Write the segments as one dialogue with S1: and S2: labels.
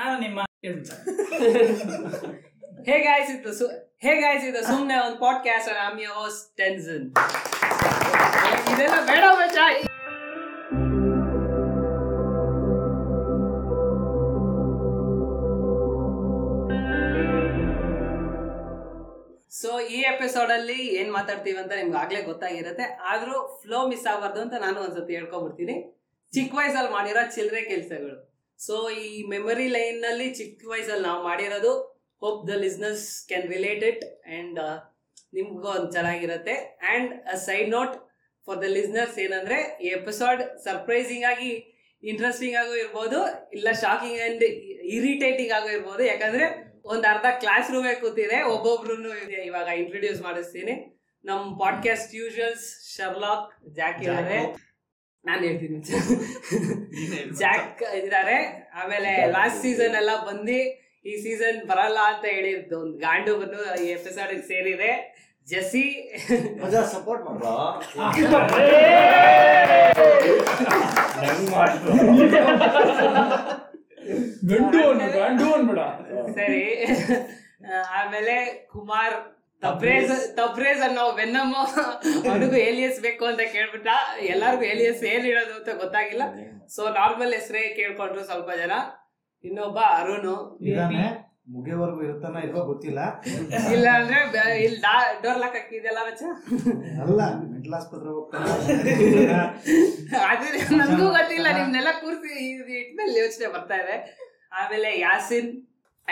S1: ನಾನು ನಿಮ್ಮ ಎಂತ ಹೇಗೆ ಆಯ್ಸಿತ್ತು ಸು ಹೇಗೆ ಆಯ್ಸಿತ್ತು ಸುಮ್ಮನೆ ಒಂದು podcast I am your tension ಇದೆಲ್ಲ ಬೇಡ ಮಚ್ಚಾ ಸೊ ಈ ಎಪಿಸೋಡ್ ಅಲ್ಲಿ ಏನ್ ಮಾತಾಡ್ತೀವಿ ಅಂತ ನಿಮ್ಗೆ ಆಗ್ಲೇ ಗೊತ್ತಾಗಿರುತ್ತೆ ಆದ್ರೂ ಫ್ಲೋ ಮಿಸ್ ಆಗಬಾರ್ದು ಅಂತ ನಾನು ಒಂದ್ಸತಿ ಹೇಳ್ಕೊಬಿಡ್ತೀನಿ ಚಿಕ್ಕ ವಯಸ್ಸಲ್ಲಿ ಮಾಡಿರೋ ಚಿಲ್ಲರೆ ಕೆಲಸಗಳು ಸೊ ಈ ಮೆಮೊರಿ ಲೈನ್ ನಲ್ಲಿ ಚಿಕ್ಕ ವಯಸ್ಸಲ್ಲಿ ನಾವು ಮಾಡಿರೋದು hope the listeners can relate it and uh, ನಿಮ್ಗೂ ಒಂದು ಚೆನ್ನಾಗಿರುತ್ತೆ and side note for the listeners ಏನಂದ್ರೆ ಈ ಎಪಿಸೋಡ್ ಸರ್ಪ್ರೈಸಿಂಗ್ ಆಗಿ ಇಂಟ್ರೆಸ್ಟಿಂಗ್ ಆಗು ಇರ್ಬೋದು ಇಲ್ಲ ಶಾಕಿಂಗ್ ಅಂಡ್ ಇರಿಟೇಟಿಂಗ್ ಆಗು ಇರ್ಬೋದು ಯಾಕಂದ್ರೆ ಒಂದ್ ಅರ್ಧ ಕ್ಲಾಸ್ ರೂಮೇ ಕೂತಿದೆ ಒಬ್ಬೊಬ್ರು ಇವಾಗ ಇಂಟ್ರೊಡ್ಯೂಸ್ ಮಾಡಿಸ್ತೀನಿ ನಮ್ ಪಾಡ್ಕಾಸ್ಟ್ ಯೂಶಲ್ಸ್ ಶರ್ಲಾಕ್ ಜಾಕಿ ಅವರೇ ನಾನು ಹೇಳ್ತೀನಿ ಜಾಕ್ ಇದ್ದಾರೆ ಆಮೇಲೆ ಲಾಸ್ಟ್ ಸೀಸನ್ ಎಲ್ಲ ಬಂದು ಈ ಸೀಸನ್ ಬರಲ್ಲ ಅಂತ ಹೇಳಿದ್ದು ಒಂದು ಗಾಂಡು ಬಂದು ಈ ಎಪಿಸೋಡ್ ಸೇರಿದೆ ಜೆಸ್ಸಿ
S2: ಮಜಾ ಸಪೋರ್ಟ್ ಮಾಡ್ರಾ
S3: ಗಂಡು ಅನ್ನು ಗಂಡು ಅನ್ಬೇಡ
S1: ಸರಿ ಆಮೇಲೆ ಕುಮಾರ್ ತಬ್ರೇಜ್ ತಬ್ರೇಜ್ ಅನ್ನೋ ಬೆನ್ನಮ್ಮ ಅವನಿಗೂ ಏಲಿಯಸ್ ಬೇಕು ಅಂತ ಕೇಳ್ಬಿಟ್ಟ ಎಲ್ಲಾರ್ಗು ಏಲಿಯಸ್ ಏನ್ ಇಡೋದು ಅಂತ ಗೊತ್ತಾಗಿಲ್ಲ ಸೊ ನಾರ್ಮಲ್ ಹೆಸರೇ ಕೇಳ್ಕೊಂಡ್ರು ಸ್ವಲ್ಪ ಜನ ಇನ್ನೊಬ್ಬ ಅರುಣ್
S2: ಇದಾನೆ ಮುಗಿಯವರೆಗೂ ಇರುತ್ತಾನ ಇಲ್ವೋ ಗೊತ್ತಿಲ್ಲ
S1: ಇಲ್ಲ ಅಂದ್ರೆ ಬೆ- ಇಲ್ಲಿ ಡಾ- ಡೋರ್ ಲಾಕ್ ಹಾಕಿದೆಲ್ಲ ಮಚ್ಚ
S2: ಅಲ್ಲ ಮೆಂಟಲ್ ಆಸ್ಪತ್ರೆ ಹೋಗ್ತಾನೆ
S1: ಅದು ನನ್ಗೂ ಗೊತ್ತಿಲ್ಲ ನಿಮ್ನೆಲ್ಲ ಕೂರ್ಸಿ ಇಟ್ಮೇಲೆ ಯೋಚನೆ ಬರ್ತಾ ಇದೆ ಆಮೇಲೆ ಯಾಸಿನ್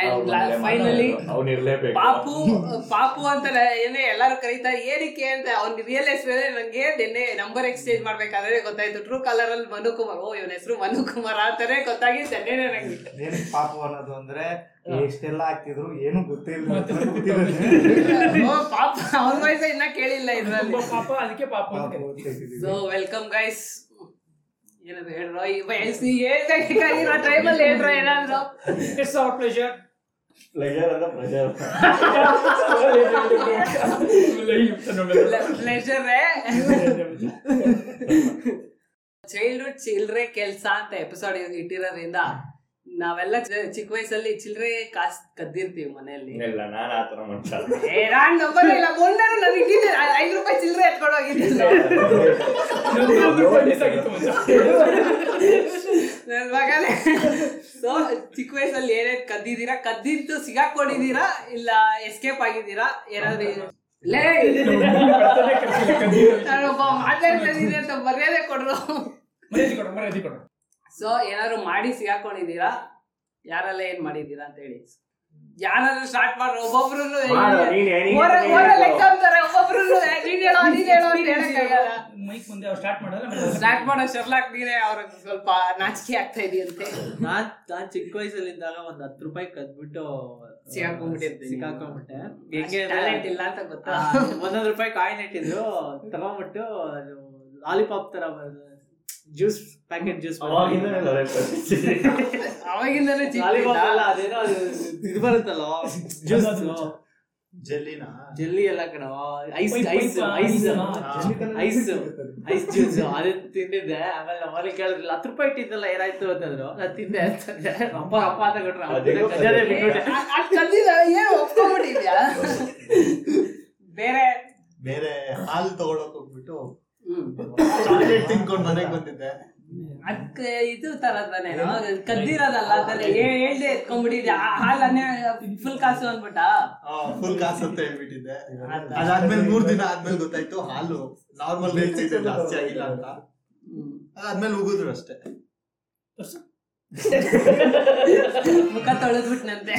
S1: ಅಂಡ್ ಫೈನಲಿ
S4: ಅವ್ನು ಇರ್ಲೇಬೇಕು
S1: ಪಾಪು ಪಾಪು ಅಂತ ನ- ಏನೇ ಎಲ್ಲಾರು ಕರೀತಾರೆ ಏನಕ್ಕೆ ಅಂತ ಅವ್ನ ರಿಯಲ್ ಹೆಸರು ನಂಗೆ ನಿನ್ನೆ ನಂಬರ್ ಎಕ್ಸ್ಚೇಂಜ್ ಮಾಡ್ಬೇಕಾದ್ರೆ ಗೊತ್ತಾಯ್ತು ಟ್ರೂ ಕಲರ್ ಅಲ್ಲಿ ಮನು ಕುಮಾರ್ ಓ ಇವನ ಹೆಸರು ಮನು ಕುಮಾರ್ ಅಂತಾನೆ ಗೊತ್ತಾಗಿ ತನ್ನೇನೆ ನಂಗೆ
S2: ಏನ್ ಪಾಪ ಅನ್ನೋದು ಅಂದ್ರೆ ಎಷ್ಟೆಲ್ಲ ಆಗ್ತಿದ್ರು ಏನು ಗೊತ್ತಿಲ್ಲ
S1: ಓ ಪಾಪ ಅವ್ನ ವಯಸ್ಸ ಇನ್ನ ಕೇಳಿಲ್ಲ ಇದ್ರಲ್ಲಿ
S3: ಪಾಪ ಅದಕ್ಕೆ ಪಾಪ ಅಂತ ಕರೀತಾರೆ.
S1: ಸೊ ವೆಲ್ಕಮ್ ಗೈಸ್ ಏನದು ಹೇಳ್ರೋ ಈ ವಯಸ್ಸು ಹೇಳ್ಬೇಕಾಗಿರೋ ಟೈಮಲ್ಲಿ ಹೇಳ್ರೋ ಏನಾದ್ರು
S3: It's our pleasure.
S4: ಪ್ಲೆಜರ್ ಅಂತ ಪ್ಲೆಜರ್
S1: ಪ್ಲೆಷರೇ ಚೈಲ್ಡ್ಹುಡ್ ಚಿಲ್ರೆ ಕೆಲಸ ಅಂತ ಎಪಿಸೋಡ್ ಇಟ್ಟಿರೋದ್ರಿಂದ ನಾವೆಲ್ಲ ಚಿ- ಚಿಕ್ಕ ವಯಸ್ಸಲ್ಲಿ ಚಿಲ್ರೆ ಕಾಸ್ ಕದ್ದಿರ್ತೀವಿ ಮನೆಯಲ್ಲಿ
S4: ಇಲ್ಲ ನಾನು ಆ ಥರ ಮಾಡ್ತಾ
S1: ಏ, ನಾನ್ ನಂಬರ್ ಇಲ್ಲ ಮೊನ್ನೆ ನಾನು ಇಟ್ಟಿದ್ದೆ ಐ- ಐದು ರೂಪಾಯಿ ಚಿಲ್ರೆ ಎತ್ಕೊಂಡು ಹೋಗಿದ್ದೆ
S3: ನಂದು ಒಂದು ರೂಪಾಯಿ miss ಆಗಿತ್ತು ಮಚ್ಚ.
S1: ನನ್ ಮಗನೇ ಸೊ ಚಿಕ್ಕ ವಯಸ್ಸಲ್ಲಿ ಏನೇನ್ ಕದ್ದಿದ್ದೀರಾ ಕದ್ದಿದ್ದು ಸಿಗಾಕೊಂಡಿದ್ದೀರಾ ಇಲ್ಲ ಎಸ್ಕೇಪ್ ಆಗಿದ್ದೀರಾ ಏನಾದ್ರು ಇದು- ಲೇ
S3: ಬರ್ತದೆ ಕೆಲ್ಸದ ಕದಿಯೋ ವಿಷಯ.
S1: ನಾನೊಬ್ಬ ಮಾತಾಡ್ತಿದ್ದೀನಿ ಅಂತ ಮರ್ಯಾದೆ ಕೊಡ್ರು
S3: ಮರ್ಯಾದೆ ಕೊಡು, ಮರ್ಯಾದೆ ಕೊಡು.
S1: ಸೊ ಏನಾದ್ರು ಮಾಡಿ ಸಿಗಾಕೊಂಡಿದ್ದೀರಾ ಯಾರೆಲ್ಲ ಏನ್ ಮಾಡಿದ್ದೀರಾ ಅಂತ ಹೇಳಿ ಯಾರಾದ್ರೂ ಸ್ಟಾರ್ಟ್ ಮಾಡ್ರು ಒಬ್ಬೊಬ್ರು
S4: ಮಾಡು, ನೀನ್ ಹೇಳು, ನೀನ್ ಹೇಳು.
S1: ಒಬ್ಬೊಬ್ರು ನೀನ್ ಹೇಳೋ ನೀನ್ ಹೇಳೋ ಅಂತ ಹೇಳಕ್ಕಾಗಲ್ಲ
S3: Mic ಮುಂದೆ ಅವ್ರು start ಮಾಡಲ್ಲ, ಆಮೇಲೆ ಅವ್ರು
S1: ಸ್ಟಾರ್ಟ್ ಮಾಡೋ ಶರ್ಲಾಕ್ ನೀನೇ ಅವ್ರಿಗೆ ಸ್ವಲ್ಪ ನಾಚಿಕೆ ಆಗ್ತಾ ಇದೆಯಂತೆ
S5: ನಾನ್ ನಾನ್ ಚಿಕ್ಕ ವಯಸ್ಸಲ್ಲಿ ಇದ್ದಾಗ ಒಂದ್ ಹತ್ತು ರೂಪಾಯಿ ಕದ್ಬಿಟ್ಟು
S1: ಸಿಗಾಕೊಂಡ್ಬಿಟ್ಟಿರ್ತೀನಿ.
S5: ಸಿಕ್ಕಾಕೊಂಡ್ಬಿಟ್ಟೆ ಹೆಂಗೆ
S1: ಹೆಂಗೆ
S5: ಅಂದ್ರೆ,
S1: ಟ್ಯಾಲೆಂಟ್ ಇಲ್ಲ ಅಂತ
S5: ಆ,
S1: ಗೊತ್ತಾ
S5: ಒಂದೊಂದ್ ರೂಪಾಯಿ ಕಾಯಿನ್ ಇಟ್ಟಿದ್ರು ತಗೊಂಡ್ಬಿಟ್ಟು ಲಾಲಿಪಾಪ್ ತರ ಜ್ಯೂಸ್ ಪ್ಯಾಕೆಟ್ ಜ್ಯೂಸ್
S4: ಅವಾಗಿಂದನೇ ಲವಲೇಟ್ ಬರ್ತಿದ್ದೀನಿ.
S1: ಅವಾಗಿಂದಲೇ
S5: ಲಾಲಿಪಾಪ್ ಅಲ್ಲ
S1: ಚಿಕ್ಕ
S5: ಅದೇನೋ ಅದು ಇದು ಬರುತ್ತಲ್ಲ ಜ್ಯೂಸ್
S2: ಜಲ್ಲಿನ
S5: ಜೆಲ್ಲಿ ಎಲ್ಲ ಕಣ ice
S3: pipe
S5: ice
S3: pipe
S5: ice
S3: ಇದನ್ನ.
S5: ಐಸ್ ಐಸ್ ಜ್ಯೂಸ್ ಅದೇ ತಿಂದಿದ್ದೆ ಆಮೇಲೆ ನಮ್ಮಲ್ಲಿ ಕೇಳಿದ್ರಲ್ಲ ಹತ್ತು ರೂಪಾಯಿ ಇಟ್ಟಿದ್ದಲ್ಲ ಏನಾಯ್ತು ಅಂತಂದ್ರು ನಾನು ತಿಂದೆ ಅಂತಂದೆ ಅಪ್ಪ ಅಪ್ಪ ಅಂತ ಕೊಟ್ರು ಅವ್ನು ತಿಂದೆ,
S4: ಅದೇನೋ
S5: ಗಜಾನೆ ಬಿಟ್ಬಿಟ್ಟೆ
S1: ಅದ್ ಕಲ್ತಿದ ಏನು ಒಪ್ಕೊಂಡ್ಬಿಟ್ಟಿದ್ಯಾ ಬೇರೆ
S6: ಬೇರೆ ಹಾಲು ತಗೊಳಕ್ ಹೋಗ್ಬಿಟ್ಟು
S1: ಹ್ಮ್
S6: ಚಾಕ್ಲೇಟ್ ತಿನ್ಕೊಂಡ್ ಮನೆಗ್ ಬಂದಿದ್ದೆ
S1: ಅದಕ್ಕೆ ಇದು ತರದಾನೆ ಕದ್ದಿರೋದಲ್ಲ ಅದನ್ನ ಹೇಳ್ದೆ ಎತ್ಕೊಂಡ್ಬಿಟ್ಟಿದ್ಯಾ ಹಾಲನ್ನೇ ಫುಲ್ ಕಾಸು ಅಂದ್ಬಿಟ್ಟ
S6: ಫುಲ್ ಕಾಸ್ ಅಂತ ಹೇಳ್ಬಿಟ್ಟಿದ್ದೆ ಅದಾದ್ಮೇಲೆ ಮೂರ್ ದಿನ ಆದ್ಮೇಲೆ ಗೊತ್ತಾಯ್ತು ಹಾಲು ನಾರ್ಮಲ್ ರೇಟ್ ಇದೆ ಜಾಸ್ತಿ ಆಗಿಲ್ಲ ಅಂತ ಅದಾದ್ಮೇಲೆ ಉಗಿದ್ರು ಅಷ್ಟೇ
S1: ಮುಖ ತೊಳೆದ್ಬಿಟ್ನಂತೆ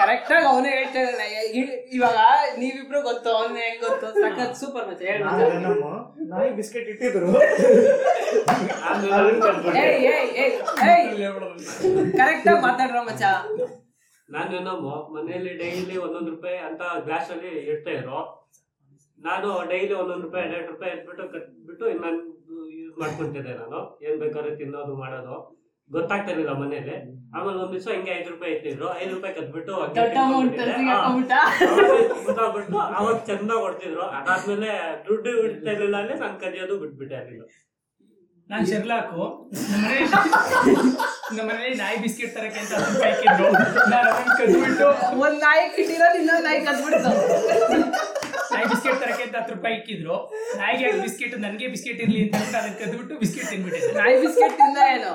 S1: ಕರೆಕ್ಟ್ ಆಗಿ ಅವನೇ ಹೇಳ್ತಿದ್ದಾನೆ ಇವಾಗ ನೀವಿಬ್ರು ಗೊತ್ತು ಅವನ್ ಹೆಂಗ್ ಗೊತ್ತು ಸಖತ್ ಸೂಪರ್ ಮತ್ತೆ ಹೇಳು ಮಚ್ಚ.
S2: ನಾಯಿ ಬಿಸ್ಕೆಟ್ ಇಟ್ಟಿದ್ರು
S4: ಅದನ್ನ ಕಟ್ಬಿಟ್ಟೆ.
S1: ಏಯ್ ಏಯ್ ಏಯ್ ಏಯ್ ಕರೆಕ್ಟ್ ಆಗಿ ಮಾತಾಡ್ರ ಮಚ್ಚ
S7: ನಾನು ನಮ್ಮ ಮನೆಯಲ್ಲಿ ಡೈಲಿ ಒಂದೊಂದು ರೂಪಾಯಿ ಅಂತ ಗ್ಲಾಸ್ ಅಲ್ಲಿ ಇಡ್ತಾ ಇದ್ರು ನಾನು ಡೈಲಿ ಒಂದೊಂದು ರೂಪಾಯಿ ಎರಡೆರಡು ರೂಪಾಯಿ ಎತ್ಬಿಟ್ಟು ಕಟ್ಬಿಟ್ಟು ನಾನು ಯೂಸ್ ಮಾಡ್ಕೊಂತಿದ್ದೆ ನಾನು ಏನ್ ಬೇಕಾದ್ರೆ ತಿನ್ನೋದು ಮಾಡೋದು ಗೊತ್ತಾಗ್ತಿರ್ಲಿಲ್ಲ ಮನೇಲಿ ಆಮೇಲೆ ಒಂದ್ ದಿವಸ ಹಿಂಗೆ ಐದು ರೂಪಾಯಿ ಇಟ್ಟಿದ್ರು ಐದು ರೂಪಾಯಿ ಕಟ್ಬಿಟ್ಟು ಹಂಗೆ
S1: ದೊಡ್ಡ ಅಮೌಂಟ್
S7: ತಿನ್ಕೊಂಡ್ಬಿಟ್ಟಿದ್ದೆ. ಆ,
S1: ಹಾಕೊಂಬಿಟ್ಟ
S7: ಆಮೇಲೆ ಗೊತ್ತಾಗ್ಬಿಟ್ಟು ಅವಾಗ ಚಂದ ಕೊಡ್ತಿದ್ರು ಅದಾದ್ಮೇಲೆ ದುಡ್ಡು ಇಡ್ತಾ ಇರ್ಲಿಲ್ಲ ಅಲ್ಲಿ ನಾನು ಕಲಿಯೋದು ಬಿಟ್ಬಿಟ್ಟೆ ಅಲ್ಲಿ
S3: ನಾನ್ ಶರ್ಲಾಕು ನಮ್ಮನೇಲಿ ನಮ್ಮನೇಲಿ ನಾಯಿ ಬಿಸ್ಕೆಟ್ ತರಕ್ಕೆ ಅಂತ ಹತ್ತು ರೂಪಾಯಿ ಇಕ್ಕಿದ್ರು ನಾನು ಅದನ್ನ ಕದ್ಬಿಟ್ಟು
S1: ಒಂದ್ ನಾಯಿ ಇಟ್ಟಿರೋದು ಇನ್ನೊಂದ್ ನಾಯಿ ಕದ್ಬಿಡ್ತಾವ
S3: ನಾಯಿ ಬಿಸ್ಕೆಟ್ ತರಕ್ಕೆ ಅಂತ ಹತ್ತು ರೂಪಾಯಿ ಇಕ್ಕಿದ್ರು ನಾಯಿಗೆ ಯಾಕೆ ಬಿಸ್ಕೆಟ್ ನನಗೆ ಬಿಸ್ಕೆಟ್ ಇರ್ಲಿ ಅಂತ ಹೇಳ್ಬಿಟ್ಟು ಅದನ್ನ ಕದ್ಬಿಟ್ಟು ಬಿಸ್ಕೆಟ್ ತಿನ್ಬಿಟ್ಟಿದ್ದೆ
S1: ನಾಯಿ ಬಿಸ್ಕೆಟ್ ತಿಂದ ಏನೋ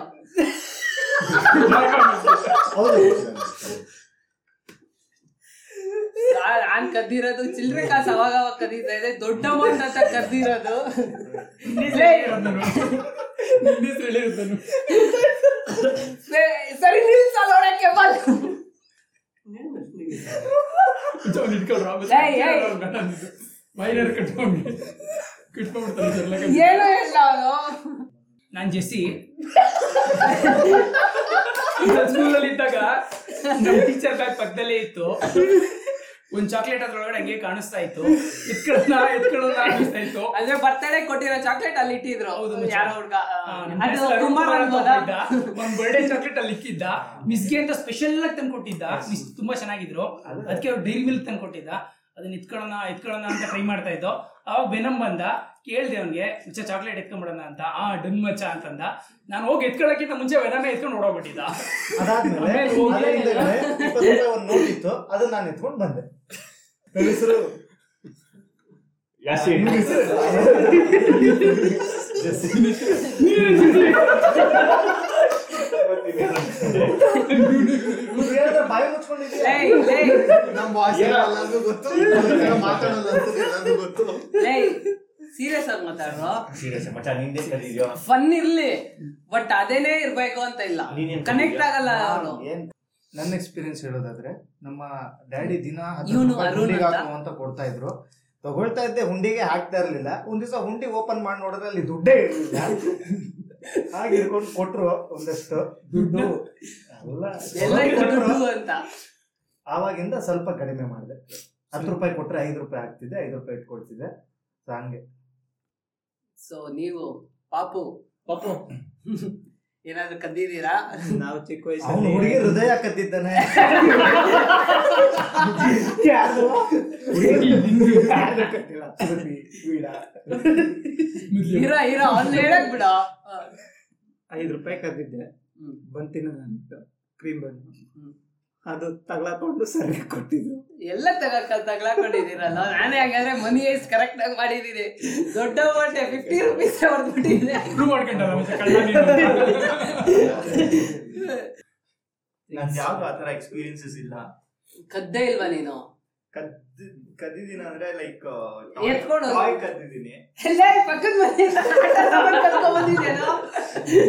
S1: ಆ- ನಾನ್ ಕದ್ದಿರೋದು ಚಿಲ್ರೆ ಕಾಸು ಅವಾಗ ಅವಾಗ ಕದೀತಾ ಇದೆ ದೊಡ್ಡ ಅಮೌಂಟ್ ಅಂತ ಕದ್ದಿರೋದು ಸರಿ, ಸರಿ ನಿಲ್ಸಲ್ಲ ಹೊಡಕ್ಕೆ ಬಾ
S3: ಮೈನರ್ ಕಟ್ಕೊಂಡು ಕಟ್ಕೊಂಡ್ಬಿಡ್ತಾನೆ ಶರ್ಲಾಕ
S1: ಏನು ಇಲ್ಲ ಅವನು
S3: ನಾನ್ ಜೆಸ್ಸಿ ಸ್ಕೂಲ್ ಅಲ್ಲಿ ಇದ್ದಾಗ ನಮ್ ಟೀಚರ್ ಬ್ಯಾಗ್ ಪಕ್ಕದಲ್ಲೇ ಇತ್ತು ಒಂದ್ ಚಾಕ್ಲೇಟ್ ಅದ್ರೊಳಗಡೆ ಹಂಗೆ ಕಾಣಿಸ್ತಾ ಇತ್ತು ಎತ್ಕೊಳ್ಳೋಣ ಎತ್ಕೊಳ್ಳೋಣ ಅನಿಸ್ತಾ ಇತ್ತು
S1: ಅಂದ್ರೆ ಬರ್ತಡೇ ಕೊಟ್ಟಿರೋ ಚಾಕ್ಲೇಟ್ ಅಲ್ಲಿ ಇಟ್ಟಿದ್ರು
S3: ಹೌದು ಮಚ್ಚ.
S1: ಯಾರೋ ಹುಡ್ಗ ಆ,
S3: ಆ, ನಮ್
S1: ಅದು
S3: class ಅಲ್ಲಿ ಅರುಣ್
S1: ಕುಮಾರ್
S3: ಕುಮಾರ್ ಅಂತ
S1: ಅನ್ಬೋದಾ?
S3: ಒಬ್ಬ ಇದ್ದ. ಅವ್ನ್ ಬರ್ಡೇ ಚಾಕ್ಲೇಟ್ ಅಲ್ಲಿ ಇಕ್ಕಿದ್ದ ಮಿಸ್ಗೆ ಅಂತ ಸ್ಪೆಷಲ್ ಆಗಿ ತಂದು ಕೊಟ್ಟಿದ್ದ ಮಿಸ್ ತುಂಬಾ ಚೆನ್ನಾಗಿದ್ರು ಅದಕ್ಕೆ ಅವ್ರು ಡೈರಿ ಮಿಲ್ಕ್ ತಂದು ಕೊಟ್ಟಿದ್ದ ಅದನ್ನ ಎತ್ಕೊಳ್ಳೋಣ ಎತ್ಕೊಳ್ಳೋಣ ಅಂತ ಟ್ರೈ ಮಾಡ್ತಾ ಇದ್ದೋ ಅವಾಗ ಬೆನಮ್ ಬಂದ ಕೇಳ್ದೆ ಅವ್ನಿಗೆ ಮಚ್ಚ ಚಾಕ್ಲೇಟ್ ಎತ್ಕೊಂಡ್ಬಿಡೋಣ ಅಂತ ಆ ಡನ್ ಮಚ್ಚ ಅಂತಂದ ನಾನು ಹೋಗಿ ಎತ್ಕೊಳ್ಳೋಕ್ಕಿಂತ ಮುಂಚೆ ವೆನಮೇ ಎತ್ಕೊಂಡು ಓಡೋಗ್ಬಿಟ್ಟಿದ್ದ
S2: ಅದಾದ್ಮೇಲೆ
S3: ಆಮೇಲೆ ಹೋಗಿ-
S2: ಅಲ್ಲೇ ಹಿಂದೆಗಡೆ ಇಪ್ಪತ್ತು ರೂಪಾಯಿ ಒಂದ್ ನೋಟ್ ಇತ್ತು ಅದನ್ನ ನಾನು ಎತ್ಕೊಂಡು ಬಂದೆ ನನ್ನ ಹೆಸರು ನಿನ್ನ ಹೆಸರು ಇವ್ರು ಹೇಳಿದ್ರೆ ಬಾಯಿ ಮುಚ್ಕೊಂಡಿದ್ದೀಯ
S1: ಲೇಯ್, ಲೇಯ್,
S6: ನಮ್ ವಾಯ್ಸ್ ಎಲ್ಲರಿಗೂ ಗೊತ್ತು ಮಾತಾಡೋದು ಅಂತದ್ದು ಎಲ್ಲರಿಗೂ ಗೊತ್ತು
S1: ಲೇಯ್. ಸೀರಿಯಸ್ ಆಗಿ ಮಾತಾಡ್ರು
S4: ಸೀರಿಯಸ್ ಮಚ್ಚ ನಿಂದೆ ಕರೀರಿಯೋ
S1: ಫನ್ ಇರ್ಲಿ ಬಟ್ ಅದೇನೇ ಇರ್ಬೇಕು ಅಂತ ಇಲ್ಲ
S4: ನೀನೇನ್
S1: ಕನೆಕ್ಟ್ ಆಗಲ್ಲ ಅವರು
S2: ನಾನು ಏನ್ ನನ್ನ ಎಕ್ಸ್ಪೀರಿಯನ್ಸ್ ಹೇಳೋದಾದ್ರೆ ನಮ್ಮ ಡ್ಯಾಡಿ ದಿನ ಹತ್ತು
S1: ಇವ್ನು
S2: ರೂಪಾಯಿ
S1: ಅರುಣ್
S2: ಹುಂಡಿಗೆ
S1: ಅಂತ.
S2: ಹಾಕು ಅಂತ ಕೊಡ್ತಾ ಇದ್ರು ತಗೊಳ್ತಾ ಇದ್ದೆ ಹುಂಡಿಗೆ ಹಾಕ್ತಾ ಇರ್ಲಿಲ್ಲ ಒಂದ್ ದಿವಸ ಹುಂಡಿ ಓಪನ್ ಮಾಡಿ ನೋಡಿದ್ರೆ ಅಲ್ಲಿ ದುಡ್ಡೇ ಇರ್ಲಿಲ್ಲ ಹಾಗೆ ಇಟ್ಕೊಂಡು ಕೊಟ್ರು ಒಂದಷ್ಟು ದುಡ್ಡು ಅಲ್ಲ
S1: ಎಲ್ಲ
S2: ಕೊಟ್ರು.
S1: ಕೊಟ್ಟರು ಅಂತ
S2: ಆವಾಗಿಂದ ಸ್ವಲ್ಪ ಕಡಿಮೆ ಮಾಡಿದೆ ಹತ್ತು ರೂಪಾಯಿ ಕೊಟ್ರೆ ಐದು ರೂಪಾಯಿ ಹಾಕ್ತಿದ್ದೆ ಐದು ರೂಪಾಯಿ ಇಟ್ಕೊಳ್ತಿದ್ದೆ So ಹಂಗೆ
S1: ಸೊ ನೀವು ಪಾಪು ಪಾಪು ಏನಾದ್ರು ಕದ್ದಿದ್ದೀರಾ
S5: ನಾವು ಚಿಕ್ಕ
S2: ಅವನು ಹುಡುಗಿ ಹೃದಯ ಕದ್ದಿದ್ದಾನೆ ಯಾರ್ದು? ಹುಡುಗಿ ಯಾರ್ದು ಕದ್ದಿಲ್ಲ? ಸುದ್ದಿ, ವೀಡ.
S1: ಇರೋ ಇರೋ ಅವ್ನ್ ಹೇಳಕ್ ಬಿಡ
S5: ಐದು ರೂಪಾಯಿ ಕದ್ದಿದ್ದೆ
S1: ಹ್ಮ್.
S5: ಬಂದ್ ತಿನ್ನೋಣ ಅಂತ ಕ್ರೀಮ್ ಬನ್
S1: ಹ್ಮ್.
S5: ಅದು ತಗ್ಲಾಕೊಂಡು ಸರ್ಗೆ ಕೊಟ್ಟಿದ್ರು
S1: ಎಲ್ಲ ತಗಕ ತಗ್ಲಾಕೊಂಡಿದ್ದೀರಲ್ಲ ನಾನೇ ಹಂಗಂದ್ರೆ ಮನಿ ಐಸ್ ಕರೆಕ್ಟ್ ಆಗಿ ಮಾಡಿದೀನಿ ದೊಡ್ಡ ಬಟ್ಟೆ ಫಿಫ್ಟಿ ರುಪೀಸ್ ಹೊಡೆದ್ಬಿಟ್ಟಿದೆ
S3: ಪ್ರೂವ್ ಮಾಡ್ಕೊಂಡಲ್ಲ ಮತ್ತೆ ಕಳ್ಳ ನೀನು ಅಂತ.
S4: ನನ್ ಯಾವ್ದು ಆತರ ಎಕ್ಸ್ಪೀರಿಯನ್ಸಸ್ ಇಲ್ಲ
S1: ಕದ್ದೇ ಇಲ್ವಾ ನೀನು
S4: ಕದ್ದ ಕದ್ದಿದ್ದೀನಿ ಅಂದ್ರೆ ಲೈಕ್
S1: ಎತ್ಕೊಂಡು ಹೋಗು.
S4: ಟಾಯ್ ಕದ್ದಿದ್ದೀನಿ
S1: ಎಲ್ಲ ಪಕ್ಕದ ಮನೆಯಿಂದ ಆಟ ಸಾಮಾನ್ ಕರ್ಕೊಂಡ್ ಬಂದಿದ್ಯೇನೋ?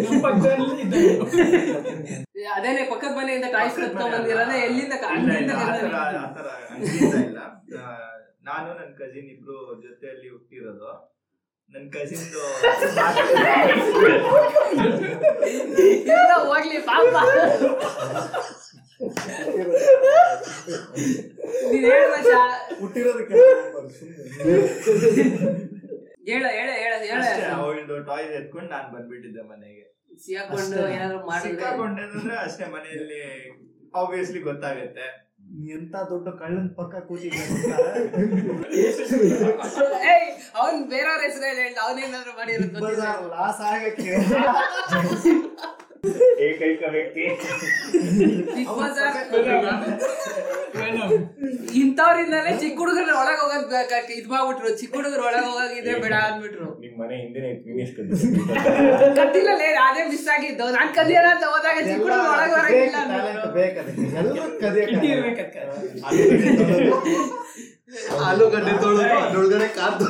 S3: ನಮ್ ಪಕ್ಕದಲ್ಲಿ ಇದ್ದಾನೆ.
S1: ಅದೇನೆ ಪಕ್ಕದ ಮನೆಯಿಂದ ಟಾಯ್ಸ್ ಕರ್ಕೊಂಡ್ ಬಂದಿರೋದೇ ಎಲ್ಲಿಂದ ಕ-
S4: ಇಲ್ಲ
S1: ಅಲ್ಲಿಂದ
S4: ಇಲ್ಲ ಆತರ
S1: ಕರ್ಕೊಂಡ್
S4: ಆತರ ಅನ್ಸಿಲ್ಲ ಇಲ್ಲ ಆ, ನಾನು ನನ್ ಕಸಿನ್ ಇಬ್ರು ಜೊತೆಯಲ್ಲಿ ಹುಟ್ಟಿರೋದು ನನ್ ಕಸಿನ್ದು
S1: ಇಲ್ಲ, ಹೋಗ್ಲಿ ಪಾಪ ನೀನ್ ಹೇಳ
S2: ಹುಟ್ಟಿರೋದಕ್ಕೆ
S1: ಹೇಳ ಹೇಳ ಹೇಳ ಹೇಳ
S4: ಅವಳದು ಟಾಯ್ಸ್ ಎತ್ಕೊಂಡು ನಾನ್ ಬಂದ್ಬಿಟ್ಟಿದ್ದೆ ಮನೆಗೆ
S1: ಸಿಕ್ಕೊಂಡು
S2: ಅಷ್ಟೇ.
S1: ಏನಾದ್ರು ಮಾಡಿದ್ರೆ
S4: ಸಿಕ್ಕಾಕೊಂಡೇನಂದ್ರೆ ಅಷ್ಟೇ ಮನೆಯಲ್ಲಿ ಆಬ್ವಿಯಸ್ಲಿ ಗೊತ್ತಾಗುತ್ತೆ
S2: ಎಂತ ದೊಡ್ಡ ಕಳ್ಳನ್ ಪಕ್ಕ ಕೂತಿದ್ದೆ
S1: ಏಯ್ ಅವ್ನ್ ಬೇರೆಯವ್ರ ಹೆಸರು ಹೇಳ್ದ ಅವನೇನಾದ್ರು ಮಾಡಿರೋದು ಗೊತ್ತಿಲ್ಲ
S2: ಲಾಸ್ ಆಗಕ್ಕೆ
S4: ಏಕೈಕ ವ್ಯಕ್ತಿ
S1: ಬಿಗ್ ಬಜಾರ್
S3: Venom.
S1: ಇಂಥವ್ರಿಂದಲೇ ಚಿಕ್ಕ ಹುಡುಗರು ಒಳಗ್ ಹೋಗೋದ್ ಬೇಕಾಗಿ ಇದ್ ಮಾಡ್ಬಿಟ್ರು ಚಿಕ್ಕ ಹುಡುಗರು ಒಳಗ್ ಹೋಗೋಗಿದ್ರೆ ಬೇಡ ಅಂದ್ಬಿಟ್ರು
S4: ನಿಮ್ ಮನೆ ಹಿಂದೆ ಫಿನಿಶ್
S1: ಕದ್ದಿಲ್ಲ ಲೇ, ಅದೇ ಮಿಸ್ ಆಗಿದ್ದು ನಾನ್ ಕದಿಯೋಣ ಅಂತ ಹೋದಾಗ ಚಿಕ್ಕ ಹುಡುಗರು ಒಳಗ್ ಹೊರಗಿಲ್ಲ ಅಂದ್ರು.
S2: ಬೇಕದಕ್ಕೆ ಎಲ್ಲ
S3: ಕಿಟ್ಟಿ
S2: ಕದಿಯಕ್ಕೆ
S3: ಇರ್ಬೇಕು ಅದ್ಕೆ.
S6: ಆಲೂಗಡ್ಡೆ ತೊಳೆದು ಅದ್ರೊಳಗಡೆ ಕಾದು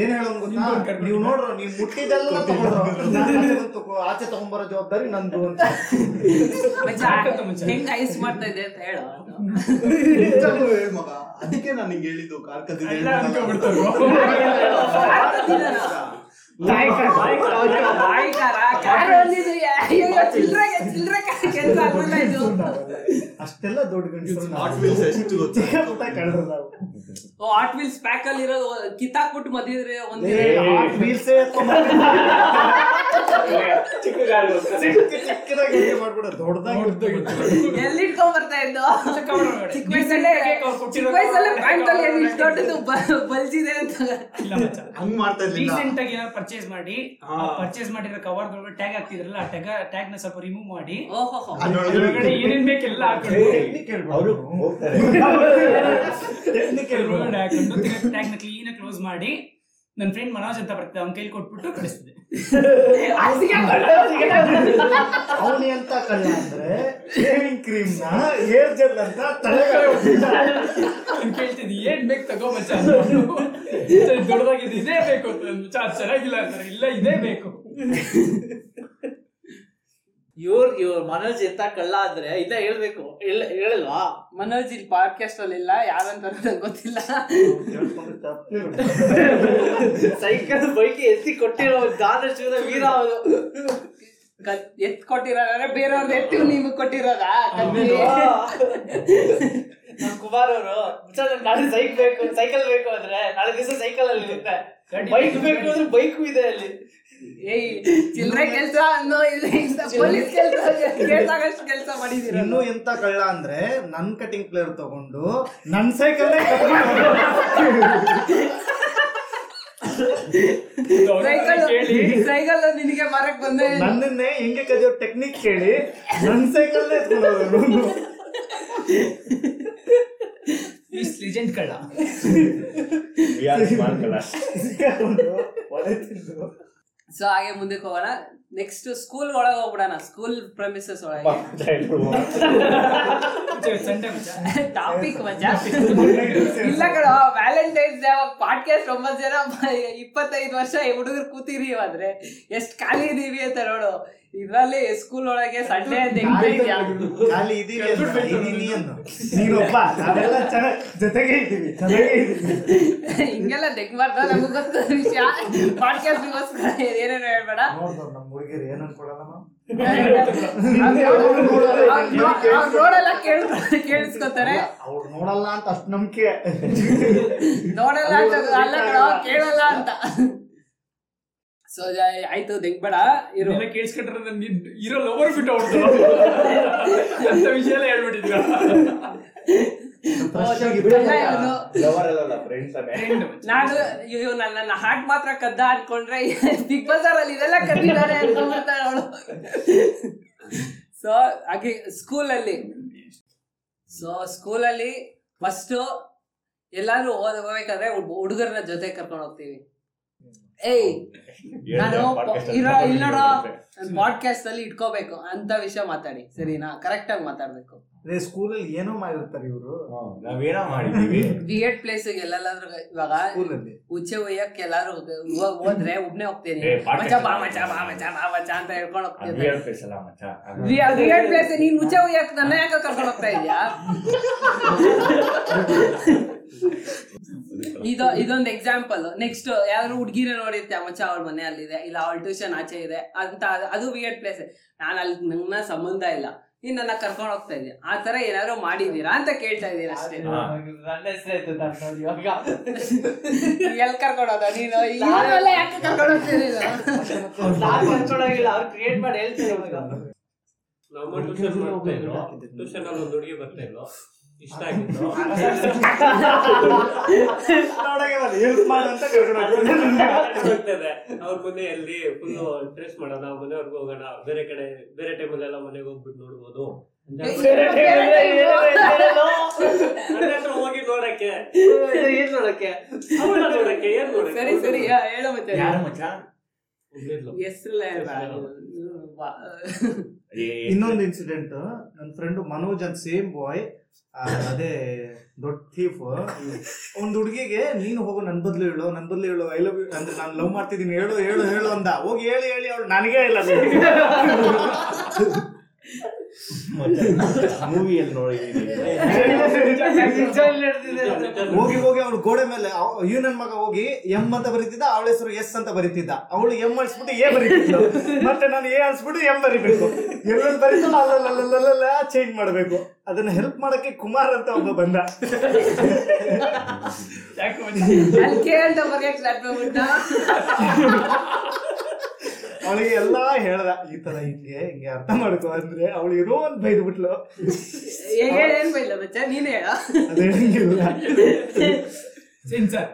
S2: ಏನ್ ಹೇಳೋದು ಗೊತ್ತಾ
S3: ನಿಮ್ಮನ್ನ ಕರ್ಕೊಂಡು
S2: ನೀವು ನೋಡ್ರು ನೀವು ಮುಟ್ಟಿದ್ದೆಲ್ಲ ತಗೊಂಡ್ರು ನಾನ್ ಅದನ್ನ ತಗೋ- ಆಚೆ ತಗೊಂಬರೋ ಜವಾಬ್ದಾರಿ ನಂದು ಅಂತ
S1: ಮಚ್ಚ, ಹೆಂಗ್ ಐಸ್ ಮಾಡ್ತಾ ಇದೆ ಅಂತ ಹೇಳು
S6: ನಿಜವಾಗ್ಲೂ ಹೇಳ್ ಮಗ ಅದಕ್ಕೆ ನಾನು ನಿಂಗೆ ಹೇಳಿದ್ದು ಕಾರ್
S3: ಎಲ್ಲ
S6: ಕದ್ದಿದ್ದೆ
S3: ಅನ್ಕೊಂಡ್ಬಿಡ್ತಾರೆ
S1: ಯಾರ್ ಕದ್ದಿದಾರ? ಬಾಯ್ಕಾರ, ಕಾರ ಒಂದಿದು, ಅಯ್ಯೋ, ಚಿಲ್ರೆಗೆ- ಚಿಲ್ರೆ ಕೆಲ್ಸ ಆಗ್ಬಿಡ್ತಾ ಇದು.
S2: ಅಷ್ಟೆಲ್ಲ ದೊಡ್ಡ ಗಂಡಸರು ನಾವು.
S6: ನಾಟ್ ವಿಲ್ಸ್ ಎಷ್ಟು ಗೊತ್ತಾ
S2: ಚಿಕ್ಕ ಪುಟ್ಟ ಕಳ್ರು ನಾವು
S1: ಓ, ಹಾಟ್ ವೀಲ್ಸ್ ಪ್ಯಾಕ್ ಅಲ್ಲಿ ಇರೋದು ಕಿತ್ತಾಕ್ಬಿಟ್ಟು ಮದ್ದಿದ್ರೆ ಒಂದಿದ್ರೆ
S2: ಏ, ಆ wheels ಏ ಎತ್ಕೊಂಡ್ ಬರ್ತಾರೆ.
S7: ಚಿಕ್ಕ ಗಾಡಿ
S2: ಚಿಕ್ಕದಾಗಿ ಅಡ್ಗೆ ಮಾಡ್ಬಿಡ ದೊಡ್ಡದಾಗಿ
S1: ಎಲ್ಲಿಟ್ಕೊಂಡ್ ಬರ್ತಾ ಇದ್ದು ಚಿಕ್ಕ ವಯಸ್ಸಲ್ಲೇ ಚಿಕ್ಕ ವಯಸ್ಸಲ್ಲೇ ಪ್ಯಾಂಟ್ ಅಲ್ಲಿ ಏನ್ ಇಷ್ಟ್ ದೊಡ್ಡದು ಬ- ಬಲ್ಜಿದೆ ಅಂತ
S6: ಹಂಗ್ ಮಾಡ್ತಾ ಇರ್ಲಿಲ್ಲ
S3: ರೀಸೆಂಟ್ ಆಗಿ ಏನಾದ್ರು ಪರ್ಚೇಸ್ ಮಾಡಿ
S6: ಹಾ.
S3: ಪರ್ಚೇಸ್ ಮಾಡಿರೋ ಕವರ್ ಟ್ಯಾಗ್ ಹಾಕ್ತಿದ್ರಲ್ಲ ಆ ಟ್ಯಾಗ್ ಟ್ಯಾಗ್ ನ ಸ್ವಲ್ಪ ರಿಮೂವ್ ಮಾಡಿ
S1: ಓಹೋ
S6: ಅದ್ರೊಳಗಡೆ
S3: ಒಳಗಡೆ ಏನೇನ್ ಬೇಕೆಲ್ಲ ಹಾಕೊಂಡು
S2: ಅವರು
S3: ಟ್ಯಾಗ್ ನ ಕ್ಲೀನ್ ಕ್ಲೋಸ್ ಮಾಡಿ ನನ್ನ ಫ್ರೆಂಡ್ ಮನೋಜ್ ಅಂತ ಬರ್ತಿದ್ದ ಅವ್ನ ಕೈಲಿ ಕೊಟ್ಬಿಟ್ಟು ಕಳಿಸ್ತಿದ್ದೆ
S2: ಅವನು ಎಂತ ಕಳ್ಳ ಅಂದ್ರೆ ಶೇವಿಂಗ್ ಕ್ರೀಮ್ ನ ಹೇರ್ ಜೆಲ್ ಅಂತ ತಲೆಗೆ
S3: ಅವ್ನ್ ಕೇಳ್ತಿದ್ದ ಏನ್ ಬೇಕು ತಗೋ ಮಚ್ಚ ಅಂದ ಅವ್ನು. ದೊಡ್ಡದಾಗಿದೆ ಇದೇ ಬೇಕು ಅಂತ ಅಂದ್ಬಿಟ್ಟು, "ಅದು ಚೆನ್ನಾಗಿಲ್ಲ ಅಂತಾರೆ ಇಲ್ಲ ಇದೇ ಬೇಕು
S5: ಇವ್ರ್ ಇವ್ರ ಮನೋಜ್ ಎಂತ ಕಳ್ಳ ಅಂದ್ರೆ ಇದ ಹೇಳ್ಬೇಕು ಇಲ್ಲ ಹೇಳಲ್ವಾ
S1: ಮನೋಜ್ ಇಲ್ಲಿ ಪಾಡ್ಕಾಸ್ಟ್ ಅಲ್ಲಿ ಇಲ್ಲ ಯಾರಂತ ನಂಗ್ ಗೊತ್ತಿಲ್ಲ
S5: ಸೈಕಲ್ ಬೈಕ್ ಎತ್ತಿ ಕೊಟ್ಟಿರೋ ದಾನ ಶಿವನ ವೀರ ಅವನು
S1: ಕ- ಎತ್ ಕೊಟ್ಟಿರೋದಾದ್ರೆ ಬೇರೆಯವ್ರದ್ದು ಎತ್ತು ನೀವು ಕೊಟ್ಟಿರೋದಾ ಕಮ್ಮಿ.
S5: ನಮ್ ಕುಮಾರ್ ಅವರು ನಾಳೆ ಸೈಕ್ ಬೇಕು ಸೈಕಲ್ ಬೇಕು ಅಂದ್ರೆ ನಾಳೆ ದಿವಸ ಸೈಕಲ್ ಅಲ್ಲಿ ಇರುತ್ತೆ ಬೈಕ್ ಬೇಕು ಅಂದ್ರೆ ಬೈಕು ಇದೆ ಅಲ್ಲಿ
S1: ಏಯ್ ಚಿಲ್ಲರೆ ಕೆಲಸ ಅನ್ನೋ ಇಲ್ಲ ಪೊಲೀಸ್ ಕೆಲಸ ಕೇಸಾಗಷ್ಟು ಕೆಲಸ ಮಾಡಿದೀರ
S2: ಇನ್ನು ಎಂತ ಕಳ್ಳ ಅಂದ್ರೆ ನನ್ ಕಟಿಂಗ್ ಪ್ಲೇಯರ್ ತಗೊಂಡು ನನ್ ಸೈಕಲ್
S1: ಸೈಕಲ್
S3: ಕೇಳಿ
S1: ಸೈಕಲ್ ನಿನಗೆ ಮಾರಕ್ ಬಂದೆ
S2: ನನ್ನನ್ನೇ ಹೆಂಗೆ ಕದಿಯೋ ಟೆಕ್ನಿಕ್ ಕೇಳಿ ನನ್ ಸೈಕಲ್
S3: ಲಿಜೆಂಡ್ ಕಳ್ಳ
S1: ಸೊ ಹಾಗೆ ಮುಂದಕ್ಕೆ ಹೋಗೋಣ ನೆಕ್ಸ್ಟ್ ಸ್ಕೂಲ್ ಒಳಗೆ ಹೋಗ್ಬಿಡೋಣ ಸ್ಕೂಲ್ ಪ್ರಮಿಸಸ್ ಒಳಗೆ
S3: ಸಂಡೆ ಮಚ್ಚ
S1: ಟಾಪಿಕ್ ಮಜಾ ಇಲ್ಲ ಕಣ ವ್ಯಾಲೆಂಟೈನ್ಸ್ ಡೇ ಪಾಡ್ಕಾಸ್ಟ್ ಒಂಬತ್ತು ಜನ ಇಪ್ಪತ್ತೈದು ವರ್ಷ ಹುಡುಗರು ಕೂತಿರಿ ಅಂದ್ರೆ ಎಷ್ಟ್ ಖಾಲಿ ಇದೀವಿ ಅಂತ ನೋಡು ಇದ್ರಲ್ಲಿ ಸ್ಕೂಲ್ ಒಳಗೆ ಸಂಡೇ ಅಂತ ಹೆಂಗ್ ಬೆಳಿತೀಯ?
S2: ಖಾಲಿ ಇದೀವಿ ಅಲ್ಲ, ಇದೀನಿ ಅನ್ನು. ನೀನೊಬ್ಬ ನಾವೆಲ್ಲ ಚೆನ್ನಾಗ್ ಜೊತೆಗೆ ಇದ್ದೀವಿ ಚೆನ್ನಾಗೇ ಇದ್ದೀವಿ
S1: ಹಿಂಗೆಲ್ಲ ನೆಗ್ಬಾರ್ದ ನಮಗ್ ಗೊತ್ತ ವಿಷಯ ಪಾಡ್ಕಾಸ್ಟ್ ಗೋಸ್ಕರ ಏನೇನು ಹೇಳ್ಬೇಡ
S2: ನೋಡ್ದವ್ರು ನಮ್ಮ ಹುಡುಗಿರು ಏನ್ ಅನ್ಕೊಳಲ್ಲ ನಾವು?
S1: ಅವ್ರ್ ನೋಡಲ್ಲ ಕೇಳ್ ಕೇಳಿಸ್ಕೊತಾರೆ
S2: ಅವ್ರು ನೋಡಲ್ಲ ಅಂತ ಅಷ್ಟು ನಂಬಿಕೆ
S1: ನೋಡಲ್ಲ ಅಂತ ಅಲ್ಲ ಕಣೋ, ಕೇಳಲ್ಲ ಅಂತ ಸೊ ಆಯ್ತು ನೆಗ್ಬೇಡ ಇರು
S3: ಇದೆಲ್ಲ ಕೇಳಿಸ್ಕೊಂಡ್ರೆ ನನ್ಗೆ ಇರೋ ಲವರ್ ಬಿಟ್ಟು ಹೊಡ್ದು ಅಂತ ವಿಷಯ ಎಲ್ಲ ಹೇಳ್ಬಿಟ್ಟಿದ್ರು
S1: ನಾನು ಇವ್ರು ನನ್ನ ಹಾಟ್ ಮಾತ್ರ ಕದ್ದ ಅನ್ಕೊಂಡ್ರೆ ಬಿಗ್ ಬಜಾರ್ ಅಲ್ಲಿ ಇದೆಲ್ಲ ಕದ್ದಿದ್ದಾರೆ ಅನ್ಕೊಂಡ್ಬಿಡ್ತಾರೆ ಅವಳು ಸೊ ಹಾಗೆ ಸ್ಕೂಲ್ ಅಲ್ಲಿ ಸೊ ಸ್ಕೂಲ್ ಅಲ್ಲಿ ಫಸ್ಟ್ ಎಲ್ಲಾರು ಓದಬೇಕಾದ್ರೆ ಹುಡುಗರನ್ನ ಜೊತೆ ಕರ್ಕೊಂಡು ಹೋಗ್ತೀವಿ ಏಯ್ ನಾನು ಇರೋ ಇಲ್ಲೋಡೋ ಪಾಡ್ಕಾಸ್ಟ್ ಅಲ್ಲಿ ಇಟ್ಕೋಬೇಕು ಅಂತ ವಿಷಯ ಮಾತಾಡಿ ಸರಿನಾ ಕರೆಕ್ಟ್ ಆಗಿ ಮಾತಾಡ್ಬೇಕು
S2: ಅದೇ ಸ್ಕೂಲಲ್ಲಿ ಏನೋ ಮಾಡಿರ್ತಾರೆ ಇವರು
S8: ನಾವೇನೋ ಮಾಡಿದೀವಿ
S1: ಬಿಎಡ್ ಪ್ಲೇಸ್ ಎಲ್ಲಾದ್ರೂ ಇವಾಗ
S2: ಸ್ಕೂಲಲ್ಲಿ
S1: ಉಚ್ಚೆ ಒಯ್ಯಕ್ಕೆ ಎಲ್ಲಾರು ಹೋಗ್- ಹೋದ್ರೆ ಒಬ್ನೇ ಹೋಗ್ತೀನಿ
S8: ಏ, ಪಾಠ
S1: ಮಚ ಬಾ ಮಚ ಬಾ ಮಚ ಬಾ ಮಚ ಅಂತ ಹೇಳ್ಕೊಂಡು ಹೋಗ್ತಿದ್ದೆ
S8: ಬಿಯರ್ ಫೇಸ್ ಅಲ್ಲ ಮಚ್ಚ
S1: ವಿಯರ್ಡ್ ಪ್ಲೇಸ್ ನೀನ್ ಉಚ್ಚೆ ಒಯ್ಯಕ್ ನನ್ನ ಯಾಕೆ ಕರ್ಕೊಂಡು ಹೋಗ್ತಾ ಇದೀಯಾ ಇದು ಇದೊಂದು ಎಕ್ಸಾಂಪಲ್ ನೆಕ್ಸ್ಟ್ ಯಾರು ಹುಡುಗಿನ ನೋಡಿರ್ತೀಯ ಮಚ್ಚ ಅವಳ ಮನೆ ಅಲ್ಲಿದೆ ಇಲ್ಲ ಅವಳ ಟ್ಯೂಷನ್ ಆಚೆ ಇದೆ ಅಂತ ಅದು- ಅದು ವಿಯರ್ಡ್ ಪ್ಲೇಸ್ ನಾನು ಅಲ್ಲಿ ನನ್ನ ಸಂಬಂಧ ಇಲ್ಲ ನೀನ್ ನನ್ನ ಕರ್ಕೊಂಡು ಹೋಗ್ತಾ ಇದೀಯ ಆ ತರ ಏನಾದ್ರು ಮಾಡಿದೀರಾ ಅಂತ ಕೇಳ್ತಾ ಇದೀರ ಅಷ್ಟೇ
S5: ನನ್ನ ಹೆಸರಾಯ್ತು ನಾನು ಇವಾಗ
S1: ಎಲ್ ಕರ್ಕೊಂಡು ಹೋದ ನೀನು ಇವ್ರನ್ನೆಲ್ಲ ಯಾಕೆ ಕರ್ಕೊಂಡು ಹೋಗ್ತಿದ್ದೀರಾ
S5: ನಾನು ಹಂಚ್ಕೊಳಂಗಿಲ್ಲ ಅವ್ರು ಕ್ರಿಯೇಟ್ ಮಾಡಿ ಹೇಳ್ತಾರೆ ಇವಾಗ
S7: ನಮ್ಮ ಟ್ಯೂಷನ್ ಮಾಡ್ತಾ ಇದ್ರು ಟ್ಯೂಷನ್ ಅಲ್ಲಿ ಒಂದು ಹುಡುಗಿ ಬರ್ತಾ ಇದ್ಲು ಇಷ್ಟ ಆಗಿತ್ತು
S2: ಹೆಲ್ಪ್ ಮಾಡಂತ
S7: ಹೋಗ್ತದೆ. ಅವ್ರ ಮನೆಯಲ್ಲಿ ಫುಲ್ ಟ್ರೇಸ್ ಮಾಡೋಣ ಮನೆಯವ್ರಿಗೆ ಹೋಗೋಣ ಬೇರೆ ಕಡೆ ಬೇರೆ ಟೈಮಲ್ಲೆಲ್ಲ ಎಲ್ಲ ಮನೆಗೆ ಹೋಗ್ಬಿಟ್ಟು ನೋಡ್ಬೋದು ಅಂತ ಹೇಳ್ಬಿಟ್ಟು ಮನೆ ಹತ್ರ ಹೋಗಿ ನೋಡಕ್ಕೆ
S5: ಏನ್ ನೋಡಕ್ಕೆ
S7: ಅವ್ಳ್ನ ನೋಡಕ್ಕೆ ಏನ್ ನೋಡಕ್ಕೆ
S1: ಸರಿ ಸರಿ ಆ, ಹೇಳು ಮತ್ತೆ
S8: ಯಾರು ಮಚ್ಚ
S7: ಒಬ್ಳಿದ್ಲು.
S1: ಹೆಸ್ರೆಲ್ಲ ಹೇಳ್ಬೇಡ. ವಾ-
S2: ಇನ್ನೊಂದು ಇನ್ಸಿಡೆಂಟ್ ನನ್ನ ಫ್ರೆಂಡ್ ಮನೋಜ್ ಅಂತ ಸೇಮ್ ಬಾಯ್ ಅದೇ ದೊಡ್ಡ ಥೀಫ್ ಒಂದ್ ಹುಡುಗಿಗೆ ನೀನು ಹೋಗು ನನ್ ಬದ್ಲು ಹೇಳು ನನ್ ಬದ್ಲು ಹೇಳು ಐ ಲವ್ ಯು ಅಂದ್ರೆ ನಾನು ಲವ್ ಮಾಡ್ತಿದ್ದೀನಿ ಹೇಳು ಹೇಳು ಹೇಳು ಅಂದ ಹೋಗಿ ಹೇಳಿ ಹೇಳಿ ಅವಳು ನನಗೆ ಇಲ್ಲ
S8: ಮೂವಿಯಲ್ಲಿ ನೋಡಿದೀವಿ
S2: ಹೋಗಿ ಹೋಗಿ ಅವಳು ಗೋಡೆ ಮೇಲೆ ಅವ್- ಇವ್ ನನ್ ಮಗ ಹೋಗಿ ಎಂ ಅಂತ ಬರೀತಿದ್ದ ಅವಳ ಹೆಸರು ಎಸ್ ಅಂತ ಬರೀತಿದ್ದ ಅವಳು ಎಂ ಅಳಿಸ್ಬಿಟ್ಟು ಎ ಬರೀತಿದ್ಲು ಮತ್ತೆ ನಾನು ಎ ಅಳಿಸ್ಬಿಟ್ಟು ಎಂ ಬರಿಬೇಕು ಎಲ್ಲೆಲ್ಲಿ ಬರೀತಲ್ಲ ಅಲ್ಲಲ್ಲ ಚೇಂಜ್ ಮಾಡ್ಬೇಕು ಅದನ್ನ ಹೆಲ್ಪ್ ಮಾಡಕ್ಕೆ ಕುಮಾರ್ ಅಂತ ಒಬ್ಬ ಬಂದ
S3: ಯಾಕೆ
S1: ಅಲ್ಲಿ ಕೇಳ್ದ ಬರ್ಯಕ್ ಸ್ಟಾರ್ಟ್ ಮಾಡ್ಬಿಟ್ಟ
S2: ಅವಳಿಗೆ ಎಲ್ಲಾ ಹೇಳ್ದ ಈ ತರ ಹಿಂಗೆ ಹಿಂಗೆ ಅರ್ಥ ಮಾಡ್ಕೊ ಅಂದ್ರೆ ಅವಳು ಏನೋ ಒಂದ್ ಬೈದ್ ಬಿಟ್ಲು
S1: ಏ- ಏ- ಏನ್ ಬೈಲ ಬಚ್ಚ ನೀನೇ ಹೇಳ
S2: ಅದೇ ಹಿಂಗಿಲ್ಲ
S3: ಸೆನ್ಸರ್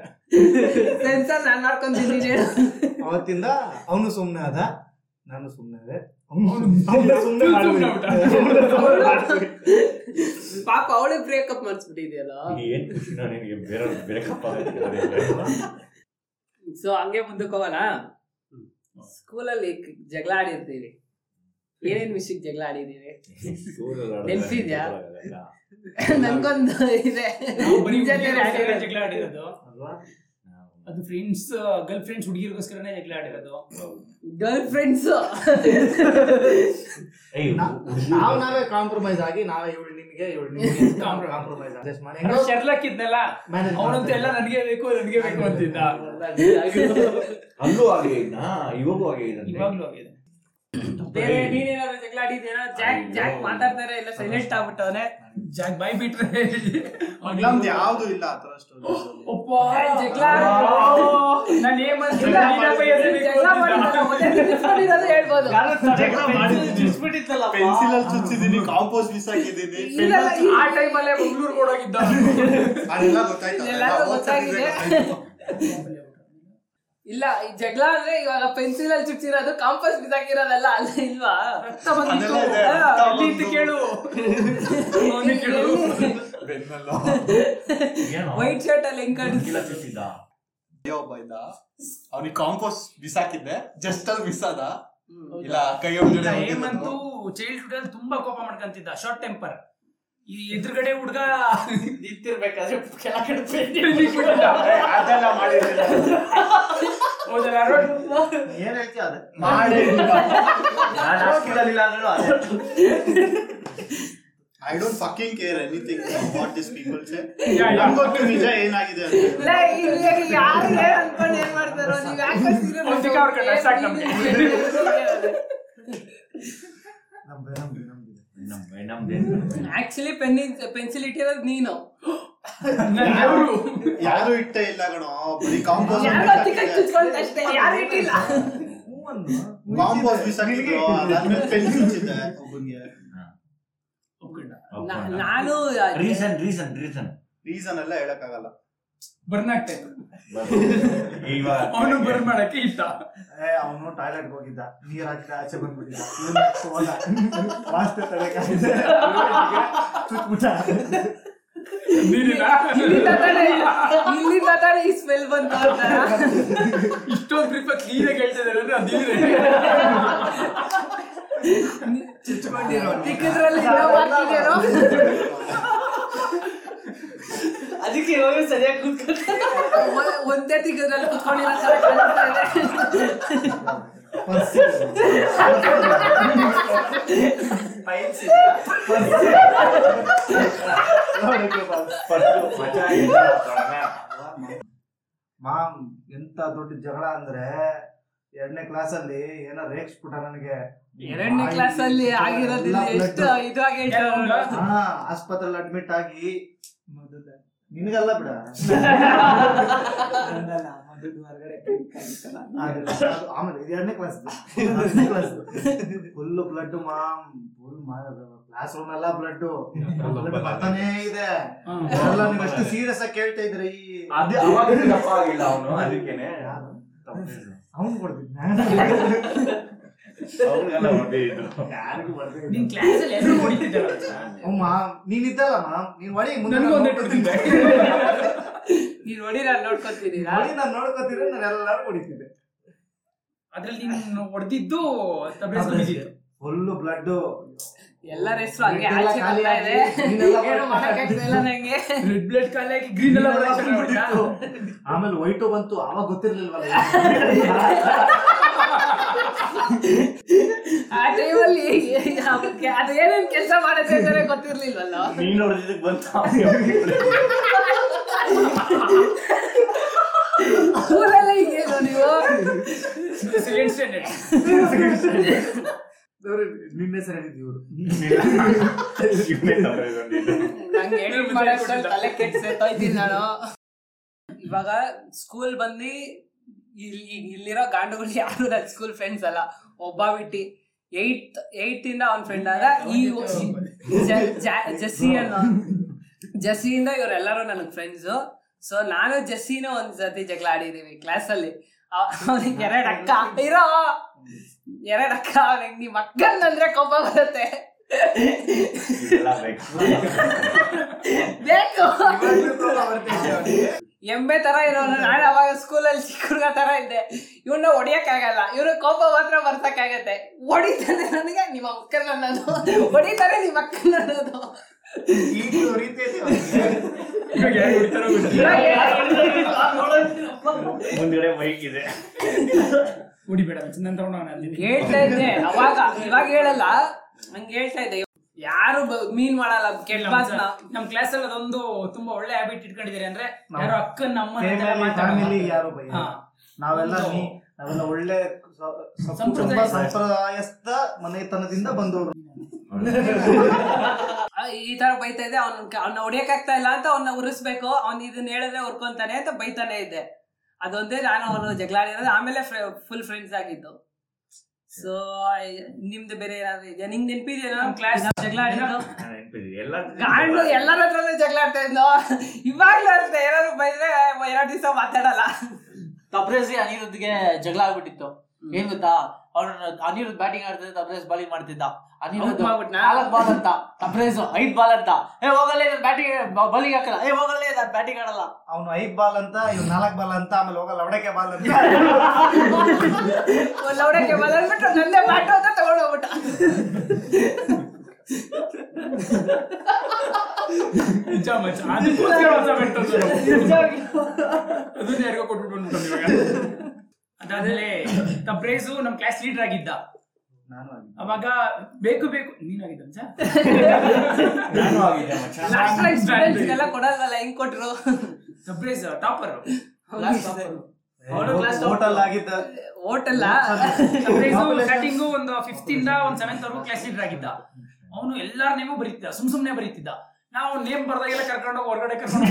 S1: ಸೆನ್ಸರ್ ನಾನ್ ಮಾಡ್ಕೊಂತೀನಿ ನೀನ್ ಹೇಳು.
S2: ಅವತ್ತಿಂದ ಅವನು ಸುಮ್ನೆ ಆದ ನಾನು ಸುಮ್ನೆ ಆದೆ ಅವ್ನು ಸುಮ್ನೆ
S3: ಸುಮ್ನೆ
S2: ಮಾಡ್ಬಿಟ್ಟ. ಅವ್ನು ಸುಮ್ನೆ
S1: ಪಾಪ ಅವಳೇ ಬ್ರೇಕಪ್ ಮಾಡಿಸ್ಬಿಟ್ಟಿದ್ಯಲ್ಲ
S8: ಏನ್ ಖುಷಿ ನಾನು ನಿನಗೆ ಬೇರೆ ಬೇರೆ ಕಪ್ಪ
S1: ಸೊ ಹಂಗೆ ಮುಂದಕ್ಕೆ ಹೋಗೋಣ ಸ್ಕೂಲಲ್ಲಿ ಜಗಳ ಆಡಿರ್ತೀವಿ ಏನೇನ್ ವಿಷಯಕ್ಕೆ ಜಗಳ ಆಡಿದೀವಿ ನೆನ್ಪಿದ್ಯಾ? ನನ್ಗೊಂದು ಇದೆ
S3: ನಾವು ಬರೀ
S1: ನಿಮ್ ಜೊತೆ
S3: ಹುಡ್ಗಿರ್ಗೋಸ್ಕರ
S1: ಆಡಿರೋದು.
S3: ಜಗಳ ಆಡಿರೋದು
S2: ಅಲ್ವಾ?
S3: ಅದು ಫ್ರೆಂಡ್ಸ್ ಗರ್ಲ್ ಫ್ರೆಂಡ್ಸ್ ಹುಡುಗಿರ್ಗೋಸ್ಕರನೇ ಜಗಳ ಆಡಿರೋದು
S1: ಗರ್ಲ್ ಫ್ರೆಂಡ್ಸ್
S2: ನಾವ್ ನಾವೇ ಕಾಂಪ್ರಮೈಸ್ ಆಗಿ ನಾವೇ ಇವಳು ನಿನ್ಗೆ ಇವಳು ನಿನ್ಗೆ ಕಾಂಪ್ರಮೈಸ್ ಅಡ್ಜಸ್ಟ್ ಮಾಡಿ ಹೆಂಗೋ
S3: ಶರ್ಲಕ್ ಇದ್ನಲ್ಲ
S2: manage
S3: ಅವನಂತ ಎಲ್ಲ
S2: ಮಾಡ್ತಾ
S3: ನನ್ಗೆ ಬೇಕು ನನ್ಗೆ ಬೇಕು ಅಂತಿದ್ದ
S8: ಅಲ್ಲೂ ಹಾಗೆ ಇದ್ನಾ ಇವಾಗೂ ಹಾಗೆ ಇದೆ
S3: ಇವಾಗ್ಲೂ ಆಗಿದೆ
S1: ಬೇರೆ ನೀನೇನಾದ್ರು ಜಗಳ ಆಡಿದ್ಯೇನೋ ಜಾಕ್ ಜಾಕ್ ಮಾತಾಡ್ತಾರೆ ಎಲ್ಲ ಸೈಲೆಂಟ್ ಆಗ್ಬಿಟ್ಟವನೆ
S3: ಜಾಕ್ ಬಾಯ್ ಬಿಟ್ರೆ
S6: ನಮ್ದು ಯಾವ್ದು ಇಲ್ಲ ಆ ಥರ ಸ್ಟೋರಿ
S3: ಒಪ್ಪ
S1: ಜಗಳ ಆಡೋದು.
S3: ನಾನು ಏನ್
S1: ಜಗಳ ಮಾಡಿದ್ನಲ್ಲ, ಒಂದೇ ನಿಂತ್ಕೊಂಡಿರೋದು ಹೇಳ್ಬೋದು
S6: ಪೆನ್ಸಿಲ್ ಅಲ್ಲಿ ಚುಚ್ಚಿದೀನಿ ಕಾಂಪೋಸ್ಟ್ ಮಿಸ್ ಆಗಿದ್ದೀನಿ
S1: ಇಲ್ಲೆಲ್ಲ ಈ-
S3: ಆ ಟೈಮಲ್ಲೇ ಮಂಗ್ಳೂರ್ ಕೊಡೋಗಿದ್ದ
S6: ಅದೆಲ್ಲ ಗೊತ್ತಾಯ್ತು ಅದೆಲ್ಲ
S1: ಎಲ್ಲಾರ್ಗೂ
S6: ಓದ್ತಿದ್ರೆ
S1: ಗೊತ್ತಾಗಿದೆ.
S6: ಗೊತ್ತಾಯ್ತು.
S1: ಇಲ್ಲ ಈ ಜಗಳ ಅಂದ್ರೆ ಇವಾಗ ಪೆನ್ಸಿಲ್ ಅಲ್ಲಿ ಚುಟ್ಟಿರೋದು ಕಾಂಪಸ್ ಬಿಸಾಕಿರೋದಲ್ಲ ಅಲ್ಲ ಇಲ್ವಾ ರಕ್ತ ಬಂದಿತ್ತು
S6: ಅದೆಲ್ಲ ಇದೆ.
S1: ಹಾ,
S6: ರಕ್ತ
S1: ಎಲ್ಲಿ-
S3: ಕೇಳು ಅವ್ನೇ ಕೇಳು.
S6: ಬೆನ್ನಲ್ಲೋ
S1: ವೈಟ್ ಶರ್ಟ್ ಅಲ್ಲಿ ಹೆಂಗ್ ಕಾಣಿಸ್ತಿಲ್ಲ
S6: ಅಯ್ಯೋ ಒಬ್ಬ ಇದ್ದ ಅವ್ನಿಗೆ ಕಾಂಪೋಸ್ಟ್ ಬಿಸಾಕಿದ್ದೆ ಜಸ್ಟ್ ಅಲ್ಲಿ ಮಿಸ್ ಆದ ಇಲ್ಲ ಕೈ
S3: ಇಲ್ಲ,
S6: ಒಳಗಡೆ ಹೋಗಿ
S3: ಹೇಮಂತು
S6: ಬಂತು.
S3: ಚೈಲ್ಡ್ಹುಡ್ ಅಲ್ಲಿ ತುಂಬಾ ಕೋಪ ಮಾಡ್ಕೊಂತಿದ್ದ ಶಾರ್ಟ್ ಟೆಂಪರ್ ಈ ಎದುರುಗಡೆ ಹುಡುಗ
S5: ನಿಂತಿರ್ಬೇಕಾದ್ರೆ ಕೆಳ ಕಡೆ
S6: ಅದೆಲ್ಲ ಮಾಡಿರ್ಲಿಲ್ಲ.
S2: ಏನ್ ಹೇಳ್ತೀಯ ಅದೇ
S6: ಮಾಡಿರ್ಲಿಲ್ಲ
S8: ಅಂದ್ರೆ
S6: I don't fucking care anything what this people say
S3: yeah.
S6: ನಮ್ಗೊತ್ತು ನಿಜ ಏನಾಗಿದೆ ಅಂತ
S1: ಇಲ್ಲ, ಇಲ್ಲಿ ಯಾರು ಏನ್ ಅನ್ಕೊಂಡು ಏನ್ ಮಾಡ್ತಾರೋ ನೀವ್ ಯಾಕೆ serious
S3: ಮುಂದಕ್ಕೆ ಅವ್ರ್ ಕಡೆ ಸಾಕ್ ನಮ್ಗೆ.
S2: ನಮ್ದು ನಮ್ದು ನಮ್ದು
S8: ನಮ್ಮ ನಮ್ದೇನು
S1: ಆಕ್ಚುಲಿ ಪೆನ್ ಪೆನ್ಸಿಲ್ ಇಟ್ಟಿರೋದು ನೀನು
S6: ಯಾರು ಇಟ್ಟೇ ಇಲ್ಲ ಕಣೋ ಬರೀ ಕಾಂಪೋಸ್
S1: ಯಾರು ಹತ್ತಿ ಕೈ ಚುಚ್ಕೊಂಡ್ ಅಷ್ಟೇ ಯಾರು ಇಟ್ಟಿಲ್ಲ
S2: ಹೂವನ್ನು
S6: ಕಾಂಪೋಸ್ ಬಿಸಾಕಿದ್ರು ಅದಾದ್ಮೇಲೆ ಪೆನ್ಸಿಲ್ ಚಿದ್ದೆ ಒಬ್ಬನಿಗೆ
S1: ನಾ- ನಾನು
S8: ರೀಸನ್ ರೀಸನ್ ರೀಸನ್
S6: ರೀಸನ್ ಎಲ್ಲ ಹೇಳಕ್ಕಾಗಲ್ಲ
S3: ಬರ್ನಾಕ್
S8: ಇವಾಗ
S3: ಅವನು ಬರ್ನ್ ಮಾಡಕ್ಕೆ ಇಷ್ಟ
S2: ಅವನು ಟಾಯ್ಲೆಟ್ ಹೋಗಿದ್ದ ನೀರ್ ಹಾಕಿದ ಆಚೆ ಬಂದ್ಬಿಟ್ಟಿದ್ದ ಇವ್ನು ಹೋದ. ವಾಸ್ತು ತಡೆಗಾಗಿದೆ. ಚುಚ್ಬಿಟ್ಟ.
S3: ನೀನಿಲ್ಲ
S1: ಇಲ್ಲಿಂದ ತಾನೇ ಇಲ್ಲಿಂದ ತಾನೇ ಈ ಸ್ಮೆಲ್ ಬಂತು ಅಂತ
S3: ಇಷ್ಟೊಂದು ಪ್ರಿಫರ್ ಕ್ಲೀನಾಗಿ ಹೇಳ್ತಾ ಇದ್ದಾರೆ ಅದು
S1: ಚಿಕ್ಕದ್ರಲ್ಲಿ ಏನೋ ಮಾಡ್ತಿದ್ಯಾರೋ?
S5: ಅದಕ್ಕೆ ಇವಾಗ ಸರಿಯಾಗಿ ಕೂತ್ಕೊಂಡು
S1: ಒ- ಒಂದೇ ತಿಂಗಳಲ್ಲಿ ಕುತ್ಕೊಂಡಿರೋ ತರ ಕಾಣಿಸ್ತಾ ಇದೆ
S2: ನೋಡಕ್ಕೆ ಬಾ.
S8: ಮಜಾ ಇಲ್ಲ
S2: ಮಾಮ್ ಎಂತ ದೊಡ್ಡ ಜಗಳ ಅಂದ್ರೆ ಎರಡನೇ ಕ್ಲಾಸ್ ಅಲ್ಲಿ ಏನೋ ರೇಗಿಸ್ಬಿಟ್ಟ ನನಗೆ
S1: ಎರಡನೇ ಕ್ಲಾಸ್ ಅಲ್ಲಿ ಆಗಿರೋದಿಲ್ಲ ಎಷ್ಟು ಇದಾಗಿ ಹೇಳ್ತಾರೆ
S2: ಹಾ ಆಸ್ಪತ್ರೆಲ್ ಅಡ್ಮಿಟ್ ಆಗಿ ಮೊದಲ- ನಿನಗಲ್ಲ ಬಿಡ ಅದು- ಅದು ಆಮೇಲೆ ಇದು ಎರಡನೇ ಕ್ಲಾಸ್ ಎರಡನೇ class full blood ma'am full class room ಎಲ್ಲ ಬ್ಲಡ್ ಬರ್ತಾನೇ ಇದೆ ಎಲ್ಲ ನೀವು ಅಷ್ಟು ಸೀರಿಯಸ್ ಆಗಿ ಕೇಳ್ತಾ ಇದ್ರೆ ಈ
S8: ಅದೇ ಅವಾಗ ದಪ್ಪ ಆಗಿಲ್ಲ ಅವನು ಅದಕ್ಕೇನೆ
S2: ಅವನ್ ಕೊಡ್ತಿದ್ನ
S8: ಅವ್ರಿಗೆಲ್ಲ ಒಂದೇ ಇದ್ರು
S2: ಯಾರಿಗೂ
S3: ನಿನ್ ಕ್ಲಾಸ್ ಅಲ್ಲಿ ಎಲ್ಲರೂ ಹೊಡಿತಿದ್ದಾರೆ
S2: ಮಾಮ್ ನೀನ್ ಇದ್ದಲ್ಲ ಮಾಮ್ ನೀನ್ ಒಡಿ ಮುಂದೆ
S3: ನನಗೂ ಒಂದೇ ಹೊಡಿತಿದ್ದೆ
S1: ನೀನ್ ಹೊಡಿರ ನೋಡ್ಕೊತೀನಿ
S2: ಒಡಿ ನಾನು ನೋಡ್ಕೋತಿದ್ರೆ ನಾನು ಎಲ್ಲರೂ ಹೊಡಿತಿದ್ದೆ
S3: ಅದ್ರಲ್ಲಿ ನೀನು ಹೊಡೆದಿದ್ದು ತಬ್ಲೇಸ್
S2: ಫುಲ್ ಬ್ಲಡ್
S1: ಎಲ್ಲರ ಹೆಸರು ಹಂಗೆ
S2: ಇದೆಲ್ಲ
S1: ಆಚೆ
S2: ಖಾಲಿ
S1: ಬರ್ತಾ ಇದೆ
S2: ಆಗಿ ಇದೆಲ್ಲ
S1: ಏನು ಮಾಡಕ್ಕಾಗ್ತಾ ಇಲ್ಲ ನಂಗೆ
S3: ರೆಡ್ ಬ್ಲಡ್ ಕಾಲಾಗಿ ಗ್ರೀನ್ ಎಲ್ಲ ಬರೋದು
S2: ಆಮೇಲೆ ವೈಟು ಬಂತು ಅವಾಗ ಗೊತ್ತಿರ್ಲಿಲ್ವಲ್ಲ
S1: ಆ ಟೈಮಲ್ಲಿ ಅದಕ್ಕೆ ಅದು ಏನೇನ್ ಕೆಲಸ ಮಾಡತ್ತೆ ಅಂತಾನೆ ಗೊತ್ತಿರ್ಲಿಲ್ವಲ್ಲ
S8: ನೀನ್ ಹೊಡೆದಿದ್ದಕ್ಕೆ ಬಂತ
S1: ಸ್ಕೂಲಲ್ಲೇ ಹಿಂಗೇನು ನೀವು
S3: ಸೆಕೆಂಡ್ ಸ್ಟ್ಯಾಂಡರ್ಡ್
S2: ನಿನ್ನೆ ಸರ್ ಹೇಳಿದ್ವಿ ಇವ್ರು
S8: ಇವನೇ ತಪ್ಪಿಕೊಂಡಿದ್ದು
S1: ನಂಗೆ edit ಮಾಡಕ್ಕೆ ತಲೆ ಕೆಟ್ಟ ಸೆತ್ತೋಯ್ತೀನಿ ನಾನು ಇವಾಗ ಸ್ಕೂಲ್ ಬಂದು ಇಲ್ಲಿ ಇಲ್ಲಿರೋ ಗಾಂಡುಗಳು ಯಾರು ನನ್ನ ಸ್ಕೂಲ್ ಫ್ರೆಂಡ್ಸ್ ಅಲ್ಲ ಒಬ್ಬ ಬಿಟ್ಟಿ ಏಯ್ಟ್ ಏಯ್ಟ್ ಇಂದ ಅವ್ನ ಫ್ರೆಂಡ್ ಆದ ಈ ಜ- ಜ- ಜಸ್ಸಿ ಅನ್ನೋ ಜಸ್ಸಿಯಿಂದ ಇವರೆಲ್ಲರೂ ನನಗೆ ಫ್ರೆಂಡ್ಸು ಸೊ ನಾನು ಜಸ್ಸಿನೂ ಒಂದ್ ಸತಿ ಜಗಳ ಆಡಿದೀವಿ ಕ್ಲಾಸಲ್ಲಿ ಅವನಿಗೆ ಎರಡು ಅಕ್ಕ ಇರೋ ಎರಡು ಅಕ್ಕ ಅವನಿಗೆ ನಿಮ್ಮ ಅಕ್ಕನ್ ಅಂದ್ರೆ ಕೋಪ ಬರುತ್ತೆ
S8: ಇದೆಲ್ಲ ಬೇಕು
S1: ಬೇಕು
S4: ಬರ್ತೀನಿ
S1: ಎಮ್ಮೆ ತರ ಇರೋನು ನಾನು ಅವಾಗ ಸ್ಕೂಲಲ್ಲಿ ಚಿಕ್ಕ ಹುಡುಗ ತರ ಇದ್ದೆ ಇವನ್ನ ಹೊಡಿಯಕ್ಕಾಗಲ್ಲ ಇವ್ರ ಕೋಪ ಮಾತ್ರ ಬರ್ಸಕ್ಕಾಗತ್ತೆ ಹೊಡಿತಾನೆ ನನಗೆ ನಿಮ್ಮ ಅಕ್ಕನ ಅನ್ನೋದು ಹೊಡಿತಾರೆ ನಿಮ್ಮ ಅಕ್ಕನ ಅನ್ನೋದು
S4: ಈಗಲೂ ರೀತಿ
S3: ಇವಾಗ ಯಾರು ಹೊಡಿತಾರೋ ಗೊತ್ತಿಲ್ಲ.
S8: ಮುಂದ್ಗಡೆ ಮೈಕ್ ಇದೆ
S3: ಹೊಡಿಬೇಡ ಮಚ್ಚಿ, ನಾನ್ ತಗೊಂಡು ಹೋಗೋಣ ಅಲ್ಲಿ.
S1: ಹೇಳ್ತಾ ಇದ್ದೆ ಅವಾಗ ಇವಾಗ ಹೇಳಲ್ಲ ಹಂಗೆ ಹೇಳ್ತಾ ಇದ್ದೆ ಯಾರು ಬ- ಮೀನ್ ಮಾಡಲ್ಲ ಕೆಟ್ಟ ಮಾತನ್ನ
S3: ನಮ್ ಕ್ಲಾಸ್ ಅಲ್ಲಿ ಅದೊಂದು ತುಂಬಾ ಒಳ್ಳೆ ಹ್ಯಾಬಿಟ್ ಇಟ್ಕೊಂಡಿದ್ದಾರೆ ಅಂದ್ರೆ ಯಾರೋ ಅಕ್ಕನ
S2: ಫ್ಯಾಮಿಲಿ
S3: ನಮ್ಮ
S2: ಯಾರು ಭಯ ನಾವೆಲ್ಲ ನೀ ನಾವೆಲ್ಲ ಒಳ್ಳೆ ಸ- ಸ- ತುಂಬಾ ಸಂಪ್ರದಾಯಸ್ಥ ಮನೆತನದಿಂದ ಬಂದವರು
S1: ಆ- ಈ ತರ ಬೈತಾ ಇದ್ದೆ ಅವ್ನ ಅವ್ನ ಹೊಡಿಯಕ್ಕಾಗ್ತಾ ಇಲ್ಲ ಅಂತ ಅವ್ನ ಉರಿಸ್ಬೇಕು ಅವ್ನ್ ಇದನ್ನ ಹೇಳಿದ್ರೆ ಉರ್ಕೊಂತಾನೆ ಅಂತ ಬೈತಾನೆ ಇದ್ದೆ ಅದೊಂದೇ ನಾನು ಅವನು ಜಗಳ ಆಡಿರೋದು ಆಮೇಲೆ ಫುಲ್ ಫ್ರೆಂಡ್ಸ್ ಆಗಿದ್ದು ಸೊ ನಿಮ್ದು ಬೇರೆ ಏನಾದ್ರು ಇದೆಯಾ ನಿಂಗ್ ನೆನ್ಪಿದೆಯಾ ನಾನು ಕ್ಲಾಸ್ ಜಗಳ ಆಡಿದ್ದು
S8: ನಾನ್ ನೆನ್ಪಿದ್ದೀನಿ. ಎಲ್ಲಾದ್ರೂ
S1: ಗಾಂಡು ಎಲ್ಲರ ಹತ್ರನೂ ಜಗಳ ಆಡ್ತಾ ಇದ್ನೋ ಇವಾಗ್ಲೂ ಅಷ್ಟೇ ಏನಾದ್ರು ಬೈದ್ರೆ ಎರಡು ದಿವಸ ಮಾತಾಡಲ್ಲ
S5: ತಬ್ರೇಜಿ ಅನಿರುದ್ಗೆ ಜಗಳ ಆಗ್ಬಿಟ್ಟಿತ್ತು ಏನ್ ಗೊತ್ತಾ ಅವ್ನು ಅನಿರುದ್ ಬ್ಯಾಟಿಂಗ್ ಆಡ್ತಿದ್ದ ತಬ್ರೇಜ್ ಬಾಲಿಂಗ್ ಮಾಡ್ತಿದ್ದ ಅನಿರುದ್
S1: Out ಮಾಡ್ಬಿಟ್ನಾ?
S5: ನಾಲ್ಕು ಬಾಲ್ ಅಂತ ತಬ್ರೇಜ್ ಐದ್ ಬಾಲ್ ಅಂತ ಏ ಹೋಗಲ್ಲ ಬ್ಯಾಟಿಂಗ್ ಬಾಲಿಂಗ್ ಹಾಕಲ್ಲ ಏ ಹೋಗಲ್ಲ ನಾನು ಬ್ಯಾಟಿಂಗ್ ಆಡಲ್ಲ
S2: ಅವನು ಐದ್ ಬಾಲ್ ಅಂತ ಇವ್ ನಾಲ್ಕ್ ಬಾಲ್ ಅಂತ ಆಮೇಲೆ ಹೋಗಲ್ಲ ಒಡಕೆ ಬಾಲ್ ಅಂತ
S1: ಲೌಡಕ್ಕೆ ಬದಲ್ಬಿಟ್ಟು ನಂದೇ ಬ್ಯಾಟು ಅಂತ ತಗೊಂಡೋಗ್ಬಿಟ್ಟ
S3: ನಿಜ ಮಚ್ಚ ಅದಕ್ಕೋಸ್ಕರ ಹೊಸ ಬೆಟ್ಟ ತೋರ್ಸೋದು. ಅದನ್ನ ಯಾರಿಗೋ ಕೊಟ್ಬಿಟ್ಟು ಬಂದ್ಬಿಟ್ಟು ಇವಾಗ. ಅದಾದ್ಮೇಲೆ ತಬ್ರೇಜು ನಮ್ ಕ್ಲಾಸ್ ಲೀಡರ್ ಆಗಿದ್ದ
S2: ನಾನು ಆಗಿದ್ದೆ.
S3: ಅವಾಗ ಬೇಕು ಬೇಕು ನೀನಾಗಿದ್ದ ಮಚ್ಚ?
S8: ನಾನು ಆಗಿದ್ದೆ ಮಚ್ಚ.
S1: ಲಾಸ್ಟ್ ಟೈಮ್ ಸ್ಟೂಡೆಂಟ್ಸ್ಗೆಲ್ಲ ಕೊಡಲ್ವಲ್ಲ ಹೆಂಗ್ ಕೊಟ್ರು
S3: ತಬ್ರೇಜ್ ಟಾಪರ್
S5: ಅವನು class top.
S2: ಹೋಟೆಲ್ ಆಗಿದ್ದ
S1: ಹೋಟೆಲ್ಲ
S3: ತಬ್ರೇಜು ಸ್ಟಾರ್ಟಿಂಗು ಒಂದು ಫಿಫ್ತ್ ಇಂದ ಒಂದ್ ಸೆವೆಂತ್ ವರೆಗೂ ಕ್ಲಾಸ್ ಲೀಡರ್ ಆಗಿದ್ದ ಅವನು ಎಲ್ಲಾರ ನೇಮು ಬರೀತಿದ್ದ ಸುಮ್ ಸುಮ್ನೆ ಬರೀತಿದ್ದ ನಾವು ನೇಮ್ ಬರ್ದಾಗೆಲ್ಲ ಕರ್ಕೊಂಡೋಗಿ ಹೊರಗಡೆ ಕರ್ಕೊಂಡು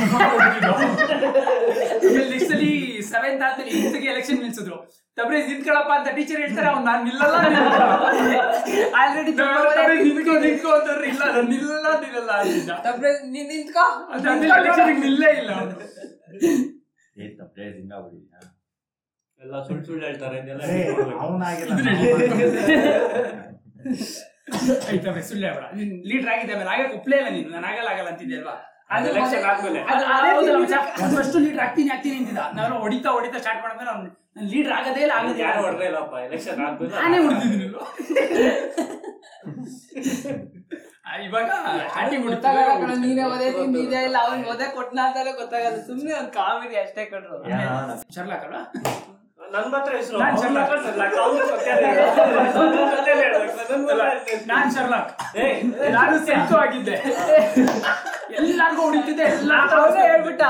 S3: ನೆಕ್ಸ್ಟ್ ಅಲ್ಲಿ ಸೆವೆಂತ್ ಆದ್ಮೇಲೆ eighth ಗೆ ಎಲೆಕ್ಷನ್ ನಿಲ್ಸಿದ್ರು ತಬ್ರೇಜ್ ನಿಂತ್ಕೊಳಪ್ಪ ಅಂತ ಟೀಚರ್ ಹೇಳ್ತಾರೆ ಅವ್ನು ನಾನು ನಿಲ್ಲಲ್ಲ ನಿಲ್ಲಲ್ಲ.
S1: ಆಲ್ರೆಡಿ
S3: ನಾವೆಲ್ಲ ನಿಂತ್ಕೊ ನಿಂತ್ಕೊ ಅಂತಂದ್ರೆ ಇಲ್ಲ ನಾನು ನಿಲ್ಲಲ್ಲ ನಿಲ್ಲಲ್ಲ ಅಂತಿದ್ದ
S1: ನೀನ್ ನಿಂತ್ಕೋ
S3: ಅದಾದ್ಮೇಲೆ lecture ಗೆ ನಿಲ್ಲೇ ಇಲ್ಲ ಅವ್ನು.
S8: ಏ ತಪ್ಪೇ ಹಿಂಗ ಆಗ್ಬಿಟ್ಟಿದ್ಯಾ
S7: ಎಲ್ಲ ಸುಳ್ಳು ಸುಳ್ಳು ಹೇಳ್ತಾರೆ ಇದೆಲ್ಲ
S2: ಅವನಾಗಿಲ್ಲ
S3: ಆಯ್ತಾ ಬೇ, ಸುಳ್ಳು ಹೇಳ್ಬೇಡ ನೀನ್ ಲೀಡರ್ ಆಗಿದ್ದೆ ಆಮೇಲೆ ಆಗಕ್ಕೆ ಒಪ್ಲೇ ಇಲ್ಲ ನೀನು ನಾನು ಆಗಲ್ಲ ಆಗಲ್ಲ ಅಂತಿದ್ದೆ ಅಲ್ವಾ
S7: ಅದು election ಆದ್ಮೇಲೆ
S3: ಫಸ್ಟ್ ಲೀಡರ್ ಆಗ್ತೀನಿ ಆಗ್ತೀನಿ ಅಂತಿದ್ದ ನಾನು ಹೊಡಿತಾ ಹೊಡಿತಾ ಸ್ಟಾರ್ಟ್ ಮಾಡಿದ್ರೆ ನಾನು ಲೀಡರ್ ಆಗದೇ ಇಲ್ಲ ಆಗದೇ
S7: ಯಾರು
S3: ಯಾರು
S7: ಹೊಡ್ರೇ ಇಲ್ಲಪ್ಪ ಎಲೆಕ್ಷನ್ ಆದ್ಮೇಲೆ
S3: ನಾನೇ ಹೊಡ್ದಿದ್ದೀನಿ ಅಲ್ವಾ? ಆ, ಇವಾಗ starting ಹೊಡಿತಾ
S1: ಗೊತ್ತಾಗಲ್ಲ ಕಣ
S3: ಇಲ್ಲ.
S1: ನೀನೇ ಓದೇ ನೀನ್ ಇದೆ ಇಲ್ಲ ಅವ್ನ್ ಓದೇ ಕೊಟ್ನ ಅಂತಾನೆ ಗೊತ್ತಾಗಲ್ಲ ಸುಮ್ನೆ ಒಂದ್ ಕಾಮಿಡಿ ಅಷ್ಟೇ ಕಣ್ರು
S3: ಶರ್ಲಾಕ್ ಅಲ್ವಾ
S7: ನನ್ ಹತ್ರ ಹೆಸರು
S3: ನಾನ್
S7: ಅವ್ನ್
S3: ಚೆಲ್ಲಾಕ.
S7: ಹತ್ರ ಚೆಲ್ಲಾಕ, ಅವ್ನು ಸತ್ಯನೇ ಹೇಳ್ಬೇಕು. ಅವ್ನು ಸತ್ಯನೇ ಹೇಳ್ಬೇಕು, ನನ್ ಹತ್ರ ಹೇಳ್ತೀನಿ.
S3: ನಾನ್ ಶರ್ಲಾಕ್
S7: ಏಯ್,
S3: ನಾನು ಸೆಂಟು ಆಗಿದ್ದೆ ಎಲ್ಲಾರ್ಗೂ ಹೊಡಿತಿದ್ದೆ
S1: ಅವನೇ
S3: ಎಲ್ಲ
S1: ಹೇಳ್ಬಿಟ್ಟ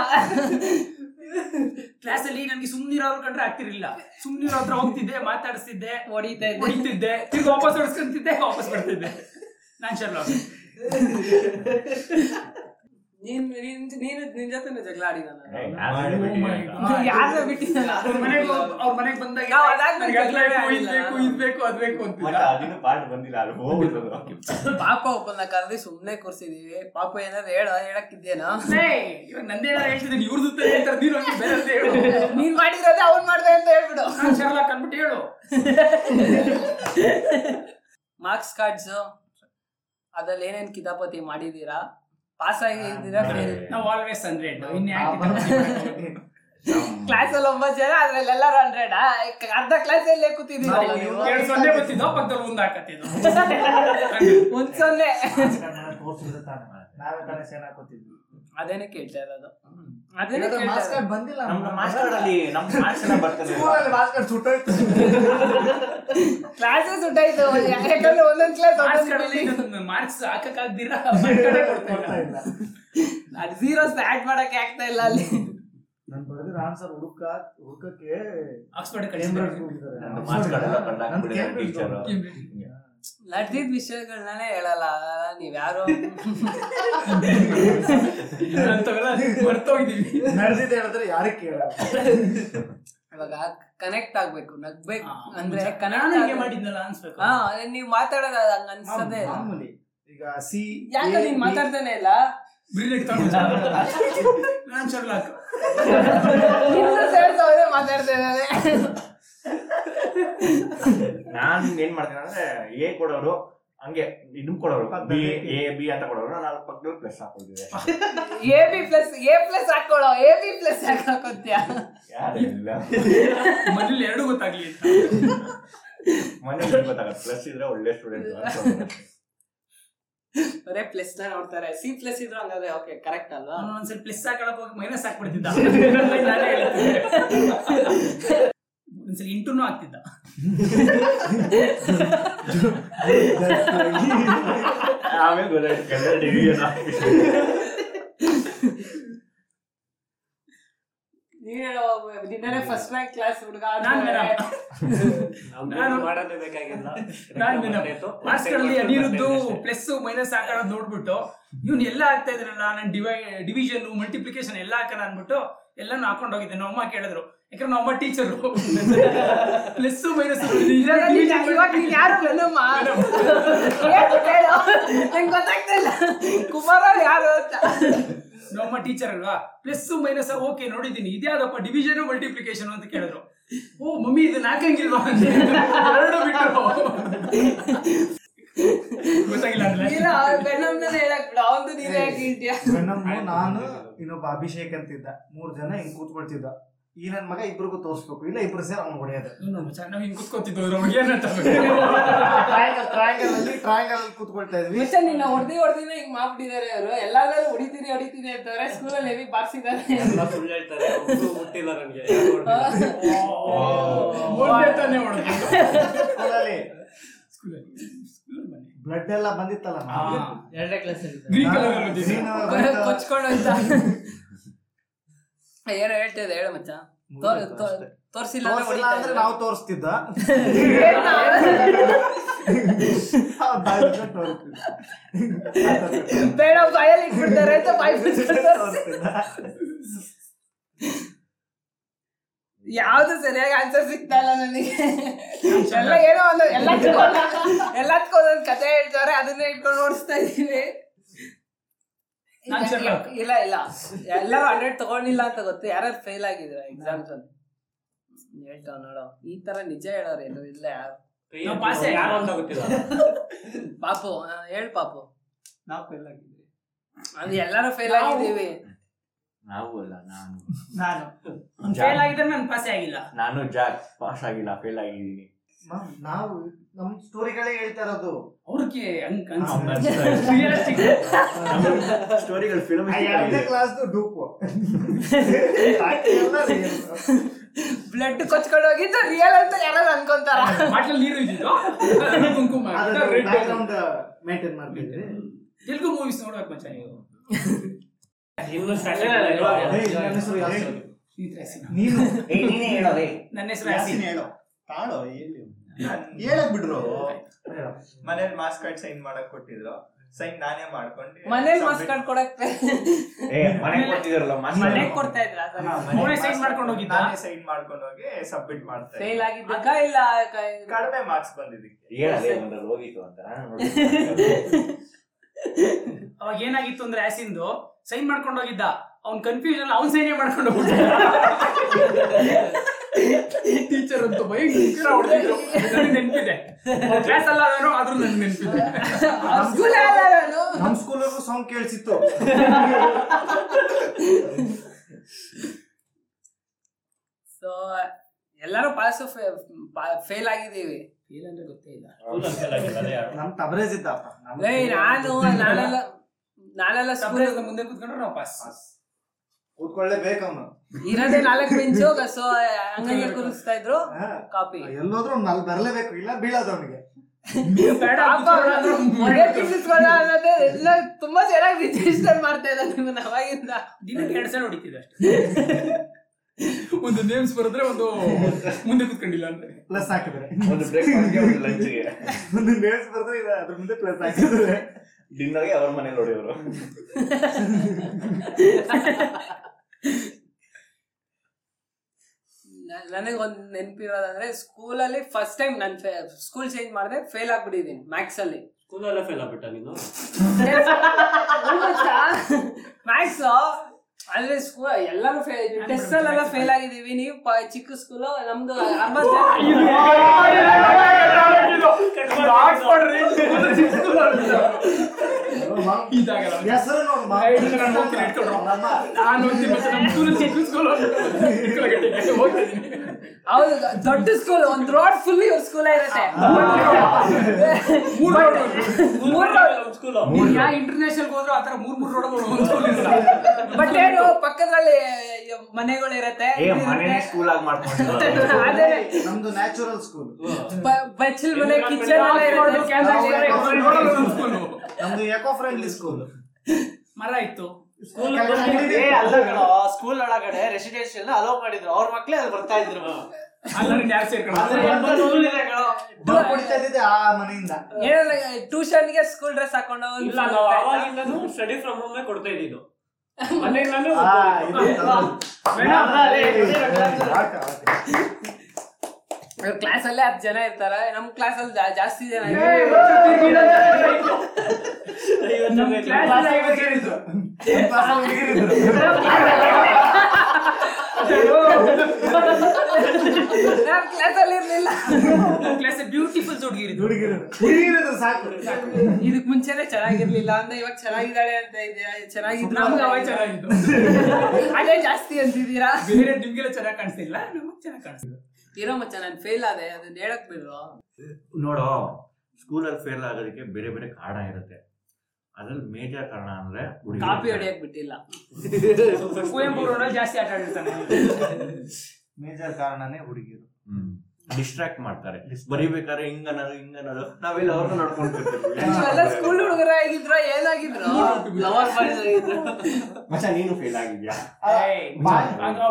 S3: ಕ್ಲಾಸ್ ಅಲ್ಲಿ ನನ್ಗೆ ಸುಮ್ನಿರೋರ್ ಕಂಡ್ರೆ ಆಗ್ತಿರ್ಲಿಲ್ಲ ಸುಮ್ನಿರೋ ಹತ್ರ ಹೋಗ್ತಿದ್ದೆ ಮಾತಾಡಿಸ್ತಿದ್ದೆ
S1: ಹೊಡಿತಾ ಇದ್ದೆ.
S3: ಹೊಡಿತಿದ್ದೆ ತಿರ್ಗಿ ವಾಪಸ್ ಹೊಡ್ಸ್ಕೊಂತಿದ್ದೆ ವಾಪಸ್ ಬರ್ತಿದ್ದೆ ನಾನ್ ಶರ್ಲಾಕ್
S1: ನೀನ್ ನೀನ್ ನೀನು ನಿನ್ ಜೊತೆನೂ ಜಗಳ ಆಡಿದ
S8: ಏ, ಯಾರ್ನೂ ಬಿಟ್ಟಿಲ್ಲ.
S1: ಯಾರನ್ನ ಬಿಟ್ಟಿದ್ದಲ್ಲ
S3: ಅವ್ರ ಮನೆಗೆ ಅವ್ರ ಮನೆಗೆ ಬಂದಾಗ
S1: ನಾವ್ ಅದಾದ್ಮೇಲೆ
S3: ನನ್ಗೆ ಅದ್ ಬೇಕು,
S1: ಜಗಳ
S3: ಇದ್ ಬೇಕು ಇದ್ ಬೇಕು ಅದ್ ಬೇಕು ಅಂತ
S8: ಮತ್ತೆ ಅದಿನ್ನೂ ಪಾಠ ಬಂದಿಲ್ಲ ಅದು ಹೋಗ್ಬಿಡ್ತದೆ
S1: ಪಾಪ ಒಬ್ಬನ ಕರೆದಿ ಸುಮ್ನೆ ಕೂರ್ಸಿದೀವಿ ಪಾಪ ಏನಾದ್ರು ಹೇಳ ಹೇಳಕ್ಕಿದ್ದೇನಾ
S3: ಇವಾಗ ನಂದೇನಾರ ಹೇಳ್ತಿದ್ದೀನಿ ಇವ್ರದ್ದು ತರ ಹೇಳ್ತಾರೆ ನೀನು ಹಂಗೆ ಬೇರೆ ಅಂತ ಹೇಳು
S1: ನೀನ್ ಮಾಡಿದ್ರೆ ಅವ್ನ್ ಮಾಡ್ದೆ ಅಂತ ಹೇಳ್ಬಿಡು
S3: ನಾನ್ ಶರ್ಲಾಕ್ ಅಂದ್ಬಿಟ್ಟು ಹೇಳು
S1: ಮಾರ್ಕ್ಸ್ ಕಾರ್ಡ್ಸ್ ಅದ್ರಲ್ಲಿ ಏನೇನ್ ಕಿತಾಪತಿ ಮಾಡಿದೀರಾ ಪಾಸ್ ಆಗಿದ್ದೀರಾ
S3: ನಾವು ಆಲ್ವೇಸ್ ಹಂಡ್ರೆಡ್ ಇನ್ನು
S1: ಕ್ಲಾಸ್ ಅಲ್ಲಿ ಒಂಬತ್ತು ಜನ ಅದ್ರಲ್ಲಿ ಎಲ್ಲರೂ ಹಂಡ್ರೆಡ್ ಅರ್ಧ ಕ್ಲಾಸ್ ಅಲ್ಲೇ ಕೂತಿದ್ದೀರಲ್ಲ ನೀವು
S3: ಎರಡು ಸೊನ್ನೆ ಬರ್ತಿದ್ದೋ ಪಕ್ಕದಲ್ಲಿ ಒಂದು ಹಾಕತ್ತಿದ್ದು
S1: ಒಂದ್ ಸೊನ್ನೆ
S2: ತೋರ್ಸಿದ್ರೆ ತಾನೇ. ನಾವೇ ತಾನೇ ಸೇನೆ ಹಾಕೋತಿದ್ವಿ
S1: ಅದೇನೆ ಕೇಳ್ತಾ ಇರೋದು ಅದೇನೆ ಕೇಳ್ತಾ
S6: ಮಾಸ್ಕ್
S1: ಇರೋದು.
S6: ಬಂದಿಲ್ಲ
S8: ನಮ್ಮ ಮಾಸ್ಟರ್ ಅಲ್ಲಿ ನಮ್ಮ ಮಾಸ್ಟರ್ ಬರ್ತದೆ
S6: ಮಾಸ್ಕ್ ಸುಟ್ಟೋಯ್ತು
S1: ಕ್ಲಾಸೇ ಸುಟ್ಟಾಯ್ತು ಯಾಕಂದ್ರೆ ಒಂದೊಂದ್ ಕ್ಲಾಸ್
S3: ಮಾರ್ಕ್ಸ್ ಹಾಕಕ್ಕಾಗ್ದಿರಾ ಕೊಡ್ತಾ ಇಲ್ಲ
S1: ಝೀರೋ ಆಡ್ ಮಾಡಕ್ ಆಗ್ತಾ ಇಲ್ಲ ಅಲ್ಲಿ
S2: ನಾನು ಬರೆದಿರೋ ಆನ್ಸರ್ ಹುಡುಕ ಹುಡುಕಕ್ಕೆ
S3: ಆಕ್ಸ್ಫರ್ಡ್
S2: ಕೇಂಬ್ರಿಡ್ಜ್
S3: ಕಳಿಸ್ಬಿಟ್ರು.
S2: ಹೋಗಿದ್ದಾರೆ.
S8: ಮಾಸ್ಟರ್ಗಳೆಲ್ಲ
S2: ನನ್
S8: ಬಂದಾಕ್ಬಿಡಿ
S2: ಕೇಂಬ್ರಿಡ್ಜ್
S8: ಟೀಚರ್
S1: ನಡೆದಿದ್ ವಿಷಯಗಳನ್ನೇ ಹೇಳಲ್ಲ ನೀವ್ ಯಾರು
S3: ಅಂತವೆಲ್ಲ ಮರ್ತೋಗಿದೀವಿ
S2: ನಡೆದಿದೆ ಹೇಳಿದ್ರೆ ಯಾರಿಗೆ ಕೇಳ
S1: ಇವಾಗ ಕನೆಕ್ಟ್ ಆಗ್ಬೇಕು ನಗ್ಬೇಕು
S3: ಹಾ,
S1: ಅಂದ್ರೆ
S3: ಮುಂಚೆ ನಾನು ಹೀಗೆ
S1: ಕನ್ನಡ
S3: ಮಾಡಿದ್ನಲ್ಲ ಅನ್ಸ್ಬೇಕು
S1: ಹಾ ಅದೇ ನೀವ್ ಮಾತಾಡೋದು ಅದ್ ಹಂಗ್ ಅನ್ಸದೇ ಇಲ್ಲ.
S2: ಮಾಮೂಲಿ ಈಗ ಸಿ
S1: ಯಾಕೆ ನೀನ್ ಮಾತಾಡ್ತಾನೆ ಇಲ್ಲ
S3: ಬಿರ್ಲಿಕ್ಕೆ ತಗೊಂಡು ನಾನು ಶರ್ಲಾಕ್
S1: ಇನ್ನು ಸೇರ್ತಾ ಹೋದ್ರೆ ಮಾತಾಡ್ತಾ ಇದ್ದಾನೆ
S8: ನಾನ್ ಏನ್ ಮಾಡ್ತೀನಿ ಅಂದ್ರೆ ಎ ಕೊಡೋರು ಹಂಗೆ ಇದನ್ ಕೊಡೋರು ಬಿ ಎ ಬಿ ಅಂತ ಕೊಡೋರು ನಾನು ಪಕ್ಕದಲ್ಲಿ ಪ್ಲಸ್ ಹಾಕೊಂಡಿದ್ದೆ
S1: A B plus A plus ಹಾಕೊಳ್ಳೋ ಎ ಬಿ ಪ್ಲಸ್ ಹಾಕೋತ್ಯ
S8: ಯಾರಿಲ್ಲ
S3: ಮನೇಲಿ ಎರಡು ಗೊತ್ತಾಗ್ಲಿ ಅಂತ
S8: ಮನೆ ಗೊತ್ತಾಗಲ್ಲ ಪ್ಲಸ್ ಇದ್ರೆ ಒಳ್ಳೆ ಸ್ಟೂಡೆಂಟ್
S1: ಬರೇ ಪ್ಲಸ್ ನ ನೋಡ್ತಾರೆ ಸಿ ಪ್ಲಸ್ ಇದ್ರು ಹಂಗಾದ್ರೆ ಓಕೆ ಕರೆಕ್ಟ್ ಅಲ್ವಾ
S3: ನಾನು ಒಂದ್ಸಲ ಪ್ಲಸ್ ಹಾಕೊಳಕ್ ಹೋಗಿ ಮೈನಸ್ ಹಾಕ್ಬಿಡ್ತಿದ್ದ ನಾನೇ ಹೇಳ್ತಿದ್ದೆ. ಒಂದ್ಸಲ ಇಂಟೂನು ಆಗ್ತಿದ್ದ
S8: ಆಮೇಲೆ ಗೊತ್ತಾಯ್ತು ಕನ್ನಡ ಡಿವಿಷನ್
S1: ನೀನ್ ಹೇಳೋ ನಿನ್ನೆ ಫಸ್ಟ್ ರ್ಯಾಂಕ್ ಕ್ಲಾಸ್ ಹುಡುಗ
S3: ನಾನ್ ಮೇಡಮ್ ನಾನು-
S7: ಮಾಡೋದೇ ಬೇಕಾಗಿಲ್ಲ
S3: ನಾನ್ ಮಾಸ್ಕಲ್ಲಿ ಅನಿರುದ್ದು ಪ್ಲಸ್ ಮೈನಸ್ ಹಾಕೋದು ನೋಡ್ಬಿಟ್ಟು ಇವ್ನು ಎಲ್ಲ ಆಗ್ತಾ ಇದ್ರಲ್ಲ ನಾನು ಡಿವೈ ಡಿವಿಷನ್ ಮಲ್ಟಿಪ್ಲಿಕೇಶನ್ ಎಲ್ಲ ಹಾಕೋಣ ಅನ್ಬಿಟ್ಟು ಎಲ್ಲಾನು ಹಾಕೊಂಡು ಹೋಗಿದ್ದೆ ನಮ್ಮ ಅಮ್ಮ ಕೇಳಿದ್ರು ಯಾಕಂದ್ರೆ ನಮ್ಮ ಅಮ್ಮ ಟೀಚರು ಪ್ಲಸ್ ಮೈನಸ್
S1: ಇವಾಗ ನೀನ್ ಯಾರು ಬೆಲ್ಲಮ್ಮ ನಂಗೆ ಗೊತ್ತಾಗ್ತಾ ಇಲ್ಲ ಕುಮಾರ ಯಾರು ಅಂತ
S3: ನಮ್ಮ ಟೀಚರ್ ಅಲ್ವಾ ಪ್ಲಸ್ ಮೈನಸ್ ಓಕೆ ನೋಡಿದ್ದೀನಿ ಇದ್ಯಾವ್ದಪ್ಪ ಡಿವಿಷನ್ ಮಲ್ಟಿಪ್ಲಿಕೇಶನ್ ಅಂತ ಕೇಳಿದ್ರು ಓ ಮಮ್ಮಿ ಇದನ್ನ ಹಾಕಂಗಿಲ್ವಾ ಅಂತ ಎರಡು ಬಿಟ್ಟರು ಗೊತ್ತಾಗಿಲ್ಲ
S1: ನೀನು
S3: ಅಂದ್ರೆ
S1: ಅವ್ರ ಬೆನ್ನಮ್ಮನ ಹೇಳಕ್ ಬಿಡು ಅವಂದು ನೀನೇ ಯಾಕೆ ಇದ್ಯಾ
S2: ನಮ್ಮ ನಾನು ಇನ್ನೊಬ್ಬ ಅಭಿಷೇಕ್ ಅಂತಿದ್ದ ಮೂರ್ ಜನ ಹಿಂಗ್ ಕೂತ್ಕೊಳ್ತಿದ್ದ ಈ ನನ್ ಮಗ ಇಬ್ರಿಗೂ ತೋರ್ಸ್ಬೇಕು ಇಲ್ಲ ಇಬ್ರು ಸೇರಿ ಅವ್ನು ಹೊಡೆಯೋದು
S3: ಚೆನ್ನಾಗಿ ಹಿಂಗ್ ಕೂತ್ಕೊತಿದ್ದು ಅವ್ರಿಗೆ ಏನಂತ
S2: ಟ್ರಯಾಂಗಲ್ ಟ್ರಯಾಂಗಲ್ ಅಲ್ಲಿ ಟ್ರಯಾಂಗಲ್ ಅಲ್ಲಿ ಕೂತ್ಕೊಳ್ತಾ ಇದ್ವಿ
S1: ಮಿಷನ್ ನಿನ್ನ ಹೊಡೆದಿ ಹೊಡೆದಿನ ಹಿಂಗ್ ಮಾಡ್ಬಿಟ್ಟಿದ್ದಾರೆ ಅವರು ಎಲ್ಲಾದ್ರೂ ಹೊಡಿತೀನಿ ಹೊಡಿತೀನಿ ಅಂತವ್ರೆ ಸ್ಕೂಲಲ್ಲಿ ಹೆವಿ ಬಾರ್ಸಿದ್ದಾರೆ
S7: ಎಲ್ಲ ಸುಳ್ಳು ಹೇಳ್ತಾರೆ ಒಬ್ರು ಮುಟ್ಟಿಲ್ಲ ನನ್ಗೆ ಯಾರು ಹೊಡ್ದಿಲ್ಲ?
S3: ತಾನೇ ಹೊಡ್ದು.
S2: ಸ್ಕೂಲಲ್ಲಿ
S3: ಸ್ಕೂಲಲ್ಲಿ- ಸ್ಕೂಲಲ್ಲಿ ಬನ್ನಿ.
S2: ಬ್ಲಡ್ ಎಲ್ಲ ಬಂದಿತ್ತಲ್ಲ ನಮ್ಗೆ.
S5: ಎರಡನೇ ಕ್ಲಾಸ್ ಅಲ್ಲಿ
S3: ಗ್ರೀನ್ ಕಲರ್
S2: ನಾನು- ನೀನು ಬಂದ-
S1: ಕೊಚ್ಕೊಂಡು ಅಂತ ಏನೋ ಹೇಳ್ತಾ ಇದೆ ಹೇಳು ಮಚ್ಚ ತೋರ್-
S2: ಮುಗಿತು
S1: ತೋರ್-
S2: ಅಷ್ಟೇ.
S1: ತೋರ್ಸಿಲ್ಲ ಅಂದ್ರೆ ಹೊಡಿತಾ
S2: ತೋರ್ಸಿಲ್ಲ ಅಂದ್ರೆ
S1: ಇದ್ದಾರೆ.
S2: ನಾವು ತೋರಿಸ್ತಿದ್ದ ಅವ್ನ್ ಬಾಯ್ ಬಿಟ್ಕೊಂಡು ತೋರಿಸ್ತಿದ್ದ. ಆ ಥರ
S1: ಬೇಡ ಬಾಯಲ್ಲಿ ಇಟ್ಬಿಡ್ತಾರೆ ಅಂತ ಬಾಯಿ ಬಿಡ್ತಾರೆ
S2: ತೋರಿಸ್ತಿದ್ದ.
S1: ಯಾವ್ದು ಸರಿಯಾಗಿ ಆನ್ಸರ್ ಸಿಗ್ತಾ ಇಲ್ಲ ನನಗೆ ಎಲ್ಲ ಏನೋ ಒಂದು ಎಲ್ಲದಕ್ಕೂ ಒಂದ್- ಎಲ್ಲದಕ್ಕೂ ಒಂದೊಂದು ಕತೆ ಹೇಳ್ತಾರೆ ಅದನ್ನೇ ಇಟ್ಕೊಂಡು ಓಡಿಸ್ತಾ ಇದೀವಿ
S3: ನಾನ್ Sherlock.
S1: ಇಲ್ಲ ಇಲ್ಲ ಎಲ್ಲರೂ ಹಂಡ್ರೆಡ್ ತಗೊಂಡಿಲ್ಲ ಅಂತ ಗೊತ್ತು ಯಾರ್ಯಾರು ಫೇಲ್ ಆಗಿದ್ರ ಎಕ್ಸಾಮ್ಸ್ ಅಲ್ಲಿ ಹೇಳ್ತಾವ್ ನೋಡೋ ಈ ತರ ನಿಜ ಹೇಳೋರು ಎಲ್ಲರೂ ಇಲ್ಲ ಯಾರು
S3: ನಾವ್ pass ಏ.
S7: ಯಾರು ಅಂತ ಗೊತ್ತಿಲ್ಲ
S1: ಪಾಪು ಆ, ಹೇಳ್ ಪಾಪು
S6: ನಾವು fail ಆಗಿದ್ವಿ.
S1: ಅದು ಎಲ್ಲರೂ ಫೇಲ್ ಆಗಿದ್ದೀವಿ
S8: ನಾವು ಅಲ್ಲ ನಾನು
S6: ನಾನು
S3: ಫೇಲ್ ಆಗಿದ್ರೆ ನಾನು ಪಾಸೇ ಆಗಿಲ್ಲ
S8: ನಾನು ಜಾಕ್ ಪಾಸ್ ಆಗಿಲ್ಲ ಫೇಲ್ ಆಗಿದ್ದೀನಿ
S2: ಮ್ಯಾಮ್, ನಾವು ನಮ್ ಸ್ಟೋರಿಗಳೇ ಹೇಳ್ತಾ ಇರೋದು
S3: ಅವ್ರಿಗೆ ಹಂಗ್
S8: ಸ್ಟೋರಿಗಳು ಫಿಲ್ಮ್
S2: ಎರಡನೇ ಕ್ಲಾಸ್ ಡೂಪು ಎಲ್ಲ
S1: ಬ್ಲಡ್ ಕೊಚ್ಕೊಂಡು ಹೋಗಿದ್ದು ರಿಯಲ್ ಅಂತ ಯಾರು ಅನ್ಕೊಂತಾರ
S3: ಬಾಟ್ಲಲ್ಲಿ ನೀರು ಇದ್ದಿದ್ದು ಕುಂಕುಮ
S2: ಬ್ಯಾಕ್ಗ್ರೌಂಡ್ ಮೇಂಟೈನ್ ಮಾಡ್ತಿದ್ವಿ
S3: ತೆಲುಗು ಮೂವೀಸ್ ನೋಡ್ಬೇಕು ಮಚ್ಚ ನೀವು
S7: ಇನ್ನು ಸ್ಟಾರ್ಟಿಂಗ್ ಅಲ್ಲ ಇವಾಗ.
S2: ಏಯ್, ನನ್ನ ಹೆಸ್ರು ಯಾಸಿನ್.
S3: ನಿನ್ ಹೆಸ್ರು ಏನು?
S2: ನೀನು
S8: ನೀನೇ ಹೇಳೋದೇ
S3: ನನ್ನ ಹೆಸರು
S6: ಯಾಸಿನ್
S3: ಯಾಸಿನ್.
S6: ಹೇಳು ತಾಳೋ ಹೇಳಿ ಹೇಳಕ್ ಬಿಡ್ರು
S4: ಮನೇಲಿ ಮಾಸ್ಕ್ ಕಾರ್ಡ್ ಸೈನ್ ಮಾಡಕ್ ಕೊಟ್ಟಿದ್ರು ಸೈನ್ ನಾನೇ ಮಾಡ್ಕೊಂಡು
S1: ಮನೇಲಿ ಮಾಸ್
S4: submit-
S1: ಕಾರ್ಡ್ ಕೊಡಕ್ಕೆ
S8: ಏ ಮನೆಗೆ ಕೊಡ್ತಿದಾರಲ್ಲ
S1: ಮನೆ
S8: ಮನೆ
S1: ಕೊಡ್ತಾ ಇದ್ರ
S4: ಹಾ, ಮನೇಲಿ
S3: ಅವನೇ sign
S4: mask
S3: ಮಾಡ್ಕೊಂಡು ಹೋಗಿದ್ದ?
S4: ನಾನೇ ಸೈನ್ ಮಾಡ್ಕೊಂಡು ಹೋಗಿ ಸಬ್ಮಿಟ್ ಮಾಡ್ತಾ ಇದ್ದೆ.
S1: ಫೇಲ್ ಆಗಿದ್ದಕ್ಕ ಇಲ್ಲ ಕ-
S4: ಕಡಿಮೆ ಮಾರ್ಕ್ಸ್ ಬಂದಿದ್ದಕ್ಕೆ
S8: ಹೇಳದೆ ಒಂದ್ರಲ್ಲಿ ಹೋಗಿತ್ತು ಅಂತ ನಾನು ನೋಡಿದ್ದೆ.
S3: ಅವಾಗ ಏನಾಗಿತ್ತು ಅಂದ್ರೆ ಆಸಿಂದು ಸೈನ್ ಮಾಡ್ಕೊಂಡು ಹೋಗಿದ್ದ ಅವ್ನ್ ಕನ್ಫ್ಯೂಷನ್ ಅವ್ನ್ ಸೈನೇ ಮಾಡ್ಕೊಂಡು ಹೋಗಿದ್ದ ಟೀಚರ್ ಅಂತೂ ಭಯಂಕರ ಹೊಡೆದಿದ್ರು ನನಗೆ ನೆನಪಿದೆ ಕ್ಲಾಸ್ ಅಲ್ಲ ನಾನು ಆದ್ರೂ ನನಗೆ ನೆನಪಿದೆ
S1: ಅವ್ರ ಸ್ಕೂಲ್ ಅಲ್ಲ ನಾನು
S2: ನಮ್ ಸ್ಕೂಲಲ್ಲೂ ಸಾಂಗ್ ಕೇಳಿಸಿತ್ತು
S1: ಸೊ ಎಲ್ಲರೂ ಪಾಸ್ ಫೇಲ್ ಆಗಿದ್ದೀವಿ
S3: ಏನಂದ್ರೆ ಗೊತ್ತೇ ಇಲ್ಲ
S2: ನಮ್ ತಬ್ರೇಜ್ ಇದ್ದ ಅಪ್ಪ. ನಮ್-
S1: ಏಯ್ ನಾನು ನಾನೆಲ್ಲ ನಾನೆಲ್ಲ ಸ್ಕೂಲ್
S3: ಸಬ್ರೇಜ್ ಮುಂದೆ ಕೂತ್ಕೊಂಡ್ರೆ ನಾವು ಪಾಸ್
S2: ಕೂತ್ಕೊಳ್ಳೇಬೇಕು ಅವನು
S1: ಇರೋದೇ ನಾಲ್ಕು ಬೆಂಚು ಸೊ ಹಂಗಂಗೆ ಕೂರಿಸ್ತಾ ಇದ್ರು ಕಾಪಿ
S2: ಎಲ್ಲೋದ್ರು ಒಂದ್ ನಾಲ್ಕು ಬರಲೇಬೇಕು ಇಲ್ಲ ಬೀಳೋದು ಅವನಿಗೆ
S3: ಬೇಡ
S1: ಪಾಪ ಅವ್ರು
S3: ಕೂತ್ಕೊಂಡ್ರೆ
S1: ಅದು ಮೊರೆ ತಿನ್ನಿಸ್ಕೊಳ್ಳೋ ಅನ್ನೋದೇ ಎಲ್ಲ ತುಂಬಾ ಚೆನ್ನಾಗಿ ರಿಜಿಸ್ಟರ್ ಮಾಡ್ತಾ ಇದ್ದಾರೆ ನಿಮ್ಮನ್ನ ಅವಾಗಿಂದ
S3: ದಿನಕ್ಕೆ ಎರಡ್ ಸಲ ಹೊಡಿತಿದ್ದೆ ಅಷ್ಟೇ ಒಂದು ನೇಮ್ಸ್ ಬರೆದ್ರೆ ಒಂದು ಮುಂದೆ ಕೂತ್ಕೊಂಡಿಲ್ಲ ಅಂದ್ರೆ
S2: ಪ್ಲಸ್ ಹಾಕಿದ್ರೆ
S8: ಒಂದು ಬ್ರೇಕ್ಫಾಸ್ಟ್ಗೆ ಒಂದು ಲಂಚ್ಗೆ
S2: ಒಂದು ನೇಮ್ಸ್ ಬರೆದ್ರೆ ಇದು ಅದ್ರ ಮುಂದೆ ಪ್ಲಸ್ ಹಾಕಿದ್ರೆ
S8: ಡಿನ್ನರ್ಗೆ ಅವ್ರ ಮನೇಲಿ ಹೊಡೆಯೋರು
S1: ನನಗೆ ಒಂದು ನೆನಪಿರೋದಂದ್ರೆ ಸ್ಕೂಲಲ್ಲಿ ಫಸ್ಟ್ ಟೈಮ್ ನಾನು ಸ್ಕೂಲ್ ಚೇಂಜ್ ಮಾಡಿದೆ ಫೇಲ್ ಆಗ್ಬಿಟ್ಟಿದ್ದೀನಿ ಮ್ಯಾಥ್ಸ್ ಅಲ್ಲಿ
S7: ಸ್ಕೂಲಲ್ಲೇ ಫೇಲ್ ಆಗ್ಬಿಟ್ಟ ನೀನು
S1: ಮ್ಯಾಥ್ಸ್ ಅಂದ್ರೆ ಸ್ಕೂಲ್ ಎಲ್ಲಾನು ಫೇಲ್ ಟೆಸ್ಟ್ ಅಲ್ಲೆಲ್ಲ ಫೇಲ್ ಆಗಿದೀವಿ ನೀವು ಪ- ಚಿಕ್ಕ ಸ್ಕೂಲು ನಮ್ದು ಅರ್ಬನ್
S2: ಹೆಸರು ನೋಡು ಮಾ-
S3: ನಾನು ಹೋಗ್ತೀನಿ ಮತ್ತೆ ನಮ್ಮ ಸ್ಕೂಲಲ್ಲಿ ಚಿಕ್ಕ ಸ್ಕೂಲ್ ಹೋಗ್ತಿದ್ದೀನಿ
S1: ಹೌದು ದೊಡ್ಡ ಸ್ಕೂಲ್ ಒಂದ್ ರೋಡ್ ಫುಲ್ ಇವ್ರ ಸ್ಕೂಲ್ ಇರುತ್ತೆ
S3: ಮೂರು road ಉಂಟು.
S1: ಮೂರ್
S7: ಸ್ಕೂಲು
S3: ನೀನ್ ಯಾ ಇಂಟರ್ನ್ಯಾಷನಲ್ ಹೋದ್ರು ಆತರ ಮೂರ್ ಮೂರ್ ರೋಡ್ ಒಂದು ಸ್ಕೂಲ್
S1: ಬಟ್ ಏನು ಪಕ್ಕದಲ್ಲಿ ಮನೆಗಳು ಇರುತ್ತೆ
S8: ಏ ಮನೇನೆ ಸ್ಕೂಲ್ ಆಗಿ ಮಾಡ್ಕೊಂಡು
S1: ಅದೇ
S2: ನಮ್ದು ನ್ಯಾಚುರಲ್ ಸ್ಕೂಲ್
S1: ಬಚ್ಚಲ್ ಮನೆ ಕಿಚನ್ ಎಲ್ಲ ಇರುತ್ತೆ
S2: ನಮ್ದು ಎಕೋ ಫ್ರೆಂಡ್ಲಿ ಸ್ಕೂಲ್
S3: ಮರ ಇತ್ತು
S7: ಸ್ಕೂಲ್
S5: ಏ ಅಲ್ಲ ಕಣೋ ಸ್ಕೂಲ್ ಒಳಗಡೆ ರೆಸಿಡೆನ್ಶಿಯಲ್ ಅಲೋ ಮಾಡಿದ್ರು ಅವ್ರ ಮಕ್ಳೇ ಅಲ್ಲಿ ಬರ್ತಾ ಇದ್ರು
S3: ಅಲ್ಲರೂ ಯಾರು ಸೇರ್ಕೊಂಡು
S5: ಅಂದ್ರೆ ಎಂತ ಸ್ಕೂಲ್ ಇದೆ ಕಣೋ
S2: ಹೊಡಿತಾ ಇದ್ದಿದ್ದೆ ಆ ಮನೆಯಿಂದ
S1: ಏನಲ್ಲ ಟ್ಯೂಷನ್ಗೆ ಸ್ಕೂಲ್ ಡ್ರೆಸ್ ಹಾಕೊಂಡು ಹೋಗಿ
S7: ಇಲ್ಲ ನಾವು ಅವಾಗಿಂದನೂ ಸ್ಟಡಿ ಫ್ರಮ್ ಹೋಮೇ ಕೊಡ್ತಾ ಇದ್ದಿದ್ದು ಮನೆಯಿಂದಾನೂ
S2: ಆ, ಇದು
S5: ಅಲ್ಲ, ಅದೇ, ಅದೇ ರಕ್ತ.
S2: ಆಟ, ಆಟ.
S1: ಕ್ಲಾಸ್ ಅಲ್ಲೇ ಹತ್ತು ಜನ ಇರ್ತಾರ ನಮ್ ಕ್ಲಾಸ್ ಅಲ್ಲಿ ಜಾ- ಜಾಸ್ತಿ ಜನ
S2: ನಮ್ class ಅಲ್ಲಿ ಹುಡುಗಿರಿದ್ರು.
S1: ಕ್ಲಾಸ್ ಅಲ್ಲಿ ಇರ್ಲಿಲ್ಲ
S3: ಕ್ಲಾಸ್ ಬ್ಯೂಟಿಫುಲ್ ಹುಡುಗಿರಿ
S2: ಹುಡುಗಿರಿದ್ರು. ಹುಡುಗಿರಿದ್ರು ಸಾಕು
S1: ಇದಕ್ ಮುಂಚೆನೆ ಚೆನ್ನಾಗಿರ್ಲಿಲ್ಲ ಅಂದ್ರೆ ಇವಾಗ ಚೆನ್ನಾಗಿದ್ದಾಳೆ ಅಂತ ಇದೆಯಾ ಚೆನ್ನಾಗಿದ್ರು
S3: ನಮ್ಗೆ ಅವಾಗ ಚೆನ್ನಾಗಿತ್ತು
S1: ಅದೇ ಜಾಸ್ತಿ ಅಂತಿದ್ದೀರಾ
S3: ಬೇರೆ ನಿಮ್ಗೆಲ್ಲ ಚೆನ್ನಾಗಿ ಕಾಣಿಸ್ತಿಲ್ಲ ನಮಗ್ ಚೆನ್ನಾಗಿ ಕಾಣಿಸ್ತಿಲ್ಲ
S1: ಇರೋ ಮಚ್ಚ ನಾನು ಫೇಲ್ ಆದೆ ಅದನ್ನ ಹೇಳಕ್ ಬಿಡ್ರು
S8: ನೋಡೋ ಸ್ಕೂಲಲ್ಲಿ ಫೇಲ್ ಆಗೋದಕ್ಕೆ ಬೇರೆ ಬೇರೆ ಕಾರಣ ಇರುತ್ತೆ ಅದ್ರಲ್ಲಿ ಮೇಜರ್ ಕಾರಣ ಅಂದ್ರೆ ಹುಡುಗಿ
S1: ಕಾಪಿ ಹೊಡಿಯಕ್ ಬಿಟ್ಟಿಲ್ಲ
S3: ಕುವೆಂಪು ರೋಡ್ ಜಾಸ್ತಿ ಆಟ ಆಡಿರ್ತಾನೆ
S2: ಮೇಜರ್ ಕಾರಣನೇ ಹುಡುಗಿರು
S8: ಡಿಸ್ಟ್ರಾಕ್ಟ್ ಮಾಡ್ತಾರೆ ಬರಿಬೇಕಾದ್ರೆ ಹಿಂಗ್ ಅನ್ನೋದು ಹಿಂಗ್ ಅನ್ನೋದು ನಾವೆಲ್ಲ ಅವ್ರನ್ನ ನೋಡ್ಕೊಂಡು
S1: ಎಲ್ಲ ಸ್ಕೂಲ್ ಹುಡುಗರ ಆಗಿದ್ರ ಏನಾಗಿದ್ರು
S5: ಲವರ್ ಬಾಯ್ಸ್
S8: ಮಚ್ಚ ನೀನು ಫೇಲ್ ಆಗಿದ್ಯಾ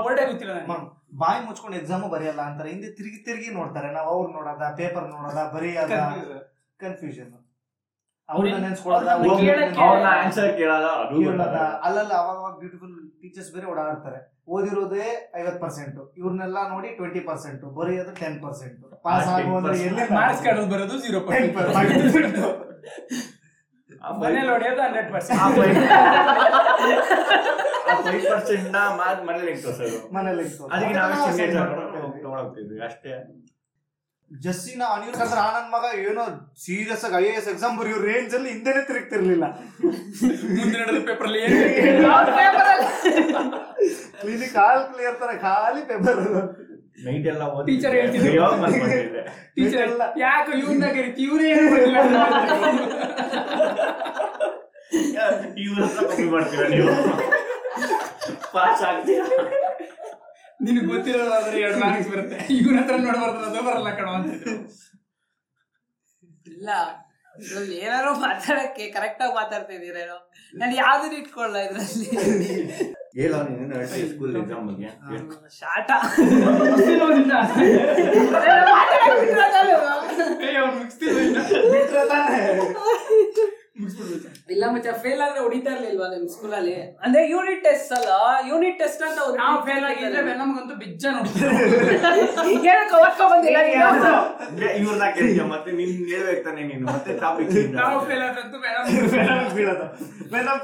S3: ವರ್ಡೇ ಗೊತ್ತಿಲ್ಲ ನನಗೆ
S2: ಮ- ಬಾಯಿ ಮುಚ್ಕೊಂಡು ಎಕ್ಸಾಮು ಬರೆಯಲ್ಲ ಅಂತಾರೆ ಹಿಂದೆ ತಿರುಗಿ ತಿರುಗಿ ನೋಡ್ತಾರೆ ನಾವ್ ಅವ್ರು ನೋಡೋದ ಪೇಪರ್ ನೋಡೋದ ಬರೆಯೋದ ಕನ್ಫ್ಯೂಷನ್ ಅವ್ರನ್ನ ನೆನ್ಸ್ಕೊಳ್ಳೋದ
S3: ಅವ್ರನ್ನ
S2: ಒಬ್ರನ್ನ
S3: ಕೇಳಕ್ಕೆ-
S8: ಅವ್ರನ್ನ
S2: ನೆನ್ಸ್ಕೊಳ್ಳೋದ,
S8: ಆನ್ಸರ್ ಕೇಳಲ್ಲ ಅದು
S2: ಕೇಳೋದ ಅಲ್ಲಲ್ಲ ಅವಾಗ ಬ್ಯೂಟಿಫುಲ್ ಟೀಚರ್ಸ್ ಬೇರೆ ಓಡಾಡ್ತಾರೆ ಓದಿರೋದೇ ಐವತ್ ಪರ್ಸೆಂಟ್ ಇವ್ರನ್ನೆಲ್ಲ ನೋಡಿ ಟ್ವೆಂಟಿ ಪರ್ಸೆಂಟ್ ಬರೆಯೋದು ಟೆನ್ ಪರ್ಸೆಂಟ್ ಪಾಸ್
S8: ಆ, 10%
S2: ಆಗುವಂದ್ರೆ ಎಲ್ಲಿ
S3: ಮಾರ್ಕ್ಸ್ ಕಾರ್ಡ್ ಬರೋದು ಜೀರೋ ಮನೇಲಿ ಹೊಡೆಯೋದು ಹಂಡ್ರೆಡ್ ಪರ್ಸೆಂಟ್
S8: ಫೈವ್ ಪರ್ಸೆಂಟ್ ನ ಮಾದ್ ಮನೇಲಿ ಹೆಂಗ್ ತೋರ್ಸೋದು
S2: ಮನೇಲಿ
S8: ಅದಕ್ಕೆ ನಾವೇ signature ಮಾಡ್ಕೊಂಡು ತಗೊಳಕ್ತಿದ್ವಿ ಅಷ್ಟೇ
S2: ಜಸ್ಸಿನ ಅನಿಲ್ ಕರ್ದ್ರ ಆ ನನ್ ಮಗ ಏನೋ ಸೀರಿಯಸ್ ಆಗಿ ಐ ಎಸ್ ಎಕ್ಸಾಮ್ ಬರೆಯೋ ರೇಂಜ್ ಅಲ್ಲಿ ಹಿಂದೆನೆ ತಿರುಗ್ತಿರ್ಲಿಲ್ಲ
S3: ಮುಂದೆ ನಡೆದ ಪೇಪರ್
S2: ಇಲ್ಲಿ ಕಾಲ್ ಕ್ಲಿಯರ್ ತರ ಖಾಲಿ ಪೇಪರ್
S8: ನೈಟ್ ಎಲ್ಲ ಓದಿ
S3: Teacher ಹೇಳ್ತಿದ್ರು.
S8: ಯೋಗ ಮಾಡ್ಕೊಂಡಿದ್ದೆ.
S3: ಟೀಚರ್ ಯಾಕೆ ಇವನ್ನ ಕರಿತಿ ಇವರೇ ಏನು ಬರ್ಲಿಲ್ಲ ಅಂತ.
S8: ಇವ್ರ ಹತ್ರ copy ಮಾಡ್ತೀರಾ ನೀವು ಪಾಸ್ ಆಗ್ತೀರಾ
S3: ನಿನಗೆ ಗೊತ್ತಿರೋದು ಆದ್ರೆ ಎರಡು ಮಾರ್ಕ್ಸ್ ಬರುತ್ತೆ ಇವನ ಹತ್ರ ನೋಡ್ಬಾರ್ದು ಅದು ಬರಲ್ಲ ಕಣೋ ಅಂತ
S1: ಇಲ್ಲ ಇದ್ರಲ್ಲಿ ಏನಾರು ಮಾತಾಡಕ್ಕೆ ಕರೆಕ್ಟ್ ಆಗಿ ಮಾತಾಡ್ತಿದ್ದೀರೇನೋ ನಾನು ಯಾವ್ದನ್ನ ಇಟ್ಕೊಳ್ಳ ಇದ್ರಲ್ಲಿ
S8: ಹೇಳ ನೀನು ಸ್ಕೂಲ್ ಎಕ್ಸಾಮ್ ಬಗ್ಗೆ
S1: ಶಾಟ ಇಲ್ಲ ಮಚ್ಚ ಫೇಲ್ ಆದ್ರೆ ಹೊಡಿತಾ ಇರ್ಲಿಲ್ವಾ ನಿಮ್ ಸ್ಕೂಲಲ್ಲಿ ಅಂದ್ರೆ ಯೂನಿಟ್ ಟೆಸ್ಟ್ ಅಲ್ಲ ಯೂನಿಟ್ ಟೆಸ್ಟ್ ಅಂತ ಒಂದು
S3: ನಾವು ಫೇಲ್ ಆಗಿದ್ರೆ ನಮಗಂತೂ ಬೆಜ್ಜ ನೋಡ್ತೀವಿ
S1: ಏನಕ್ಕೆ ಓದ್ಕೊಂಡ್ ಬಂದಿಲ್ಲ ನೀನು?
S8: ಇವ್ರನ್ನ ಕೇಳಿದ್ಯ ಮತ್ತೆ ನಿನ್ ಹೇಳ್ಬೇಕು ತಾನೆ ನೀನು ಮತ್ತೆ ಟಾಪಿಕ್
S3: ನಾವು ಫೇಲ್ ಆದ್ರಂತೂ ಮೇಡಮ್
S2: ಬೀಳೋದು ಮೇಡಮ್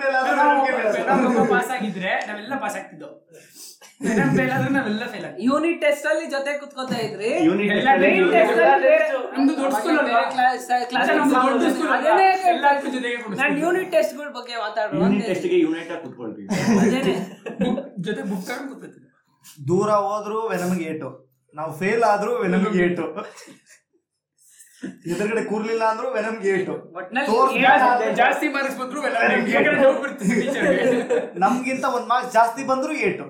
S3: ಪಾಸ್ ಆಗಿದ್ರೆ ನಾವೆಲ್ಲ ಪಾಸ್ ಆಗ್ತಿದ್ದೋ ಮೇಡಮ್ ಫೇಲ್ ಆದ್ರೆ ನಾವೆಲ್ಲ ಫೇಲ್ ಆಗ್ತಿದ್ವಿ
S1: ಯೂನಿಟ್ ಟೆಸ್ಟ್ ಅಲ್ಲಿ ಜೊತೆ ಕುತ್ಕೋತಾ ಇದ್ರಿ
S8: ಯೂನಿಟ್
S3: ಎಲ್ಲ main test ಅಲ್ಲಿ ನಮ್ದು ದೊಡ್ಡ ಸ್ಕೂಲ್ ಅಲ್ವಾ? ಕ್ಲಾಸ್ ನಮ್ದು ದೊಡ್ಡ ಸ್ಕೂಲ್ ಅಲ್ವಾ? ಎಲ್ಲಾರ್ಗೂ ಜೊತೆಗೆ ಕೊಡ್ಸ್ತಿದ್ರು.
S1: ನಾನು ಯೂನಿಟ್ ಟೆಸ್ಟ್ ಗಳ ಬಗ್ಗೆ ಮಾತಾಡೋದು
S8: ಯೂನಿಟ್
S1: ಅಂದೆ.
S8: ಟೆಸ್ಟ್ ಗೆ ಯೂನಿಟ್ ಆಗಿ ಕುತ್ಕೊಳ್ತೀವಿ
S1: ಅದೇನೆ
S3: Book ಜೊತೆ ಬುಕ್ ಆಗಿ ಕೂತಿದ್ದೆ
S2: ದೂರ ಹೋದ್ರು ವೆನಮ್ಗೆ ಏಟು ನಾವು ಫೇಲ್ ಆದ್ರೂ ವೆನಮ್ಗೆ ಏಟು ಎದುರುಗಡೆ ಕೂರ್ಲಿಲ್ಲ ಅಂದ್ರು ವೆನಮ್ಗೆ ಏಟು
S1: ಒಟ್ನಲ್ಲಿ
S2: ತೋರ್ಸ್ದೆ
S3: ಜಾಸ್ತಿ-
S2: ಆದ್ರೆ
S3: ಜಾಸ್ತಿ ಮಾರ್ಕ್ಸ್ ಬಂದ್ರು ಎಲ್ಲ ಯಾಕಂದ್ರೆ ಹೋಗ್ಬಿಡ್ತೀವಿ ಟೀಚರ್ಗೆ
S2: ನಮ್ಗಿಂತ ಒಂದ್ ಮಾರ್ಕ್ಸ್ ಜಾಸ್ತಿ ಬಂದ್ರು ಏಟು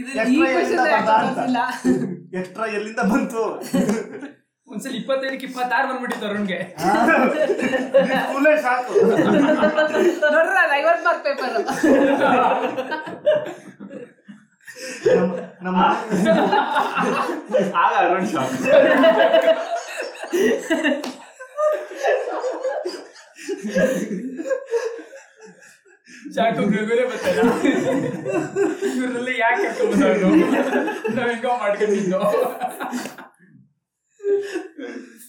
S1: ಇದು ಈ
S2: ಎಕ್ಸ್ಟ್ರಾ
S1: ಕ್ವಶನ್
S2: ಎಲ್ಲಿಂದ ಬಂತ
S1: ಗೊತ್ತಿಲ್ಲ
S2: ಅಂತ ಎಕ್ಸ್ಟ್ರಾ ಎಲ್ಲಿಂದ ಬಂತು
S3: ಒಂದ್ಸಲ ಇಪ್ಪತ್ತೈದಕ್ಕೆ ಇಪ್ಪತ್ತಾರು ಬಂದ್ಬಿಟ್ಟಿತ್ತು ಅರುಣ್ಗೆ
S2: ಸ್ಕೂಲೇ ಸಾಕು
S1: ನೋಡ್ರಿ ಅದು ಐವತ್ ಮಾರ್ಕ್ ಪೇಪರ್
S2: ನಮ್ಮ- ನಮ್ಮ
S8: ಆಗ ಅರುಣ್ ಶಾಪ್
S3: ಚಾಕು ಮೃಗನೇ ಬರ್ತಾಯಿಲ್ಲ ಇವ್ರನ್ನೆಲ್ಲ ಯಾಕೆ ಕರ್ಕೊಂಡ್ಬಂದ್ರು ನಾವ್ ಹೆಂಗೋ ಮಾಡ್ಕೊಂಡಿದ್ದೋ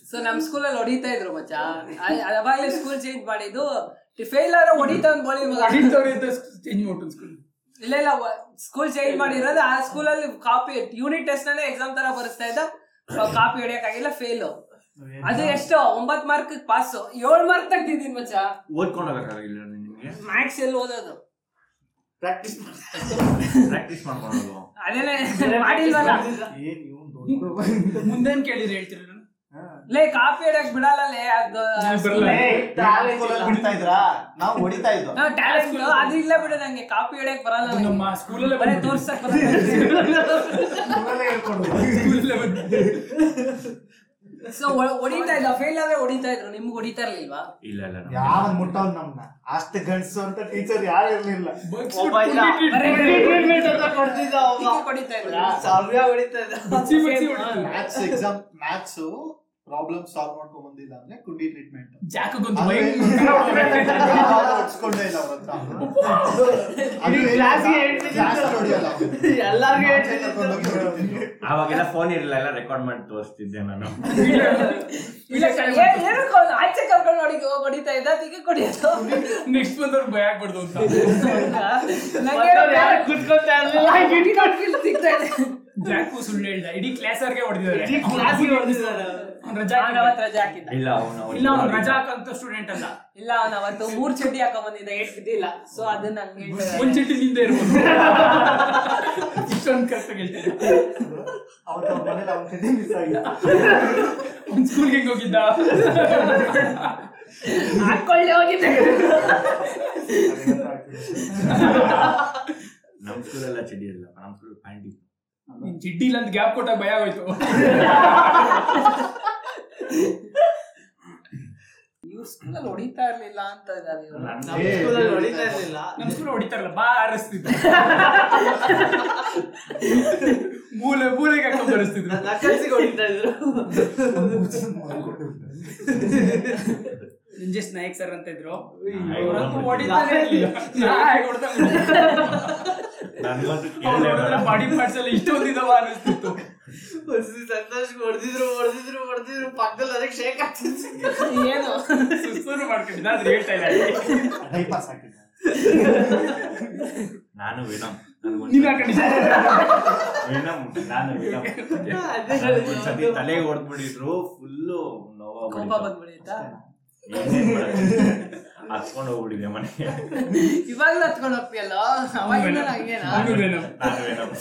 S1: ಸೊ ನಮ್ ಸ್ಕೂಲಲ್ಲಿ ಹೊಡಿತಾ ಇದ್ರು ಮಚ್ಚ ಅವಾಗಲೇ ಸ್ಕೂಲ್ ಚೇಂಜ್ ಮಾಡಿದ್ದು ಫೇಲ್ ಆದ್ರೆ ಹೊಡಿತಾ ಅಂತ ಬಳಿ
S3: ಅಡಿತವ್ರು ಅಂತ ಚೇಂಜ್ ಮಾಡ್ಕೊಂಡು ಸ್ಕೂಲ್
S1: ಇಲ್ಲ ಇಲ್ಲ ಸ್ಕೂಲ್ ಚೇಂಜ್ ಮಾಡಿರೋದು ಆ ಸ್ಕೂಲಲ್ಲಿ ಕಾಪಿ ಯೂನಿಟ್ ಟೆಸ್ಟ್ ನಲ್ಲಿ ಎಕ್ಸಾಮ್ ತರ ಬರೆಸ್ತಾ ಇದ್ದ ಕಾಪಿ ಹೊಡಿಯಕ್ಕಾಗಿಲ್ಲ ಫೇಲ್ ಅದು ಎಷ್ಟು ಒಂಬತ್ ಮಾರ್ಕ್ ಪಾಸ್ ಏಳ್ ಮಾರ್ಕ್ ತೆಗ್ದಿದ್ದೀನಿ ಮಚ್ಚ
S8: ಓದ್ಕೊಂಡು ಹೋಗಕ್ಕಾಗಿಲ್ಲ ನಿಮಗೆ
S1: ಮ್ಯಾಕ್ಸ್ ಎಲ್ಲಿ ಓದೋದು
S8: ಪ್ರಾಕ್ಟೀಸ್ ಪ್ರಾಕ್ಟೀಸ್ ಮಾಡ್ಕೊಳ್ಳೋದು
S1: ಅದೇನೆ ಮಾಡಿಲ್ವಲ್ಲ
S2: ಏನ್ ಇವ್ನ್ ದೊಡ್ಡ
S3: ಮುಂದೇನ್ ಕೇಳಿದ್ರೆ ಹೇಳ್ತೀರಿ ನಾನು
S1: ಲೇ ಕಾಪಿ ಹೊಡಿಯಕ್ ಬಿಡಲ್ಲ ಲೇ ಅದು
S3: ಬರಲ್ಲ
S6: ಬಿಡ್ತಾ ಇದ್ರಾ ನಾವು ಹೊಡಿತಾ ಇದ್ದೋ
S1: ಟ್ಯಾಲೆಂಟ್ ಅದು ಇಲ್ಲ ಬಿಡು ನಂಗೆ ಕಾಪಿ ಹೊಡಿಯಕ್ ಬರಲ್ಲ
S3: ಅದು
S1: ನಂಗೆ.
S3: ನಮ್ಮ ಸ್ಕೂಲಲ್ಲೇ
S1: ಬರೀ
S3: ಬಂದ್ಬಿಟ್ಟಿದೆ.
S1: ತೋರ್ಸಕ್ ಬರಲ್ಲ
S3: ಸ್ಕೂಲಲ್ಲೇ ಬಂದ್ಬಿಟ್ಟಿದೆ.
S1: ಸೊ ಹೊಡಿತಾ ಇದ್ದ ಫೇಲ್ ಆದ್ರೆ ಹೊಡಿತಾ ಇದ್ರು ನಿಮ್ಗೆ ಹೊಡಿತಾ ಇರ್ಲಿಲ್ವಾ
S8: ಇಲ್ಲ ಇಲ್ಲ ನಮ್ಗೆ.
S2: ಯಾವ ಮುಟ್ಟವ್ ನಮ್ನ ಅಷ್ಟು ಗಂಡಸು ಅಂತ ಟೀಚರ್ ಯಾರು ಇರ್ಲಿಲ್ಲ
S3: ಬಗ್ಸ್ಬಿಟ್ಟು
S5: ಒಬ್ಬ ಇಲ್ಲ.
S3: ಕುಂದಿಟ್ಟಿದ್ದು.
S1: ಬರೀ
S5: ಟ್ರೀಟ್ಮೆಂಟ್ ಅಂತ ಕೊಡ್ತಿದ್ದ ಒಬ್ಬ.
S1: ಟಿಕ್ಕಿ ಹೊಡಿತಾ ಇದ್ರು
S5: ಸವ್ಯ ಹೊಡಿತಾ ಇದ್ದ.
S3: ಬಗ್ಸಿ ಬಗ್ಸಿ ಹೊಡಿತಿದ್ರು.
S6: Maths exam maths problem solve ಮಾಡ್ಕೊಂಡ್ ಬಂದಿಲ್ಲ ಅಂದ್ರೆ ಕುಂಡಿ ಟ್ರೀಟ್ಮೆಂಟ್
S3: ಜಾಕಗೊಂದು
S6: ಅದೇ
S3: ಭಯ.
S6: ಹೊಡ್ಸ್ಕೊಂಡೇ ಇಲ್ಲ ಅವ್ರ ಹತ್ರ
S5: ಇಡೀ ಕ್ಲಾಸ್ಗೆ ಹೇಳ್ತಿದ್ದಿದ್ದು.
S6: Class ಅಲ್ಲಿ ಹೊಡಿಯಲ್ಲ ಅವ್ರು.
S5: ಎಲ್ಲಾರ್ಗೂ
S6: ಆಚೆ ಕರ್ಕೊಂಡ್ ಹೋಗಿ
S5: ಹೇಳ್ತಿದ್ದ.
S6: ಹೊಡಿತಿದ್ರು.
S8: ಅವಾಗೆಲ್ಲ ಫೋನ್ ಇರಲಿಲ್ಲ ಎಲ್ಲ ರೆಕಾರ್ಡ್ ಮಾಡಿ ತೋರಿಸ್ತಿದ್ದೆ ನಾನು
S1: ಇಲ್ಲ ಕಣೆ, ಏ- ಏನಕ್ಕೆ ಅವ್ನು ಆಚೆ ಕರ್ಕೊಂಡು ನೋಡಿ ಹೊಡಿತಾ ಇದ್ದ ತಿಕ್ಕಿ ಕೊಡಿಯೋದು
S3: ನೆಕ್ಸ್ಟ್ ಬಂದವ್ರು ಭಯ ಆಗ್ಬಾರ್ದು ಅಂತ
S5: ಮತ್ತವ್ರು ಯಾರು ಕುತ್ಕೊಳ್ತಾ ಇರ್ಲಿಲ್ಲ
S1: ಸಿಗ್ತಾ ಇದೆ
S3: ಜಾಕು ಸುಳ್ಳು ಹೇಳ್ದ ಇಡೀ ಕ್ಲಾಸ್ ಅವ್ರಿಗೆ ಹೊಡೆದಿದ್ದಾರೆ
S5: ಇಡೀ ಕ್ಲಾಸ್ಗೆ ಹೊಡ್ದಿದ್ದಾರೆ.
S3: ಅವ್ನು ರಜಾ
S1: ನಾನು
S3: ಹಾಕಿದ್ದ.
S1: ಅವತ್ತು ರಜೆ ಹಾಕಿದ್ದೆ
S8: ಇಲ್ಲ ಅವ್ನು ಅವ್ನು-
S3: ಇಲ್ಲ ಅವ್ನು ರಜಾ ಹಾಕಂತ ಸ್ಟೂಡೆಂಟ್ ಅಲ್ಲ
S1: ಇಲ್ಲ ಅವ್ನು ಅವತ್ತು ಮೂರ್ ಚಡ್ಡಿ ಹಾಕೊಂಡ್ ಬಂದಿದ್ದ ಏಟ್ ಬಿದ್ದಿಲ್ಲ ಸೊ ಅದನ್ನ ಹಂಗೆ ಹೇಳ್ತಾರೆ.
S3: ಒಂದ್ ಚಟ್ಟಿ ನಿಂದೆ ಇರ್ಬೋದು ಇಷ್ಟೊಂದು ಕಷ್ಟ ಹೇಳ್ತೀನಿ
S2: ಅವತ್ತು ಅವ್ರ ಮನೇಲಿ ಅವ್ನ ಕಡೆ ಮಿಸ್ ಆಗಿತ್ತು
S3: ಅವ್ನ್ ಸ್ಕೂಲ್ಗೆ ಹೆಂಗ್ ಹೋಗಿದ್ದ
S1: ಹಾಕೊಳ್ಳಿ ಹೋಗಿದ್ದೆ
S2: ಅದೇನೋ ಆಗ್ತಿದೆ.
S8: ನಮ್ ಸ್ಕೂಲೆಲ್ಲ ಚಡಿ ಇಲ್ಲ ನಮ್ ಸ್ಕೂಲ್ ಪ್ಯಾಂಟ್ ಇತ್ತು
S3: ನಿನ್ ಚಿಡ್ಡಿ ಇಲ್ಲ ಅಂತ ಗ್ಯಾಪ್ ಕೊಟ್ಟಾಗ ಭಯ ಆಗೋಯ್ತು
S1: ಇವ್ರ ಸ್ಕೂಲಲ್ಲಿ ಹೊಡಿತಾ ಇರ್ಲಿಲ್ಲ ಅಂತ ಇದ್ದಾರೆ ಇವ್ರು
S5: ನಮ್ಮ ಸ್ಕೂಲಲ್ಲಿ ಹೊಡಿತಾ ಇರ್ಲಿಲ್ಲ
S3: ನಮ್ ಸ್ಕೂಲ್ ಹೊಡಿತಾರಲ್ಲ ಬಾ ಆರಿಸ್ತಿದ್ರು ಮೂಲೆ ಮೂಲೆಗೆ ಹಾಕೊಂಡ್ ಬರಿಸ್ತಿದ್ರು
S5: ನನ್ನ ಅಕ್ಕಸಿಗೆ ಹೊಡಿತಾ ಇದ್ರು
S3: ನಂಜೇಶ್ ನಾಯಕ್ ಸರ್ ಅಂತ ಇದ್ರು
S8: ಅಯ್ಯೋ.
S3: ಅವ್ರಂತೂ ಹೊಡಿತಾನೆ ಇರ್ಲಿಲ್ಲ. ನಾಯಿ ಹೊಡ್ತಾ ಇರ್ಲಿಲ್ಲ.
S8: ನನ್ಗಂತೂ
S3: ಅವ್ರು
S8: ಕೇಳಲೇ
S3: ನೋಡಿದ್ರೆ
S8: ಬೇಡ.
S3: ಬಾಡಿ ಪಾರ್ಟ್ಸ್ ಎಲ್ಲ ಇಷ್ಟೊಂದು ಇದಾವ ಅನಿಸ್ತಿತ್ತು
S5: ಸಂತೋಷ್ ಹೊಡೆದಿದ್ರು ಹೊಡೆದಿದ್ರು ಹೊಡೆದಿದ್ರು ಪಕ್ಕದಲ್ಲಿ ಅದಕ್ಕೆ ಶೇಕ್ ಆಗ್ತಿತ್ತು
S1: ಏನು
S3: ಸುಸ್ತು ಮಾಡ್ಕೊಂಡಿದ್ದ ಆದ್ರೆ ಹೇಳ್ತಾ ಇಲ್ಲ ಇಲ್ಲಿ.
S2: Bypass ಹಾಕಿದ್ದ.
S8: ನಾನು ವಿನಮ್ ನನ್ಗೊಂದ್
S3: ನೀನ್ ಹಾಕೊಂಡಿದ್ದೆ
S8: ವಿನಮ್ ನಾನು ವಿನಮ್
S5: ಅದೇ
S8: ಒಂದ್ಸತಿ ತಲೆಗೆ ಹೊಡೆದ್ಬಿಟ್ಟಿದ್ರು ಫುಲ್ಲು
S1: ಕೋಪ
S8: ನೋವಾಗ
S1: ಬಂದ್ಬಿಡಿತಾ
S8: ಹತ್ಕೊಂಡು ಹೋಗ್ಬಿಟ್ಟಿದೆ ಮನೆಗೆ
S1: ಇವಾಗ್ಲೂ ಹತ್ಕೊಂಡು ಹೋಗ್ತೀಯಲ್ಲ ಅವಾಗಿಂದ ಹಂಗೇನಾ
S3: ಅವ್ನಿಗೇನು?
S8: ನಾನು ವಿನಮ್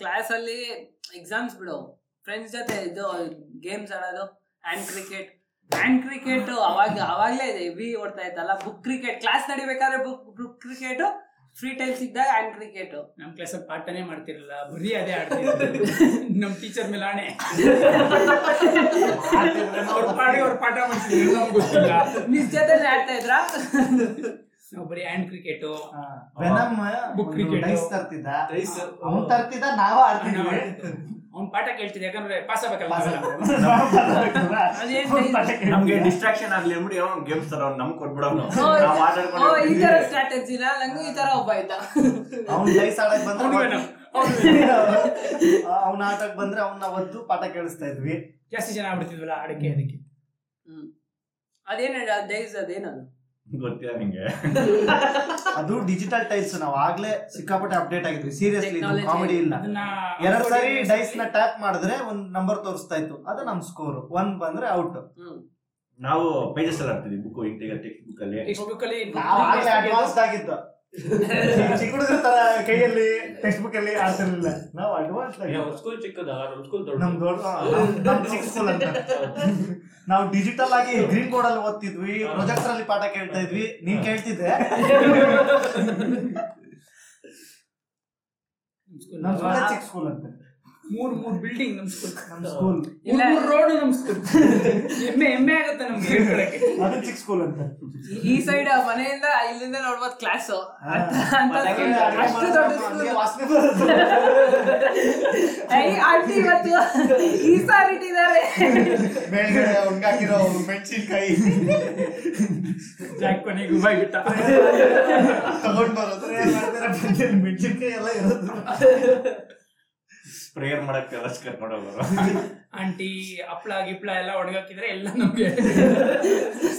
S1: ಕ್ಲಾಸ್ ಅಲ್ಲಿ ಎಕ್ಸಾಮ್ಸ್ ಬಿಡು ಫ್ರೆಂಡ್ಸ್ ಜೊತೆ ಇದು ಗೇಮ್ಸ್ ಆಡೋದು ಹ್ಯಾಂಡ್ ಕ್ರಿಕೆಟ್ ಹ್ಯಾಂಡ್ ಕ್ರಿಕೆಟ್ ಅವಾಗ ಅವಾಗ್ಲೇ ಹೆವಿ ಓಡ್ತಾ ಇತ್ತಲ್ಲ ಬುಕ್ ಕ್ರಿಕೆಟ್ ಕ್ಲಾಸ್ ನಡಿಬೇಕಾದ್ರೆ book book cricket free time ಸಿಕ್ಕಿದಾಗ ಹ್ಯಾಂಡ್ ಕ್ರಿಕೆಟ್
S3: ನಮ್ ಕ್ಲಾಸಲ್ಲಿ ಪಾಠನೇ ಮಾಡ್ತಿರಲಿಲ್ಲ ಬರೀ ಅದೇ ಆಡ್ತಿದ್ರು ನಮ್ ಟೀಚರ್ ಮೇಲೆ ಆಣೆ ಅವ್ರ ಪಾಡಿಗೆ ಅವ್ರ ಪಾಠ ಮಾಡ್ತಿದ್ರು ನಮ್ಗೆ ಗೊತ್ತಿಲ್ಲ
S1: ಮಿಸ್ ಜೊತೆ ಆಡ್ತಾ ಇದ್ರ
S3: ನಾವು ಬರೀ ಹ್ಯಾಂಡ್ ಕ್ರಿಕೆಟ್
S2: ಆ, ವೆನಮ್
S3: Book
S2: ಒಂದು
S3: cricket.
S2: dice ತರ್ತಿದ್ದ ಅವ್ನ್ ತರ್ತಿದ್ದ ನಾವ ಆಡ್ತಿದ್ವಿ
S3: ಅವ್ನ್ ಪಾಠ ಕೇಳ್ತಿದ್ದೆ ಯಾಕಂದ್ರೆ ಪಾಸ್ ಆಗ್ಬೇಕಲ್ಲ
S2: Pass
S3: ನಾವೆಲ್ಲ.
S2: ಆಗ್ತಿದ್ವಿ. ನಾವ್ pass ಆಗ್ತಿದ್ವ.
S1: ಅದೇನ್
S2: ಅವ್ನ್ ಪಾಠ ಕೇಳ್ತಿದ್ದ.
S8: ನಮ್ಗೆ ಡಿಸ್ಟ್ರಾಕ್ಷನ್ ಆಗ್ಲಿ ಅಂದ್ಬಿಟ್ಟು ಯಾವ ಗೇಮ್ಸ್ ತರ ನಮ್ ಕೊಟ್ಬಿಡೋನು
S1: ಓ,
S8: ನಾವ್
S1: ಓ, ಈ ತರ
S8: ಆಟಾಡ್ಕೊಂಡು
S1: ಸ್ಟ್ರಾಟಜಿನ ನಂಗೂ ಈ ತರ ಒಬ್ಬ ಇದ್ದ
S2: ಅವ್ನ್ dice ಆಡಕ್ ಬಂದ್ರೆ
S3: ಅವ್ನಿಗೆ
S2: ಒದ್ದು-
S3: ನಾವು- ಅವ್ನಿಗೆ
S2: ಆ, ಅವ್ನ್ ಆಟಕ್ ಬಂದ್ರೆ ಅವ್ನ ಒದ್ದು ಪಾಠ ಕೇಳಿಸ್ತಾ ಇದ್ವಿ
S3: ಜಾಸ್ತಿ ಜನ ಆಡ್ತಿದ್ವಲ್ಲ ಆಡಕ್ಕೆ ಅದಕ್ಕೆ
S1: ಹ್ಮ್. ಅದೇನ ಡೈಸ್ ಅದೇನದು
S8: ಗೊತ್ತಿಲ್ಲ ನಿಂಗೆ
S2: ಅದು ಡಿಜಿಟಲ್ ಟೈಲ್ಸ್ ನಾವ್ ಆಗ್ಲೇ ಸಿಕ್ಕಾಪಟ್ಟೆ ಅಪ್ಡೇಟ್ ಆಗಿದ್ವಿ ಸೀರಿಯಸ್ಲಿ
S1: Technology.
S2: ಕಾಮಿಡಿ ಇಲ್ಲ
S3: ಅದನ್ನ
S2: ಎರಡ್ ಸಾರಿ ಡೈಸ್ ನ ಟ್ಯಾಪ್ ಮಾಡಿದ್ರೆ ಒಂದ್ ನಂಬರ್ ತೋರಿಸ್ತಾ ಇತ್ತು ಅದು ನಮ್ ಸ್ಕೋರ್ ಒನ್ ಬಂದ್ರೆ ಔಟ್
S1: ಹ್ಮ್
S8: ನಾವು ಪೇಜಸ್ ಅಲ್ಲಿ ಆಡ್ತೀವಿ ಬುಕ್ ಇಂಟಿಗ ಟೆಕ್ಸ್ಟ್ ಬುಕ್ ಅಲ್ಲಿ
S3: ಟೆಕ್ಸ್ಟ್ ಬುಕ್ ಅಲ್ಲಿ
S2: ನಾವ್ ಆಗ್ಲೇ ಅಡ್ವಾನ್ಸ್ಡ್ ಆಗಿದ್ದು ಚಿಕ್ಕ ಹುಡುಗರ ತರ ಕೈಯಲ್ಲಿ ಟೆಕ್ಸ್ಟ್ ಬುಕ್ ಅಲ್ಲಿ ಆಡ್ತಿರ್ಲಿಲ್ಲ ನಾವು ಅಡ್ವಾನ್ಸ್
S7: ಸ್ಕೂಲ್ ಚಿಕ್ಕದಲ್ಲ ನಮ್ ಸ್ಕೂಲ್ ದೊಡ್ಡ
S2: ನಮ್ ದೊಡ್ಡ ನಮ್ ಚಿಕ್ಕ ಸ್ಕೂಲ್ ಅಂತ ನಾವು ಡಿಜಿಟಲ್ ಆಗಿ ಗ್ರೀನ್ ಬೋರ್ಡ್ ಅಲ್ಲಿ ಓದ್ತಿದ್ವಿ ಪ್ರೊಜೆಕ್ಟರ್ ಅಲ್ಲಿ ಪಾಠ ಕೇಳ್ತಾ ಇದ್ವಿ ನೀನ್ ಕೇಳ್ತಿದ್ದೆ ನಮ್ ಸ್ಕೂಲ್ ಚಿಕ್ಕ ಸ್ಕೂಲ್ ಅಂತ
S3: ಮೂರ್ ಮೂರ್ ಬಿಲ್ಡಿಂಗ್ ನಮ್ ಸ್ಕೂಲ್
S2: ನಮ್ ಸ್ಕೂಲ್
S1: ಇಲ್ಲ.
S3: ಮೂರ್ ರೋಡ್ ನಮ್ ಸ್ಕೂಲ್ ಹೆಮ್ಮೆ ಹೆಮ್ಮೆ ಆಗುತ್ತೆ ನಮ್ಗೆ ಹೇಳ್ಕೊಳಕ್ಕೆ
S2: ಅದು ಚಿಕ್ಕ ಸ್ಕೂಲ್ ಅಂತ
S1: ಈ ಸೈಡ್ ಮನೆಯಿಂದ ಇಲ್ಲಿಂದ ನೋಡ್ಬೋದು ಕ್ಲಾಸ್
S2: ಹಾ.
S1: ಅಂತ ಅಂತ
S2: ಅದೇ
S1: ಅಷ್ಟು ದೊಡ್ಡ
S2: ಮಾಡ್ದಾಗ
S1: ಸ್ಕೂಲ್
S2: ನಮ್ಗೆ ವಾಸನೆ ಬರುತ್ತೆ.
S1: ಆಂಟಿ ಇವತ್ತು ಈ ಸಾರಿ ಇಟ್ಟಿದ್ದಾರೆ
S6: ಮೇಲ್ಗಡೆ ಹಂಗಾಕಿರೋ ಮೆಣಸಿನ್ಕಾಯಿ
S3: ಜಾಕ್ ಕೊನೆಗೆ ಉಬಾಯ್ಬಿಟ್ಟ
S6: ತಗೊಂಡ್ ಬರೋದ್ರೆ ಮೆಣಸಿನ್ಕಾಯಿ ಎಲ್ಲ ಇರೋದು
S8: ಪ್ರೇಯರ್ ಮಾಡಕ್ ಕಲಸ್ ಕರ್ಕೊಂಡು ಹೋಗೋರು
S3: ಆಂಟಿ ಹಪ್ಳ ಗಿಪ್ಳ ಎಲ್ಲ ಒಣಗಾಕಿದ್ರೆ ಎಲ್ಲ ನಮ್ಗೆ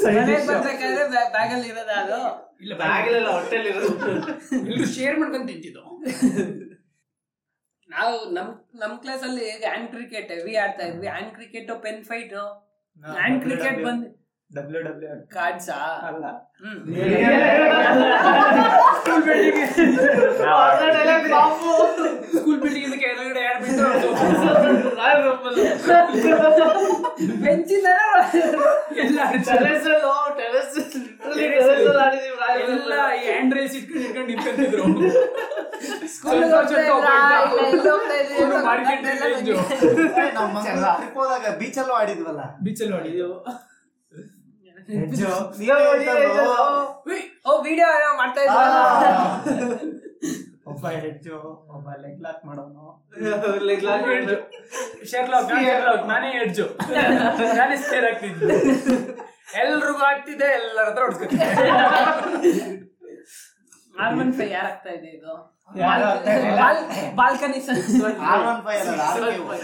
S1: ಮನೆಗ್ ಬರ್ಬೇಕಾದ್ರೆ ಬ್ಯಾಗ್ ಅಲ್ಲಿ ಇರೋದ ಅದು
S3: ಇಲ್ಲ
S5: ಬ್ಯಾಗಲೆಲ್ಲ ಹೊಟ್ಟೆಲಿ ಇರೋದು
S3: ಎಲ್ಲರೂ ಶೇರ್ ಮಾಡ್ಕೊಂಡ್ ತಿಂತಿದ್ದು
S1: ನಾವು ನಮ್ ನಮ್ ಕ್ಲಾಸ್ ಅಲ್ಲಿ ಹ್ಯಾಂಡ್ ಕ್ರಿಕೆಟ್ ಹೆವಿ ಆಡ್ತಾ ಇದ್ವಿ hand cricket pen fight hand cricket ಬಂದ್
S4: ಡಬ್ಲ್ಯೂ ಡಬ್ಲ್ಯೂ
S1: ಕಾರ್ಡ್ಸಾ
S4: ಅಲ್ಲ
S3: ಸ್ಕೂಲ್ ಬಿಲ್ಡಿಂಗ್ ಸ್ಕೂಲ್ ಬಿಲ್ಡಿಂಗ್ ಕೆಳಗಡೆ ಯಾರು ಬಿದ್ದು
S1: ಬೆಂಚಿನ
S3: ಎಲ್ಲ ಎಲ್ಲ ಹ್ಯಾಂಡ್ ರೈಲ್ಸ್ ಇಟ್ಕೊಂಡು ಇಟ್ಕೊಂಡು ನಿಂತ್ಕೊಂತಿದ್ರು
S1: ಸ್ಕೂಲ್
S6: ನಮ್ಮ ಟ್ರಿಪ್ ಹೋದಾಗ ಬೀಚ್ ಅಲ್ಲೂ ಆಡಿದ್ವಲ್ಲ
S3: ಬೀಚಲ್ಲಿ ಮಾಡಿದ್ವಿ
S1: ಓ ವಿಡಿಯೋ ಮಾಡ್ತಾ ಇದ್ರಲ್ಲ
S6: ಒಬ್ಬ ಹೆಜ್ಜು ಒಬ್ಬ ಲೆಗ್ ಲಾಕ್ ಮಾಡೋನು
S3: ಶೆರ್ಲಾಕ್ ನಾನ್ ಶೆರ್ಲಾಕ್ ನಾನೇ ಎಡ್ಜು ನಾನೇ ಸ್ಟೇರ್ ಆಗ್ತಿದ್ದೆ ಎಲ್ರಿಗೂ ಆಗ್ತಿದೆ ಎಲ್ಲರ ಹತ್ರ ಹೊಡ್ಸ್ಕೊತಿದ್ದೆ
S1: ಆರ್ಮನ್ ಫೈ ಯಾರಾಗ್ತಾ ಇದೆ ಇದು
S6: ಯಾರು ಆಗ್ತಾ ಇದೆ?
S1: ಬಾಲ್ಕನಿ
S6: ಆರ್ ಒನ್ ಫೈವ್ ಅಲ್ಲ ಆರ್ ಕೆ ಒನ್.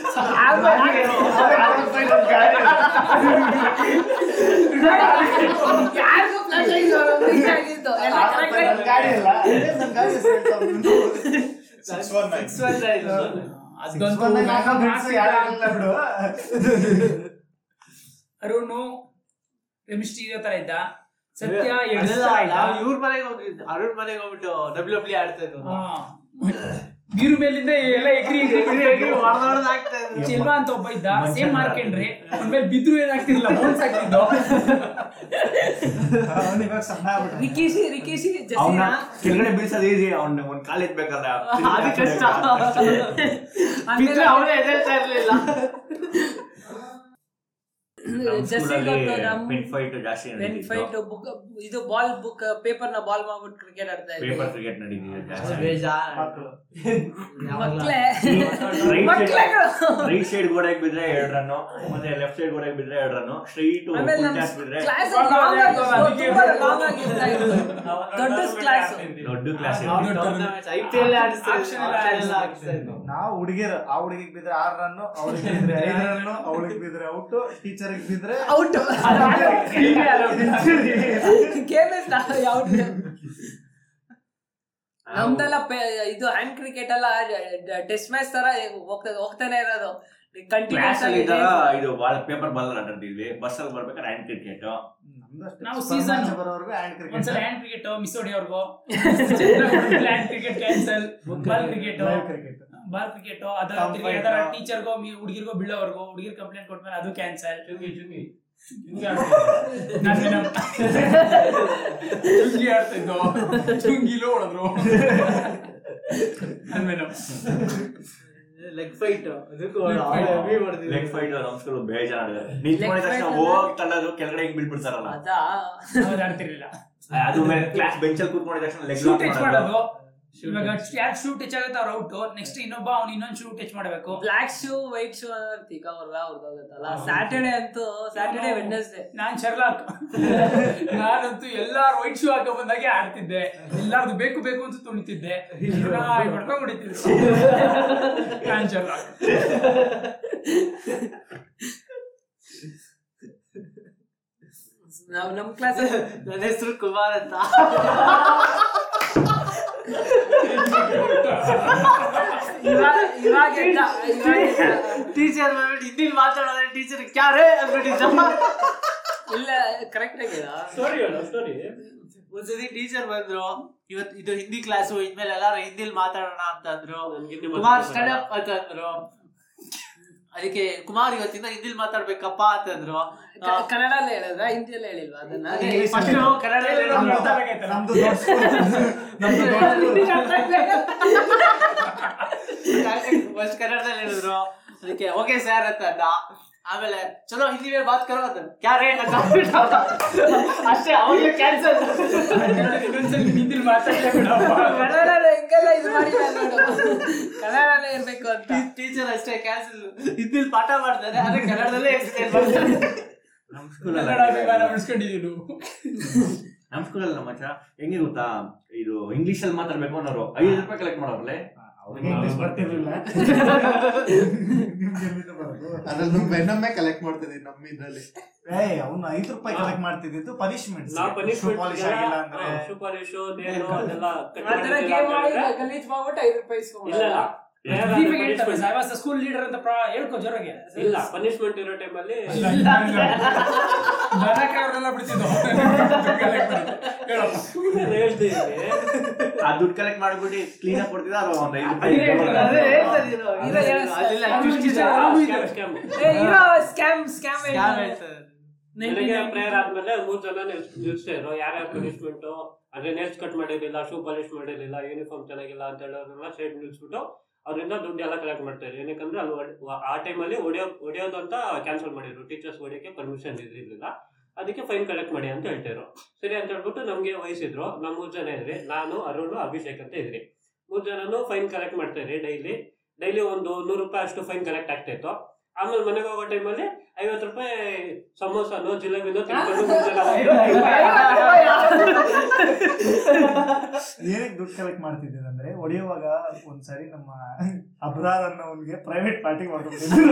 S1: ಯಾರಿಗೂ flash ಆಗಿಲ್ಲ, ಅವ್ರು reach ಆಗಿದ್ದು. ಎಲ್ಲ
S6: ಆರ್ ಒನ್
S1: correct
S6: ಫೈವ್
S1: ಆಗಿ-
S6: ನನ್ ಗಾಡಿ ಅಲ್ಲ ಅದೇ ನನ್ ಗಾಡಿ ಹೆಸ್ರು ಹೇಳ್ತಾ ಇದ್ದೀನಿ. Six one nine. Six one nine ಹಾಕೋ ಬಿಡ್ಸು, ಯಾರು ಇಲ್ಲ ಬಿಡು.
S3: ಅರುಣು ಕೆಮಿಸ್ಟ್ರಿ ಇರೋ ತರ ಇದ್ದ ಸತ್ಯ ಎಡ್ಸ್ತಾ ಇದ್ದ
S5: ಇವ್ರ ಮನೆಗೆ ಹೋಗ್ಬಿಟ್ಟು ಅರುಣ್ ಮನೆಗೆ ಹೋಗ್ಬಿಟ್ಟು ಡಬ್ಲ್ಯೂ ಡಬ್ಲ್ಯೂ ಆಡ್ತಾ ಇದ್ರು
S3: ಹಾ. ಬೀರು ಮೇಲಿಂದ ಎಲ್ಲ ಎಗ್ರಿ ಎಗ್ರಿ ಎಗ್ರಿ
S5: ಹೊಡ್ದ್ ಹೊಡ್ದ್ ಆಗ್ತಾ ಇದ್ರು
S3: ಚೆಲ್ವ ಅಂತ ಒಬ್ಬ ಇದ್ದ ಸೇಮ್ ಮಾರ್ಕೆಂಡ್ರಿ ಆಮೇಲೆ ಬಿದ್ರು ಏನಾಗ್ತಿರ್ಲಿಲ್ಲ ಮೋನ್ಸ್ ಆಗ್ತಿದ್ದು
S6: ಅವ್ನು ಇವಾಗ ಸಣ್ಣ ಆಗ್ಬಿಟ್ಟ.
S1: ರಿಕೇಶಿ ರಿಕೇಶಿ
S8: ಅವ್ನ
S1: ಜಸೀನಾ
S8: ಕೆಳಗಡೆ ಬೀಳ್ಸೋದು ಈಸಿ ಅವ್ನ ಒಂದ್ ಕಾಲ್ ಎತ್ಬೇಕಲ್ಲ
S5: ಅದು ಕಷ್ಟ ಬಿಟ್ರೆ
S1: ಆಮೇಲೆ
S5: ಅವನೇ ಎದೇಳ್ತಾ ಇರ್ಲಿಲ್ಲ
S1: ಜಸೀನ್ ಗೊತ್ತು ನಮ್ಮ
S8: ಪೆನ್ ಫೈಟ್ ಜಾಸ್ತಿ
S1: ಪೆನ್ ಫೈಟ್ ಬುಕ್ ಇದು ಬಾಲ್ ಬುಕ್ ಪೇಪರ್ ನ ಬಾಲ್ ಮಾಡ್ಬಿಟ್ಟು ಕ್ರಿಕೆಟ್ ಆಡ್ತಾ
S8: ಪೇಪರ್
S1: ಇದ್ವಿ
S8: ಕ್ರಿಕೆಟ್ ನಡೀತಿದೆ ಜಾಸ್ತಿ
S5: ಬೇಜಾರ್
S1: ಮಕ್ಳೇ
S8: ರೈಟ್ ಸೈಡ್
S1: ಮಕ್ಳುಗಳು.
S8: ರೈಟ್ ಸೈಡ್ ಗೋಡೆಗೆ ಬಿದ್ರೆ ಎರಡು ರನ್ ಮತ್ತೆ ಲೆಫ್ಟ್ ಸೈಡ್ ಗೋಡೆಗೆ ಬಿದ್ರೆ ಎರಡು ರನ್ ಸ್ಟ್ರೈಟ್
S1: ಆಮೇಲೆ ನಮ್ಮ
S8: ಬಿದ್ರೆ
S1: ಕ್ಲಾಸ್
S3: ಬಾಲ್
S1: ಲಾಂಗ್
S3: ಆಡ್ತಾ ಇದ್ವಿ,
S1: ಆಗಿ
S3: ಅದಕ್ಕೆ
S1: ತುಂಬಾ ಲಾಂಗ್ ಆಗಿರ್ತಾ ಇತ್ತು ದೊಡ್ಡ ಕ್ಲಾಸ್
S8: ದೊಡ್ಡ ಕ್ಲಾಸ್
S5: ಐಪಿಎಲ್ ಆಡಿಸ್ತಾ ಇದ್ರು, auction ಎಲ್ಲ ಆಡಿಸ್ತಾ ಇದ್ರು
S2: ನಾವು ಹುಡುಗಿರು ಆ ಹುಡುಗಿಗೆ ಬಿದ್ರೆ ಆರ್ ರನ್ ಅವಳಿಗೆ ಬಿದ್ರೆ ಐದು ರನ್ ಅವಳಿಗೆ ಬಿದ್ರೆ ಔಟ್ ಟೀಚರ್ ಬಿದ್ರೆ
S1: ಔಟ್ ಗೇಮಸ್ ಔಟ್ ನಮ್ದೆಲ್ಲ ಪೆ- ಇದು ಹ್ಯಾಂಡ್ ಕ್ರಿಕೆಟ್ ಎಲ್ಲ ಟೆಸ್ಟ್ ಮ್ಯಾಚ್ ತರ ಹೋಗ್ತಾ- ಹೋಗ್ತಾನೆ ಇರೋದು
S8: ಕ್ಲಾಸ್ ಅಲ್ಲಿ
S1: ಕಂಟಿನ್ಯೂಸ್
S8: ಇದ್ದಾಗ ಇದು ಬಾಲ್ ಪೇಪರ್ ಬಾಲ್ ಆಟಾಡ್ತಿದ್ವಿ ಬಸ್ ಅಲ್ಲಿ ಬರ್ಬೇಕಾದ್ರೆ ಹ್ಯಾಂಡ್ ಕ್ರಿಕೆಟ್
S3: ನಾವು season-
S2: ಬರೋವರೆಗೂ ಹ್ಯಾಂಡ್ ಕ್ರಿಕೆಟ್
S3: ಒಂದ್ಸಲ ಹ್ಯಾಂಡ್ ಕ್ರಿಕೆಟ್ ಮಿಸ್ ಹೊಡಿಯೋರ್ಗು hand cricket cancel ball cricket
S2: cricket
S3: ball cricket
S6: Thumb fight.
S3: ಅದರ ಟೀಚರ್ಗೋ ಹುಡುಗಿರ್ಗೋ ಬೀಳೋವರೆಗೂ ಹುಡುಗಿರ್ ಕಂಪ್ಲೇಂಟ್ ಕೊಟ್ಮೇಲೆ ಅದು ಕ್ಯಾನ್ಸಲ್ ಚುಂಗಿ ಆಡ್ತಿದ್ದೋ ಚುಂಗಿಲೂ ಹೊಡೆದ್ರು
S5: ಲೆಗ್ ಫೈಟ್ ಅದಕ್ಕೂ
S3: Leg
S5: ಅವ್ನು
S3: fight.
S5: heavy ಹೊಡ್ದಿದ್ರು.
S8: ಲೆಗ್ ಫೈಟ್ ನಮ್ಮ ಸ್ಕೂಲ್ ಬೇಜಾರು ನಿಂತ್ ಮಾಡಿದ ತಕ್ಷಣ
S1: Leg fight
S8: ಹೋಗಿ ತಳ್ಳೋದು ಕೆಳಗಡೆ ಹಿಂಗ್ ಬೀಳ್ಬಿಡ್ತಾರಲ್ಲ
S1: ಅದಾ
S3: ಆಡ್ತಿರ್ಲಿಲ್ಲ
S8: ಅದು ಮೇಲೆ ಕ್ಲಾಸ್ ಬೆಂಚ್ ಅಲ್ಲಿ ಕೂತ್ಕೊಂಡಿದ ತಕ್ಷಣ ಲೆಗ್
S3: ಶೂ ಟಚ್ ಮಾಡೋದು ಇವಾಗ ಯಾರು ಶೂ ಟಚ್ ಆಗುತ್ತೆ ಅವ್ರು ಔಟ್ ನೆಕ್ಸ್ಟ್ ಇನ್ನೊಬ್ಬ ಅವ್ನು ಇನ್ನೊಂದು ಶೂ ಟಚ್ ಮಾಡಬೇಕು
S1: ಬ್ಲಾಕ್ ಶೂ ವೈಟ್ ಶೂ ಅಂತೀಗ ಅವ್ರಲ್ಲ ಅವ್ರದ್ದು ಆಗುತ್ತಲ್ಲ ಸ್ಯಾಟರ್ಡೆ ಅಂತೂ ಸ್ಯಾಟರ್ಡೆ ವೆಡ್ನೆಸ್ಡೇ
S3: ನಾನ್ ಶರ್ಲಾಕ್ ನಾನಂತೂ ಎಲ್ಲಾರು ವೈಟ್ ಶೂ ಹಾಕೋ ಬಂದಾಗೆ ಆಡ್ತಿದ್ದೆ ಎಲ್ಲಾರ್ದು ಬೇಕು ಬೇಕು ಅಂತ ತುಣಿತಿದ್ದೆ ಹೊಡ್ಕೊಂಡು ಹೊಡಿತಿದ್ದೆ ನಾನ್ ಶರ್ಲಾಕ್
S1: ನಾವು ನಮ್ ಕ್ಲಾಸ್
S5: ನನ್ನ ಹೆಸರು ಕುಮಾರ್ ಅಂತ
S1: ಇವಾಗ ಇವಾಗ ಎದ್ದ- ಇವಾಗ ಎದ್ದ-
S5: ಟೀಚರ್ ಬಂದ್ಬಿಟ್ಟು ಹಿಂದಿಲ್ ಮಾತಾಡೋದ್ರೆ ಟೀಚರ್ ಕ್ಯಾರೇ ಅಂದ್ಬಿಟ್ಟಿದ್ದ
S1: ಇಲ್ಲ ಕರೆಕ್ಟ್ ಆಗಿದ
S5: ಒಂದ್ಸತಿ ಟೀಚರ್ ಬಂದ್ರು ಇವತ್ ಇದು ಹಿಂದಿ ಕ್ಲಾಸು ಇನ್ಮೇಲೆ ಎಲ್ಲಾರು ಹಿಂದಿಲ್ ಮಾತಾಡೋಣ ಅಂತಂದ್ರು ಕುಮಾರ್ ಸ್ಟಡ್ ಅಪ್ ಅಂತಂದ್ರು ಅದಕ್ಕೆ ಕುಮಾರ್ ಇವತ್ತಿಂದ ಹಿಂದಿಲ್ ಮಾತಾಡ್ಬೇಕಪ್ಪ ಅಂತಂದ್ರು
S1: ಕನ್ನಡಲ್ಲೇ ಹೇಳಿದ್ರ ಹಿಂದಿಯಲ್ಲೇ ಹೇಳಿಲ್ವಾ ಅದನ್ನ
S5: ಫಸ್ಟ್ ಕನ್ನಡ
S6: ನಮ್ದು ದೊಡ್ಡ school. ನಮ್ದು ದೊಡ್ಡ school.
S5: ಫಸ್ಟ್ ಕನ್ನಡದಲ್ಲಿ ಹೇಳಿದ್ರು ಅದಕ್ಕೆ ಓಕೆ ಸರ್ ಅಂತ ಅಂದ ಆಮೇಲೆ ಚಲೋ ಹಿಂದಿ ಮೇಲೆ ಬಾತ್ ಕರೋ ಅಂತ ಕ್ಯಾ ರೇ ಅಂತ ಅಂದ್ಬಿಟ್ಟು ಅವ್ನು ಅಷ್ಟೇ ಅವಾಗಲೇ ಕ್ಯಾನ್ಸಲ್
S3: ಇನ್ನೊಂದ್ಸಲ ಹಿಂದಿಲ್ ಮಾತಾಡ್ತಾ
S1: ಕನ್ನಡನೇ ಹಿಂಗೆಲ್ಲ ಇದು ಮಾಡಿಲ್ಲ ನೋಡು ಕನ್ನಡನೇ ಇರ್ಬೇಕು ಅಂತ
S5: ಟೀಚರ್ ಅಷ್ಟೇ ಕ್ಯಾನ್ಸಲ್ ಹಿಂದಿಲ್ ಪಾಠ ಮಾಡ್ತಾರೆ ಅದೇ ಕನ್ನಡದಲ್ಲೇ ಎಕ್ಸ್ಪ್ಲೇನ್ ಮಾಡ್ತಾರೆ
S3: ಕನ್ನಡ ಅಭಿಮಾನ ಉಳಿಸ್ಕೊಂಡಿದೀವಿ ನಾವು
S8: ನಮ್ ಸ್ಕೂಲಲ್ಲಿ ನಮ್ಮ ಹತ್ರ ಹೆಂಗೆ ಗೊತ್ತಾ ಇದು ಇಂಗ್ಲಿಷ್ ಅಲ್ಲಿ ಮಾತಾಡ್ಬೇಕು ಅನ್ನೋರು ಐದು ರೂಪಾಯಿ ಕಲೆಕ್ಟ್ ಮಾಡೋರ್ಲೆ
S2: ಅವ್ರಿಗೆ ಇಂಗ್ಲಿಷ್ ಬರ್ತಿರ್ಲಿಲ್ಲ
S6: ಅದ್ರಲ್ಲಿ ವೆನಮ್ಮೆ ಕಲೆಕ್ಟ್ ಮಾಡ್ತಿದ್ವಿ ನಮ್ಮ ಇದ್ರಲ್ಲಿ
S2: ಏ ಅವ್ನು ಐದು ರೂಪಾಯಿ ಕಲೆಕ್ಟ್ ಮಾಡ್ತಿದ್ದಿದ್ದು ಪನಿಷ್ಮೆಂಟ್
S7: ನಾವು ಪನಿಷ್ಮೆಂಟ್
S2: ಪಾಲಿಶ್ ಆಗಿಲ್ಲ ಅಂದ್ರೆ
S7: ಅದೆಲ್ಲ cut
S1: ಆತರ
S7: ಮಾಡಿದ್ರೆ
S1: ಗೇಮ್ ಮಾಡಿ
S7: ಇಲ್ಲ
S1: ಗಲೀಜ್ ಮಾಡ್ಬಿಟ್ಟು ಐದು ರೂಪಾಯಿ
S7: ಇಲ್ಲ
S1: ಇಸ್ಕೊಂಡ್ಬಿಡಲ್ಲ
S7: ಯಾರಾದ್ರೂ
S3: ದೀಪಿಗೆ ಹೇಳ್ತಾರೆ,
S7: punishment-
S3: "ಸಾಹೇಬ, ಸ ಸ್ಕೂಲ್ ಲೀಡರ್ ಅಂತ ಪ್ರಾ- ಹೇಳ್ಕೊ ಜೋರಾಗೆ
S7: ಇಲ್ಲ ಪನಿಷ್ಮೆಂಟ್ ಇರೋ ಟೈಮಲ್ಲಿ
S3: ಇಲ್ಲ. ಬರಕ್ಕೆ ಅವ್ರನ್ನೆಲ್ಲ ಬಿಡ್ತಿದ್ವು. ಹೇಳಪ್ಪ.
S7: ಹೇಳ್ತಿದ್ವಿ
S8: ಆ ದುಡ್ಡು ಕಲೆಕ್ಟ್ ಮಾಡ್ಬಿಟ್ಟು ಕ್ಲೀನ್ ಆಗಿ ಕೊಡ್ತಿದ್ದ ಅದು ಒಂದ್ ಐದು
S3: ಅದೇ ಹೇಳ್ತಾರೆ,
S5: ಅದೇ
S8: ರೂಪಾಯಿ
S5: ಹೇಳ್ತಾರೆ ಇರೋ.
S1: ಇಲ್ಲ, ಇಲ್ಲ,
S5: ಅದೆಲ್ಲ
S3: ಅದು
S5: twist ಇದೆ.
S3: ನಿಜ.
S5: ಅದು ಇದೆ.
S7: Scam, scam.
S1: ಏ ಇರೋ ಸ್ಕ್ಯಾಮ್ ಸ್ಕ್ಯಾಮ್
S5: Scam ಹೇಳ್ತಾರೆ.
S7: ಬೆಳಿಗ್ಗೆ ಪ್ರೇಯರ್ ಆದ್ಮೇಲೆ ಮೂರ್ ಜನ ನಿಲ್ಸಿದ್ರು ಯಾರ್ಯಾರು ಪನಿಷ್ಮೆಂಟ್ ಅಂದ್ರೆ ನೇಲ್ಸ್ ಕಟ್ ಮಾಡಿರ್ಲಿಲ್ಲ ಶೂ ಪಾಲಿಶ್ ಮಾಡಿರ್ಲಿಲ್ಲ ಯೂನಿಫಾರ್ಮ್ ಚೆನ್ನಾಗಿಲ್ಲ ಅಂತ ಹೇಳೋರ್ನೆಲ್ಲ ಸೈಡ್ ನಿಲ್ಸ್ಬಿಟ್ಟು ಅವರಿಂದ ದುಡ್ಡು ಎಲ್ಲ ಕಲೆಕ್ಟ್ ಮಾಡ್ತಾರೆ ಏನಕ್ಕಂದ್ರೆ ಅಲ್ಲಿ ಒಡ್- ವ- ಆ ಟೈಮಲ್ಲಿ ಒಡೆಯೋ ಒಡೆಯೋದು ಅಂತ ಕ್ಯಾನ್ಸಲ್ ಮಾಡಿದ್ರು ಟೀಚರ್ಸ್ ಹೊಡೆಯೋಕ್ಕೆ ಪರ್ಮಿಷನ್ ಇರಲಿಲ್ಲ ಅದಕ್ಕೆ ಫೈನ್ ಕಲೆಕ್ಟ್ ಮಾಡಿ ಅಂತ ಹೇಳ್ತಿದ್ರು ಸರಿ ಅಂತ ಹೇಳ್ಬಿಟ್ಟು ನಮ್ಗೆ ವಹಿಸಿದ್ರು ನಾವು ಮೂರ್ ಜನ ಇದ್ರಿ ನಾನು ಅರುಣ್ ಅಭಿಷೇಕ್ ಅಂತ ಇದ್ರಿ ಮೂರ್ ಜನನು ಫೈನ್ ಕಲೆಕ್ಟ್ ಮಾಡ್ತಾ ಇದ್ರಿ ಡೈಲಿ ಡೈಲಿ ಒಂದು ನೂರು ರೂಪಾಯಿ ಅಷ್ಟು ಫೈನ್ ಕಲೆಕ್ಟ್ ಆಗ್ತಾ ಇತ್ತು ಆಮೇಲೆ ಮನೆಗೆ ಹೋಗೋ ಟೈಮಲ್ಲಿ ಐವತ್ತು ರೂಪಾಯಿ ಸಮೋಸನೋ ಜಿಲೇಬಿನೋ ತಿನ್ಕೊಂಡು ಮೂರ್ ಜನ
S2: ಏನಕ್ಕೆ ದುಡ್ಡು ಕಲೆಕ್ಟ್ ಮಾಡ್ತಿದ್ದಿದ್ದು ಅಂದ್ರೆ ಹೊಡೆಯುವಾಗ ಒಂದ್ಸರಿ ನಮ್ಮ ಅಬ್ರಾರ್ ಅನ್ನೋ ಅವ್ನಿಗೆ ಪ್ರೈವೇಟ್ ಪಾರ್ಟಿ ಮಾಡ್ಕೊಂಡಿದ್ರು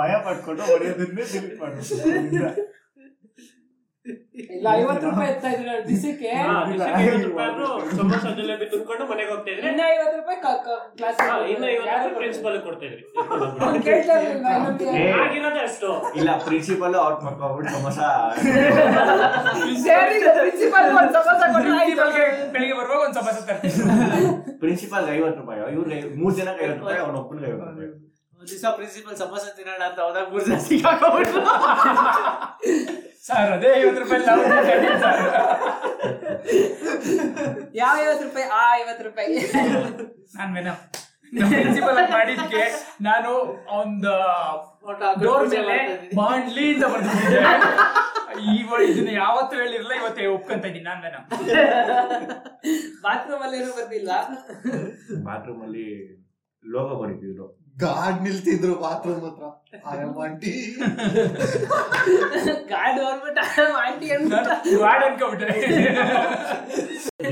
S2: ಭಯ ಪಟ್ಕೊಂಡು ಹೊಡೆಯೋದನ್ನೇ ಡಿಲೀಟ್ ಮಾಡ್ಬಿಟ್ಟಿದ್ರು
S1: ಇಲ್ಲ ಐವತ್ತು ರೂಪಾಯಿ ಎತ್ತಾ ಇದ್ರ ಡಿಸಕ್ಕೆ
S7: ಹಾ, ದಿವ್ಸಕ್ಕೆ ಐವತ್ತು ರೂಪಾಯಿ ಆದ್ರೂ ಸಮೋಸ ಜಿಲೇಬಿ ತಿನ್ಕೊಂಡು ಮನೆಗೆ ಹೋಗ್ತಾ ಇದ್ರೆ
S1: ಇನ್ನ ಐವತ್ತು ರೂಪಾಯಿ ಕ್ಲಾಸ್
S7: ಇನ್ನು ಐವತ್ತು ಪ್ರಿನ್ಸಿಪಾಲ್ ಕೊಡ್ತಾ ಇದ್ರಿ
S1: ಕೇಳ್ತಾ ಇರ್ಲಿಲ್ವಾ ಇನ್ನೊಂದು?
S8: ಏ,
S7: ಆಗಿರೋದೇ ಅಷ್ಟು
S8: ಇಲ್ಲ ಪ್ರಿನ್ಸಿಪಲ್ ಔಟ್ ಮಾಡ್ಕೊಂಡ್ಬಿಟ್ಟು ಸಮಸ
S1: ಸೇರಿ ಪ್ರಿನ್ಸಿಪಾಲ್ ಒಂದ್ ಸಮೋಸ ಕೊಟ್ರೆ ಆಯ್ತು.
S3: Principal ಗೆ ಬೆಳಿಗ್ಗೆ ಬರುವಾಗ ಒಂದ್ ಸಮಸ್ಯೆ ತರ್ತೀನಿ
S8: ಪ್ರಿನ್ಸಿಪಾಲ್ ಐವತ್ತು ರೂಪಾಯಿ ಇವ್ರಿಗೆ ಮೂರ್ ಜನಕ್ಕೆ ಐವತ್ತು ರೂಪಾಯಿ ಅವ್ನ ಒಬ್ಬನಿಗೆ ಐವತ್ತು ರೂಪಾಯಿ
S5: ಒಂದ್ ದಿವಸ ಪ್ರಿನ್ಸಿಪಲ್ ಸಮೋಸ ತಿನ್ನೋಣ ಅಂತ ಹೋದಾಗ ಮೂರ್ ಜನ ಸಿಕ್ಕಾಕೊಂಡ್ಬಿಟ್ರು
S3: ಸರ್ ಅದೇ ಐವತ್ತು ರೂಪಾಯಿ ನಾವು ಕೊಟ್ಟಿದ್ದೀವಿ sir.
S1: ಯಾವ ಐವತ್ತು ರೂಪಾಯಿ ಆ ಐವತ್ತು ರೂಪಾಯಿ
S3: ನಾನ್ ಮೇಡಮ್ ಪ್ರಿನ್ಸಿಪಲ್ ಮಾಡಿದ್ಕೆ ನಾನು ಒಂದು
S5: Photo ಹಾಕ್ಬಿಟ್ಟು
S3: ಡೋರ್
S5: ಪೂಜೆ
S3: ಮೇಲೆ
S5: ಮಾಡ್ತಾ ಇದ್ದೀನಿ.
S3: ಬಾಂಡ್ಲಿ ಅಂತ ಬರ್ದಿದ್ದೆ ಈ ವ- ಇದನ್ನ ಯಾವತ್ತೂ ಹೇಳಿರ್ಲಿಲ್ಲ ಇವತ್ತೇ ಒಪ್ಕೊಂತ ಇದ್ದೀನಿ ನಾನ್ ಮೇಡಮ್
S1: ಬಾತ್ರೂಮ್ ಅಲ್ಲಿ ಬರ್ತಿಲ್ಲ
S8: ಬಾತ್ರೂಮ್ ಅಲ್ಲಿ ಲೋಗೋ ಬರೀತಿದ್ರು
S6: ಗಾಡ್ ನಿಲ್ತಿದ್ರು ಬಾತ್ರೂಮ್ ಹತ್ರ ಆಯಮ್ಮ ಆಂಟಿ
S1: ಗಾಡಿ ಬಂದ್ಬಿಟ್ಟ ಆಂಟಿ ಅನ್ಬಿಟ್ಟ
S3: ನಾನು ವಾರ್ಡ್ ಅನ್ಕೊಂಡ್ಬಿಟ್ಟೆ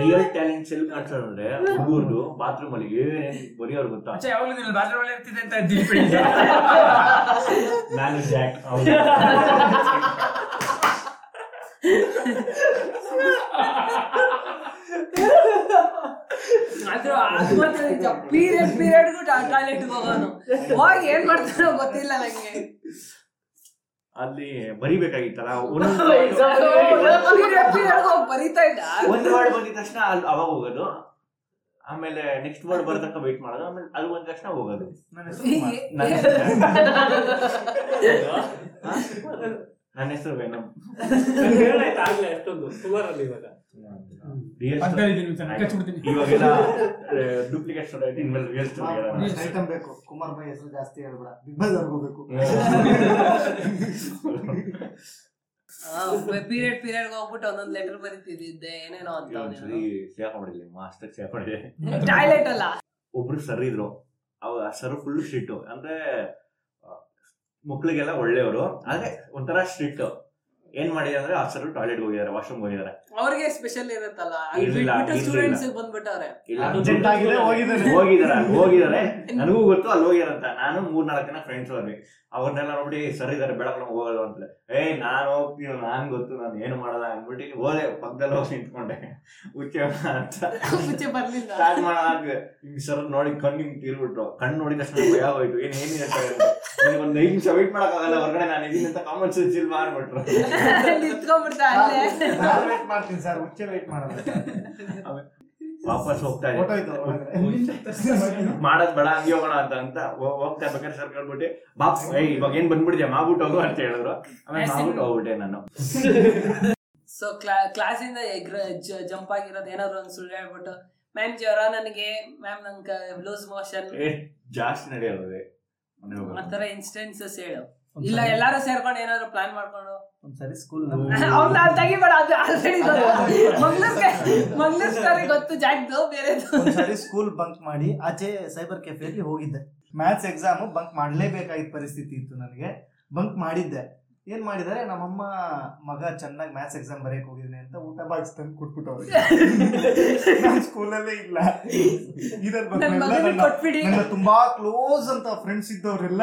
S8: ರಿಯಲ್ ಟ್ಯಾಲೆಂಟ್ಸ್ ಎಲ್ಲಿ ಕಾಣಿಸೋದು ಅಂದ್ರೆ ಹುಡುಗರ್ದು ಬಾತ್ರೂಮ್ ಅಲ್ಲಿ ಏನೇನ್ ಬರೆಯೋರು ಗೊತ್ತಾ
S3: ಅಚ್ಚ ಯಾವಾಗಲೂ ನೀನು ಬಾತ್ರೂಮ್ ಒಳಗೆ ಇರ್ತಿದ್ದೆ ಅಂತ ದಿಲ್ಪಿಡಿ
S8: ನಾನು ಜಾಕ್
S1: ಆದ್ರೂ ಆಸ್ಪತ್ರೆ ಪೀರಿಯಡ್ ಪೀರಿಯಡ್ಗೂ ಟಾಯ್ಲೆಟ್ ಹೋಗೋನು ಹೋಗಿ ಏನ್ ಮಾಡ್ತಾನೋ ಗೊತ್ತಿಲ್ಲ ನಂಗೆ
S8: ಅಲ್ಲಿ ಬರಿಬೇಕಾಗಿತ್ತಲ್ಲ
S5: Oh,
S1: ಪೀರಿಯಡ್ ಪೀರಿಯಡ್ ಹೋಗಿ ಬರೀತಾ ಇದ್ದ
S8: ಒಂದು ವರ್ಡ್ ಬಂದಿದ ತಕ್ಷಣ ಅಲ್ಲಿ ಅವಾಗ ಹೋಗೋದು ಆಮೇಲೆ ನೆಕ್ಸ್ಟ್ ವರ್ಡ್ ಬರ್ತಕ್ಕ ವೇಟ್ ಮಾಡೋದು ಆಮೇಲೆ ಅದು ಬಂದ ತಕ್ಷಣ ಹೋಗೋದು
S2: ನನ್ನ ಹೆಸರು ಕುಮಾರ್.
S8: ನನ್ನ ಹೆಸರು- ಹಾ? ನನ್ನ ಹೆಸರು ವೆನಮ್
S7: ನಂಗ್ ಹೇಳಾಯ್ತು ಆಗ್ಲೇ ಅಷ್ಟೊಂದು ಸುಮಾರಲ್ಲಿ ಇವಾಗ
S8: Real story.
S3: ಹದಿನೈದು ನಿಮಿಷ ಕಚ್ಬಿಡ್ತೀನಿ
S8: ಇವಾಗೆಲ್ಲ ಡೂಪ್ಲಿಕೇಟ್ ಸ್ಟೋರಿ ಆಯ್ತು ಇನ್ಮೇಲೆ ರಿಯಲ್ ಸ್ಟೋರಿ
S2: ಒಂದು item ಬೇಕು ಕುಮಾರ್ ಬಾಯಿ ಹೆಸರು ಜಾಸ್ತಿ ಹೇಳ್ಬೇಡ ಬಿಗ್ ಬಾಸ್ ಹೋಗ್ಬೇಕು
S1: ಪೀರಿಯಡ್ ಪೀರಿಯಡ್ ಹೋಗ್ಬಿಟ್ಟು ಒಂದೊಂದ್ ಲೆಟರ್ ಬರೀತಿದ್ದೆ ಏನೇನೋ ಅಂತ
S8: ಒಂದ್ಸರಿ ಸೇರ್ಕೊಂಡಿದ್ದೆ ಮಾಸ್ಟರ್ ಸೇರ್ಕೊಂಡಿದ್ದೆ
S1: ಟಾಯ್ಲೆಟ್ ಅಲ್ಲ
S8: ಒಬ್ರು ಸರ್ ಇದ್ರು ಅವ್ ಸರ್ ಫುಲ್ ಸ್ಟ್ರಿಟ್ ಅಂದ್ರೆ ಆ, ಮಕ್ಳಿಗೆಲ್ಲ ಒಳ್ಳೆಯವರು ಆದ್ರೆ ಒಂಥರ ಸ್ಟ್ರಿಟ್ ಏನ್ ಮಾಡಿದಾರೆ ಅಂದ್ರೆ ಆ ಸರ್ ಟಾಯ್ಲೆಟ್ ಹೋಗಿದ್ದಾರೆ ವಾಶ್ರೂಮ್ ಹೋಗಿದ್ದಾರೆ
S1: ಅವ್ರಿಗೆ ಸ್ಪೆಷಲ್ ಇರುತ್ತಲ್ಲ
S8: ಇರ್ಲಿಲ್ಲ, ಇರ್ಲಿಲ್ಲ.
S1: ಸ್ಟೂಡೆಂಟ್ಸ್ ಬಂದ್ಬಿಟ್ಟವ್ರೆ
S8: ಇಲ್ಲ
S7: ಅದು
S2: ಅರ್ಜೆಂಟ್ ಆಗಿದೆ ಹೋಗಿದ್ದಾನೆ
S8: ಹೋಗಿದಾರೆ ಹೋಗಿದಾರೆ ನನಗೂ ಗೊತ್ತು ಅಲ್ಲಿ ಹೋಗಿರಂತ ನಾನು ಮೂರ್ ನಾಲ್ಕು ಜನ ಫ್ರೆಂಡ್ಸ್ ಹೋದ್ವಿ ಅವ್ರನ್ನೆಲ್ಲ ನೋಡಿ ಸರ್ ಇದಾರೆ ಬೆಳಗ್ಗೆ ಹೋಗೋದು ಅಂತ ಏ ನಾನು ಹೋಗ್ತೀನಿ ನಾನ್ ಗೊತ್ತು ನಾನು ಏನು ಮಾಡಲ್ಲ ಅಂದ್ಬಿಟ್ಟು ಹೋದೆ ಪಕ್ಕದಲ್ಲಿ ಹೋಗಿ ನಿಂತ್ಕೊಂಡೆ ಹುಚ್ಚೆ ಅಂತ
S1: ಮುಂಚೆ ಬರ್ಲಿಲ್ಲ
S8: ಸ್ಟಾರ್ಟ್ ಮಾಡಾಗ ಹಿಂಗ್ ಸರ್ ನೋಡಿ ಕಣ್ಣು ಹಿಂಗ್ ತೀರ್ಬಿಟ್ರು ಕಣ್ಣು ನೋಡಿದ ತಕ್ಷಣ ಭಯ ಹೋಯ್ತು ಏನ್ ಏನಿದೆ ಸರ್ ಒಂದ್ ಐದು ನಿಮಿಷ ವೆಯ್ಟ್ ಮಾಡಕ್ಕಾಗಲ್ಲ ಹೊರಗಡೆ ನಾನು ಇದೀನಿ ಅಂತ ಕಾಮನ್ ಸೆನ್ಸ್ ಇಲ್ಲಿ ಮಾಡ್ಬಿಟ್ರು
S1: ನಿಂತ್ಕೊಂಡ್ಬಿಡ್ತ ಅಲ್ಲೇ
S2: ನಾನು ವೇಟ್ ಮಾಡ್ತೀನಿ ಸರ್ ಹುಚ್ಚೆ ವೇಟ್ ಮಾಡೋದು
S8: ವಾಪಸ್ ಹೋಗ್ತಾ
S2: ಫೋಟೋ
S8: ಇದೆ
S2: ಇತ್ತು ಒಳಗಡೆ.
S8: ಮಾಡೋದ್ ಬೇಡ ಹಂಗೆ ಹೋಗೋಣ ಅಂತ ಅಂತ ಹೋ- ಹೋಗ್ತಾ ಬೇಕಾದ್ರೆ ಸರ್ ಕೇಳ್ಬಿಟ್ಟು ಬಾಪ್ ಏ ಇವಾಗ ಏನ್ ಬಂದ್ಬಿಟ್ಟಿದ್ಯಾ ಮಾಡ್ಬಿಟ್ಟು ಹೋಗು ಅಂತ ಹೇಳಿದ್ರು ಆಮೇಲೆ ಮಾಡ್ಬಿಟ್ಟು ಹೋಗ್ಬಿಟ್ಟೆ ನಾನು
S1: ಸೊ ಕ್ಲಾಸ್ ಇಂದ ಎಗ್ರ ಜಂಪ್ ಆಗಿರೋದು ಏನಾದ್ರು ಒಂದ್ ಸುಳ್ಳು ಹೇಳ್ಬಿಟ್ಟು ಮ್ಯಾಮ್ ಜ್ವರ ನನಗೆ ಮ್ಯಾಮ್ ನಂಗೆ ಲೂಸ್ ಮೋಷನ್
S8: ಏ, ಜಾಸ್ತಿ ನಡೆಯೋದು ಮನೆ ಹೋಗೋದು.
S1: ಆತರ ಇನ್ಸ್ಟೆನ್ಸಸ್ ಹೇಳು ಇಲ್ಲ ಎಲ್ಲಾರು ಸೇರ್ಕೊಂಡು ಏನಾದ್ರು ಪ್ಲಾನ್ ಮಾಡ್ಕೊಂಡು
S2: ಒಂದ್ಸರಿ ಸ್ಕೂಲ್
S1: ಅವ್ನ ಅಲ್ಲಿ ತೆಗಿಬೇಡ ಅದು ಆಲ್ರೆಡಿ ಮಂಗ್ಳೂರ್ ಮಂಗ್ಳೂರ್ ಸ್ಟೋರಿ ಗೊತ್ತು ಜಾಗ್ದು ಬೇರೆದು
S2: ಒಂದ್ಸರಿ ಸ್ಕೂಲ್ ಬಂಕ್ ಮಾಡಿ ಆಚೆ ಸೈಬರ್ ಕೆಫೆಯಲ್ಲಿ ಹೋಗಿದ್ದೆ ಮ್ಯಾಥ್ಸ್ ಎಕ್ಸಾಮ್ ಬಂಕ್ ಮಾಡಲೇಬೇಕಾಗಿದ್ದ ಪರಿಸ್ಥಿತಿ ಇತ್ತು ನನಗೆ ಬಂಕ್ ಮಾಡಿದ್ದೆ ಏನ್ ಮಾಡಿದಾರೆ ನಮ್ಮಮ್ಮ ಮಗ ಚೆನ್ನಾಗಿ ಮ್ಯಾಥ್ಸ್ ಎಕ್ಸಾಮ್ ಬರೆಯಕ್ ಹೋಗಿದ್ದೀನಿ ಅಂತ ಊಟ ಬಾಕ್ಸ್ ತಂದು ಕೊಟ್ಬಿಟ್ಟು ನಾನು ಸ್ಕೂಲಲ್ಲೇ ಇಲ್ಲ ಇದನ್
S1: ನನ್ ಮಗನಿಗೆ ಕೊಟ್ಬಿಡಿ.
S2: ನನ್ನ ತುಂಬಾ ಕ್ಲೋಸ್ ಅಂತ ಫ್ರೆಂಡ್ಸ್ ಇದ್ದವರೆಲ್ಲ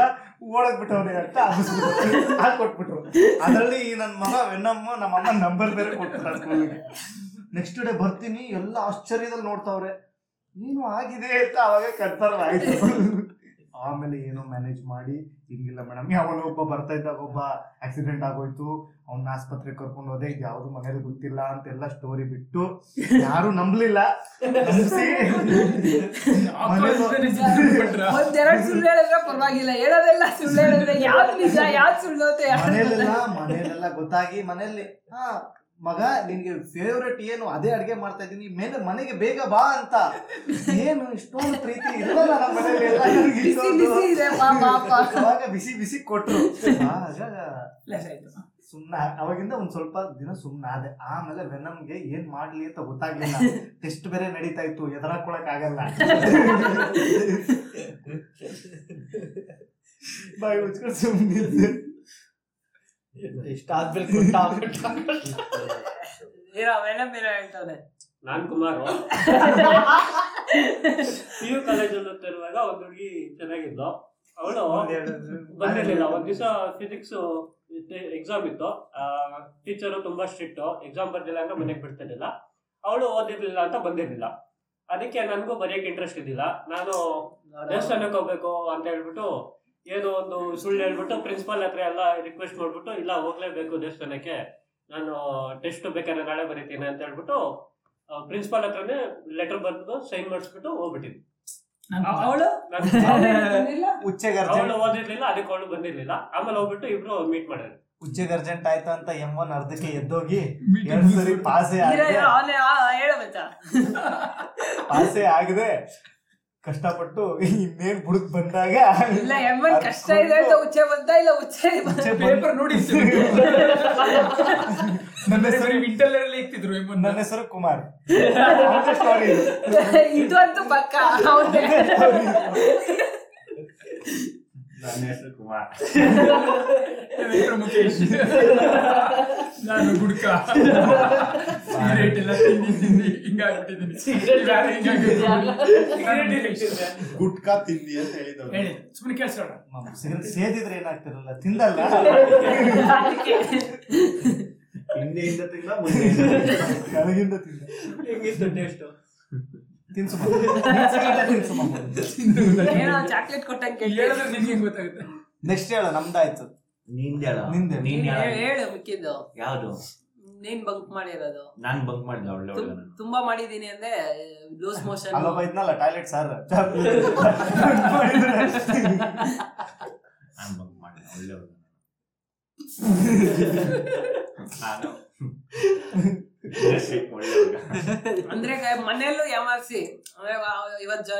S2: ಓಡೋಗ್ಬಿಟ್ಟವ್ರೆ ಅಂತ ಅನ್ನಿಸ್ಬಿಟ್ಟು ಹಾಕ್ ಕೊಟ್ಬಿಟ್ರು ಅದರಲ್ಲಿ ಈ ನನ್ನ ಮಗ ವೆನ್ನಮ್ಮ ನಮ್ಮ ಅಮ್ಮ ನಂಬರ್ ಬೇರೆ ಕೊಟ್ಬಿಟ್ಟ ಸ್ಕೂಲಿಗೆ ನೆಕ್ಸ್ಟ್ ಡೇ ಬರ್ತೀನಿ ಎಲ್ಲ ಆಶ್ಚರ್ಯದಲ್ಲಿ ನೋಡ್ತಾವ್ರೆ ಏನು ಆಗಿದೆ ಅಂತ ಅವಾಗ ಕನ್ಫರ್ಮ್ ಆಯ್ತು ಆಮೇಲೆ ಏನೋ ಮ್ಯಾನೇಜ್ ಮಾಡಿ ಹಿಂಗಿಲ್ಲ ಮೇಡಮ್ ಯಾವನೋ ಒಬ್ಬ ಬರ್ತಾ ಇದ್ದಾಗ ಒಬ್ಬ ಆಕ್ಸಿಡೆಂಟ್ ಆಗೋಯ್ತು ಅವ್ನ ಆಸ್ಪತ್ರೆಗೆ ಕರ್ಕೊಂಡು ಹೋದೆ ಇದು ಯಾವ್ದು ಮನೇಲಿ ಗೊತ್ತಿಲ್ಲ ಅಂತೆಲ್ಲ ಸ್ಟೋರಿ ಬಿಟ್ಟು ಯಾರು ನಂಬ್ಲಿಲ್ಲ ನಂಬ್ಸಿ ಮನೇಲಿ-
S1: ಒಂದೆರಡು ಸುಳ್ಳು ಹೇಳಿದ್ರೆ ಪರವಾಗಿಲ್ಲ ಹೇಳೋದೆಲ್ಲ ಸುಳ್ಳು ಹೇಳಿದ್ರೆ ಯಾವ್ದು ನಿಜ ಯಾವ್ದು ಸುಳ್ಳು ಅಂತ ಯಾವ್ದು ಗೊತ್ತಿಲ್ಲ.
S2: ಮನೇಲೆಲ್ಲ ಮನೇಲೆಲ್ಲ ಗೊತ್ತಾಗಿ ಮನೇಲಿ ಹಾ ಮಗ ನಿನ್ಗೆ ಫೇವ್ರೆಟ್ ಏನು ಅದೇ ಅಡ್ಗೆ ಮಾಡ್ತಾ ಇದ್ದೀನಿ ಮೇಲೆ ಮನೆಗೆ ಬೇಗ ಬಾ ಅಂತ ಏನು ಇಷ್ಟೊಂದು ಪ್ರೀತಿ ಇರಲ್ಲ ನಮ್ಮ ಮನೇಲಿ ಎಲ್ಲ ನಿನ್ಗೆ
S1: ಬಿಸಿ
S2: ಇಷ್ಟೊಂದು.
S1: ಬಿಸಿ ಇದೆ ಪಾ ಪಾ ಪಾ
S2: ಅವಾಗ ಬಿಸಿ ಬಿಸಿ ಕೊಟ್ರು ಆಗ
S3: Less ಆಯ್ತು.
S2: ಸುಮ್ನ ಅವಾಗಿಂದ ಒಂದ್ ಸ್ವಲ್ಪ ದಿನ ಸುಮ್ನ ಆದೆ ಆಮೇಲೆ ವೆನಮ್ಗೆ ಏನ್ ಮಾಡ್ಲಿ ಅಂತ ಗೊತ್ತಾಗ್ಲಿಲ್ಲ ಟೆಸ್ಟ್ ಬೇರೆ ನಡೀತಾ ಇತ್ತು ಎದುರಾಕೊಳಕ್ ಆಗಲ್ಲ ಬಾಯಿ ಮುಚ್ಕೊಂಡು ಸುಮ್ಮನೆ
S6: ಇಷ್ಟ ಆದ್ಮೇಲೆ ಕೊಟ್ಟ
S1: ಏನೋ ಮೇಡಮ್ ಏನೋ ಹೇಳ್ತವ್ರೆ
S7: ನಾನ್ ಕುಮಾರ್ ಪಿ ಯು ಕಾಲೇಜಲ್ಲಿ ಓದ್ತಿರುವಾಗ ಒಂದ್ ಹುಡುಗಿ ಚೆನ್ನಾಗಿದ್ಲು ಅವಳು ಬಂದಿರ್ಲಿಲ್ಲ ಒಂದ್ ದಿವಸ ಫಿಸಿಕ್ಸ್ ಎಕ್ಸಾಮ್ ಇತ್ತು ಟೀಚರು ತುಂಬಾ ಸ್ಟ್ರಿಕ್ಟ್ ಎಕ್ಸಾಮ್ ಬರ್ದಿಲ್ಲ ಅಂದ್ರೆ ಮನೆಗೆ ಬಿಡ್ತಿರ್ಲಿಲ್ಲ ಅವಳು ಓದಿರ್ಲಿಲ್ಲ ಅಂತ ಬಂದಿರ್ಲಿಲ್ಲ ಅದಕ್ಕೆ ನನಗೂ ಬರೆಯಕ್ಕೆ ಇಂಟ್ರೆಸ್ಟ್ ಇದ್ದಿಲ್ಲ ನಾನು ದೇವಸ್ಥಾನಕ್ಕೆ ಹೋಗ್ಬೇಕು ಅಂತ ಹೇಳ್ಬಿಟ್ಟು ಏನೋ ಒಂದು ಸುಳ್ಳು ಹೇಳ್ಬಿಟ್ಟು ಪ್ರಿನ್ಸಿಪಾಲ್ ಹತ್ರ ಎಲ್ಲ ರಿಕ್ವೆಸ್ಟ್ ಮಾಡ್ಬಿಟ್ಟು ಇಲ್ಲ ಹೋಗ್ಲೇಬೇಕು ದೇವಸ್ಥಾನಕ್ಕೆ ನಾನು ಟೆಸ್ಟ್ ಬೇಕಾದ್ರೆ ನಾಳೆ ಬರೀತೀನಿ ಅಂತ ಹೇಳ್ಬಿಟ್ಟು ಪ್ರಿನ್ಸಿಪಾಲ್ ಹತ್ರನೇ ಲೆಟರ್ ಬರೆದು ಸೈನ್ ಮಾಡಿಸ್ಬಿಟ್ಟು ಹೋಗ್ಬಿಟ್ಟಿದ್ದೆ
S3: ನಾನು-
S1: ಅವಳು
S7: ನಾನು-
S2: ಹುಚ್ಚೆಗರ್ಜೆಂಟ್
S7: ಅವಳು ಓದಿರ್ಲಿಲ್ಲ ಅದಕ್ಕೆ ಅವಳು ಬಂದಿರ್ಲಿಲ್ಲ ಆಮೇಲೆ ಹೋಗ್ಬಿಟ್ಟು ಇಬ್ರು ಮೀಟ್ ಮಾಡಿದ್ರು
S2: ಹುಚ್ಚೆಗರ್ಜೆಂಟ್ ಆಯ್ತು ಅಂತ ಎಂ ಒನ್ ಅರ್ಧಕ್ಕೆ ಎದ್ದೋಗಿ ಎರಡ್ ಸರಿ ಪಾಸೇ ಆಗದೆ
S1: ಅವನೇ ಹೇಳು ಮಚ್ಚ
S2: ಪಾಸೇ ಆಗದೆ ಕಷ್ಟಪಟ್ಟು ಇನ್ನೇನ್ ಬುಡಕ್ ಬಂದಾಗ
S1: ಇಲ್ಲ ಎಮ್ಮನ್ ಕಷ್ಟ ಇದೆ ಅಂತ ಉಚ್ಚೆ ಬಂತ ಇಲ್ಲ ಉಚ್ಚೆ ಬಂತ.
S2: ಹುಚ್ಚೆ ಬಂದ್-
S3: ಪೇಪರ್ ನೋಡಿ
S2: ನನ್ನ ಹೆಸರು
S3: ವಿಂಟರ್ ಅಲ್ಲಿ ಇಕ್ತಿದ್ರು ಇಮ್ಮನ್ನ.
S2: ನನ್ನ ಹೆಸರು ಕುಮಾರ್ ಅವ್ನ್ದೇ story ಇದು.
S1: ಇದು ಅಂತೂ ಪಕ್ಕ ಅವನೇ
S8: ನನ್ನ ಹೆಸರು ಕುಮಾರ್
S3: ನನ್ನ ಹೆಸ್ರು ಮುಖೇಶ್ ನಾನು ಗುಡ್ಕ ಸಿಗರೇಟ್ ಎಲ್ಲ ತಿಂದು ತಿಂದು ಹಿಂಗಾಗ್ಬಿಟ್ಟಿದ್ದೀನಿ ಯಾರು ಹಿಂಗಾಗ್ಬಿಟ್ಟಿದ್ದೀನಿ? ಸಿಗರೇಟ್ ಇರ್ಲಿಕ್ಕಿಲ್ಲ.
S6: ಗುಟ್ಕಾ ತಿಂದಿ ಅಂತ ಹೇಳಿದವ್ರು
S3: ಹೇಳಿ ಸುಮ್ಮನೆ ಕೇಳಿಸ್ಕೊಳ
S2: ಮಾಮ, ಸಿಗರೇಟ್ ಸೇದಿದ್ರೆ ಏನಾಗ್ತಿರಲ್ಲ ತಿಂದಲ್ಲ
S8: ಹಿಂದೆಯಿಂದ ತಿಂದ ಮುಂದೆ
S2: ಕೆಳಗಿಂದ ತಿಂದ
S7: ಹೆಂಗಿತ್ತು ಟೇಸ್ಟ್
S2: ತಿನ್ಸು ಮಾಮ. ನೀನ್ ಸಿಗರೇಟ ತಿನ್ಸು
S1: ಏನೋ ಚಾಕ್ಲೇಟ್ ಕೊಟ್ಟಂಗೆ ಕೇಳ್ತೀನಿ.
S3: ಹೇಳಿದ್ರೆ ನಿಮ್ಗೆ ಹೆಂಗ್ ಗೊತ್ತಾಗುತ್ತೆ
S2: ನೆಕ್ಸ್ಟ್ ಹೇಳು ನಮ್ದಾಯ್ತು
S8: ನಿಂದೆಳ
S2: ನಿಂದೆ.
S8: ನೀನ್
S1: ನೀನ್
S8: ಯಾರು?
S1: ಹೇಳು ಮಿಕ್ಕಿದ್ದು
S8: ಯಾವ್ದು
S1: ನೀನ್ ಬಂಕ್ ಮಾಡಿರೋದು
S8: ನಾನ್ ಬಂಕ್ ಮಾಡಿಲ್ಲ ಒಳ್ಳೆ
S1: ತುಂ-
S8: ಒಳ್ಳೆ ನಾನು
S1: ತುಂಬಾ ಮಾಡಿದೀನಿ ಅಂದ್ರೆ ಲೂಸ್ ಮೋಷನ್
S2: ಅಲ್ಲೊಬ್ಬ ಇದ್ನಲ್ಲ ಟಾಯ್ಲೆಟ್ ಸರ್
S8: ನಾನ್ ಬಂಕ್ ಮಾಡಿಲ್ಲ ಒಳ್ಳೆ ಒಳ್ಳೆ ನಾನು Yes, ಒಳ್ಳೆ ಹುಡ್ಗ.
S1: ಅಂದ್ರೆ ಗ- ಮನೇಲೂ ಎಮರ್ಸಿ ಅಂದ್ರೆ ವಾ- ಇವತ್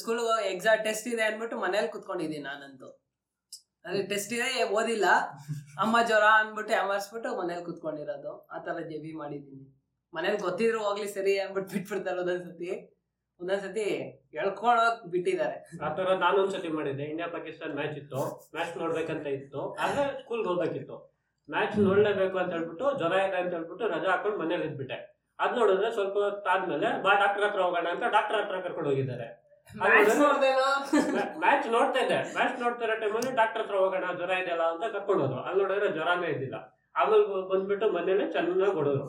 S1: ಸ್ಕೂಲ್ ಎಕ್ಸಾಮ್ ಟೆಸ್ಟ್ ಇದೆ ಅನ್ಬಿಟ್ಟು ಮನೇಲಿ ಕುತ್ಕೊಂಡಿದ್ದೀನಿ ನಾನಂತೂ ಅದೇ ಟೆಸ್ಟ್ ಇದೆ ಓದಿಲ್ಲ ಅಮ್ಮ ಜ್ವರ ಅನ್ಬಿಟ್ಟು ಎಮರ್ಸ್ಬಿಟ್ಟು ಮನೇಲಿ ಕುತ್ಕೊಂಡಿರೋದು ಆತರ ಜೆಬಿ ಮಾಡಿದ್ದೀನಿ ಮನೇಲಿ ಗೊತ್ತಿದ್ರು ಹೋಗ್ಲಿ ಸರಿ ಅನ್ಬಿಟ್ಟು ಬಿಟ್ಬಿಡ್ತಾರೆ ಒಂದೊಂದ್ಸತಿ ಒಂದೊಂದ್ಸತಿ ಎಳ್ಕೊಳಕ್ ಬಿಟ್ಟಿದ್ದಾರೆ
S7: ಆತರ ನಾನೊಂದ್ಸತಿ ಮಾಡಿದ್ದೆ ಇಂಡಿಯಾ ಪಾಕಿಸ್ತಾನ್ ಮ್ಯಾಚ್ ಇತ್ತು ಮ್ಯಾಚ್ ನೋಡ್ಬೇಕಂತ ಇತ್ತು ಆದ್ರೆ ಸ್ಕೂಲ್ಗೆ ಹೋಗ್ಬೇಕಿತ್ತು ಮ್ಯಾಚ್ ನೋಡ್ಲೇಬೇಕು ಅಂತ ಹೇಳ್ಬಿಟ್ಟು ಜ್ವರ ಇದೆ ಅಂತ ಹೇಳ್ಬಿಟ್ಟು ರಜಾ ಹಾಕೊಂಡು ಮನೇಲಿ ಇದ್ಬಿಟ್ಟೆ ಅದ್ ನೋಡಿದ್ರೆ ಸ್ವಲ್ಪ ಹೊತ್ತಾದ್ಮೇಲೆ ಬಾ ಡಾಕ್ಟರ್ ಹತ್ರ ಹೋಗೋಣ ಅಂತ ಡಾಕ್ಟರ್ ಹತ್ರ ಕರ್ಕೊಂಡು ಹೋಗಿದ್ದಾರೆ
S1: Match ನೋಡ್ದೇನೋ?
S7: ಮ್ಯಾಚ್ ನೋಡ್ತಾ ಇದ್ದೆ ಮ್ಯಾಚ್ ನೋಡ್ತಾ ಇರೋ ಟೈಮಲ್ಲಿ ಡಾಕ್ಟರ್ ಹತ್ರ ಹೋಗೋಣ ಜ್ವರ ಇದೆಯಲ್ಲ ಅಂತ ಕರ್ಕೊಂಡು ಹೋದ್ರು ಅಲ್ಲಿ ನೋಡಿದ್ರೆ ಜ್ವರನೇ ಇದ್ದಿಲ್ಲ ಆಮೇಲೆ ಬ- ಬಂದ್ಬಿಟ್ಟು ಮನೇಲಿ ಚೆನ್ನಾಗಿ ಹೊಡೆದ್ರು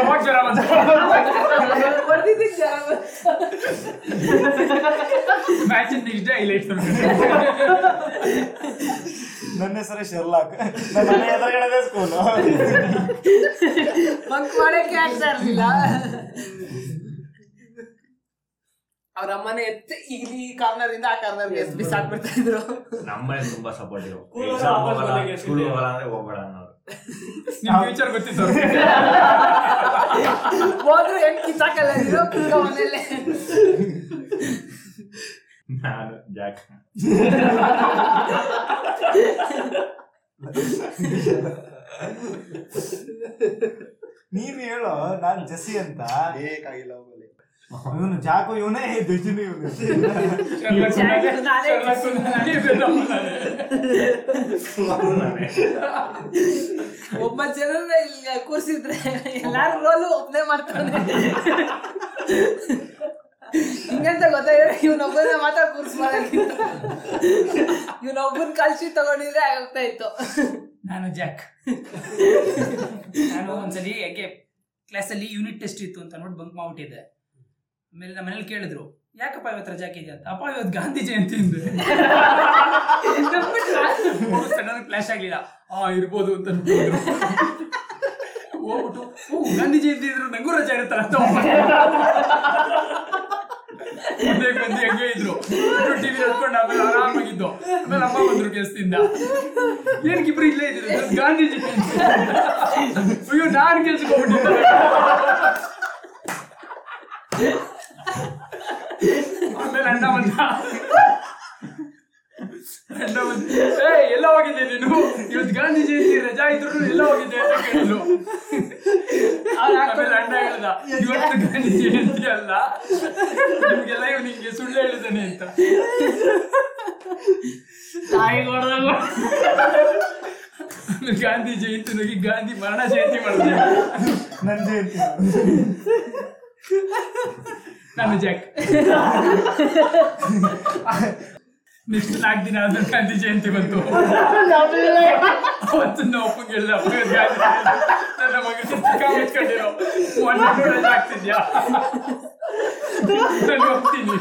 S3: ಅವಾಗ ಜ್ವರ ಬಂತು.
S1: ಬರ್ದಿದ್ದೀನಿ ಜ್ವರ ಬಂತು.
S3: Match ಇಂದ ಇಷ್ಟೇ highlights ನೋಡ್ಬೇಕು.
S2: ನನ್ನ ಹೆಸರು ಶರ್ಲಾಕ್ ನನ್ನ ಮನೆ ಎದುರುಗಡೆನೇ ಸ್ಕೂಲ್
S1: ಬಂಕ್ ಮಾಡಕ್ಕೆ ಆಗ್ತಾ ಇರ್ಲಿಲ್ಲ ಅವ್ರ ಅಮ್ಮನೇ ಎತ್ತಿ ಇಲ್ಲಿ ಈ ಕಾರ್ನರ್ ಇಂದ ಆ ಕಾರ್ನರ್ ಎಸ್ ಬಿಸಾಕ್ಬಿಡ್ತಾ ಇದ್ರು
S8: ನಮ್ಮನೆ ತುಂಬಾ ಸಪೋರ್ಟ್ ಇರೋ
S7: School ಹೋದ್ರೆ
S8: ಎಕ್ಸಾಮ್
S7: ವಾಪಸ್
S8: ಹೋಗಲ್ಲ
S7: ಮನೆಗೆ
S8: ಸ್ಕೂಲ್ ಹೋಗಲ್ಲ ಅಂದ್ರೆ ಹೋಗ್ಬೇಡ ಅನ್ನೋರು
S3: ನಿಮ್ future ಗೊತ್ತಿತ್ತು ಅವ್ರಿಗೆ.
S1: ಹೋದ್ರು ಹೆಂಗ್ ಕಿತ್ತಾಕಲ್ಲ ಇರೋ ಕೂತ್ಕೊ ಮನೇಲೆ
S8: ನಾನು ಜಾಕ್
S2: ನೀನ್ ಹೇಳೋ ನಾನ್ ಜಸಿ ಅಂತ
S6: ಬೇಕಾಗಿಲ್ಲ ಹೋಗಲಿ
S2: ಇವನು ಜಾಕು ಇವನೇ ದಜಿನು ಇವನು
S1: ಒಬ್ಬ ಜನರನ್ನ ಇಲ್ಲಿ ಕೂರ್ಸಿದ್ರೆ ಎಲ್ಲಾರು ರೋಲು ಒಬ್ನೇ ಮಾಡ್ತಾನೆ ಹಿಂಗಂತ ಗೊತ್ತಾಗಿದೆ ಇವನೊಬ್ಬನ ಮಾತ್ರ ಕೂರ್ಸ್ಬಾರ್ದಾಗಿತ್ತು ಇವನೊಬ್ಬನ ಕಲ್ಸಿ ತಗೊಂಡಿದ್ರೆ ಆಗೋಗ್ತಾ ಇತ್ತು
S3: ನಾನು ಜಾಕ್ ನಾನು ಒಂದ್ಸಲಿ ಯಾಕೆ ಕ್ಲಾಸಲ್ಲಿ ಯೂನಿಟ್ ಟೆಸ್ಟ್ ಇತ್ತು ಅಂತ ನೋಡಿ ಬಂಕ್ ಮಾಡ್ಬಿಟ್ಟಿದ್ದೆ ಆಮೇಲೆ ನಮ್ಮ ಮನೇಲಿ ಕೇಳಿದ್ರು ಯಾಕಪ್ಪ ಇವತ್ತು ರಜಾ ಹಾಕಿದ್ಯಾ ಅಂತ ಅಪ್ಪ ಇವತ್ತು ಗಾಂಧಿ ಜಯಂತಿ ಅಂದೆ ಸಡನ್ ಕ್ಲಾಶ್ ಆಗ್ಲಿಲ್ಲ ಆ ಇರ್ಬೋದು ಅಂತ ಅನ್ಕೊಂಡ್ರು. ಹೋಗ್ಬಿಟ್ಟು ಓ ಗಾಂಧಿ ಜಯಂತಿ ಇದ್ರು ನಂಗೂ ರಜಾ ಇರುತ್ತಲ್ಲ ಅಂತ ವಾಪಸ್ ಮುಂದೆ ಬಂದು ಹೆಂಗೆ ಇದ್ರು ಟಿವಿ ನೋಡ್ಕೊಂಡು ಆಮೇಲೆ ಆರಾಮಾಗಿದ್ದು ಆಮೇಲೆ ಅಮ್ಮ ಬಂದ್ರು ಕೆಲ್ಸದಿಂದ ಏನಕ್ಕಿಬ್ರು ಇಲ್ಲೇ ಇದ್ರು ಗಾಂಧೀಜಿ ಅಯ್ಯೋ ನಾನು ಕೆಲ್ಸಕ್ಕೆ ಹೋಗ್ಬಿಟ್ಟಿದ್ದೆ ಆಮೇಲೆ ಅಣ್ಣ ಬಂದ ಅಣ್ಣ ಬಂದ ಏ ಎಲ್ಲ ಹೋಗಿದ್ದೆ ನೀನು ಇವತ್ತು ಗಾಂಧಿ ಜಯಂತಿ ರಜಾ ಇದ್ರು ಎಲ್ಲ ಹೋಗಿದ್ದೆ ಅಂತ ಕೇಳಿದ್ರು ಆಮೇಲೆ ಅಣ್ಣ ಹೇಳ್ದ ಇವತ್ತು ಗಾಂಧಿ ಜಯಂತಿ ಅಲ್ಲ ನಿಮ್ಗೆಲ್ಲ ಇವ್ ನಿಂಗೆ ಸುಳ್ಳು ಹೇಳಿದ್ದಾನೆ ಅಂತ
S5: ತಾಯಿ ಹೊಡೆದಾಗ
S3: ಆಮೇಲೆ ಗಾಂಧಿ ಜಯಂತಿ ನುಗ್ಗಿ ಗಾಂಧಿ ಮರಣ ಜಯಂತಿ ಮಾಡಿದೆ
S2: ನನ್ ಜಯಂತಿ
S3: ನಾನು ಜಾಕ್ ನೆಕ್ಸ್ಟ್ ನಾಲ್ಕು ದಿನ ಆದ್ಮೇಲೆ ಗಾಂಧಿ ಜಯಂತಿ ಬಂತು ಅವತ್ತು ನಾವು ಅಪ್ಪಂಗೆ ಹೇಳಿದೆ ಅಪ್ಪ ಇವತ್ತು ಗಾಂಧಿ ಜಯಂತಿ. ನನ್ನ ಮಗನಿಗೆ ಚಿಕ್ಕ ಮುಚ್ಕೊಂಡಿರೋ ಒನ್ ರಜೆ ಆಗ್ತಿದ್ಯಾ ನಾನು ಹೋಗ್ತೀನಿ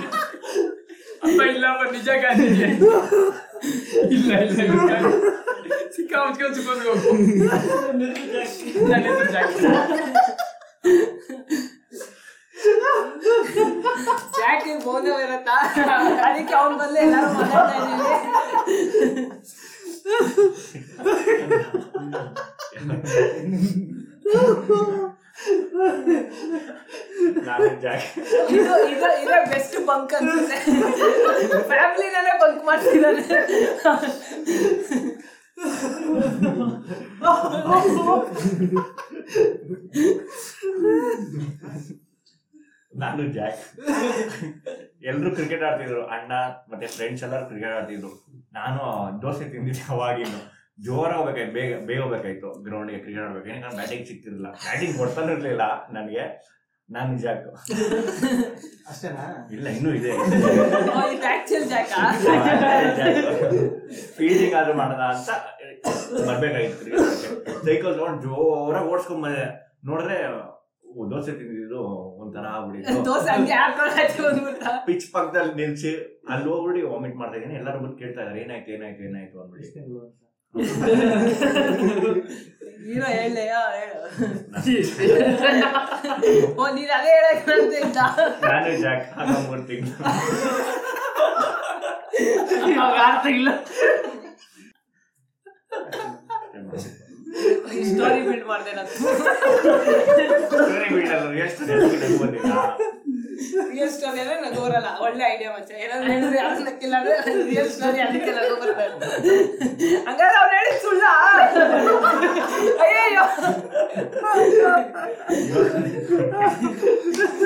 S3: ಅಪ್ಪ ಇಲ್ಲ ಅಪ್ಪ ನಿಜ ಗಾಂಧಿ ಜಯಂತಿ ಇಲ್ಲ ಇಲ್ಲ ಇಲ್ಲ ಚಿಕ್ಕ ಮುಚ್ಕೊಂಡು ಚಿಕ್ಕೊಂಡು ಹೋಗು ನನ್ನ ಹೆಸರು ಜಾಕ್
S1: ಯಾಕೆ ಬೋಧೆ ಇರತ್ತಾ ಅದಕ್ಕೆ ಅವ್ನ ಬದಲೇ ಎಲ್ಲಾರು ಮಾತಾಡ್ತಾ ಇದ್ದೀವಿ
S8: ನಾನು ಜಾಕ್
S1: ಇದು ಇದು ಇದೇ ಬೆಸ್ಟ್ ಬಂಕ್ ಅನ್ಸುತ್ತೆ ಫ್ಯಾಮಿಲಿನೇ ಬಂಕ್ ಮಾಡ್ತಿದ್ದಾನೆ
S8: ನಾನು ಜಾಕ್ ಎಲ್ರು ಕ್ರಿಕೆಟ್ ಆಡ್ತಿದ್ರು ಅಣ್ಣ ಮತ್ತೆ ಫ್ರೆಂಡ್ಸ್ ಎಲ್ಲರೂ ಕ್ರಿಕೆಟ್ ಆಡ್ತಿದ್ರು ನಾನು ದೋಸೆ ತಿಂದಿದ್ದೆ ಅವಾಗಿನ್ನು ಜೋರ ಹೋಗ್ಬೇಕಾಯ್ತು ಬೇಗ ಬೇಗ ಹೋಗ್ಬೇಕಾಯ್ತು ಗ್ರೌಂಡ್ಗೆ ಕ್ರಿಕೆಟ್ ಆಡ್ಬೇಕು ಏನಕ್ಕೆ ಬ್ಯಾಟಿಂಗ್ ಸಿಕ್ತಿರ್ಲಿಲ್ಲ ಬ್ಯಾಟಿಂಗ್ ಕೊಡ್ತಾನೆ ಇರ್ಲಿಲ್ಲ ನನಗೆ ನಾನು ಜಾಕ್
S2: ಅಷ್ಟೇನಾ
S8: ಇಲ್ಲ ಇನ್ನೂ ಇದೆ
S1: ಓ, ಇದು ಆಕ್ಚುಲ್ ಜಾಕ
S8: ಫೀಲ್ಡಿಂಗ್ ಆದ್ರೂ ಮಾಡೋಣ ಅಂತ ಬರ್ಬೇಕಾಗಿತ್ತು ಕ್ರಿಕೆಟ್ ಸೈಕಲ್ ತಗೊಂಡು ಜೋರಾಗಿ ಓಡಿಸ್ಕೊಂಡ್ ಬಂದೆ ನೋಡಿದ್ರೆ ಓ, ದೋಸೆ ತಿಂದಿದ್ದು ಒಂಥರ ಆಗ್ಬಿಡಿತ್ತು
S1: ದೋಸೆ ಹಂಗೆ ಹಾಕೊಂಡಾಚೆ ಬಂದ್ಬಿಟ್ಟ
S8: ಪಿಚ್ ಪಕ್ಕದಲ್ಲಿ ನಿಲ್ಸಿ ಅಲ್ಲಿ ಹೋಗ್ಬಿಡಿ ವಾಮಿಟ್ ಮಾಡ್ತಾ ಇದೀನಿ ಎಲ್ಲರೂ ಬಂದು ಕೇಳ್ತಾ ಇದಾರೆ ಏನಾಯ್ತು ಏನಾಯ್ತು ಏನಾಯ್ತು ಅಂದ್ಬಿಡಿ
S1: ಏನೋ ಹೇಳಯ್ಯ ಓ ನೀನ್ ಅದೇ ಹೇಳಕ್ ಅಂತ ಇದ್ದ
S8: ನಾನು ಜಾಕ್ ಆಗ ಮೂರ್ ತಿಂಗ್ಳು.
S5: ಇವಾಗ ಅರ್ಥ ಇಲ್ಲ
S1: ಸ್ಟೋರಿ ಬಿಲ್ಡ್ ಮಾಡ್ದೆ ನಾನು
S8: Story build ಅಲ್ಲ, real story ಅಲ್ಲ, ನಂಗ್ ಗೊತ್ತಿಲ್ಲ.
S1: ರಿಯಲ್ ಸ್ಟೋರಿ ಅಂದ್ರೆ ನಂಗೆ ಬರಲ್ಲ ಒಳ್ಳೆ ಐಡಿಯಾ ಮಚ್ಚ ಏನಾದ್ರು ಹೇಳಿದ್ರೆ ಅದನ್ನಕ್ಕಿಲ್ಲ ಅಂದ್ರೆ ರಿಯಲ್ ಸ್ಟೋರಿ ಅದಕ್ಕೆ ನಂಗೆ ಬರ್ತಾರೆ ಹಂಗಾದ್ರೆ ಅವ್ರು ಹೇಳಿದ್ ಸುಳ್ಳ ಅಯ್ಯೋ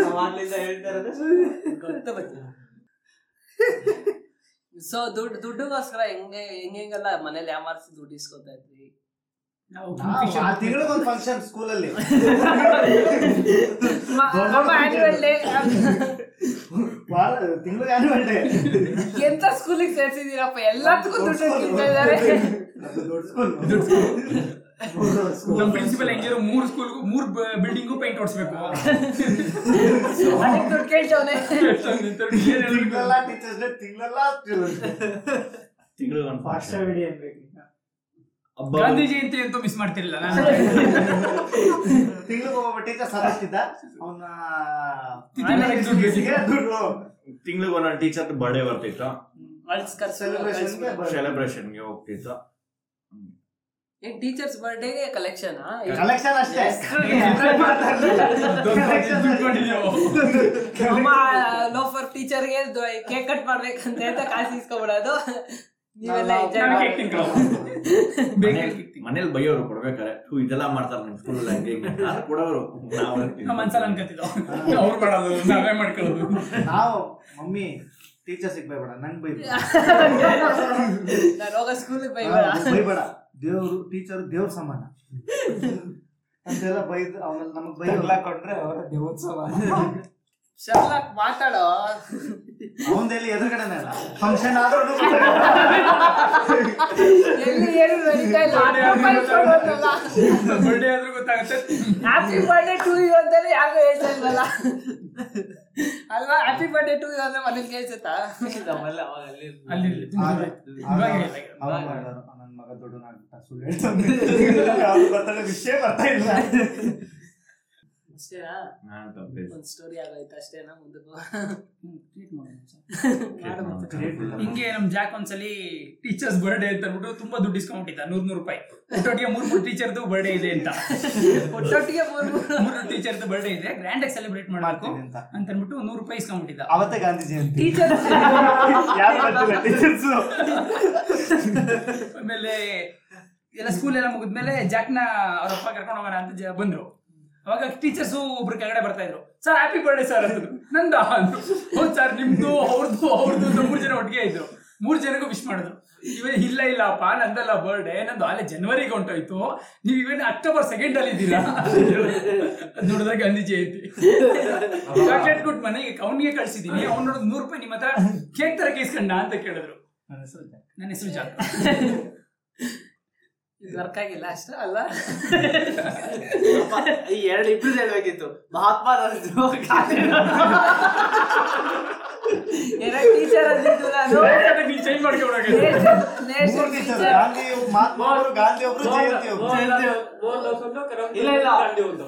S5: ನಾವ್ ಆಗ್ಲಿಂದ ಹೇಳ್ತಾ ಇರೋದು
S1: ಸೊ ದುಡ್ಡು ದುಡ್ಡುಗೋಸ್ಕರ ಹೆಂಗೆ ಹೆಂಗೆಲ್ಲ ಮನೇಲಿ ಯಾಮಾರಿಸಿ ದುಡ್ಡು ಇಸ್ಕೊತಾ ಇದ್ವಿ
S2: ಆ ತಿಂಗಳಿಗೊಂದು ಫಂಕ್ಷನ್ ಸ್ಕೂಲಲ್ಲಿ
S1: ಆನ್ಯುವಲ್ ಡೇ
S2: ವಾರ ತಿಂಗಳಿಗೆ ಆನ್ಯುವಲ್ ಡೇ
S1: ಎಂತ ಸ್ಕೂಲಿಗೆ ಸೇರ್ಸಿದೀರಪ್ಪ ಎಲ್ಲದಕ್ಕೂ ದುಡ್ಡು ಇಸ್ಕೊತಾ ಇದಾರೆ
S2: ದೊಡ್ಡ ಸ್ಕೂಲ್
S3: ನಮ್ಮ ಪ್ರಿನ್ಸಿಪಲ್ ಹೆಂಗಿರೋ ಮೂರ್ ಸ್ಕೂಲ್ ಮೂರ್ ಬಿಲ್ಡಿಂಗು ಪೇಂಟ್ ಓಡಿಸ್ಬೇಕು
S1: ಅದಕ್ಕೆ ದುಡ್ಡು ಕೇಳ್ತವನೆ
S2: ತಿಂಗಳೆಲ್ಲ ಟೀಚರ್ಸ್ ಡೇ ತಿಂಗಳೆಲ್ಲ
S8: ತಿಂಗ್ಳಿಗೆ ಒಂದ್
S2: ಫಾಸ್ಟ್
S8: function.
S2: ವಿಡಿಯೋ ಅನ್ಬೇಕು
S8: ಹಬ್ಬ
S3: ಗಾಂಧಿ ಜಯಂತಿ ಅಂತೂ ಮಿಸ್ ಮಾಡ್ತಿರ್ಲಿಲ್ಲ ನಾನು
S2: ತಿಂಗಳಿಗೆ ಒಬ್ಬ ಟೀಚರ್ ಸಾಧಿಸ್ತಿದ್ದ ಅವನ
S3: ತಿಥಿ ಮಾಡಕ್ಕೆ ದುಡ್ಡು ಬೇಕಿತ್ತು.
S2: ದುಡ್ಡು
S8: ತಿಂಗ್ಳಿಗೆ ಒಂದೊಂದು ಟೀಚರ್ ಬರ್ಡೇ ಬರ್ತಿತ್ತು
S1: ಅಳ್ಸ್ಕರ್ಸಲ್ಲ
S2: ಸೆಲೆಬ್ರೇಷನ್ಗೆ
S8: ಸೆಲೆಬ್ರೇಷನ್ಗೆ ಹೋಗ್ತಿತ್ತು
S1: ಏನ್ ಟೀಚರ್ಸ್ ಬರ್ಡೇಗೆ ಕಲೆಕ್ಷನ್
S2: ಕಲೆಕ್ಷನ್ ಅಷ್ಟೇ
S1: ಅಮ್ಮ ಲೋಫರ್ ಟೀಚರ್ಗೆ ಕೇಕ್ ಕಟ್ ಮಾಡ್ಬೇಕಂತೆ ಅಂತ ಕಾಸು ಇಸ್ಕೊಬಿಡೋದು ನೀವೆಲ್ಲ enjoy
S3: ನಾನ್ cake
S1: ಮಾಡಿ.
S8: ಮನೇಲಿ ಬೈಯೋರು ಕೊಡ್ಬೇಕಾರೆ ಥೂ ಇದೆಲ್ಲ ಮಾಡ್ತಾರೆ ನಿಮ್ ಸ್ಕೂಲ್ ಹಂಗೆ ಹಿಂಗೆ ಅಂತ. ಆದ್ರೆ ಕೊಡೋರು ನಾವು
S3: ನಮ್ಮ ಮನ್ಸಲ್ಲಿ ಅನ್ಕೋತಿದ್ವು ಅವ್ರು ಮಾಡೋದು ನಾವೇ ಮಾಡ್ಕೊಳ್ಳೋದು
S2: ನಾವು ಮಮ್ಮಿ ಟೀಚರ್ಸ್ ಬೈಬೇಡ ನಂಗ್ ಬೈಬೇಡ
S1: ನಾನು ಹೋಗೋ ಸ್ಕೂಲಿಗೆ
S2: ಆ, ಬೈಬೇಡ ದೇವ್ರು ಟೀಚರ್ ದೇವ್ರ ಸಮಾನ ಅಂತೆಲ್ಲ ಬೈದು ಆಮೇಲೆ ನಮಗ್ ಬೈಲ್ಲ
S4: ಕೊಟ್ರೆ ಅವರ ದೇವೋತ್ಸವ
S1: ಶರ್ಲಾಕ್ ಮಾತಾಡೋ
S2: ಅವಂದೆಲ್ಲಿ ಎದುರುಗಡೆನೆ ಅಲ್ಲ ಫಂಕ್ಷನ್ ಆದ್ರೂ
S1: ಎಲ್ಲಿ ಏನು ನಡೀತಾ ಇಲ್ಲ ಅಪ್ರೂಪ ಇಟ್ಕೊಂಡ್ವಲ್ಲ.
S3: ಬರ್ಡೇ ಆದ್ರೂ ಗೊತ್ತಾಗುತ್ತೆ
S1: ಹ್ಯಾಪಿ ಬರ್ಡೇ ಟು ಯು ಅಂತಾನೆ ಯಾರು ಹೇಳ್ತಾ ಇಲ್ವಲ್ಲ ಅಲ್ವಾ ಹ್ಯಾಪಿ ಬರ್ಡೇ ಟು ಯು ಅಂದ್ರೆ ಮನೇಲಿ ಕೇಳ್ಸುತ್ತಾ
S5: ನಮ್ಮಲ್ಲಿ ಅವಾಗ ಅಲ್ಲಿ
S3: ಅಲ್ಲಿ ಇರ್ಲಿ, ತುಂಬಾ
S2: ಅದೇ.
S3: ಇರ್ಲಿ. ಇವಾಗ ಇರ್ಲಿ.
S2: ಅವ್ನು ಮಾಡ್ಯಾರ, ನನ್ ಮಗ ದೊಡ್ಡನಾಗ್ಬಿಟ್ಟ ಸುಳ್ಳು ಹೇಳ್ತಾನೆ ಯಾವ್ದು ಬರ್ತಾನೆ ವಿಷಯ ಬರ್ತಾ ಇಲ್ಲ
S1: ಅಷ್ಟೇನಾ
S8: ನಾನು ತಪ್ಪೇ.
S1: ಒಂದ್ ಸ್ಟೋರಿ ಆಗೋಯ್ತು ಅಷ್ಟೇನಾ ಮುಂದಕ್ಕೂ
S3: ಹ್ಮ್, treat ಮಾಡೋಣ sir.
S1: ಮಾಡು ಮತ್ತೆ.
S3: ಹಿಂಗೆ ನಮ್ ಜಾಕ್ ಒಂದ್ಸಲಿ ಟೀಚರ್ಸ್ ಬರ್ಡೇ ಅಂತ ಅಂದ್ಬಿಟ್ಟು ತುಂಬಾ ದುಡ್ಡು ಡಿಸ್ಕೌಂಟ್ ಇತ್ತ ನೂರ್ ನೂರು ರೂಪಾಯಿ ಒಟ್ಟೊಟ್ಟಿಗೆ ಮೂರ್ ಮೂರ್ ಟೀಚರ್ದು ಬರ್ಡೇ ಇದೆ ಅಂತ
S1: ಒಟ್ಟೊಟ್ಟಿಗೆ ಮೂರು
S3: ಮೂರ್ ಟೀಚರ್ದು ಬರ್ಡೇ ಇದೆ ಗ್ರ್ಯಾಂಡ್ ಆಗಿ ಸೆಲೆಬ್ರೇಟ್ ಮಾಡಬೇಕು
S2: ಮಾಡ್ತೀನಿ ಅಂತ
S3: ಅಂತ ಅಂದ್ಬಿಟ್ಟು ನೂರ್ ರೂಪಾಯಿ ಇಸ್ಕೊಂಡ್ಬಿಟ್ಟಿದ್ದ
S2: ಅವತ್ತೇ ಗಾಂಧಿ ಜಯಂತಿ
S1: ಟೀಚರ್
S2: ಯಾರು ಬರ್ತಿಲ್ಲ ಟೀಚರ್ಸ್
S3: ಆಮೇಲೆ ಎಲ್ಲ ಸ್ಕೂಲ್ ಎಲ್ಲ ಮುಗಿದ್ಮೇಲೆ ಜಾಕ್ನ ಅವ್ರ ಅಪ್ಪ ಕರ್ಕೊಂಡು ಹೋಗೋಣ ಅಂತ ಜ- ಬಂದ್ರು ಅವಾಗ ಟೀಚರ್ಸು ಒಬ್ರು ಕೆಳಗಡೆ ಬರ್ತಾ ಇದ್ರು ಸರ್ ಹ್ಯಾಪಿ ಬರ್ಡೇ ಸರ್ ಅಂತ ನಂದ ಅಂದ್ರು ಹೌದು ಸರ್ ನಿಮ್ದು ಅವ್ರದ್ದು ಅವ್ರದ್ದು ಅಂತ ಮೂರು ಜನ ಒಟ್ಟಿಗೆ ಇದ್ರು ಮೂರು ಜನಗೂ ವಿಶ್ ಮಾಡಿದ್ರು ಇವೇ ಇಲ್ಲ ಇಲ್ಲಪ್ಪ ನಂದಲ್ಲ ಬರ್ಡೇ ನಂದು ಆಲೆ ಜನವರಿಗೆ ಹೊಂಟೋಯ್ತು ನೀವು ಇವೇನು ಅಕ್ಟೋಬರ್ ಸೆಕೆಂಡ್ ಅಲ್ಲಿ ಇದ್ದೀರಾ ಅದ್ ನೋಡಿದಾಗ ಗಾಂಧಿ ಜಯಂತಿ ಚಾಕ್ಲೇಟ್ ಕೊಟ್ಟು ಮನೆಗೆ ಅವ್ನಿಗೆ ಕಳ್ಸಿದೀನಿ ಅವ್ನು ನೋಡಿದ್ ನೂರು ರೂಪಾಯಿ ನಿಮ್ಮ ಹತ್ರ ಕೇಕ್ ತರ ಕೇಸ್ಕಂಡ ಅಂತ ಕೇಳಿದ್ರು ನನ್ನ ಹೆಸರು ಜಾಕ್
S1: ವರ್ಕ್ ಆಗಿಲ್ಲ ಅಷ್ಟು ಅಲ್ಲ
S5: ಅಪ್ಪ, ಈ ಎರಡು ಇಬ್ರು ಹೇಳ್ಬೇಕಿತ್ತು ಮಹಾತ್ಮ ಗಾಂಧಿ
S1: ಏನೋ ಟೀಚರ್ ಅಂದಿದ್ದು ನಾನು
S3: ಚೇಂಜ್ ಮಾಡ್ಕೊಬಿಡೋಕೆ
S1: Nation- nation
S2: ಮೂರು ಟೀಚರ್
S1: teacher.
S2: ಗಾಂಧಿ ಒಬ್ರು, ಮಹಾತ್ಮ ಒಬ್ರು, ಗಾಂಧಿ ಒಬ್ರು ಜಯಂತಿ ಒಬ್ರು
S5: ಇಲ್ಲ, ಇಲ್ಲ.
S7: ಗಾಂಧಿ ಒಂದು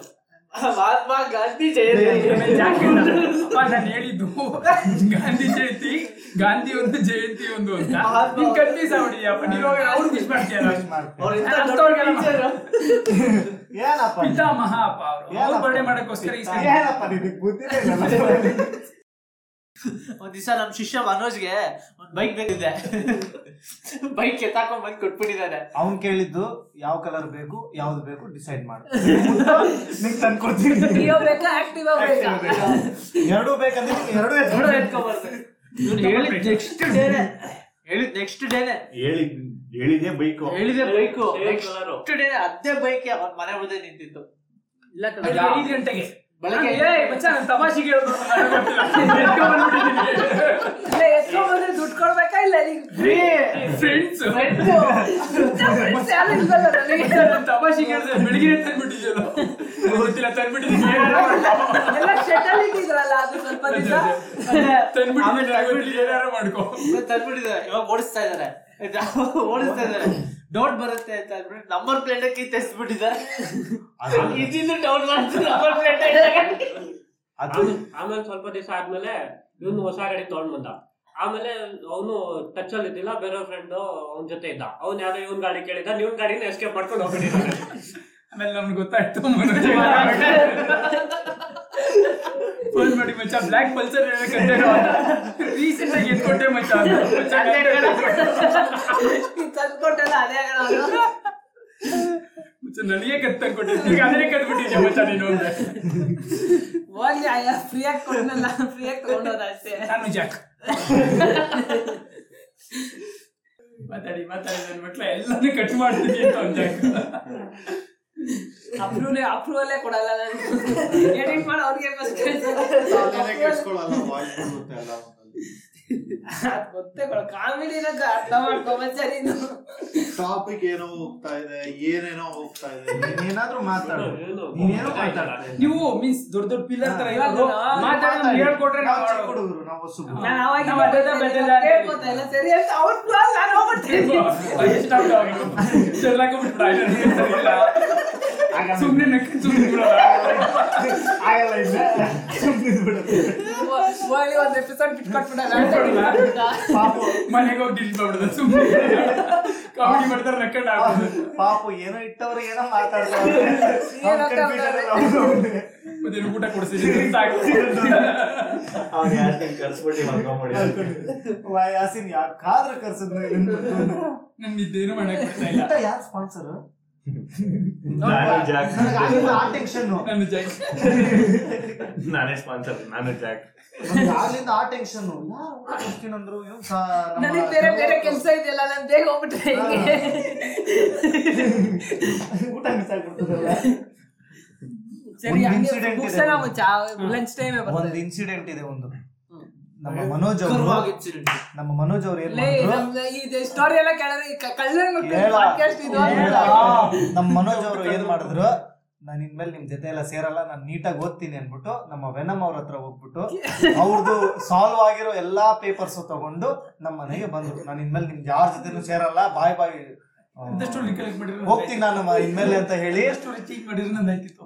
S5: ಮಹಾತ್ಮ ಗಾಂಧಿ ಜಯಂತಿ
S3: ಆಮೇಲೆ ಜಾಕ್ ಅಂತ. ಅಪ್ಪ, ನಾನು ಹೇಳಿದ್ದು ಗಾಂಧಿ ಜಯಂತಿ ಗಾಂಧಿ ಒಂದು ಜಯಂತಿ ಒಂದು ಅಂತ
S5: ಮಹಾತ್ಮ-
S3: ನೀನ್ ಕನ್ಫ್ಯೂಸ್ ಆಗ್ಬಿಡಿ ಅಪ್ಪ ನೀವು ಹೋಗಿ ಅವ್ರು ವಿಶ್ ಮಾಡ್ತೀಯಲ್ಲ
S2: wish ಮಾಡ್ತಾರೆ.
S5: ಅವ್ರು ಇಂಥ
S3: ಅಷ್ಟೊಂದು
S5: ದೊಡ್ಡ
S3: ಜನ-
S5: teacher.
S2: ಏನಪ್ಪ ಇದು?
S3: ಪಿತಾಮಹ ಅಪ್ಪ ಅವರು ಅವ್ರ ಬರ್ಡೇ ಮಾಡಕ್ಕೋಸ್ಕರ ಈ ಸರಿ
S2: ಏನಪ್ಪ ನಿನಗೆ ಬುದ್ಧಿನೇ ಇಲ್ಲ
S5: ಒಂದ್ ದಿವಸ ನಮ್ ಶಿಷ್ಯ ಮನೋಜ್ಗೆ ಒಂದ್ ಬೈಕ್ ಬೇಕಿದೆ ಬೈಕ್ ಎತ್ತಾಕೊಂಡ್ ಬಂದ್ ಕೊಟ್ಬಿಟ್ಟಿದ್ದಾರೆ
S2: ಅವ್ನ್ ಕೇಳಿದ್ದು ಯಾವ ಕಲರ್ ಬೇಕು ಯಾವ್ದು ಬೇಕು ಡಿಸೈಡ್ ಮಾಡು ನಿಂಗೆ ತಂದ್ಕೊಡ್ತೀನಿ
S1: Dio ಬೇಕಾ ಆಕ್ಟಿವ್ ಬೇಕಾ
S2: ಎರಡೂ ಬೇಕಂದ್ರೆ ನಿಂಗೆ ಎರಡೂ
S5: ನೋಡು
S2: ಎತ್ಕೊಂಡು
S5: ಎತ್ಕೊಂಡ್ಬರ್ದು. ಇವ್ನು ಹೇಳಿದ್ ನೆಕ್ಸ್ಟ್ ಡೇನೆ ಹೇಳಿದ್ ನೆಕ್ಸ್ಟ್ ಡೇನೆ
S8: ಹೇಳಿದ್ ಹೇಳಿದ್ದೆ ಬೈಕು
S5: ಹೇಳಿದೆ ಬೈಕು
S7: Same colour.
S5: ನೆಕ್ಸ್ಟ್ ಡೇನೆ ಅದೇ ಬೈಕ್ ಅವ್ರ ಮನೆ ಮುಂದೆ ನಿಂತಿತ್ತು
S1: ಇಲ್ಲ ಕಣೋ.
S3: ಬೆಳಗ್ಗೆ ಐದು ಗಂಟೆಗೆ
S5: ಬೆಳಗ್ಗೆ
S3: ನಾನು, ಏಯ್ ಮಚ್ಚ ನಾನು ತಮಾಷೆಗೆ ಹೇಳ್ಬಿಟ್ಟು ನಾನು ಗೊತ್ತಿಲ್ಲ. ಎತ್ಕೊಂಡ್ಬಂದ್ಬಿಟ್ಟಿದ್ದೀನಿ.
S1: ಇಲ್ಲ ಎತ್ಕೊಂಡ್ ಬಂದ್ರೆ ದುಡ್ಡು ಕೊಡ್ಬೇಕಾ ಇಲ್ಲ ನೀನ್-
S3: Friends.
S1: friends ಯಾರು ಇಲ್ವಲ್ಲ ನನಗೆ?
S3: ನಾನು ತಮಾಷೆಗೆ ಹೇಳ್ದೆ ಬೆಳಿಗ್ಗೆ ತಂದ್ಬಿಟ್ಟಿದ್ಯಲ್ಲ ಗೊತ್ತಿಲ್ಲ ತಂದ್ಬಿಟ್ಟಿದ್ದೀನಿ
S1: ಎಲ್ಲ ಶಟಲ್ ಇಟ್ಟಿದ್ರಲ್ಲ ಅದು ಸ್ವಲ್ಪ ದಿವಸ
S3: ತಂದ್ಬಿಟ್ಟು
S5: ಆಮೇಲೆ
S3: ತಗೊಂಡು ಏನಾರ ಮಾಡ್ಕೋ
S5: ತಂದ್ಬಿಟ್ಟಿದ್ದಾರೆ ಇವಾಗ ಓಡಿಸ್ತಾ ಇದಾರೆ ಆಯ್ತಾ? ಓಡಿಸ್ತಾ ಇದಾರೆ ಡೌಟ್ ಬರುತ್ತೆ ಅಂತ ಅಂದ್ಬಿಟ್ಟು ನಂಬರ್ ಪ್ಲೇಟ್ ಕಿ ತೆಸ್ಬಿಟ್ಟಿದ್ದಾರೆ ಇದಿನ್ನು ಡೌಟ್ ಮಾಡ್ತಾರೆ ನಂಬರ್ ಪ್ಲೇಟ್
S2: ಅದು
S7: ಆಮೇಲೆ ಸ್ವಲ್ಪ ದಿವಸ ಆದ್ಮೇಲೆ ಇವನು ಹೊಸ ಗಾಡಿ ತಗೊಂಡ್ ಬಂದ ಆಮೇಲೆ ಅವನು ಟಚ್ ಅಲ್ಲಿ ಇದ್ದಿಲ್ಲ ಬೇರೆ ಫ್ರೆಂಡ್ ಅವನ ಜೊತೆ ಇದ್ದ ಅವ್ನು ಯಾವ್ದೋ ಇವನ್ ಗಾಡಿ ಕೇಳಿದ ನೀವು ಗಾಡಿನ ಎಸ್ಕೇಪ್ ಮಾಡ್ಕೊಂಡು ಹೋಗ್ಬಿಟ್ಟಿದ್ದಾನೆ
S3: ಆಮೇಲೆ ನಮ್ಗೆ ಗೊತ್ತಾಯ್ತು ಫೋನ್ ಮಾಡಿ ಮಚ್ಚ ಬ್ಲ್ಯಾಕ್ ಪಲ್ಸರ್ ರೀಸೆಂಟ್ ಆಗಿ ಎತ್ಕೊಟ್ಟೆ ಮಚ್ಚ ಅಂದ. ಮಚ್ಚ ಗಂಟೆ ಎತ್ಕೊಟ್ಟೆ.
S1: ತಂದ್ಕೊಟ್ಟಲ್ಲ ಅದೇ ಆಗಲ್ಲ ಅದು.
S3: ಮಚ್ಚ ನನಗೆ ಕತ್ ತಂದ್ಕೊಟ್ಟೆ ಈಗ ಅದನ್ನೇ ಕತ್ಬಿಟ್ಟಿದ್ಯ ಮಚ್ಚ ನೀನು ಅಂದೆ.
S1: ಹೋಗ್ಲಿ ಅಯ್ಯ ಫ್ರೀಯಾಗಿ ಕೊಡ್ನಲ್ಲ ಫ್ರೀಯಾಗಿ ತಗೊಂಡೋದ ಅಷ್ಟೇ
S3: ನಾನು ಜಾಕ್ ಮಾತಾಡಿ ಮಾತಾಡಿ ನನ್ನ ಮಕ್ಳ ಎಲ್ಲಾನು ಕಟ್ ಮಾಡ್ತೀನಿ ಅಂತ ಅವ್ನ್ ಜಾಕ್
S1: ಅಪ್ರೂವಲ್ ಅಪ್ರೂವಲ್ಲೇ ಕೊಡಲ್ಲ ನಾನು ಎಡಿಟ್ ಮಾಡಿ ಅವ್ರಿಗೆ ಫಸ್ಟ್
S6: ಅದನ್ನೇ ಕೆಡ್ಸ್ಕೊಳಲ್ಲ, voice ಬರುತ್ತೆ ಎಲ್ಲ ಒಂದಲ್ಲಿ.
S1: ಗೊತ್ತೇ ಕೊಡ ಕಾಮಿಡಿ ಅರ್ಥ ಮಾಡ್ಕೊ ಮಚ್ಚ ನೀನು
S6: Topic ಏನೋ ಹೋಗ್ತಾ ಇದೆ ಏನೇನೋ ಹೋಗ್ತಾ ಇದೆ
S2: ನೀನೇನಾದ್ರೂ ಮಾತಾಡು
S7: ಏನು?
S2: ನೀನೇನೋ ಮಾತಾಡ್ತಾ ಇದ್ದೆ.
S3: ನೀವು ಮೀನ್ಸ್ ದೊಡ್ಡ ದೊಡ್ಡ ಪಿಲ್ಲರ್ ತರ ಇರೋದು ಮಾತಾಡಿ ನಮ್ಗೆ ಹೇಳ್ಕೊಟ್ರೆ
S2: ನಾವು
S3: ನಾವು
S2: ಚಿಕ್ಕ ಹುಡುಗರು ನಾವು ಹೊಸಬ್ರು.
S1: ನಾನು ಅವಾಗ
S3: ನಾವ್ ಅದನ್ನ ಬದಲಾದ ಅಂತ
S1: ಕೇಳ್ಕೊತಾ ಇಲ್ಲ ಸರಿ ಅಂತ ಅವ್ರ ನಾನು ಹೋಗ್ಬಿಡ್ತೀನಿ
S3: ಎಷ್ಟಾಗ್ಬಿಟ್ಟು ಸುಮ್ನೆ ನಕ್ಕ ಸುಮ್ನೆ ಬಿಡೋಣ.
S2: ಆಗಲ್ಲ ಇಲ್ಲ
S1: ಒಳ್ಳೆ ಒಂದ್ ಎಪಿಸೋಡ್ ಬಿಟ್ಕೊಟ್ಬಿಡಲ್ಲ
S2: ಪಾಪ
S3: ಮನೆಗೆ ಹೋಗಿ ಡಿಲೀಟ್ ಮಾಡ್ಬಿಡೋದು ಸುಮ್ನೆ ಕಾಮಿಡಿ ಮಾಡ್ತಾರೆ ನಕ್ಕಂಡ್ ಹಾಕೋದು
S2: ಪಾಪ ಏನೋ ಇಟ್ಟವ್ರು ಏನೋ ಮಾತಾಡ್ತಾರೆ ಅವ್ನ್
S1: ಏನೋ
S2: computer ಅಲ್ಲಿ ಅವ್ನು-
S3: ಮತ್ತೆ ಇವ್ರು ಊಟ ಕೊಡಿಸಿದ್ರೆ ಸಾಕು
S8: ಅವ್ನು ಯಾರನ್ನ ಕರ್ಸ್ಬಿಟ್ಟು ಮಲ್ಕೊಂಬಿಡಿ
S2: ವಾ- ಯಾಸಿನ್ ಯಾಕಾದ್ರೂ ಕರ್ಸಿದ್ನ ಇದನ್ನ ಬಿಟ್ಟು?
S3: ನನ್ ನಿದ್ದೇನು ಮಾಡಕ್ ಬರ್ತಾ ಇಲ್ಲ
S2: ಇಂಥ ಯಾರ್ ಸ್ಪಾನ್ಸರ್
S8: ನಾನೇ ಜಾಕ್
S2: ಆ ಟೆನ್ಷನ್
S3: ನಾನು ನಿಜ
S8: ನಾನೇ ಸ್ಪಾನ್ಸರ್ ನಾನೇ ಜಾಕ್
S2: ಆಗ್ಲಿಂದ ಆ ಟೆನ್ಷನ್ ಯಾರು ಊಟ ಕೊಡ್ತೀನಿ ಅಂದ್ರು ಇವ್ನ್ ಸಾ- ನಮ್ಮ-
S1: ನನಗೆ ಬೇರೆ ಬೇರೆ ಕೆಲಸ ಇದೆಯಲ್ಲ ನಾನು ಬೇಗ ಹೋಗ್ಬಿಟ್ರೆ ಹಿಂಗೆ
S2: ಊಟ ಮಿಸ್ ಆಗ್ಬಿಡ್ತದಲ್ಲ
S1: ಸರಿ
S2: ಒಂದ್
S1: ಹಂಗೆ
S2: incident ಇದೆ.
S1: ಮುಗ್ಸೋಣ ಮಚ್ಚ ಲಂಚ್ ಟೈಮೇ
S2: ಒಂದು
S1: ಬರ್ತದೆ
S2: ಇನ್ಸಿಡೆಂಟ್ ಇದೆ ಒಂದು ನಮ್ಮ ಮನೋಜ್ ಅವರು ನಮ್ಮ ಮನೋಜ್ ಅವ್ರು ಏನ್
S1: ಲೇ
S2: ಮಾಡಿದ್ರು
S1: ನಮ್ದು ಇದು ಸ್ಟೋರಿ ಎಲ್ಲ ಕೇಳಿದ್ರೆ ಈ ಕ- ಕಳ್ಳರ ಮಕ್ಕಳ
S2: ಹೇಳ.
S1: ಪಾಡ್ಕಾಸ್ಟ್ ಇದು ಅಂತ.
S2: ಹೇಳ. ನಮ್ಮ ಮನೋಜ್ ಅವರು ಏನ್ ಮಾಡಿದ್ರು ನಾನು ಇನ್ಮೇಲೆ ನಿಮ್ ಜೊತೆ ಎಲ್ಲ ಸೇರಲ್ಲ ನಾನು ನೀಟಾಗಿ ಓದ್ತೀನಿ ಅನ್ಬಿಟ್ಟು ನಮ್ಮ ವೆನಮ್ ಅವ್ರ ಹತ್ರ ಹೋಗ್ಬಿಟ್ಟು ಅವ್ರದ್ದು ಸಾಲ್ವ್ ಆಗಿರೋ ಎಲ್ಲಾ ಪೇಪರ್ಸ್ ತಗೊಂಡು ನಮ್ಮ ಮನೆಗೆ ಬಂದ್ರು ನಾನು ಇನ್ಮೇಲೆ ನಿಮ್ಗೆ ಯಾರ ಜೊತೆನೂ ಸೇರಲ್ಲ ಬಾಯ್ ಬಾಯ್ ಆ,
S3: ಎಂತ ಸ್ಟೋರಿ ಕಲೆಕ್ಟ್ ಮಾಡಿದ್ರೆ
S2: ಹೋಗ್ತೀನಿ ನಾನು ಮ- ಇನ್ಮೇಲೆ ಅಂತ ಹೇಳಿ
S3: ಸ್ಟೋರಿ ಚೇಂಜ್ ಮಾಡಿದ್ರೆ ನಂದು ಆಯ್ತಿತ್ತು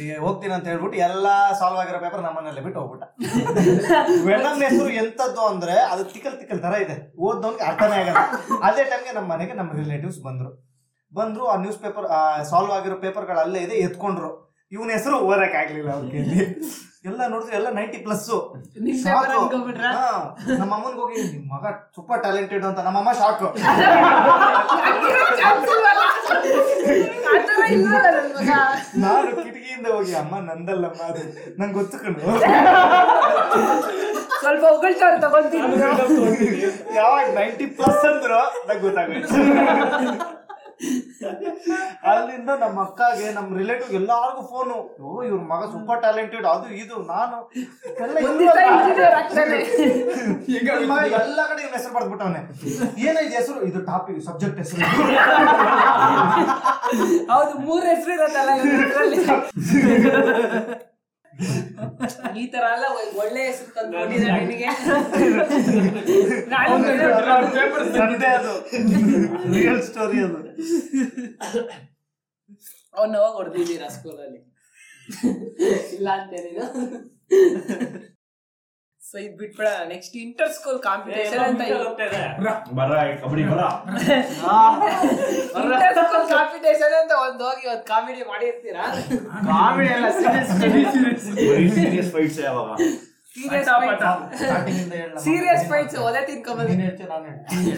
S2: ಈ ಹೋಗ್ತೀನಿ ಅಂತ ಹೇಳ್ಬಿಟ್ಟು ಎಲ್ಲಾ ಸಾಲ್ವ್ ಆಗಿರೋ ಪೇಪರ್ ನಮ್ಮನೆಲ್ಲ ಬಿಟ್ಟು ಹೋಗ್ಬಿಟ್ಟ ವೆನಮ್ ಹೆಸರು ಎಂತದ್ದು ಅಂದ್ರೆ ಅದು ತಿಕ್ಕಲ್ ತಿಕ್ಕಲ್ ತರ ಇದೆ ಓದ್ದವನ್ಗೆ ಅರ್ಥನೇ ಆಗಲ್ಲ ಅದೇ ಟೈಮ್ಗೆ ನಮ್ಮ ಮನೆಗೆ ನಮ್ಮ ರಿಲೇಟಿವ್ಸ್ ಬಂದ್ರು ಬಂದ್ರು ಆ ನ್ಯೂಸ್ ಪೇಪರ್ ಸಾಲ್ವ್ ಆಗಿರೋ ಪೇಪರ್ಗಳು ಅಲ್ಲೇ ಇದೆ ಎತ್ಕೊಂಡ್ರು ಇವನ ಹೆಸರು ಓದಕ್ ಆಗ್ಲಿಲ್ಲ ಅವ್ರ ಕೈಲಿ ಎಲ್ಲ ನೋಡಿದ್ರು ಎಲ್ಲ ನೈಂಟಿ ಪ್ಲಸ್
S1: ನಿಮ್ paper ಅನ್ಕೊಂಡ್ಬಿಟ್ರ?
S2: ನಮ್ಮ ಅಮ್ಮನ್ಗೆ ಹೋಗಿ ನಿಮ್ ಮಗ ಸೂಪರ್ ಟ್ಯಾಲೆಂಟೆಡ್ ಅಂತ ನಮ್ಮ ಅಮ್ಮ ಶಾಕ್
S1: ಹಂಗಿರೋ chance ಇಲ್ವಲ್ಲ? ಆ ಥರ ಇಲ್ವಲ್ಲ ನನ್ ಮಗ?
S2: ನಾನು ಕಿಟಕಿಯಿಂದ ಹೋಗಿ ಅಮ್ಮ ನಂದಲ್ಲಮ್ಮ ಅದು ನಂಗೆ ಗೊತ್ತು ಕಣು
S1: ಸ್ವಲ್ಪ ಹೊಗಳ್ತಾವ್ರೆ ತಗೊಂತೀನಿ
S2: ಯಾವಾಗ ನೈಂಟಿ ಪ್ಲಸ್ ಅಂದ್ರು ನಂಗೆ ಗೊತ್ತಾಗೋಯ್ತು ಅಲ್ಲಿಂದ ನಮ್ಮ ಅಕ್ಕಗೆ ನಮ್ಮ ರಿಲೇಟಿವ್ ಎಲ್ಲಾರ್ಗು ಫೋನು ಓ ಇವ್ರ ಮಗ ಸೂಪರ್ ಟ್ಯಾಲೆಂಟೆಡ್ ಅದು ಇದು ನಾನು ಎಲ್ಲ
S1: ಒಂದಿವ್ಸ
S2: ಇವ್ರ-
S1: engineer ಆಗ್ತಾನೆ.
S2: ನನ್ ಮಗ ಎಲ್ಲ ಕಡೆ ಇವ್ನ ಹೆಸರು ಬರ್ದ್ಬಿಟ್ಟವನೆ ಏನೈದು ಹೆಸರು ಇದು ಟಾಪಿಕ್ ಸಬ್ಜೆಕ್ಟ್ ಹೆಸರು
S1: ಹೌದು ಮೂರ್ ಹೆಸರು ಇರತ್ತಲ್ಲ ಇವ್ರ ಹೆಸ್ರಲ್ಲಿ. ಈ ತರ ಎಲ್ಲ ಒ- ಒಳ್ಳೆ ಹೆಸರು ತಂದು ಕೊಟ್ಟಿದ್ದಾರೆ ನಿನಗೆ ನಾನು
S2: ಸಂಡೆ ಅದು ರಿಯಲ್ ಸ್ಟೋರಿ ಅದು
S1: ಅವನ್ನ ಅವಾಗ ಹೊಡೆದಿದ್ದೀರಾ ಸ್ಕೂಲಲ್ಲಿ ಇಲ್ಲ ಅಂತೇನಿಲ್ಲ ಸೊ ಇದ್ ಬಿಟ್ಬಿಡ ನೆಕ್ಸ್ಟ್ ಇಂಟರ್ ಸ್ಕೂಲ್ ಕಾಂಪಿಟೇಷನ್ ಅಂತ
S8: ಬರ ಕಬಡ್ಡಿ ಬರ
S1: ಇಂಟರ್ ಸ್ಕೂಲ್ ಕಾಂಪಿಟೇಷನ್ ಅಂತ ಒಂದ್ ಹೋಗಿ ಒಂದ್ ಕಾಮಿಡಿ ಮಾಡಿರ್ತೀರಾ
S6: ಕಾಮಿಡಿ ಎಲ್ಲ serious
S8: ಬರೀ ಸೀರಿಯಸ್ ಫೈಟ್ಸ್ ಯಾವಾಗ
S1: ಸೀರಿಯಸ್
S2: ಸ್ಟಾರ್ಟಿಂಗ್ ಇಂದ ಹೇಳ
S1: ಸೀರಿಯಸ್ ಫೈಟ್ಸ್ ಒಲೆ ತಿನ್ಕೊಂಬಂದು
S2: ನೀನ್ ಹೇಳ್ತೀನಿ ನಾನು ಹೇಳ್ತೀನಿ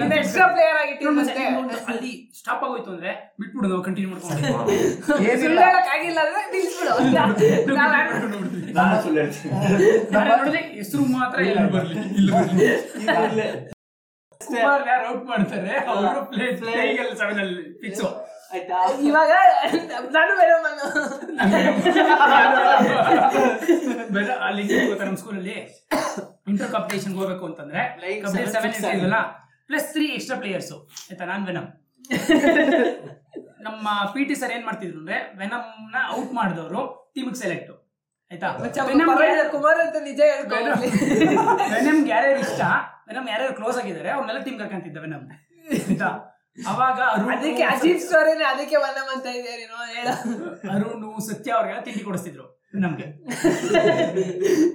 S1: ನಾನು ಎಕ್ಸ್ಟ್ರಾ ಪ್ಲೇಯರ್ ಆಗಿ ಟೀಮ್ ಅಷ್ಟೇ
S3: ಅಲ್ಲಿ ಸ್ಟಾಪ್ ಆಗೋಯ್ತು ಅಂದ್ರೆ ಬಿಟ್ಬಿಡು ನಾವು ಕಂಟಿನ್ಯೂ ಮಾಡ್ಕೊಂಡು
S1: ಸುಳ್ಳು ಹೇಳಕ್ ಆಗಿಲ್ಲ ಅಂದ್ರೆ ನಿಲ್ಸ್ಬಿಡು ಇಲ್ಲ, ನಾವ್ ಆಡ್ಬಿಡು.
S8: ನಾನು ಸುಳ್ಳು ಹೇಳ್ತೀನಿ
S3: ಹೆಸರು ಮಾತ್ರ ಇಲ್ಲಿ ಬರ್ಲಿ ಇಲ್ಲಿ ಬರ್ಲಿ ಕುಮಾರ್ ಯಾರು ಔಟ್ ಮಾಡ್ತಾರೆ ಅವರು ಪ್ಲೇ ಪ್ಲೇ ಸೆವೆನ್ ಅಲ್ಲಿ ಫಿಕ್ಸ್
S1: ಇವಾಗ ನಾನು ಬೇರೆ ಮನು
S3: ಬೇಡ uh, ಅಲ್ಲಿ ಏನ್ ಗೊತ್ತಾ ನಮ್ಮ ಸ್ಕೂಲಲ್ಲಿ ಇಂಟರ್ ಕಾಂಪಿಟೇಷನ್ ಹೋಗ್ಬೇಕು ಅಂತಂದ್ರೆ
S5: Like
S3: kabaddi
S5: seven
S3: seven
S5: six
S3: ಇರ್ತಿದ್ವಲ್ಲ ಪ್ಲಸ್ ತ್ರೀ ಎಕ್ಸ್ಟ್ರಾ ಪ್ಲೇಯರ್ಸ್ ಆಯ್ತಾ ನಾನ್ ವೆನಮ್ ನಮ್ಮ ಪಿ ಟಿ ಸರ್ ಏನ್ ಮಾಡ್ತಿದ್ರು ಅಂದ್ರೆ ವೆನಮ್ ನ ಔಟ್ ಮಾಡಿದವರು ಟೀಮಿಗೆ ಸೆಲೆಕ್ಟ್ ಆಯ್ತಾ
S1: ಪರವಾಗಿಲ್ಲ, ಕುಮಾರ್ ಅಂತ ನಿಜ ಹೇಳ್ಕೊಳ್ಳಿ
S3: ವೆನಮ್ಗೆ ಯಾರ್ಯಾರು ಇಷ್ಟ ವೆನಮ್ ಯಾರ್ಯಾರು ಕ್ಲೋಸ್ ಆಗಿದ್ದಾರೆ ಅವ್ರನ್ನೆಲ್ಲ ಟೀಮ್ ಹಾಕಂತಿದ್ದ ವೆನಮ್ ಆಯ್ತಾ ಅವಾಗ ಅರುಣ್-
S1: ಅದಕ್ಕೆ ಅಜೀಬ್ ಸ್ಟೋರಿನೇ ಅದಕ್ಕೆ ವನಂ ಅಂತ ಇದೆ ನೀನು ಹೇಳ
S3: ಅರುಣ್ ಸತ್ಯ ಅವ್ರಿಗೆಲ್ಲ ತಿಂಡಿ ಕೊಡಿಸ್ತಿದ್ರು ನಮ್ಗೆ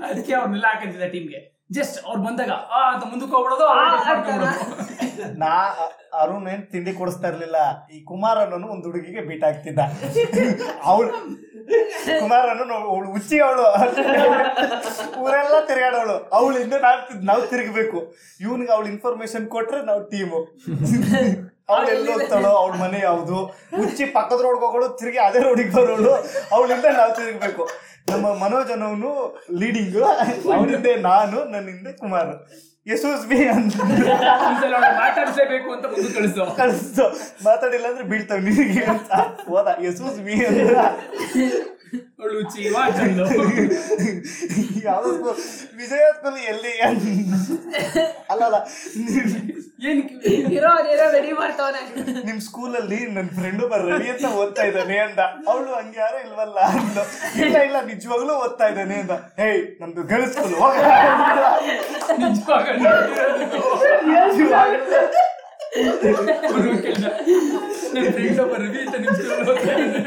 S3: ಅದಕ್ಕೆ ಅವ್ರನ್ನೆಲ್ಲ ಹಾಕಂತಿದ್ದ ಟೀಮ್ಗೆ ಜಸ್ಟ್ ಅವ್ರು ಬಂದಾಗ ಆ ಅಂತ ಮುಂದಕ್ಕೆ ಹೋಗ್ಬಿಡೋದು ಆ ಅಂತ ಮಾಡ್ಕೊಂಡ್ಬಿಡೋದು.
S2: ನಾ ಅ- ಅರುಣ್ ಏನ್ ತಿಂಡಿ ಕೊಡಿಸ್ತಾ ಇರ್ಲಿಲ್ಲ ಈ ಕುಮಾರ್ ಅನ್ನೋನು ಒಂದ್ ಹುಡುಗಿಗೆ ಬೀಟ್ ಆಗ್ತಿದ್ದ ಅವಳು ಕುಮಾರ್ ಅನ್ನೋನು ಅವಳು ಹುಚ್ಚಿ ಅವಳು ಊರೆಲ್ಲ ತಿರ್ಗಾಡವಳು ಅವಳು ಹಿಂದೆ ನಾವ್ ತಿ- ನಾವ್ ತಿರುಗಬೇಕು ಇವನಿಗೆ ಅವಳು ಇನ್ಫಾರ್ಮೇಶನ್ ಕೊಟ್ರೆ ನಾವ್ ಟೀಮು ಅವಳು ಎಲ್ಲಿ ಹೋಗ್ತಾಳೋ ಅವಳ ಮನೆ ಯಾವ್ದು ಹುಚ್ಚಿ ಪಕ್ಕದ ರೋಡ್ಗೆ ಹೋಗೋಳು ತಿರುಗಿ ಅದೇ ರೋಡಿಗೆ ಬರೋಳು ಅವಳಿಂದ ನಾವ್ ತಿರುಗಬೇಕು ನಮ್ಮ ಮನೋಜ್ ಅನ್ನೋನು ಲೀಡಿಂಗು ಅವನಿಂದೆ ನಾನು ನನ್ನ ಹಿಂದೆ ಕುಮಾರ್ ಯಶಸ್ವಿ ಅಂತ
S3: ಒಂದ್ಸಲ ಅವ್ರನ್ನ ಮಾತಾಡ್ಸೇಬೇಕು ಅಂತ ಮುಂದೆ ಕಳಿಸೋ
S2: ಕಳಿಸ್ತು ಮಾತಾಡಿಲ್ಲ ಅಂದ್ರೆ ಬೀಳ್ತಾವ್ ನಿನಗೆ ಅಂತ ಹೋದ ಯಸೂಸ್ ಮೀ ಅಂತ
S3: ಅವಳು ಚೀವಾ ಚಂದ
S2: ಯಾವ್ದು school? ವಿಜಯ ಸ್ಕೂಲ್ ಎಲ್ಲಿ ಅಂತ. ಅಲ್ಲ ಅಲ್ಲ ನಿಮ್-
S3: ಏನ್
S1: ಇರೋ ಅದೇನೋ ರೆಡಿ ಮಾಡ್ತಾವನೆ
S2: ನಿಮ್ ಸ್ಕೂಲಲ್ಲಿ ನನ್ ಫ್ರೆಂಡ್ ಒಬ್ಬ ರವಿ ಅಂತ ಓದ್ತಾ ಇದ್ದಾನೆ ಅಂತ ಅವಳು ಹಂಗ ಯಾರು ಇಲ್ವಲ್ಲ ಅಂತ ಇಲ್ಲ ಇಲ್ಲ ನಿಜವಾಗ್ಲೂ ಓದ್ತಾ ಇದ್ದಾನೆ ಅಂತ ಹೇಯ್ ನಮ್ದು ಗರ್ಲ್ಸ್ ಸ್ಕೂಲ್ ಹೋಗ
S3: ನಿಜವಾಗ ನೋಡಿರೋದು. ಅವ್ನು ಕೇಳ್ದ, ನನ್ ಫ್ರೆಂಡ್ಸ್ ಒಬ್ಬ ರವಿ ಅಂತ ನಿಮ್ ಸ್ಕೂಲ್ ಓದ್ತಾ ಇದ್ದಾನೆ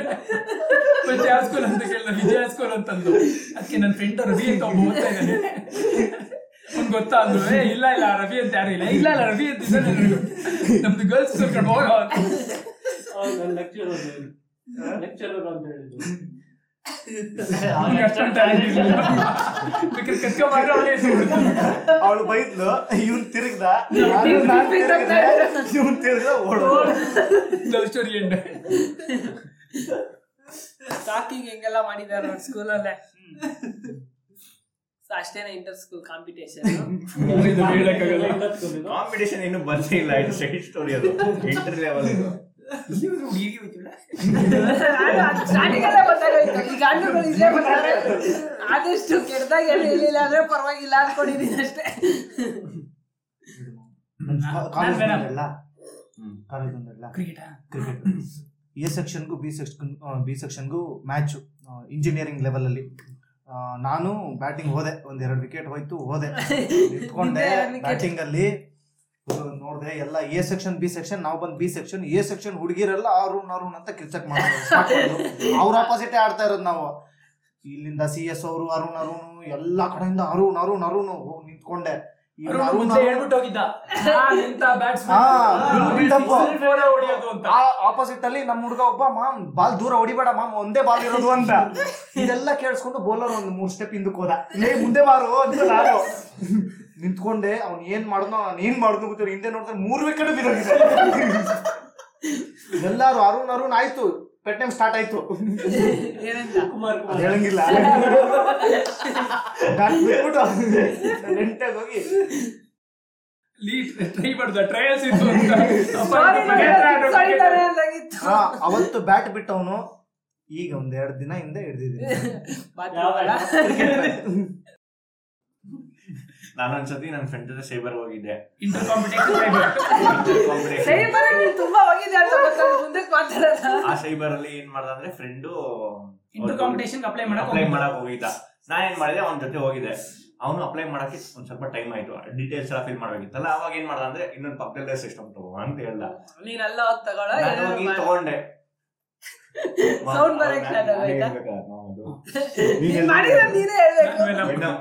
S3: ಮತ್ತೆ ಯಾವ ಸ್ಕೂಲ್ ಅಂತ ಕೇಳ್ದ ವಿಜಯ ಸ್ಕೂಲ್ ಅಂತಂದು ಅದಕ್ಕೆ ನನ್ನ ಫ್ರೆಂಡ್ ರವಿ ಅಂತ ಒಬ್ಬ ಓದ್ತಾ ಇದ್ದಾನೆ ಅವ್ನ್ ಗೊತ್ತಾ ಅಂದ್ರು ಏ ಇಲ್ಲ ಇಲ್ಲ ರವಿ ಅಂತ ಯಾರು ಇಲ್ಲ ಇಲ್ಲ ಇಲ್ಲ ರವಿ ಅಂತ ಇದ್ದಾನೆ ನನಗೆ ಗೊತ್ತು. ನಮ್ದು ಗರ್ಲ್ಸ್ ಸ್ಕೂಲ್ ಕಡೆ ಹೋಗೋ ಅಂತ.
S7: ಲೆಕ್ಚರ್ ಲೆಕ್ಚರ್ ಅಂತ ಹೇಳಿದ್ರು
S3: ಅವ್ನಿಗೆ ಅಷ್ಟೊಂದು talent ಇರ್ಲಿಲ್ಲ. ಬೇಕಾದ್ರೆ ಕರ್ಕೊಂಬಂದ್ರೆ ಅವನೇ ಹೇಳ್ಬಿಡ್ತಾನೆ.
S2: ಅವಳು ಬೈದ್ಲು ಇವ್ನ್ ತಿರುಗ್ದ ನಾನು- ನಾನ್ ತಿರುಗ್ದೆ, ಇವ್ನ್ ತಿರುಗ್ದ ಓಡೋದು
S3: Love story end.
S1: ಸ್ಟಾಕಿಂಗ್ ಹೆಂಗೆಲ್ಲ ಮಾಡಿದಾರೆ ನೋಡಿ ಸ್ಕೂಲಲ್ಲೇ ಸೊ ಅಷ್ಟೇನೆ ಇಂಟರ್ ಸ್ಕೂಲ್ ಕಾಂಪಿಟೇಷನ್
S3: ಇದು ಹೇಳಕ್ಕಾಗಲ್ಲ.
S8: ಕಾಂಪಿಟೇಷನ್ ಇನ್ನು ಬಂದೇ ಇಲ್ಲ ಇದು ಸೆಕೆಂಡ್ ಸ್ಟೋರಿ ಅದು ಎಂಟ್ರಿ ಲೆವೆಲ್ ಇದು
S1: ಆದಷ್ಟು ಕೆಟ್ಟದಾಗ ಹೇಳಿಲ್ಲ ಅಂದ್ರೆ ಪರವಾಗಿಲ್ಲ ಅನ್ಕೊಂಡಿದೀನಿ ಅಷ್ಟೇ
S2: ಕಾಲೇಜ್
S3: ನಾನ್
S2: ಬಂದಲ್ಲ
S8: ಹ್ಮ್.
S2: ಕಾಲೇಜ್ ಬಂದಲ್ಲ
S3: Cricket ಆ?
S2: ಕ್ರಿಕೆಟ್ ಎ ಸೆಕ್ಷನ್ಗೂ ಬಿ ಸೆಕ್ಷನ್ ಬಿ ಸೆಕ್ಷನ್ಗೂ ಮ್ಯಾಚು ಇಂಜಿನಿಯರಿಂಗ್ ಲೆವೆಲಲ್ಲಿ ನಾನು ಬ್ಯಾಟಿಂಗ್ ಹೋದೆ ಒಂದ್ ಎರಡು ವಿಕೆಟ್ ಹೋಯ್ತು ಹೋದೆ ನಿಂತ್ಕೊಂಡೆ
S1: ನಿಂದೆ ಎರಡ್ wicket.
S2: ಬ್ಯಾಟಿಂಗ್ ಅಲ್ಲಿ ನೋಡಿದೆ ಎಲ್ಲ ಎ ಸೆಕ್ಷನ್ ಬಿ ಸೆಕ್ಷನ್ ನಾವು ಬಂದ್ ಬಿ ಸೆಕ್ಷನ್ ಎ ಸೆಕ್ಷನ್ ಹುಡುಗಿರೆಲ್ಲ ಅವ್ರೂನ್ ಅವ್ರೂನ್ ಅಂತ ಕಿರ್ಚಕ್ ಮಾಡಿದ್ರು ಅವ್ರ ಆಪೋಸಿಟ್ ಆಡ್ತಾ ಇರೋದು ನಾವು ಇಲ್ಲಿಂದ ಸಿ ಎಸ್ ಅವರು ಅರುಣ್ ಅರುಣ್ ಎಲ್ಲಾ ಕಡೆಯಿಂದ ಅರುಣ್ ಅರುಣ್ ಅರುಣ್ ಹೋಗಿ ನಿಂತ್ಕೊಂಡೆ ಇವ್ನ್
S3: ಅರುಣ್
S2: ಅರುಣ್
S3: ಮುಂಚೆ
S2: ಅರುಣ್-
S3: ಹೇಳ್ಬಿಟ್ಟು ಹೋಗಿದ್ದ ನಾನ್ ಎಂತ ಬ್ಯಾಟ್ಸ್ಮನ್
S2: ಹಾ, build up.
S3: ಹೊಡಿಯೋದು ಅಂತ
S2: ಆಪೋಸಿಟ್ ಅಲ್ಲಿ ನಮ್ಮ ಹುಡುಗ ಒಬ್ಬ ಮಾಮ್ ಬಾಲ್ ದೂರ ಹೊಡಿಬೇಡ ಮಾಮ್ ಒಂದೇ ಬಾಲ್ ಇರೋದು ಅಂತ ಇದೆಲ್ಲ ಕೇಳಿಸ್ಕೊಂಡು ಬೌಲರ್ ಒಂದ್ ಮೂರ್ ಸ್ಟೆಪ್ ಹಿಂದಕ್ಕೆ ಹೋದ ಲೇ ಮುಂದೆ ಬಾರು ಅಂತ ನಾನು ನಿಂತ್ಕೊಂಡೆ ಅವ್ನ್ ಏನ್ ಮಾಡಿದ್ನೋ ನಾನು ಏನ್ ಮಾಡಿದ್ನೋ ಗೊತ್ತಿಲ್ಲ ಹಿಂದೆ ನೋಡಿದ್ರೆ ಮೂರ್ ವಿಕೆಟ್ ಬಿದ್ದೋಗಿದೆ ಎಲ್ಲಾರು ಅರುಣ್ ಅರುಣ್ ಆಯ್ತು ಪೆಟ್ಟೆಮ್ ಸ್ಟಾರ್ಟ್ ಆಯ್ತು
S1: ಏನಂತ
S7: ಕುಮಾರ್
S2: ಅದ್
S7: ಕುಮಾರ್
S2: ಹೇಳಂಗಿಲ್ಲ ನಾನ್ ಬಿಟ್ಬಿಟ್ಟು ನಾನ್ ನೆಂಟಾಗ್ ಹೋಗಿ
S3: ಟ್ರೈ ಮಾಡ್ದ ಟ್ರಯಲ್ಸ್ ಇತ್ತು ಅಂತ ಅಪ್ಪ
S1: Sorry,
S3: ಅಪ್ಪ ಗೆದ್ರೆ ಆಡೋ
S1: sorry,
S3: cricket.
S1: sorry ಅಂದಾಗಿತ್ತು.
S2: ಆ, ಅವತ್ತು ಬ್ಯಾಟ್ ಬಿಟ್ಟವನು ಈಗ ಒಂದ್ ಎರಡ್ ದಿನ ಹಿಂದೆ ಹಿಡ್ದಿದ್ದೀನಿ
S1: ಬಾತ್
S7: ಯಾವ
S1: ಮಾಡಲ್ಲ.
S8: ನಾನೊಂದ್ಸತಿ ನನ್ನ ಫ್ರೆಂಡ್ ಜೊತೆ ಸೈಬರ್ ಹೋಗಿದ್ದೆ
S3: Inter competition type.
S8: ಕಾಂಪಿಟೇಷನ್
S1: ಸರಿ ಬರ ನೀನ್ ತುಂಬಾ ಹೋಗಿದ್ದೆ ಅಂತ ಗೊತ್ತಾಗ ಮುಂದಕ್ಕೆ ಮಾತಾಡೋದ
S8: ಆ ಸೈಬರ್ ಅಲ್ಲಿ ಏನ್ ಮಾಡ್ದ ಅಂದ್ರೆ ಫ್ರೆಂಡು
S3: Inter competition ಗೆ apply ಮಾಡಕ್
S8: ಅಪ್ಲೈ ಮಾಡಕ್ ಹೋಗಿದ್ದ ನಾ ಏನ್ ಮಾಡಿದೆ ಅವ್ನ ಜೊತೆ ಹೋಗಿದ್ದೆ ಅವನು ಅಪ್ಲೈ ಮಾಡಕ್ಕೆ ಒಂದ್ ಸ್ವಲ್ಪ ಟೈಮ್ ಆಯ್ತು ಡೀಟೇಲ್ಸ್ ಎಲ್ಲ ಫಿಲ್ ಮಾಡ್ಬೇಕಿತ್ತಲ್ಲ ಅವಾಗ ಏನ್ ಮಾಡ್ದ ಅಂದ್ರೆ ಇನ್ನೊಂದು ಪಕ್ಕದಲ್ಲೇ ಸಿಸ್ಟಮ್ ತಗೋ ಅಂತ ಹೇಳ್ದ
S1: ನೀನ್ ಅಲ್ಲ ಹೋಗಿ ತಗೊಳ್ಳೋ
S8: ನಾನು ಹೋಗಿ ತಗೊಂಡೆ ಮ-
S1: Sound ಬರಕ್
S8: ಅವ್ನ-
S1: start
S8: ನಾನೇ
S1: ಆಗೋಯ್ತಾ?
S8: ಹೇಳ್ಬೇಕಾ? ನಾನದು.
S1: ಮಾಡಿದ್ರೆ ನೀನೇ ಹೇಳ್ಬೇಕು
S3: ನಾನ್
S8: Madam,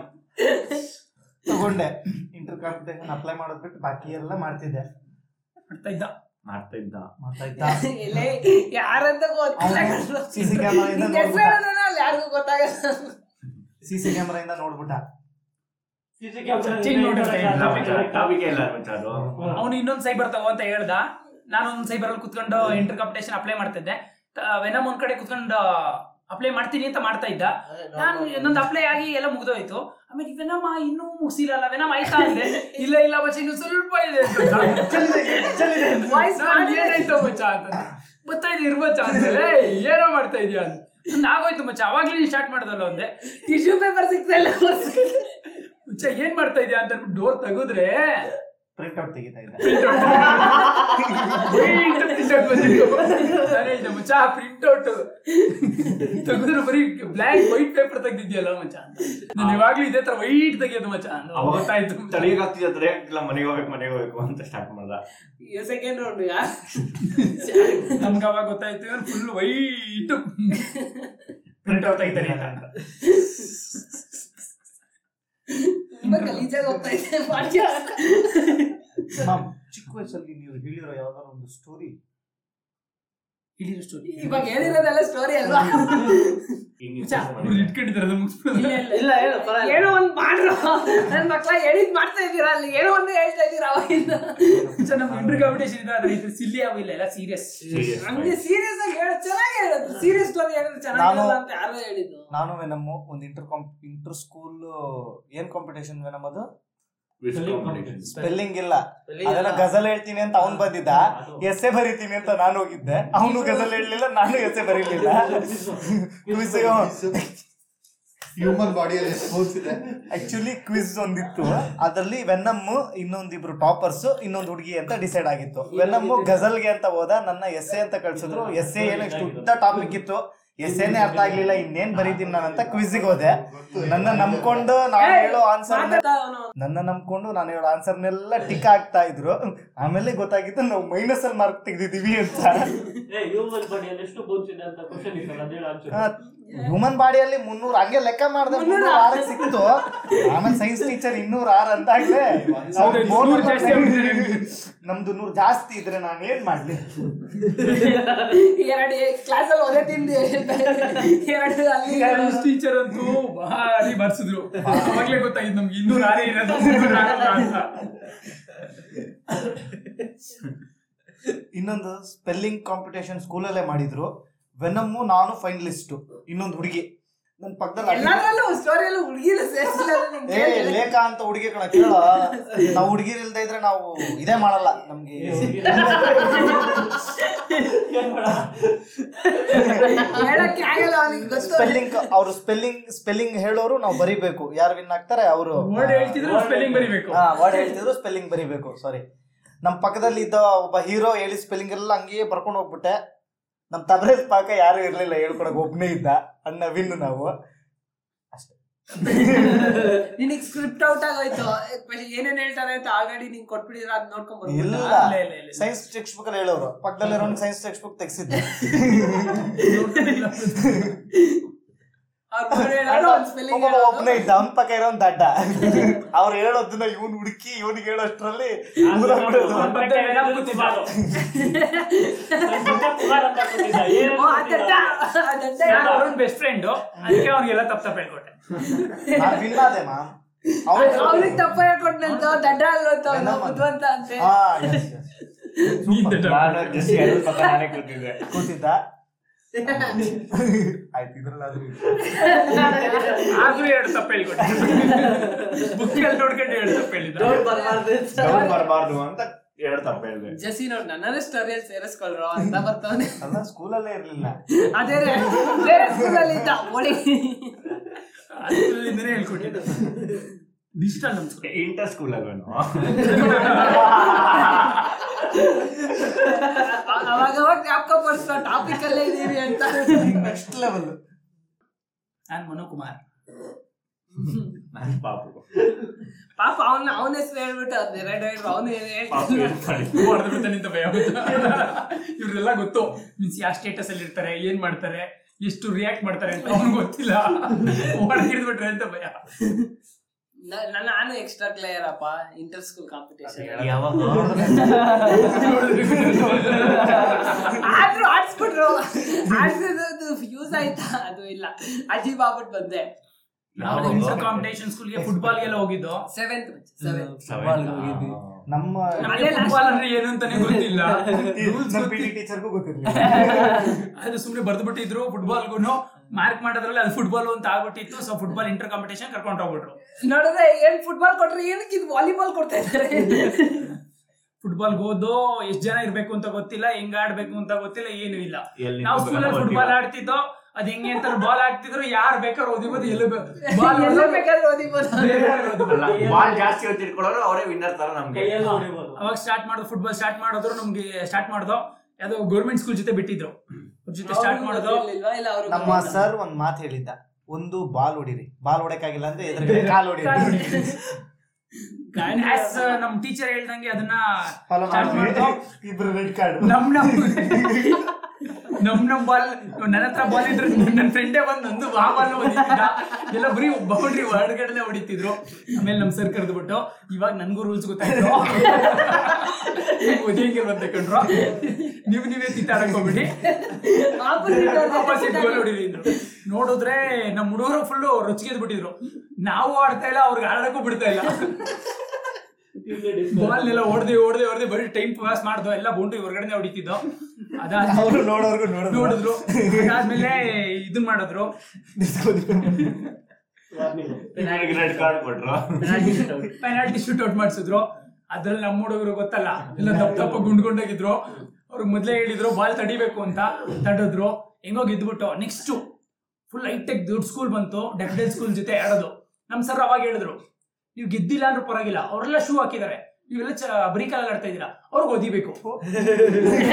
S2: ತಗೊಂಡೆ ಇಂಟರ್ ಕಾಂಪಿಟೇಷನ್ ಅಪ್ಲೈ ಮಾಡೋದ್ ಬಿಟ್ಟು ಬಾಕಿ ಎಲ್ಲ ಮಾಡ್ತಿದ್ದೆ
S3: ಮಾಡ್ತಾ ಇದ್ದ
S8: ಮಾಡ್ತಾ ಇದ್ದ
S2: ಮಾಡ್ತಾ
S1: ಎಲೆ ಯಾರಂತ ಗೊತ್ತಿಲ್ಲ ಕಣೋ.
S2: ಸಿಸಿ ಕ್ಯಾಮರಾ ಇಂದ
S1: ನಿನ್ ಹೆಸ್ರು
S2: ನೋಡ್ಬಿಟ್ಟ
S1: ಹೇಳೋದನ್ನ ಅಲ್ಲಿ ಯಾರಿಗೂ ಗೊತ್ತಾಗಲ್ಲ
S2: ಸಿಸಿ ಕ್ಯಾಮರಾ ಇಂದ ನೋಡ್ಬಿಟ್ಟ
S8: ಟಾಪಿಕ್ ಇಲ್ಲ ಮಚ್ಚಾ ಅದು
S3: ಅವ್ನು ಇನ್ನೊಂದ್ ಸೈಬರ್ ತಗೋ ಅಂತ ಹೇಳ್ದ ನಾನು ಒಂದ್ ಸೈಬರ್ ಅಲ್ಲಿ ಕುತ್ಕೊಂಡು ಇಂಟರ್ ಕಾಂಪಿಟೇಷನ್ ಅಪ್ಲೈ ಮಾಡ್ತಿದ್ದೆ ವೆನಮ್ ಒಂದ್ ಕಡೆ ಕುತ್ಕೊಂಡು ಅಪ್ಲೈ ಮಾಡ್ತೀನಿ ಅಂತ ಮಾಡ್ತಾ ಇದ್ದ ನಾನು ಇನ್ನೊಂದು ಅಪ್ಲೈ ಆಗಿ ಎಲ್ಲ ಮುಗ್ದೋಯ್ತು ಆಮೇಲೆ ವೆನಮ ಇನ್ನೂ ಮುಗಿಸಿಲ್ಲ ವೆನಮ್ ಆಯ್ತಾ ಅಂದೆ ಇಲ್ಲ ಇಲ್ಲ ಮಚ್ಚ ಇನ್ನು ಸ್ವಲ್ಪ ಇದೆ
S1: Voice ಮಾಡಿದೆ.
S3: ಏನಾಯ್ತು ಮಚ್ಚ ಅಂತ ಬರ್ತಾ ಇದೆ ಇರ್ಬಚ್ಚ ಅಂತ ಏನೋ ಮಾಡ್ತಾ ಇದೀಯ ಅಂತ ನಂದ್ ಆಗೋಯ್ತು ಮಚ್ಚ ಅವಾಗ್ಲೇ ಸ್ಟಾರ್ಟ್ ಮಾಡ್ದಲ್ಲ ಒಂದೆ
S1: ಟಿಶ್ಯೂ ಪೇಪರ್ ಸಿಕ್ತಲ್ಲ
S3: ಮಚ್ಚ ಏನ್ ಮಾಡ್ತಾ ಇದೀಯ ಅಂತ ಅನ್ಬಿಟ್ಟು ಡೋರ್ ತೆಗೆದ್ರೆ
S2: ಪ್ರಿಂಟ್ ಔಟ್ ತೆಗಿತಾ ಇದ್ದೆ
S3: ಮಚ್ಚಾ ಪ್ರಿಂಟ್ ಔಟ್ ತೆಗೆದ್ರೆ ಬರೀ ಬ್ಲ್ಯಾಕ್ ವೈಟ್ ಪೇಪರ್ ತೆಗ್ದಿದ್ಯಲ್ಲ ಮಚ್ಚ ನಾನು ಇವಾಗ್ಲೂ ಇದೇ ತರ ವೈಟ್ ತೆಗಿಯೋದು ಮಚ್ಚ
S8: ಅವಾಗ
S3: ಗೊತ್ತಾಯ್ತು
S8: ತಡೆಯಕ್ ಆಗ್ತಿದ್ದ ತಡೆಯಕ್ಕಿಲ್ಲ ಮನೆಗೆ ಹೋಗ್ಬೇಕು ಮನೆಗೆ ಹೋಗ್ಬೇಕು ಅಂತ ಸ್ಟಾರ್ಟ್ ಮಾಡ್ದ
S1: ಸೆಕೆಂಡ್ ರೌಂಡ್
S3: ನಮ್ಗೆ ಅವಾಗ ಗೊತ್ತಾಯ್ತು ಫುಲ್ ವೈಟ್ ಪ್ರಿಂಟ್ ಔಟ್ ತೆಗಿತಾನೆ ಅಂತ
S1: ತುಂಬಾ ಗಲೀಜಾಗಿ ಹೋಗ್ತಾ ಇದೆ ಪಾಠ.
S2: ಮಾಮ್, ಚಿಕ್ಕ ವಯಸ್ಸಲ್ಲಿ ನೀವು ಹೇಳಿರೋ ಯಾವ್ದಾರ ಒಂದು ಸ್ಟೋರಿ
S1: ಇವಾಗ ಹೇಳಿರೋದೆಲ್ಲ ಸ್ಟೋರಿ ಅಲ್ವಾ
S8: ಇನ್ನು
S3: ಮಚ್ಚ
S8: ಯೋಚ್ನೆ
S3: ಅವ್ರು
S8: ಮಾಡಿಲ್ಲ.
S3: ಇಟ್ಕೊಂಡಿದ್ದಾರೆ ಅದನ್ನ ಮುಗಿಸ್ಬಿಡು.
S5: ಇಲ್ಲ ಹೇಳು ಪರವಾಗಿಲ್ಲ.
S1: ಏನೋ ಒಂದ್ ಮಾಡ್ರು ನನ್ ಮಕ್ಳ ಹೇಳಿದ್ ಮಾಡ್ತಾ ಇದೀರಾ ಅಲ್ಲಿ ಏನೋ ಒಂದೇ ಹೇಳ್ತಾ ಇದೀರಾ ಅವಾಗಿಂದ
S3: ಮಚ್ಚ ನಮ್ಮ ಇಂಟರ್ ಕಾಂಪಿಟೇಷನ್ ಇದೆ ಆದ್ರೆ ಇದು ಸಿಲ್ಲಿ ಆಗಿಲ್ಲ ಎಲ್ಲ ಸೀರಿಯಸ್
S8: Serious.
S1: ಹಂಗೆ ಸೀರಿಯಸ್ ಆಗಿ ಹೇಳ ಚೆನ್ನಾಗಿ ಹೇಳೋದು ಸೀರಿಯಸ್ ಸ್ಟೋರಿ ಹೇಳಿದ್ರೆ ಚೆನ್ನಾಗಿರಲ್ಲ ಅಂತ ಯಾರೋ ಹೇಳಿದ್ದು
S2: ನಾನು ನಮ್ಮ ಒಂದು ಇಂಟರ್ ಕಾಂಪ್ ಇಂಟರ್ ಸ್ಕೂಲ್ ಏನ್ ಕಾಂಪಿಟೇಷನ್ ನಮ್ಮದು
S8: With competition.
S2: ಸ್ಪೆಲ್ಲಿಂಗ್ ಇಲ್ಲ ಅದೆಲ್ಲ ಗಜಲ್ ಹೇಳ್ತೀನಿ ಅಂತ ಅವ್ನ್ ಬಂದಿದ್ದ ಎಸ್ಸೆ ಬರಿತೀನಿ ಅಂತ ನಾನು ಹೋಗಿದ್ದೆ ಅವನು ಗಜಲ್ ಹೇಳಲಿಲ್ಲ ನಾನು ಎಸ್ಸೆ ಬರೀಲಿಲ್ಲ ಕ್ವಿಸ್
S6: ಹ್ಯೂಮನ್ ಬಾಡಿಯಲ್ಲಿ ಸ್ಪೋರ್ಟ್ಸ್ ಇದೆ
S2: ಆಕ್ಚುಲಿ ಕ್ವಿಸ್ ಒಂದಿತ್ತು ಅದರಲ್ಲಿ ವೆನ್ನಮ್ ಇನ್ನೊಂದಿಬ್ರು ಟಾಪರ್ಸ್ ಇನ್ನೊಂದು ಹುಡುಗಿ ಅಂತ ಡಿಸೈಡ್ ಆಗಿತ್ತು ವೆನ್ನಮ್ ಗಜಲ್ಗೆ ಅಂತ ಹೋದ ನನ್ನ ಎಸ್ಸೆ ಅಂತ ಕಳ್ಸಿದ್ರು ಎಸ್ಸೆ ಏನು ಇಷ್ಟು ಉದ್ದ ಟಾಪಿಕ್ ಇತ್ತು ಎಸ್ಸೇನೆ ಅರ್ಥ ಆಗ್ಲಿಲ್ಲ ಇನ್ನೇನ್ ಬರೀತೀನಿ ನಾನು ಅಂತ ಕ್ವಿಜ್ಗೆ ಹೋದೆ ನನ್ನ ನಂಬ್ಕೊಂಡು ನಾನು ಹೇಳೋ ಆನ್ಸರ್ ನನ್ನ ನಂಬ್ಕೊಂಡು ನಾನು ಹೇಳೋ ಆನ್ಸರ್ನೆಲ್ಲ ಟಿಕ್ ಆಗ್ತಾ ಇದ್ರು ಆಮೇಲೆ ಗೊತ್ತಾಗಿದ್ದು ನಾವು ಮೈನಸ್ ಅಲ್ಲಿ ಮಾರ್ಕ್ ತೆಗ್ದಿದೀವಿ ಅಂತ
S7: ಹ್ಯೂಮನ್ ಬಾಡಿಯಲ್ಲಿ ಎಷ್ಟು ಬೋನ್ಸ್ ಇದೆ ಅಂತ ಕ್ವಶನ್ ಇತ್ತಲ್ಲ ಅದೇಳು ಆನ್ಸರ್
S2: ಹ್ಯೂಮನ್ ಬಾಡಿಯಲ್ಲಿ ಮುನ್ನೂರ ಹಂಗೆ ಲೆಕ್ಕ ಮಾಡಿದೆ ಮುನ್ನೂರ ಆರ ಸಿಕ್ತು ಆಮೇಲೆ ಸೈನ್ಸ್ ಟೀಚರ್ ಇನ್ನೂರ ಆರ್ ಅಂತ ಆಗ್ಲೇ ಅವ್ರು ಬೋರ್
S3: ನೂರು ಜಾಸ್ತಿ ಆಗ್ಬಿಟ್ಟಿದೆ
S2: ನಮ್ದು ನೂರ್ ಜಾಸ್ತಿ ಇದ್ರೆ ನಾನು ಏನ್ ಮಾಡ್ಲಿ
S1: ಎರಡು ಕ್ಲಾಸಲ್ಲಿ ಒದೇ ತಿಂದು ಎರಡು ಅಲ್ಲಿ
S3: ಟೀಚರ್ ಅಂತೂ ಭಾರಿ ಬರ್ಸಿದ್ರು ಅವಾಗ್ಲೇ ಗೊತ್ತಾಗಿದ್ದು ನಮ್ಗೆ ಇನ್ನೂ ನಾರೇ ಇರೋದು ಇನ್ನೂರ್ ಆರಲ್ಲ ಅಂತ.
S2: ಇನ್ನೊಂದು ಸ್ಪೆಲ್ಲಿಂಗ್ ಕಾಂಪಿಟೇಷನ್ ಸ್ಕೂಲಲ್ಲೇ ಮಾಡಿದ್ರು ವೆನಮ್ಮು ನಾನು ಫೈನಲಿಸ್ಟ್ ಇನ್ನೊಂದು ಹುಡುಗಿ ನನ್ನ ಪಕ್ಕದಲ್ಲಿ
S1: ಎಲ್ಲಾದ್ರಲ್ಲೂ ಸ್ಟೋರಿಯಲ್ಲೂ ಹುಡುಗಿಲ್ಲ ಸೇರಿಸಿಲ್ಲ
S2: ಏ ಲೇಖ ಅಂತ ಹುಡುಗಿ ಕಣ ಕೇಳ ನಾವು ಹುಡುಗಿರ್ ಇಲ್ದೇ ಇದ್ರೆ ನಾವು ಇದೇ ಮಾಡಲ್ಲ ನಮ್ಗೆ
S1: ಹೇಳಕ್ಕೆ ಆಗಲ್ಲ ಅವನಿಗೆ ಗೊತ್ತು
S2: ಸ್ಪೆಲ್ಲಿಂಗ್ ಅವ್ರು ಸ್ಪೆಲ್ಲಿಂಗ್ ಸ್ಪೆಲ್ಲಿಂಗ್ ಹೇಳೋರು ನಾವು ಬರಿಬೇಕು ಯಾರು ವಿನ್ ಆಗ್ತಾರೆ ಅವರು
S3: ವರ್ಡ್ ಹೇಳ್ತಿದ್ರು ಸ್ಪೆಲ್ಲಿಂಗ್ ಬರಿಬೇಕು
S2: ಹಾ ವರ್ಡ್ ಹೇಳ್ತಿದ್ರು ಸ್ಪೆಲ್ಲಿಂಗ್ ಬರಿಬೇಕು ಸಾರಿ ನಮ್ಮ ಪಕ್ಕದಲ್ಲಿ ಇದ್ದ ಒಬ್ಬ ಹೀರೋ ಹೇಳಿ ಸ್ಪೆಲ್ಲಿಂಗ್ ಎಲ್ಲ ಹಂಗೆ ಬರ್ಕೊಂಡು ಹೋಗ್ಬಿಟ್ಟೆ ನಮ್ಮ ತಬ್ರೇಜ್ ಪಾಕ ಯಾರು ಇರ್ಲಿಲ್ಲ ಹೇಳ್ಕೊಡಕ್ ಒಬ್ನೇ ಇದ್ದ ಅಣ್ಣ ವಿನ್ ನಾವು
S1: ನಿನಗ್ ಸ್ಕ್ರಿಪ್ಟ್ ಔಟ್ ಆಗೋಯ್ತು ಏನೇನ್ ಹೇಳ್ತಾರೆ ಅಂತ ಆಲ್ರೆಡಿ ನಿಂಗ್ ಕೊಟ್ಬಿಟ್ಟಿದ್ರೆ ಅದ್ ನೋಡ್ಕೊಂಡ್
S2: ಇಲ್ಲ
S1: ಬರ್ಬೋದು
S3: ಇಲ್ಲ, ಇಲ್ಲ, ಇಲ್ಲ.
S2: ಸೈನ್ಸ್ ಟೆಕ್ಸ್ಟ್ ಬುಕ್ ಅಲ್ಲಿ ಹೇಳೋರು ಪಕ್ಕದಲ್ಲಿ ಸೈನ್ಸ್ ಟೆಕ್ಸ್ಟ್ ಬುಕ್ ತೆಗ್ಸಿದ್ದೆ
S1: ಅವ್ರ್ ಮೂರ್ ಹೇಳೋರು ಒಂದ್ ಸ್ಪೆಲ್ಲಿಂಗ್
S2: ಒಬ್ಬ ಒಬ್ನೇ ಇದ್ದ ಅವ್ನ ಪಕ್ಕ ಇರೋ ಒಂದ್ ಅಡ್ಡ ಅವ್ರು ಹೇಳೋದನ್ನ ಇವ್ನ್ ಹುಡುಕಿ ಇವ್ನಿಗೆ ಹೇಳೋಷ್ಟ್ರಲ್ಲಿ ಮುಗ್ದೋಗ್ಬಿಡೋದು.
S3: ಅವ್ನ್ ಬೆಸ್ಟ್ ಫ್ರೆಂಡ್ ಅದಕ್ಕೆ ಅವ್ರಿಗೆಲ್ಲ ತಪ್ಪ ತಪ್ಪ ಹೇಳ್ಕೊಟ್ಟೆ
S2: ನಾನು win ಆದೆ ma'am. ಅವ್ನು-
S1: ಅವ್ನಿಗೆ ತಪ್ಪ ಹೇಳ್ಕೊಟ್ನಂತ ದಡ್ಡ ಅಲ್ಲಂತ ಅವ್ನು
S2: ಏನಮ್ಮ?
S1: ಬುದ್ಧಿವಂತ ಅಂತೆ
S2: ಹಾ, yes, yes.
S8: ನಾನು just ಎರಡು ಪಕ್ಕ ನಾನೇ ಕೂತಿದ್ದೆ
S2: ಕೂತಿದ್ದ ಆಯ್ತು ಇದ್ರಲ್ಲಾದ್ರೂ ಇರ್ಲಿ.
S3: ಆದ್ರೂ ಎರಡು ತಪ್ಪ ಹೇಳ್ಕೊಟ್ಟೆ ಬುಕ್ ಅಲ್ಲಿ ನೋಡ್ಕೊಂಡು ಎರಡು ತಪ್ಪ ಹೇಳಿದ್ರು
S8: ಡೌನ್ ಬರಬಾರ್ದು ಅಂತ ಎರಡು ತಪ್ಪ ಹೇಳಿದೆ
S1: ಜಸಿ ನೋಡ್ ನನ್ನನ್ನ ಸ್ಟೋರಿಯಲ್ಲಿ ಸೇರಿಸ್ಕೊಳ್ರೋ ಅಂತ ಬರ್ತವನೆ
S2: ಅಲ್ಲ ಸ್ಕೂಲಲ್ಲೇ ಇರ್ಲಿಲ್ಲ
S1: ಅದೇ ರೀ, ಬೇರೆ ಸ್ಕೂಲಲ್ಲಿ ಇದ್ದ ಒಳಿ
S3: ಅದ್ರಲ್ಲಿಂದನೇ ಹೇಳ್ಕೊಟ್ಟಿದ್ದು ಡಿಜಿಟಲ್ ನಮ್ಸ್ಕಾರ
S8: ಇಂಟರ್ ಸ್ಕೂಲ್ ಅಲ್ವೇನು
S1: ಅವಾಗ ಅವಾಗ ಜ್ಞಾಪಕ ಪಡಿಸ್ಕೊ ಟಾಪಿಕ್ ಅಲ್ಲೇ ಇದೀವಿ ಅಂತ
S2: ನೆಕ್ಸ್ಟ್ ಲೆವೆಲ್
S3: ನಾನ್ ಮನೋಕುಮಾರ್
S8: ನಾನು ಪಾಪು
S1: ಪಾಪ ಅವನ ಅವನ ಹೆಸರು ಹೇಳ್ಬಿಟ್ಟು ಅದ್ ಎರಡು ಎರಡು ಅವನು
S8: ಪಾಪು ಏನ್ ಮಾಡಿದ್ದು?
S3: ಹೊಡೆದು ಬಿಡ್ತಾನಿಂತ ಭಯ ಇವ್ರೆಲ್ಲ ಗೊತ್ತು ಮೀನ್ಸ್ ಯಾವ ಸ್ಟೇಟಸ್ ಅಲ್ಲಿ ಇರ್ತಾರೆ ಏನ್ ಮಾಡ್ತಾರೆ ಎಷ್ಟು ರಿಯಾಕ್ಟ್ ಮಾಡ್ತಾರೆ ಅಂತ ಅವ್ನಿಗೆ ಗೊತ್ತಿಲ್ಲ ಹೊಡೆದಿಡ್ಬಿಟ್ರೆ ಅಂತ ಭಯ
S1: ನನ್ನ ನಾನು ಎಕ್ಸ್ಟ್ರಾ ಪ್ಲೇಯರ್ ಅಪ್ಪ ಇಂಟರ್ ಸ್ಕೂಲ್ ಕಾಂಪಿಟೇಷನ್ ಆದ್ರೂ ಆಡ್ಸ್ಬಿಟ್ರು ಆಡ್ಸಿದ್ದು ಯೂಸ್ ಆಯ್ತಾ ಅದು ಇಲ್ಲ ಅಜೀಬ್ ಆಗ್ಬಿಟ್ಟು ಬಂದೆ
S3: ನಾವು ಕಾಂಪಿಟೇಷನ್ ಸ್ಕೂಲ್ಗೆ ಫುಟ್ಬಾಲ್ ಗೆಲ್ಲ ಹೋಗಿದ್ದು
S1: ಸೆವೆಂತ್ ಸೆವೆಂತ್
S2: ನಮ್ಮ
S1: ಅಲ್ಲೇ last-
S3: ಫುಟ್ಬಾಲ್ ಅಂದ್ರೆ ಏನು ಅಂತಾನೆ ಗೊತ್ತಿಲ್ಲ
S2: ನಮ್ಮ ಪಿ ಟಿ ಟೀಚರ್ಗೂ ಗೊತ್ತಿರ್ಲಿಲ್ಲ
S3: ಅದು ಸುಮ್ನೆ ಬರ್ದು ಬಿಟ್ಟಿದ್ರು ಫುಟ್ಬಾಲ್ಗೂ ಮಾರ್ಕ್ ಮಾಡೋದ್ರಲ್ಲಿ ಅದು ಫುಟ್ಬಾಲ್ ಅಂತ ಆಗ್ಬಿಟ್ಟಿತ್ತು ಸೊ ಫುಟ್ಬಾಲ್ ಇಂಟರ್ ಕಾಂಪಿಟೇಷನ್ ಕರ್ಕೊಂಡು ಹೋಗ್ಬಿಟ್ರು
S1: ನೋಡಿದ್ರೆ ಏನ್ ಫುಟ್ಬಾಲ್ ಕೊಟ್ರಿ ಏನಕ್ಕೆ ಇದು ವಾಲಿಬಾಲ್ ಕೊಡ್ತಾ ಇದ್ದಾರೆ
S3: ಫುಟ್ಬಾಲ್ ಹೋದೋ ಎಷ್ಟ್ ಜನ ಇರ್ಬೇಕು ಅಂತ ಗೊತ್ತಿಲ್ಲ ಹೆಂಗ್ ಆಡ್ಬೇಕು ಅಂತ ಗೊತ್ತಿಲ್ಲ ಏನು ಇಲ್ಲ
S8: ಎಲ್ಲಿ
S3: ನಾವು
S8: ನಿಂತ್ಕೊಂಡು
S3: ಸ್ಕೂಲಲ್ಲಿ
S8: ಬರ್ತೀವಿ?
S3: ಫುಟ್ಬಾಲ್ ಆಡ್ತಿದ್ದೋ ಅದ್ ಹೆಂಗೆ ಅಂತ ಬಾಲ್ ಆಡ್ತಿದ್ರು ಯಾರ್ ಬೇಕಾದ್ರೂ ಓದಿಬೋದು ಎಲ್ಲ
S1: ಎಲ್ಲ ಬೇಕಾದ್ರೆ ಓದಿಬೋದು
S8: ಅಲ್ಲ ಬಾಲ್ ಜಾಸ್ತಿ ಹೊತ್ತು ಇಟ್ಕೊಳ್ಳೋರು ಅವರೇ ವಿನ್ನರ್ ತರ ನಮ್ಗೆ
S3: ಅವಾಗ ಸ್ಟಾರ್ಟ್ ಮಾಡಿದ್ರು ಫುಟ್ಬಾಲ್ ಸ್ಟಾರ್ಟ್ ಮಾಡಿದ್ರು ನಮ್ಗೆ ಸ್ಟಾರ್ಟ್ ಮಾಡ್ದೋ ಯಾವ್ದೋ ಗೌರ್ಮೆಂಟ್ ಸ್ಕೂಲ್ ಜೊತೆ ಬಿಟ್ಟಿದ್ರು ಅವ್ರ ಜೊತೆ ಸ್ಟಾರ್ಟ್ ಮಾಡಿದ್ರು
S1: ಇಲ್ವಾ ಇಲ್ಲ ಅವ್ರು
S2: ನಮ್ಮ ಸರ್ ಒಂದ್ ಮಾತು ಹೇಳಿದ್ದ ಒಂದು ಬಾಲ್ ಹೊಡಿರಿ ಬಾಲ್ ಹೊಡಕ್ಕಾಗಿಲ್ಲ ಅಂದ್ರೆ ಎದುರುಗಡೆ ಕಾಲ್ ಹೊಡಿರಿ
S3: As, ಆ, ನಮ್ ಟೀಚರ್ ಹೇಳ್ದಂಗೆ ಅದನ್ನ
S2: ಫಾಲೋ
S3: start ಮಾಡ್ದೋ.
S2: ಇಬ್ರು ರೆಡ್ ಕಾರ್ಡ್
S3: ನಮ್ ನಮ್ ನಮ್ ನಮ್ ಬಾಲ್ ನನ್ನ ಹತ್ರ ಬಾಲ್ ಇದ್ರೆ ನನ್ನ ಫ್ರೆಂಡೇ ಬಂದ್ ನಂದು ಆ ಬಾಲ್ ಹೊಡಿತಿದ್ದ ಎಲ್ಲ ಬರೀ ಬೌಂಡ್ರಿ ಹೊರಗಡೆನೆ ಹೊಡಿತಿದ್ರು ಆಮೇಲೆ ನಮ್ ಸರ್ ಕರೆದ್ಬಿಟ್ಟು ಇವಾಗ ನನ್ಗೂ ರೂಲ್ಸ್ ಗೊತ್ತಾಯ್ತು ಓದಿಯಂಗೆ ಬಂದ ಕಂಡ್ರು ನೀವ್ ನೀವೇ ಕಿತ್ತಾಡಕ್ ಹೋಗ್ಬಿಡಿ
S1: Opposite ಅವ್ರು
S3: Opposite goal ಹೊಡಿದ್ರು ನೋಡಿದ್ರೆ ನಮ್ ಹುಡುಗರು ಫುಲ್ ರೊಚ್ಚಿಗೆದ್ ಬಿಟ್ಟಿದ್ರು ನಾವು ಆಡ್ತಾ ಇಲ್ಲ ಅವ್ರಿಗೆ ಆಡಕ್ಕೂ ಬಿಡ್ತಾ ಇಲ್ಲ ಬಾಲ್ ಎಲ್ಲ ಹೊಡೆದು ಹೊಡೆದು ಹೊಡೆದು ಬರೀ ಟೈಮ್ ಪಾಸ್ ಮಾಡ್ದು ಎಲ್ಲ ಬೌಂಡ್ರಿ ಹೊರಗಡೆ ಹೊಡಿತಿದ್ದೋ ಅದಾದ್ಮೇಲೆ
S2: ಅವರು ನೋಡೋರ್ಗು ನೋಡಿದ್ರು
S3: ನೋಡಿದ್ರು ಅದಾದ್ಮೇಲೆ ಇದನ್ ಮಾಡಿದ್ರು
S8: ರೆಡ್ ಕಾರ್ಡ್ ಕೊಟ್ರು
S3: ಪೆನಾಲ್ಟಿ ಶೂಟ್ ಔಟ್ ಮಾಡಿಸಿದ್ರು ಅದ್ರಲ್ಲಿ ನಮ್ಮ ಹುಡುಗರು ಗೊತ್ತಲ್ಲ ಎಲ್ಲ ದಪ್ಪ ದಪ್ಪ ಗುಂಡ್ಗುಂಡಾಗಿದ್ರು ಅವ್ರು ಮೊದ್ಲೇ ಹೇಳಿದ್ರು ಬಾಲ್ ತಡಿಬೇಕು ಅಂತ ತಡಿದ್ರು ಹೆಂಗೋ ಗೆದ್ಬಿಟ್ಟು ನೆಕ್ಸ್ಟ್ ಫುಲ್ ಹೈಟೆಕ್ ದೊಡ್ಡ ಸ್ಕೂಲ್ ಬಂತು ಡೆಫಿಡೆಲ್ ಸ್ಕೂಲ್ ಜೊತೆ ಆಡೋದು ನಮ್ ಸರ್ ಅವಾಗ ಹೇಳಿದ್ರು ನೀವು ಗೆದ್ದಿಲ್ಲ ಅಂದ್ರೂ ಪರವಾಗಿಲ್ಲ ಅವರೆಲ್ಲ ಶೂ ಹಾಕಿದ್ದಾರೆ ನೀವೆಲ್ಲ ಚ ಬರೀ ಕಾಲಲ್ಲಿ ಆಡ್ತಾ ಇದ್ದೀರಾ ಅವ್ರಿಗೆ ಓದಿಬೇಕು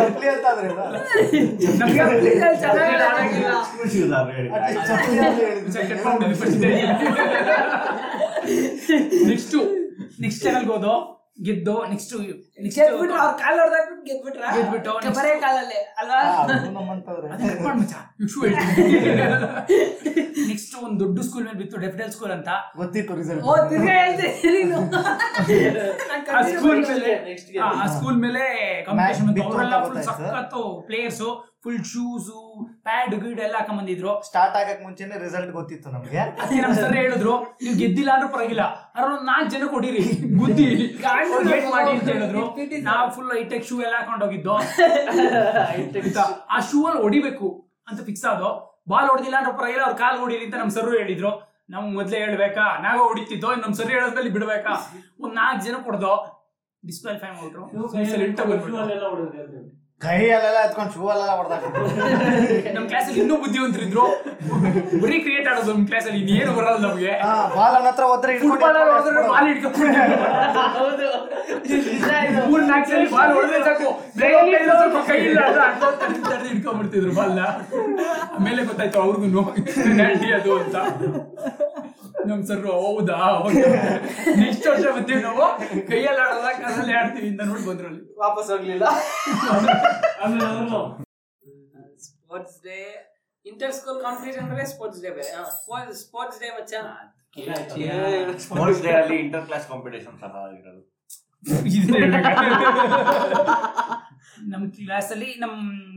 S2: ಚಪ್ಲಿ ಅಂತ ಆದ್ರೆ ಇಲ್ಲ. ಚಪ್ಲಿ ಅಂತ ಹೇಳಿದ್ರೆ
S3: ನೆಕ್ಸ್ಟ್ ನೆಕ್ಸ್ಟ್ ಚಾನಲ್ ಹೋದೋ ಗೆದ್ದು ನೆಕ್ಸ್ಟ್ ನೆಕ್ಸ್ಟ್
S9: ಗೆದ್ಬಿಟ್ರ ಅವ್ರ ಕಾಲ್ ಹೊಡೆದಾಕ್ಬಿಟ್ಟು ಗೆದ್ಬಿಟ್ರ
S3: ಗೆದ್ಬಿಟ್ಟು next-
S9: ಬರೇ ಕಾಲಲ್ಲೇ ಅಲ್ವಾ
S2: ಅವ್ರು ನಮ್ಮಂತವ್ರೆ.
S3: ನೆಕ್ಸ್ಟ್ ಒಂದು ದೊಡ್ಡ ಸ್ಕೂಲ್ ಮೇಲೆ ಬಿತ್ತು ಡೆಫಿಡಲ್ ಸ್ಕೂಲ್ ಅಂತ
S2: ಗೊತ್ತಿತ್ತು ರಿಸಲ್ಟ್
S9: ಓ ತಿರ್ಗಾ ಹೇಳ್ತೀನಿ ನೀನು ನಾನ್
S3: ಆ
S9: continue
S3: ಸ್ಕೂಲ್
S9: ಮಾಡ್ತೀನಿ.
S3: ಮೇಲೆ ಆ, ಆ ಸ್ಕೂಲ್ ಮೇಲೆ ಕಾಂಪಿಟೇಷನ್
S2: ಬಿತ್ತು ಅಂತ
S3: ಅವರೆಲ್ಲ ಫುಲ್
S2: ಗೊತ್ತಾಯ್ತು.
S3: ಸಖತ್ತು ಪ್ಲೇಯರ್ಸ್ ಫುಲ್ ಶೂಸ್ ಪ್ಯಾಡ್ ಗೀಡ್ ಎಲ್ಲ ಹಾಕೊಂಡ್ಬಂದಿದ್ರು
S2: ಸ್ಟಾರ್ಟ್ ಆಗಕ್ ಮುಂಚೆನೆ ರಿಸಲ್ಟ್ ಗೊತ್ತಿತ್ತು ನಮ್ಗೆ
S3: ಅದಕ್ಕೆ ನಮ್ಮ ಸರ್ ಹೇಳಿದ್ರು ನೀವು ಗೆದ್ದಿಲ್ಲ ಅಂದ್ರೂ ಪರವಾಗಿಲ್ಲ ಅವ್ರು ನಾಲ್ಕು ಜನ ಕೊಡಿರಿ ಬುದ್ಧಿ
S9: ಗಾಂಡು
S3: ಅವ್ರು wait ಮಾಡಿ ಅಂತ ಹೇಳಿದ್ರು
S9: PT sir.
S3: ನಾವು ಫುಲ್ ಹೈಟೆಕ್ ಶೂ ಎಲ್ಲ ಹಾಕೊಂಡು ಹೋಗಿದ್ದು ಆಯ್ತಾ? ಆ ಶೂ ಅಲ್ಲಿ ಹೊಡಿಬೇಕು ಅಂತ ಫಿಕ್ಸ್ ಆದೋ ಬಾಲ್ ಹೊಡೆದಿಲ್ಲ ಅಂದ್ರೆ ಪರವಾಗಿಲ್ಲ ಅವ್ರ ಕಾಲ್ ಹೊಡೀರಿ ಅಂತ ನಮ್ಮ ಸರ್ ಹೇಳಿದ್ರು ನಮ್ ಮೊದ್ಲೇ ಹೇಳ್ಬೇಕಾ ನಾವೇ ಹೊಡಿತಿದ್ದೋ ಇನ್ನು ನಮ್ ಸರ್ ಹೇಳೋದ್ಮೇಲೆ ಬಿಡ್ಬೇಕಾ ಒಂದ್ ನಾಲ್ಕು ಜನ ಕೊಡ್ದೋ ಡಿಸ್ಕ್ವಾಲಿಫೈ ಮಾಡ್ರು ಸುಮ್ನೆ lint ತಗೊಂಡ್ಬಿಟ್ರು.
S2: ಕೈ ಅಲ್ಲೆಲ್ಲ ಎತ್ಕೊಂಡು ಶೂ ಅಲ್ಲೆಲ್ಲ ಹೊಡೆದಾಕ
S3: ನಮ್ ಕ್ಲಾಸಲ್ಲಿ ಇನ್ನೂ ಬುದ್ಧಿವಂತರಿದ್ರು ಬರೀ ಕ್ರಿಯೇಟ್ ಆಡೋದು ನಮ್ ಕ್ಲಾಸಲ್ಲಿ ಇನ್ನೇನು ಬರಲ್ಲ ನಮ್ಗೆ
S2: ಬಾಲ್ ನನ್ನ ಹತ್ರ ಹೋದ್ರೆ ಇಟ್ಕೊಂಡು
S3: ಫುಟ್ಬಾಲ್ ಹೊಡೆದ್ರೆ ಬಾಲ್ ಹಿಡ್ಕೊಂಡು
S9: ಹೌದು ನಿಜ ಇದು.
S3: ಮೂರ್ ನಾಲ್ಕು ಸಲ ಬಾಲ್ ಹೊಡೆದ್ರೆ ಸಾಕು ಡೈಲಿ ಏನೋ ಸ್ವಲ್ಪ ಕೈ ಇಲ್ಲ ಅಂದ್ರೆ ಅಡ್ಡ ತಡ್ದು ತಡ್ದು ಹಿಡ್ಕೊಂಡ್ಬಿಡ್ತಿದ್ರು ಬಾಲ್ನ ಆಮೇಲೆ ಗೊತ್ತಾಯ್ತು ಅವ್ರಿಗೂ ಪೆನಾಲ್ಟಿ ಅದು ಅಂತ ನಮ್ ಸರ್ ಹೌದಾ ನೆಕ್ಸ್ಟ್ ವರ್ಷ ಬರ್ತೀವಿ ನಾವು ಕೈಯಲ್ಲಿ ಆಡಲ್ಲ ಕಾಲಲ್ಲಿ ಆಡ್ತೀವಿ ಅಂತ ನೋಡಿ ಬಂದ್ರಲ್ಲಿ
S5: ವಾಪಸ್ ಹೋಗ್ಲಿಲ್ಲ
S1: sports day inter school competition ಬೇರೆ ಸ್ಪೋರ್ಟ್ಸ್ ಡೇ ಬೇರೆ ಸ್ಪೋರ್ಟ್ಸ್ ಡೇ ಮಚ್ಚ
S8: ಸ್ಪೋರ್ಟ್ಸ್ ಡೇ ಅಲ್ಲಿ ಇಂಟರ್ ಕ್ಲಾಸ್ ಕಾಂಪಿಟೇಷನ್ ಸಹ ಆಗಿರೋದು
S3: ಇದನ್ನ ಹೇಳ್ಬೇಕಾ? ನಮ್ ಕ್ಲಾಸ್ ಅಲ್ಲಿ ನಮ್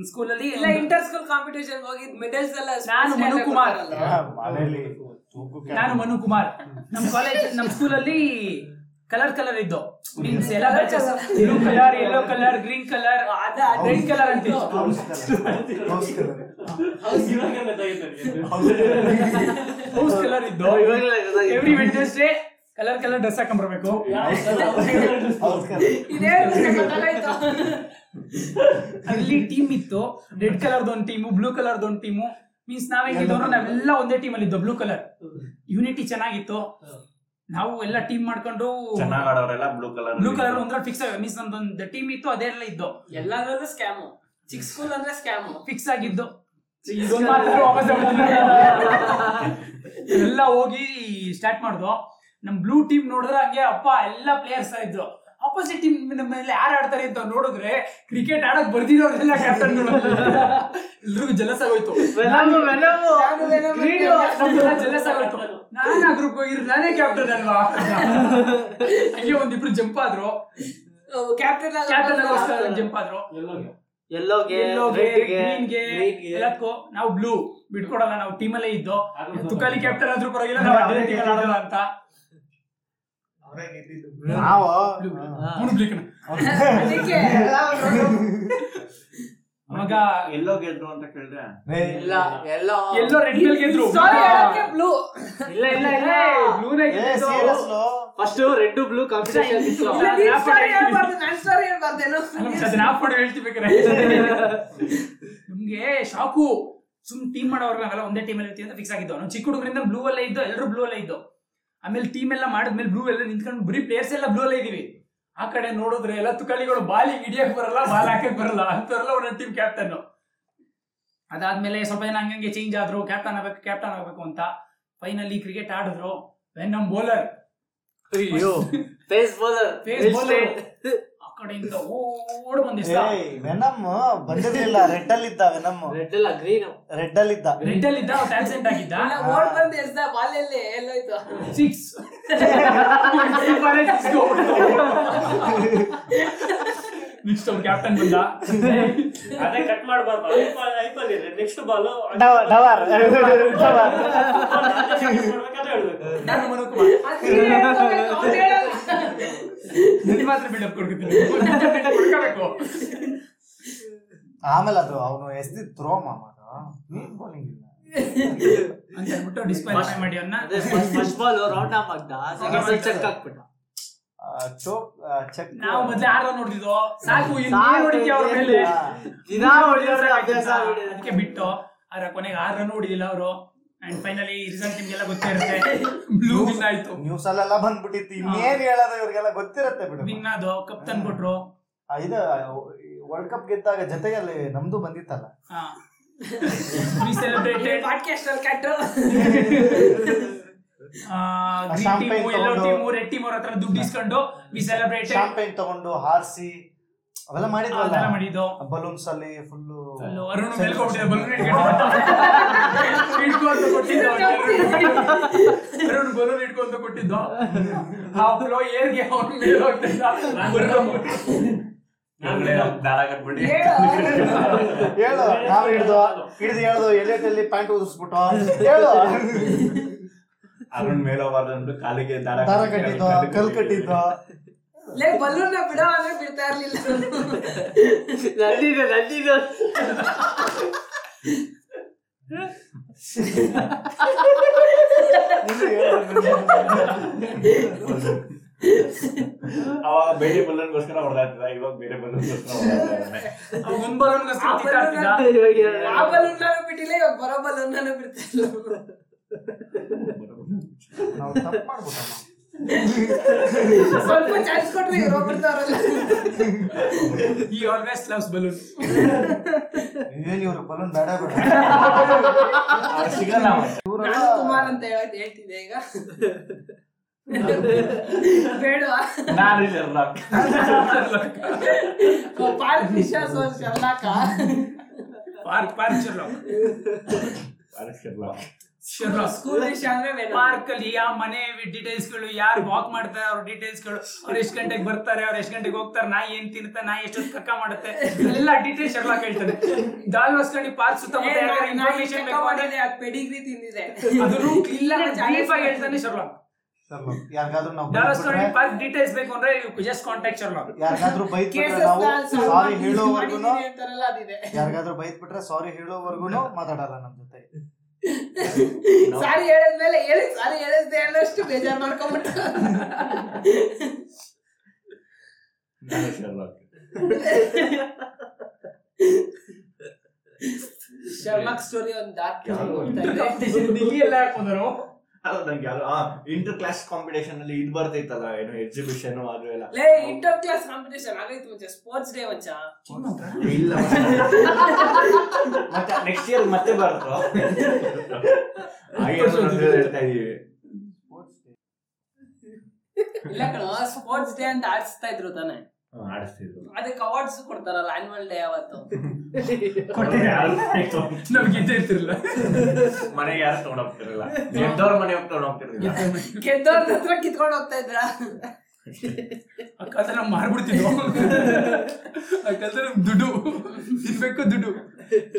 S3: ಸ್ಕೂಲ್ ಅಲ್ಲಿ
S1: ಇಲ್ಲ ಇಂಟರ್ ಸ್ಕೂಲ್ ಕಾಂಪಿಟೇಷನ್ ಹೋಗಿದ್ ಮೆಡಲ್ಸ್ ಎಲ್ಲ
S3: ನಾನು ಮನು ಕುಮಾರ್.
S2: ಮನೇಲಿ ತೂಕು ಕೆಳ-
S3: ನಾನು ಮನು ಕುಮಾರ್ ನಮ್ ಕಾಲೇಜ್ ನಮ್ ಸ್ಕೂಲ್ ಅಲ್ಲಿ ಕಲರ್ ಕಲರ್ ಇದ್ದು ಮೀನ್ಸ್ ಎಲ್ಲ batches blue colour yellow colour green colour red colour ಅಂತ ಇತ್ತು.
S2: Mouse colour.
S3: Mouse colour ಇದ್ದು every Wednesday colour colour dress ಹಾಕೊಂಡ್ಬರ್ಬೇಕು
S2: Mouse colour.
S9: ಇದೇ ಗೊತ್ತಾಗೋಯ್ತು.
S3: ಅಲ್ಲಿ ಟೀಮ್ ಇತ್ತು ರೆಡ್ ಕಲರ್ದ ಒಂದ್ ಟೀಮು ಬ್ಲೂ ಕಲರ್ದ ಒಂದ್ ಟೀಮು ಮೀನ್ಸ್ ನಾವ್ ಹೆಂಗಿದ್ದವರು ನಾವೆಲ್ಲ ಒಂದೇ ಟೀಮ್ ಅಲ್ಲಿ ಇದ್ದೋ ಬ್ಲೂ ಕಲರ್ ಯೂನಿಟಿ ಚೆನ್ನಾಗಿತ್ತು ನಾವು ಎಲ್ಲ ಟೀಮ್ ಮಾಡ್ಕೊಂಡು
S8: ಚೆನ್ನಾಗ್ ಆಡೋರೆಲ್ಲ ಬ್ಲೂ ಕಲರ್
S3: ಬ್ಲೂ ಕಲರ್ ಒಂದ್ರ ಫಿಕ್ಸ್ ಮೀನ್ಸ್ ನಮ್ದೊಂದು ಟೀಮ್ ಇತ್ತು ಅದೇ ಎಲ್ಲ ಇದ್ದು
S1: ಎಲ್ಲಾದ್ರಲ್ಲೂ ಸ್ಕ್ಯಾಮ್ ಚಿಕ್ಕ ಸ್ಕೂಲ್ ಅಂದ್ರೆ ಸ್ಕ್ಯಾಮ್
S3: ಫಿಕ್ಸ್ ಆಗಿದ್ದು ಇದೊಂದ್ ಮಾತ್ರ ವಾಪಸ್ ತಗೊಂಡ್ಬಿಟ್ಟಿದ್ರು. ಎಲ್ಲ ಹೋಗಿ ಸ್ಟಾರ್ಟ್ ಮಾಡ್ದು ನಮ್ ಬ್ಲೂ ಟೀಮ್ ನೋಡಿದ್ರೆ ಹಂಗೆ ಅಪ್ಪ ಎಲ್ಲ ಪ್ಲೇಯರ್ಸ್ ಇದ್ರು ಅಪೋಸಿಟ್ ಟೀಮ್ ಮೇಲೆ ಯಾರು ಆಡ್ತಾರೆ ಅಂತ ನೋಡಿದ್ರೆ ಕ್ರಿಕೆಟ್ ಆಡಕ್ ಬರ್ದಿರೋರೆಲ್ಲ ಕ್ಯಾಪ್ಟನ್ ಎಲ್ರಿಗೂ ಜಲಸ ಆಗೋಯ್ತು
S9: ನಾನು ಏನೋ
S3: Green ನಮ್ದೆಲ್ಲ jealous ಆಗೋಯ್ತು. ನಾನ್ ಆ ಗ್ರೂಪ್ ಹೋಗಿರ್ ನಾನೇ ಕ್ಯಾಪ್ಟನ್ ಅಲ್ವಾ ಹಂಗೆ ಒಂದಿಬ್ರು ಜಂಪ್ ಆದ್ರು
S1: ಕ್ಯಾಪ್ಟನ್
S3: ಕ್ಯಾಪ್ಟನ್ ಜಂಪ್ ಆದ್ರು
S5: ಎಲ್ಲೋಗೆ
S3: ಎಲ್ಲೋಗೆ ಗ್ರೀನ್ಗೆ ಎಲ್ಲಕ್ಕೂ ನಾವು ಬ್ಲೂ ಬಿಟ್ಕೊಡಲ್ಲ ನಾವು ಟೀಮಲ್ಲೇ ಇದ್ದು ತುಕಾಲಿ ಕ್ಯಾಪ್ಟನ್ ಆದ್ರೂ ಪರವಾಗಿಲ್ಲ ನಾವು ಅಡ್ಡ ಟೀಮಲ್ಲಿ ಆಡಲ್ಲ ಅಂತ
S2: ನಾವು
S3: ಅವ್ನು blue ಕಣ.
S9: ಅದಕ್ಕೆ
S3: ಅವಾಗ
S8: ಎಲ್ಲೋ ಗೆದ್ರು ಅಂತ ಕೇಳಿದ್ರೆ
S1: ಎಲ್ಲ ಎಲ್ಲ
S3: ಎಲ್ಲೋ ರೆಡ್ ಮೇಲ್ ಗೆದ್ರು
S9: ಸಾರಿ ಹೇಳಕ್ಕೆ ಬ್ಲೂ
S5: ಇಲ್ಲ ಇಲ್ಲ ಇಲ್ಲ ಬ್ಲೂನೇ ಫಸ್ಟ್ ರೆಡ್ ಬ್ಲೂ ಕಾಂಪಿಟೇಷನ್ ಇತ್ತು
S9: ಸಾರಿ ಹೇಳ್ಬಾರ್ದು ನನ್ನ ಸಾರಿ ಹೇಳ್ಬಾರ್ದೇನು
S3: ಅದನ್ನ ಆಫ್ ಮಾಡಿ ಹೇಳ್ತಿರ್ಬೇಕಾರೆ ನಮ್ಗೆ ಶಾಕು ಸುಮ್ ಟೀಮ್ ಮಾಡೋರು ನಾವೆಲ್ಲ ಒಂದೇ ಟೀಮಲ್ಲಿ ಇರ್ತೀವಿ ಅಂತ ಫಿಕ್ಸ್ ಆಗಿದ್ದು ನಾವು ಚಿಕ್ಕ ಹುಡುಗರಿಂದ ಬ್ಲೂ ಅಲ್ಲೇ ಇದ್ದು ಎಲ್ಲರೂ ಬ್ಲೂ ಅಲ್ಲೇ ಇದ್ದು ಆಮೇಲೆ ಟೀಮ್ ಎಲ್ಲ ಮಾಡಿದ್ಮೇಲೆ ಬ್ಲೂ ಎಲ್ಲ ನಿಂತ್ಕೊಂಡು ಬರೀ ಪ್ಲೇಯರ್ಸ್ ಎಲ್ಲ ಬ್ಲೂ ಅಲ್ಲೇ ಇದೀವಿ ಆ ಕಡೆ ನೋಡಿದ್ರೆ ಎಲ್ಲ ತುಕಳಿಗಳು ಬಾಲಿಗೆ ಹಿಡಿಯಕ್ ಬರಲ್ಲ ಬಾಲ್ ಹಾಕಕ್ ಬರಲ್ಲ ಅಂತವರೆಲ್ಲ ಒಂದೊಂದು ಟೀಮ್ ಕ್ಯಾಪ್ಟನ್ ಅದಾದ್ಮೇಲೆ ಸ್ವಲ್ಪ ಜನ ಹಂಗಂಗೆ ಚೇಂಜ್ ಆದ್ರು ಕ್ಯಾಪ್ಟನ್ ಆಗ್ಬೇಕು ಕ್ಯಾಪ್ಟನ್ ಆಗ್ಬೇಕು ಅಂತ ಫೈನಲಿ ಕ್ರಿಕೆಟ್ ಆಡಿದ್ರು ವೆನ್ ನಮ್ ಬೌಲರ್
S5: ಅಯ್ಯೋ ಫೇಸ್ ಬೌಲರ್
S3: ಫೇಸ್ ಬೌಲರ್ ಆ ಕಡೆಯಿಂದ ಓಡ್ ಬಂದಿಸ್ತಾ
S2: ವೆನಮ್ ಬಂದಿರ್ಲಿಲ್ಲ ರೆಡ್ ಅಲ್ಲಿ ಇದ್ದ ವೆನಮ್
S5: ರೆಡ್ ಅಲ್ಲ ಗ್ರೀನ್
S2: ರೆಡ್ ಅಲ್ಲಿ ಇದ್ದ
S3: ರೆಡ್ ಅಲ್ಲಿ ಇದ್ದ ಟ್ಯಾಬ್ಸೆಂಟ್ ಆಗಿದ್ದ
S9: ಓಡ್ ಬಂದು ಎಸ್ದ ಬಾಲ್ ಎಲ್ಲೇ ಎಲ್ಲೋಯ್ತು
S3: ಸಿಕ್ಸ್ ನೆಕ್ಸ್ಟ್ ಅವ್ರು ಕ್ಯಾಪ್ಟನ್ ಬಂದ
S7: ಅದೇ ಕಟ್ ಮಾಡಬಾರ್ದು ಐಪಲ್ ಇದೆ ನೆಕ್ಸ್ಟ್ ಬಾಲ್
S2: ಡವರ್ ಡವರ್
S7: ಹೇಳ್ಬೇಕು
S3: ನಾನು ಮನು ಕುಮಾರ್
S9: ಅದ್ ನೀನೇ ಹೇಳ್ಕೊಬೇಕು, ಅವ್ನ್ ಹೇಳಲ್ಲ.
S3: ನಿನಗೆ ಮಾತ್ರ ಬಿಲ್ಡಪ್ ಕೊಡ್ತೀನಿ ಕೊಡ್ಕೋಬೇಕು
S2: ಆಮೇಲೆ ಅದು ಅವನು ಎಸ್ದಿದ್ ಥ್ರೋ ಮಾಮ ಏನ್ ಬೌಲಿಂಗ್ ಇಲ್ಲ
S3: ಅಂತ ಹೇಳ್ಬಿಟ್ಟು ಡಿಸ್ಕ್ವಾಲಿಫೈ ಮಾಡಿ ಅವ್ನ
S5: ಅದೇ ಫಸ್ಟ್ ಬಾಲ್ ರೌಂಡ್ ಆಫ್ ಆಗ್ದ ಸೆಕೆಂಡ್ ಚೆಕ್ ಹಾಕ್ಬಿಟ್ಟ
S2: ಚೋಕ್ ಚೆಕ್
S3: ನಾವು ಮೊದ್ಲೇ ಆಡೋ ನೋಡ್ತಿದ್ವು ಸಾಕು ಇನ್ನೇ ಹೊಡಿತೀವಿ ಅವ್ರ ಮೇಲೆ
S5: ದಿನಾ ಹೊಡಿಯೋದ್ರೆ ಅಭ್ಯಾಸ ಆಗ್ಬಿಟ್ಟಿದೆ
S3: ಅದಕ್ಕೆ ಬಿಟ್ಟು ಆದ್ರ ಕೊನೆಗೆ ಆರ್ ರನ್ ಹೊಡಿದಿಲ್ಲ ಅವರು ಅಂಡ್ ಫೈನಲಿ ರಿಸಲ್ಟ್ ನಿಮ್ಗೆಲ್ಲ ಗೊತ್ತೇ ಇರುತ್ತೆ ಬ್ಲೂ ವಿನ್ ಆಯ್ತು
S2: ನ್ಯೂಸ್ ಅಲ್ಲೆಲ್ಲ ಬಂದ್ಬಿಟ್ಟಿತ್ತು ಇನ್ನೇನ್ ಹೇಳೋದು ಇವ್ರಿಗೆಲ್ಲ ಗೊತ್ತಿರತ್ತೆ ಬಿಡು
S3: ವಿನ್ ಆದೋ ಕಪ್ ತಂದ್ಕೊಟ್ರು
S2: ಆ, ಇದು ವರ್ಲ್ಡ್ ಕಪ್ ಗೆದ್ದಾಗ ಜೊತೆಯಲ್ಲಿ ನಮ್ದು ಬಂದಿತ್ತಲ್ಲ
S3: ಸೆಲೆಬ್ರೇಟೆಡ್
S1: ಪಾಡ್ಕಾಸ್ಟ್ ಅಲ್ಲಿ ಕಟ್ಟು
S2: Champagne
S3: ಟೀಮು ಎಲ್ಲೋ
S2: ತಗೊಂಡು.
S3: ಟೀಮು ರೆಡ್ ಟೀಮ್ ಅವ್ರ ಹತ್ರ ದುಡ್ಡು ಇಸ್ಕೊಂಡು ವಿ ಸೆಲೆಬ್ರೇಟೆಡ್
S2: ಚಾಂಪಿಯನ್ ತಗೊಂಡು ಹಾರಿಸಿ ಅವೆಲ್ಲ ಮಾಡಿದ್ವಲ್ಲ
S3: ಅದೆಲ್ಲ ಮಾಡಿದ್ದು
S2: ಬಲೂನ್ಸ್ ಅಲ್ಲಿ ಫುಲ್
S3: ಅಲ್ಲೋ ಅರುಣ್ ಬೆಳ್ಕೊಬಿಟ್ಟಿದ್ದ ಬಲೂನ್ ಇಟ್ಕೊಂಡು ಕೊಟ್ಟಿದ್ದು ಅರುಣ್ ಬಲೂನ್ ಇಟ್ಕೊಂಡು ಕೊಟ್ಟಿದ್ದು ಆ ಫ್ಲೋ ಏರ್ಗೆ ಅವ್ನು ಮೇಲೆ ಹೋಗ್ತಿದ್ದ
S2: ಹೇಳು ನಾವ್ ಹಿಡ್ದು ಹಿಡ್ದು ಹೇಳ್ದು ಎಲೆಟಲ್ಲಿ ಪ್ಯಾಂಟ್ ಉದಿಸ್ಬಿಟ್ಟು ಹೇಳು
S6: ಅರುಣ್ ಮೇಲೆ ಹೋಗ್ಬಾರ್ದು ಅಂದ್ಬಿಟ್ಟು ಕಾಲಿಗೆ ದಾರ
S2: ದಾರ ಕಟ್ಟಿದ್ದು ಕಲ್ ಕಟ್ಟಿದ್ದು
S1: ಲೇ ಬಲೂನ್ ಬಿಡೋ ಅಂದ್ರೆ ಬಿಡ್ತಾ ಇರ್ಲಿಲ್ಲ
S10: ನಂದಿದೆ ನಂದಿದೆ
S2: ನಿಮ್ದು ಹೇಳು.
S6: ಅವಾಗ ಬೇರೆ ಬಲ್ಲನ್ಗೋಸ್ಕರ ಹೊಡೆದಾಡ್ತಿದ್ದ ಇವಾಗ ಬೇರೆ ಬಲ್ಲನ್ಗೋಸ್ಕರ ಹೊಡೆದಾಡ್ತಿದ್ದಾನೆ
S3: ಅವ್ನ್ ಒಂದ್ ಬಲೂನ್
S1: ಆ ಬಲೂನ್
S3: ಗೋಸ್ಕರ
S1: ನಾನು- ಆ ಬಲೂನ್ ನಾನು ಬಿಟ್ಟಿಲ್ಲ ಇವಾಗ ಬರೋ ಬಲೂನ್ ನಾನು ಬಿಡ್ತಾ ಇಲ್ಲ
S2: ನಾವು ತಪ್ಪು ಮಾಡ್ಬಿಟ್ಟು
S1: ಸ್ವಲ್ಪ ಚಾನ್ಸ್ ಕೊಟ್ರೆ ಇವ್ರು ಹೋಗ್ಬಿಡ್ತಾವ್ರಲ್ಲ
S3: ಈ ಆಲ್ವೇಸ್ ಲವ್ಸ್ ಬಲೂನ್
S2: ಏನ್ ಇವ್ರು ಬಲೂನ್ ಬೇಡ ಬೇಡ
S6: ಸಿಗಲ್ಲ
S1: ನಾನು ಕುಮಾರ್ ಅಂತ ಹೇಳಕ್ ಹೇಳ್ತಿದ್ದೆ ಈಗ ಬೇಡವಾ
S6: ನಾನು ಶರ್ಲಾಕ್
S1: ಪಾರ್ಕ್ ವಿಶ್ವಾಸ ಶರ್ಲಾಕ
S3: ಪಾರ್ಕ್ ಪಾರ್ಕ್ ಶರ್ಲಾಕ್
S6: ಅರೆ ಶರ್ಲಾಕ್
S3: ಶರ್ಲಾಕ್
S1: ಸ್ಕೂಲ್ ವಿಷಯ ಅಂದ್ರೆ ಬೇಡ
S3: ಪಾರ್ಕ್ ಅಲ್ಲಿ ಯಾವ ಮನೆ ಡೀಟೇಲ್ಸ್ ಗಳು ಯಾರು ವಾಕ್ ಮಾಡ್ತಾರೆ ಅವ್ರ ಡೀಟೇಲ್ಸ್ ಗಳು ಅವ್ರು ಎಷ್ಟ್ ಗಂಟೆಗೆ ಬರ್ತಾರೆ ಅವ್ರು ಎಷ್ಟ್ ಗಂಟೆಗೆ ಹೋಗ್ತಾರೆ ನಾಯಿ ಏನ್ ತಿನ್ನುತ್ತೆ ನಾಯಿ ಎಷ್ಟೊತ್ತು ಕಕ್ಕ ಮಾಡುತ್ತೆ ಎಲ್ಲ ಡೀಟೇಲ್ಸ್ ಎಲ್ಲ ಹೇಳ್ತಾನೆ ದಾಲ್ ಹೊಸ್ಕೊಂಡು ಪಾರ್ಕ್ ಸುತ್ತಮುತ್ತ ಇನ್ಫಾರ್ಮೇಶನ್ ಬೇಕು ಅಂದ್ರೆ
S1: ಪೆಡಿಗ್ರಿ ತಿಂದಿದೆ
S3: ಅದನ್ನು ಇಲ್ಲ ಬ್ರೀಫ್ ಆಗಿ ಹೇಳ್ತಾನೆ ಶರ್ಲಾ
S2: ಸರಿ, ಯಾರಿಗಾದ್ರೂ ನಾವು
S3: ದಾಲ್ ಹೊಸ್ಕೊಂಡು ಪಾರ್ಕ್ ಡೀಟೇಲ್ಸ್ ಬೇಕು ಅಂದ್ರೆ ಜಸ್ಟ್ ಕಾಂಟ್ಯಾಕ್ಟ್ ಶರ್ಲಾ
S2: ಯಾರಿಗಾದ್ರೂ
S1: ಕೇಸಸ್
S2: ಬೈದ್ಬಿಟ್ರೆ ನಾವು ಸಾರಿ ಹೇಳೋವರೆಗೂ
S1: ಅಂತಾರಲ್ಲ ಅದಿದೆ
S2: ಯಾರಿಗಾದ್ರೂ ಬೈದ್ಬಿಟ್ರೆ ಸಾರಿ ಹೇಳೋವರೆಗೂ ಮಾತಾಡಲ್ಲ ನಮ್ ಜೊತೆ
S1: ಸಾರಿ ಹೇಳಿದ್ಮೇಲೆ ಹೇಳಿ ಸಾರಿ ಹೇಳಿದ್ದೆ ಅನ್ನೋಷ್ಟು ಬೇಜಾರ್ ಮಾಡ್ಕೊಂಬಿಟ್ಟು
S6: ನಾನು ಶರ್ಲಾಕ್
S1: ಶರ್ಮಾಕ್ ಸ್ಟೋರಿ ಒಂದು ಡಾರ್ಕ್
S3: ಇಲ್ಲಿ ಎಲ್ಲ ಹಾಕೊಂಡ್ರು
S6: ಅಲ್ಲ ನಂಗೆ ಯಾರು ಇಂಟರ್ ಕ್ಲಾಸ್ ಕಾಂಪಿಟೇಷನ್ ಅಲ್ಲಿ ಇದು ಬರ್ತೈತಲ್ಲ ಏನು ಎಕ್ಸಿಬಿಷನ್ ಅದು ಎಲ್ಲ
S1: ಲೇ ಇಂಟರ್ ಕ್ಲಾಸ್ ಕಾಂಪಿಟೇಷನ್ ಆಗೈತೆ ಮುಂಚೆ ಸ್ಪೋರ್ಟ್ಸ್ ಡೇ ಮಚ್ಚ
S6: ಇಲ್ಲ ಮತ್ತೆ ನೆಕ್ಸ್ಟ್ ಇಯರ್ ಮತ್ತೆ ಬರುತ್ತೋ ಹಾಗೆ ಏನೋ ಒಂದು ಹೇಳ್ತಾ ಇದೀವಿ
S1: ಇಲ್ಲ ಕಣ ಸ್ಪೋರ್ಟ್ಸ್ ಡೇ ಅಂತ ಆಡಿಸ್ತಾ ಇದ್ರು ತಾನೆ
S6: ಹ್ಮ್, ಆಡಿಸ್ತಿದ್ರು
S1: ಅದಕ್ಕೆ ಅವಾರ್ಡ್ಸ್ ಕೊಡ್ತಾರಲ್ಲ ಆನ್ಯುವಲ್ ಡೇ ಅವತ್ತು
S6: ಯಾರು ಆಯ್ತು?
S3: ನಮ್ಗೆ ಇದ್ದೇ ಇರ್ತಿರ್ಲಿಲ್ಲ
S6: ಮನೆಗೆ ಯಾರು ತಗೊಂಡ್ ಹೋಗ್ತಿರಲ್ಲ ಗೆದ್ದವ್ರ ಮನೆ ಹೋಗಿ ತಗೊಂಡ್ ಹೋಗ್ತಿರಲಿಲ್ಲ
S1: ಗೆದ್ದವ್ರ ಹತ್ರ ಕಿತ್ಕೊಂಡು ಹೋಗ್ತಾ ಇದ್ರ
S3: ಅಕ್ಕಂತ ನಮ್ ಮಾರ್ಬಿಡ್ತಿದ್ವು ಅಕ್ಕಂತ ನಮ್ ದುಡ್ಡು ತಿನ್ಬೇಕು ದುಡ್ಡು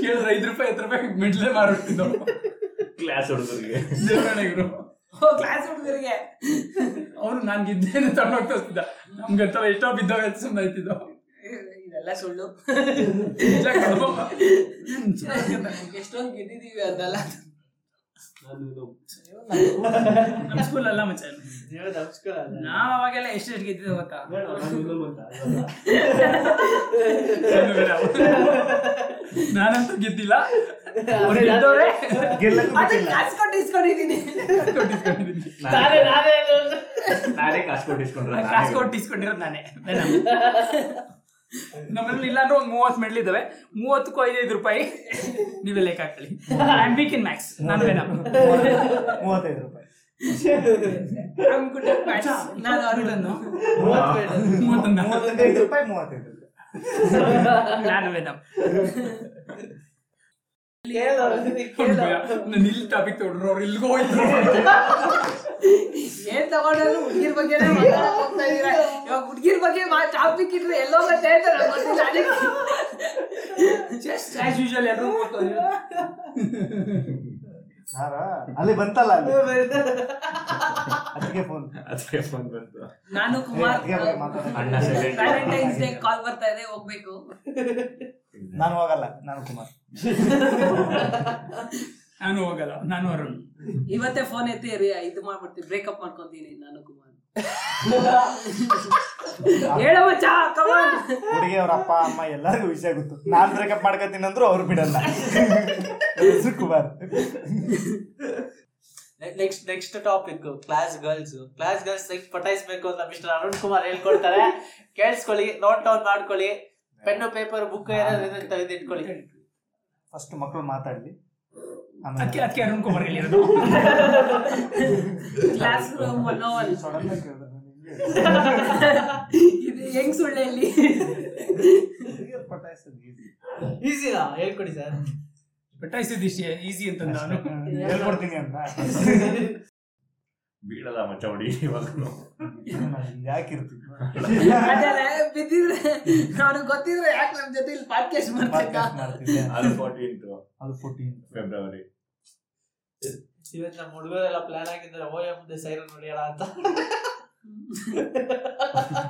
S3: ಕೇಳಿದ್ರೆ ಐದು ರೂಪಾಯಿ ಹತ್ತು ರೂಪಾಯಿ ಮೆಡ್ಲೆ ಮಾರ್ಬಿಡ್ತಿದ್ವು
S6: ಕ್ಲಾಸ್ ಹುಡುಗರಿಗೆ
S3: ದೇವರಾಣಿಗರು
S1: ಓ ಕ್ಲಾಸ್ ಹುಡುಗರಿಗೆ
S3: ಅವ್ರು ನಾನ್ ಗೆದ್ದೇನೆ ತಗೊಂಡೋಗ್ತಾ ಇದ್ದ ನಮ್ಗೆ ಅಥವಾ ಎಷ್ಟೋ ಬಿದ್ದವ ಸುಮ್ಮನೆ ಆಯ್ತಿದ್ದೋ
S1: ಇದೆಲ್ಲ ಸುಳ್ಳು ಎಷ್ಟೊಂದು ಗೆದ್ದಿದೀವಿ ಅದಲ್ಲ
S3: ನಮ್ ಸ್ಕೂಲ್ ಅಲ್ಲ ಮಚ್ಚ ನಾವ್ ಅವಾಗೆಲ್ಲ ಎಷ್ಟೆಷ್ಟು ಗೆದ್ದಿದ್ದೆ ಗೊತ್ತಾ ಏನು ಬೇಡ. ನಾನಂತೂ ಗೆದ್ದಿಲ್ಲ ಅವ್ರು ಗೆದ್ದವ್ರೆ
S2: ಗೆಲ್ಲಕ್ಕೂ
S1: ಅದಕ್ಕೆ ಕಾಸು ಕೊಟ್ಟು ಇಸ್ಕೊಂಡಿದೀನಿ
S3: ಕೊಟ್ಟಿಸ್ಕೊಂಡಿದೀನಿ
S6: ನಾನೇ ಕಾಸು ಕೊಟ್ಟಿಸ್ಕೊಂಡ್ರೆ
S3: ಕಾಸು ಕೊಟ್ಟು ಇಸ್ಕೊಂಡಿರೋದು ನಾನೇ ನಮ್ಮಲ್ಲಿ ಇಲ್ಲ ಅಂದ್ರೆ ಒಂದು ಮೂವತ್ತು ಮೆಡ್ಲ್ ಇದಾವೆ ಮೂವತ್ತಕ್ಕೂ ಐದೈದು ರೂಪಾಯಿ ನೀವೇ ಲೆಕ್ಕ ಹಾಕೊಳ್ಳಿ ಐಮ್ ವೀಕ್ ಇನ್ ಮ್ಯಾಕ್ಸ್ ನಾನು ವೇನಮ್
S2: ಮೂವತ್ತೈದು ರೂಪಾಯಿ
S1: I'm good at maths.
S3: ನಾನು ಅರುಳನ್ನು
S2: ಮೂವತ್ತೈದು ರೂಪಾಯಿ ಮೂವತ್ತೈದು ರೂಪಾಯಿ
S3: ನಾನು ವೇನಮ್ ನಾನು ಇಲ್ಲಿ ಟಾಪಿಕ್ ತೊಗೊಂಡ್ರು ಅವ್ರು ಇಲ್ಲಿಗೂ ಹೋಯ್ತು
S1: ಏನ್ ತಗೊಂಡ್ರು ಹುಡ್ಗಿರ್ ಬಗ್ಗೆ ಮಾತಾಡಕ್ ಹೋಗ್ತಾ ಇದೀರ ಇವಾಗ ಹುಡ್ಗಿರ್ ಬಗ್ಗೆ ಟಾಪಿಕ್ ಇಟ್ರೆ ಎಲ್ಲೋ ಮತ್ತೆ ಗೊತ್ತಿಲ್ಲ ಅದಕ್ಕೆ ಜಸ್ಟ್
S3: ಆಸ್ ಯೂಶಲ್ ಎಲ್ಲರೂ ಕೂತ್ಕೊಂಡು.
S2: ಯಾರ ಅಲ್ಲಿ ಬಂತಲ್ಲ ಅಲ್ಲಿ ಅದಕ್ಕೆ ಫೋನ್
S6: ಅದಕ್ಕೆ ಫೋನ್ ಬಂತು
S1: ನಾನು ಕುಮಾರ್
S2: ಅದಕ್ಕೆ ಹೋಗಿ ಮಾತಾಡೋಣ.
S6: ಅಣ್ಣ silent.
S1: ವ್ಯಾಲೆಂಟೈನ್ಸ್ ಡೇ ಕಾಲ್ ಬರ್ತಾ ಇದೆ ಹೋಗ್ಬೇಕು
S2: ನಾನು ಹೋಗಲ್ಲ ನಾನು ಕುಮಾರ್
S3: ನಾನು ಹೋಗಲ್ಲ ನಾನು ಅರುಣ್
S1: ಇವತ್ತೇ ಫೋನ್ ಎತ್ತಿ ರೀ- ಇದು ಮಾಡ್ಬಿಡ್ತೀನಿ ಬ್ರೇಕಪ್ ಮಾಡ್ಕೊಂತೀನಿ ನಾನು ಕುಮಾರ್ ಹೇಳ ಮಚ್ಚ ಕಮಾನ್
S2: ಹುಡುಗಿ ಅವ್ರ ಅಪ್ಪ ಅಮ್ಮ ಎಲ್ಲರಿಗೂ ವಿಷಯ ಗೊತ್ತು ನಾನ್ ಬ್ರೇಕಪ್ ಮಾಡ್ಕೋತೀನಿ ಅಂದ್ರು ಅವ್ರು ಬಿಡಲ್ಲ ಹೆಸ್ರು Kumar
S5: next next topic class girls class girls ಹೆಂಗ್ ಪಟಾಯಿಸ್ಬೇಕು ಅಂತ ಮಿಸ್ಟರ್ ಅರುಣ್ ಕುಮಾರ್ ಹೇಳ್ಕೊಡ್ತಾರೆ ಕೇಳಿಸ್ಕೊಳ್ಳಿ ನೋಟ್ ಡೌನ್ ಮಾಡ್ಕೊಳ್ಳಿ ಪೆನ್ನು ಪೇಪರ್ ಬುಕ್ ಏನಾದ್ರು ತೆಗೆದಿಟ್ಕೊಳ್ಳಿ
S2: ಫಸ್ಟ್ ಮಕ್ಕಳು ಮಾತಾಡ್ಲಿ
S3: ಅದಕ್ಕೆ
S2: ಆಮೇಲೆ
S3: ಅದಕ್ಕೆ ಅರುಣ್ ಕುಮಾರ್ ಹೇಳಿರೋದು
S9: ಕ್ಲಾಸ್ ರೂಮ್ ಒನ್
S2: sudden ಆಗ್ ಕೇಳ್ದೆ ನಾನು ಹಿಂಗೆ.
S9: ಇದು ಹೆಂಗ್ ಸುಳ್ಳೆಲ್ಲಿ
S2: ಹುಡ್ಗಿಯರ್ ಪಟಾಯಿಸೋದು easy.
S5: ಈಸಿನಾ ಹೇಳ್ಕೊಡಿ ಸರ್
S3: ಪಟಾಯಿಸಿದ ಈಸಿ ಅಂತ ನಾನು
S2: ಹೇಳ್ಕೊಡ್ತೀನಿ ಅಂತ
S8: ಬೀಳಲ್ಲ ಮಚ್ಚ ಹೊಡಿ ಇವಾಗ
S2: ಯಾಕಿರ್ತೀನಿ
S9: ಅದೆಲ್ಲ ಬಿದ್ದಿದ್ರೆ ನಾನು ಗೊತ್ತಿದ್ರೆ ಯಾಕೆ ನಮ್ ಜೊತೆ ಇಲ್ಲಿ ಪಾಡ್ಕಾಸ್ಟ್ ಮಾಡ್ತಿದ್ದ
S2: Podcast ಮಾಡ್ತಿದ್ದೆ.
S8: ಅದು ಫೋರ್ಟೀನ್ತ್
S2: ಅದು 14.
S8: ಫೆಬ್ರವರಿ
S5: ಇವತ್ತು ನಮ್ಮ ಹುಡುಗರೆಲ್ಲ ಪ್ಲಾನ್ ಆಗಿದ್ದಾರೆ ಓಯ ಮುಂದೆ ಸೈರನ್ ಹೊಡೆಯೋಣ ಅಂತ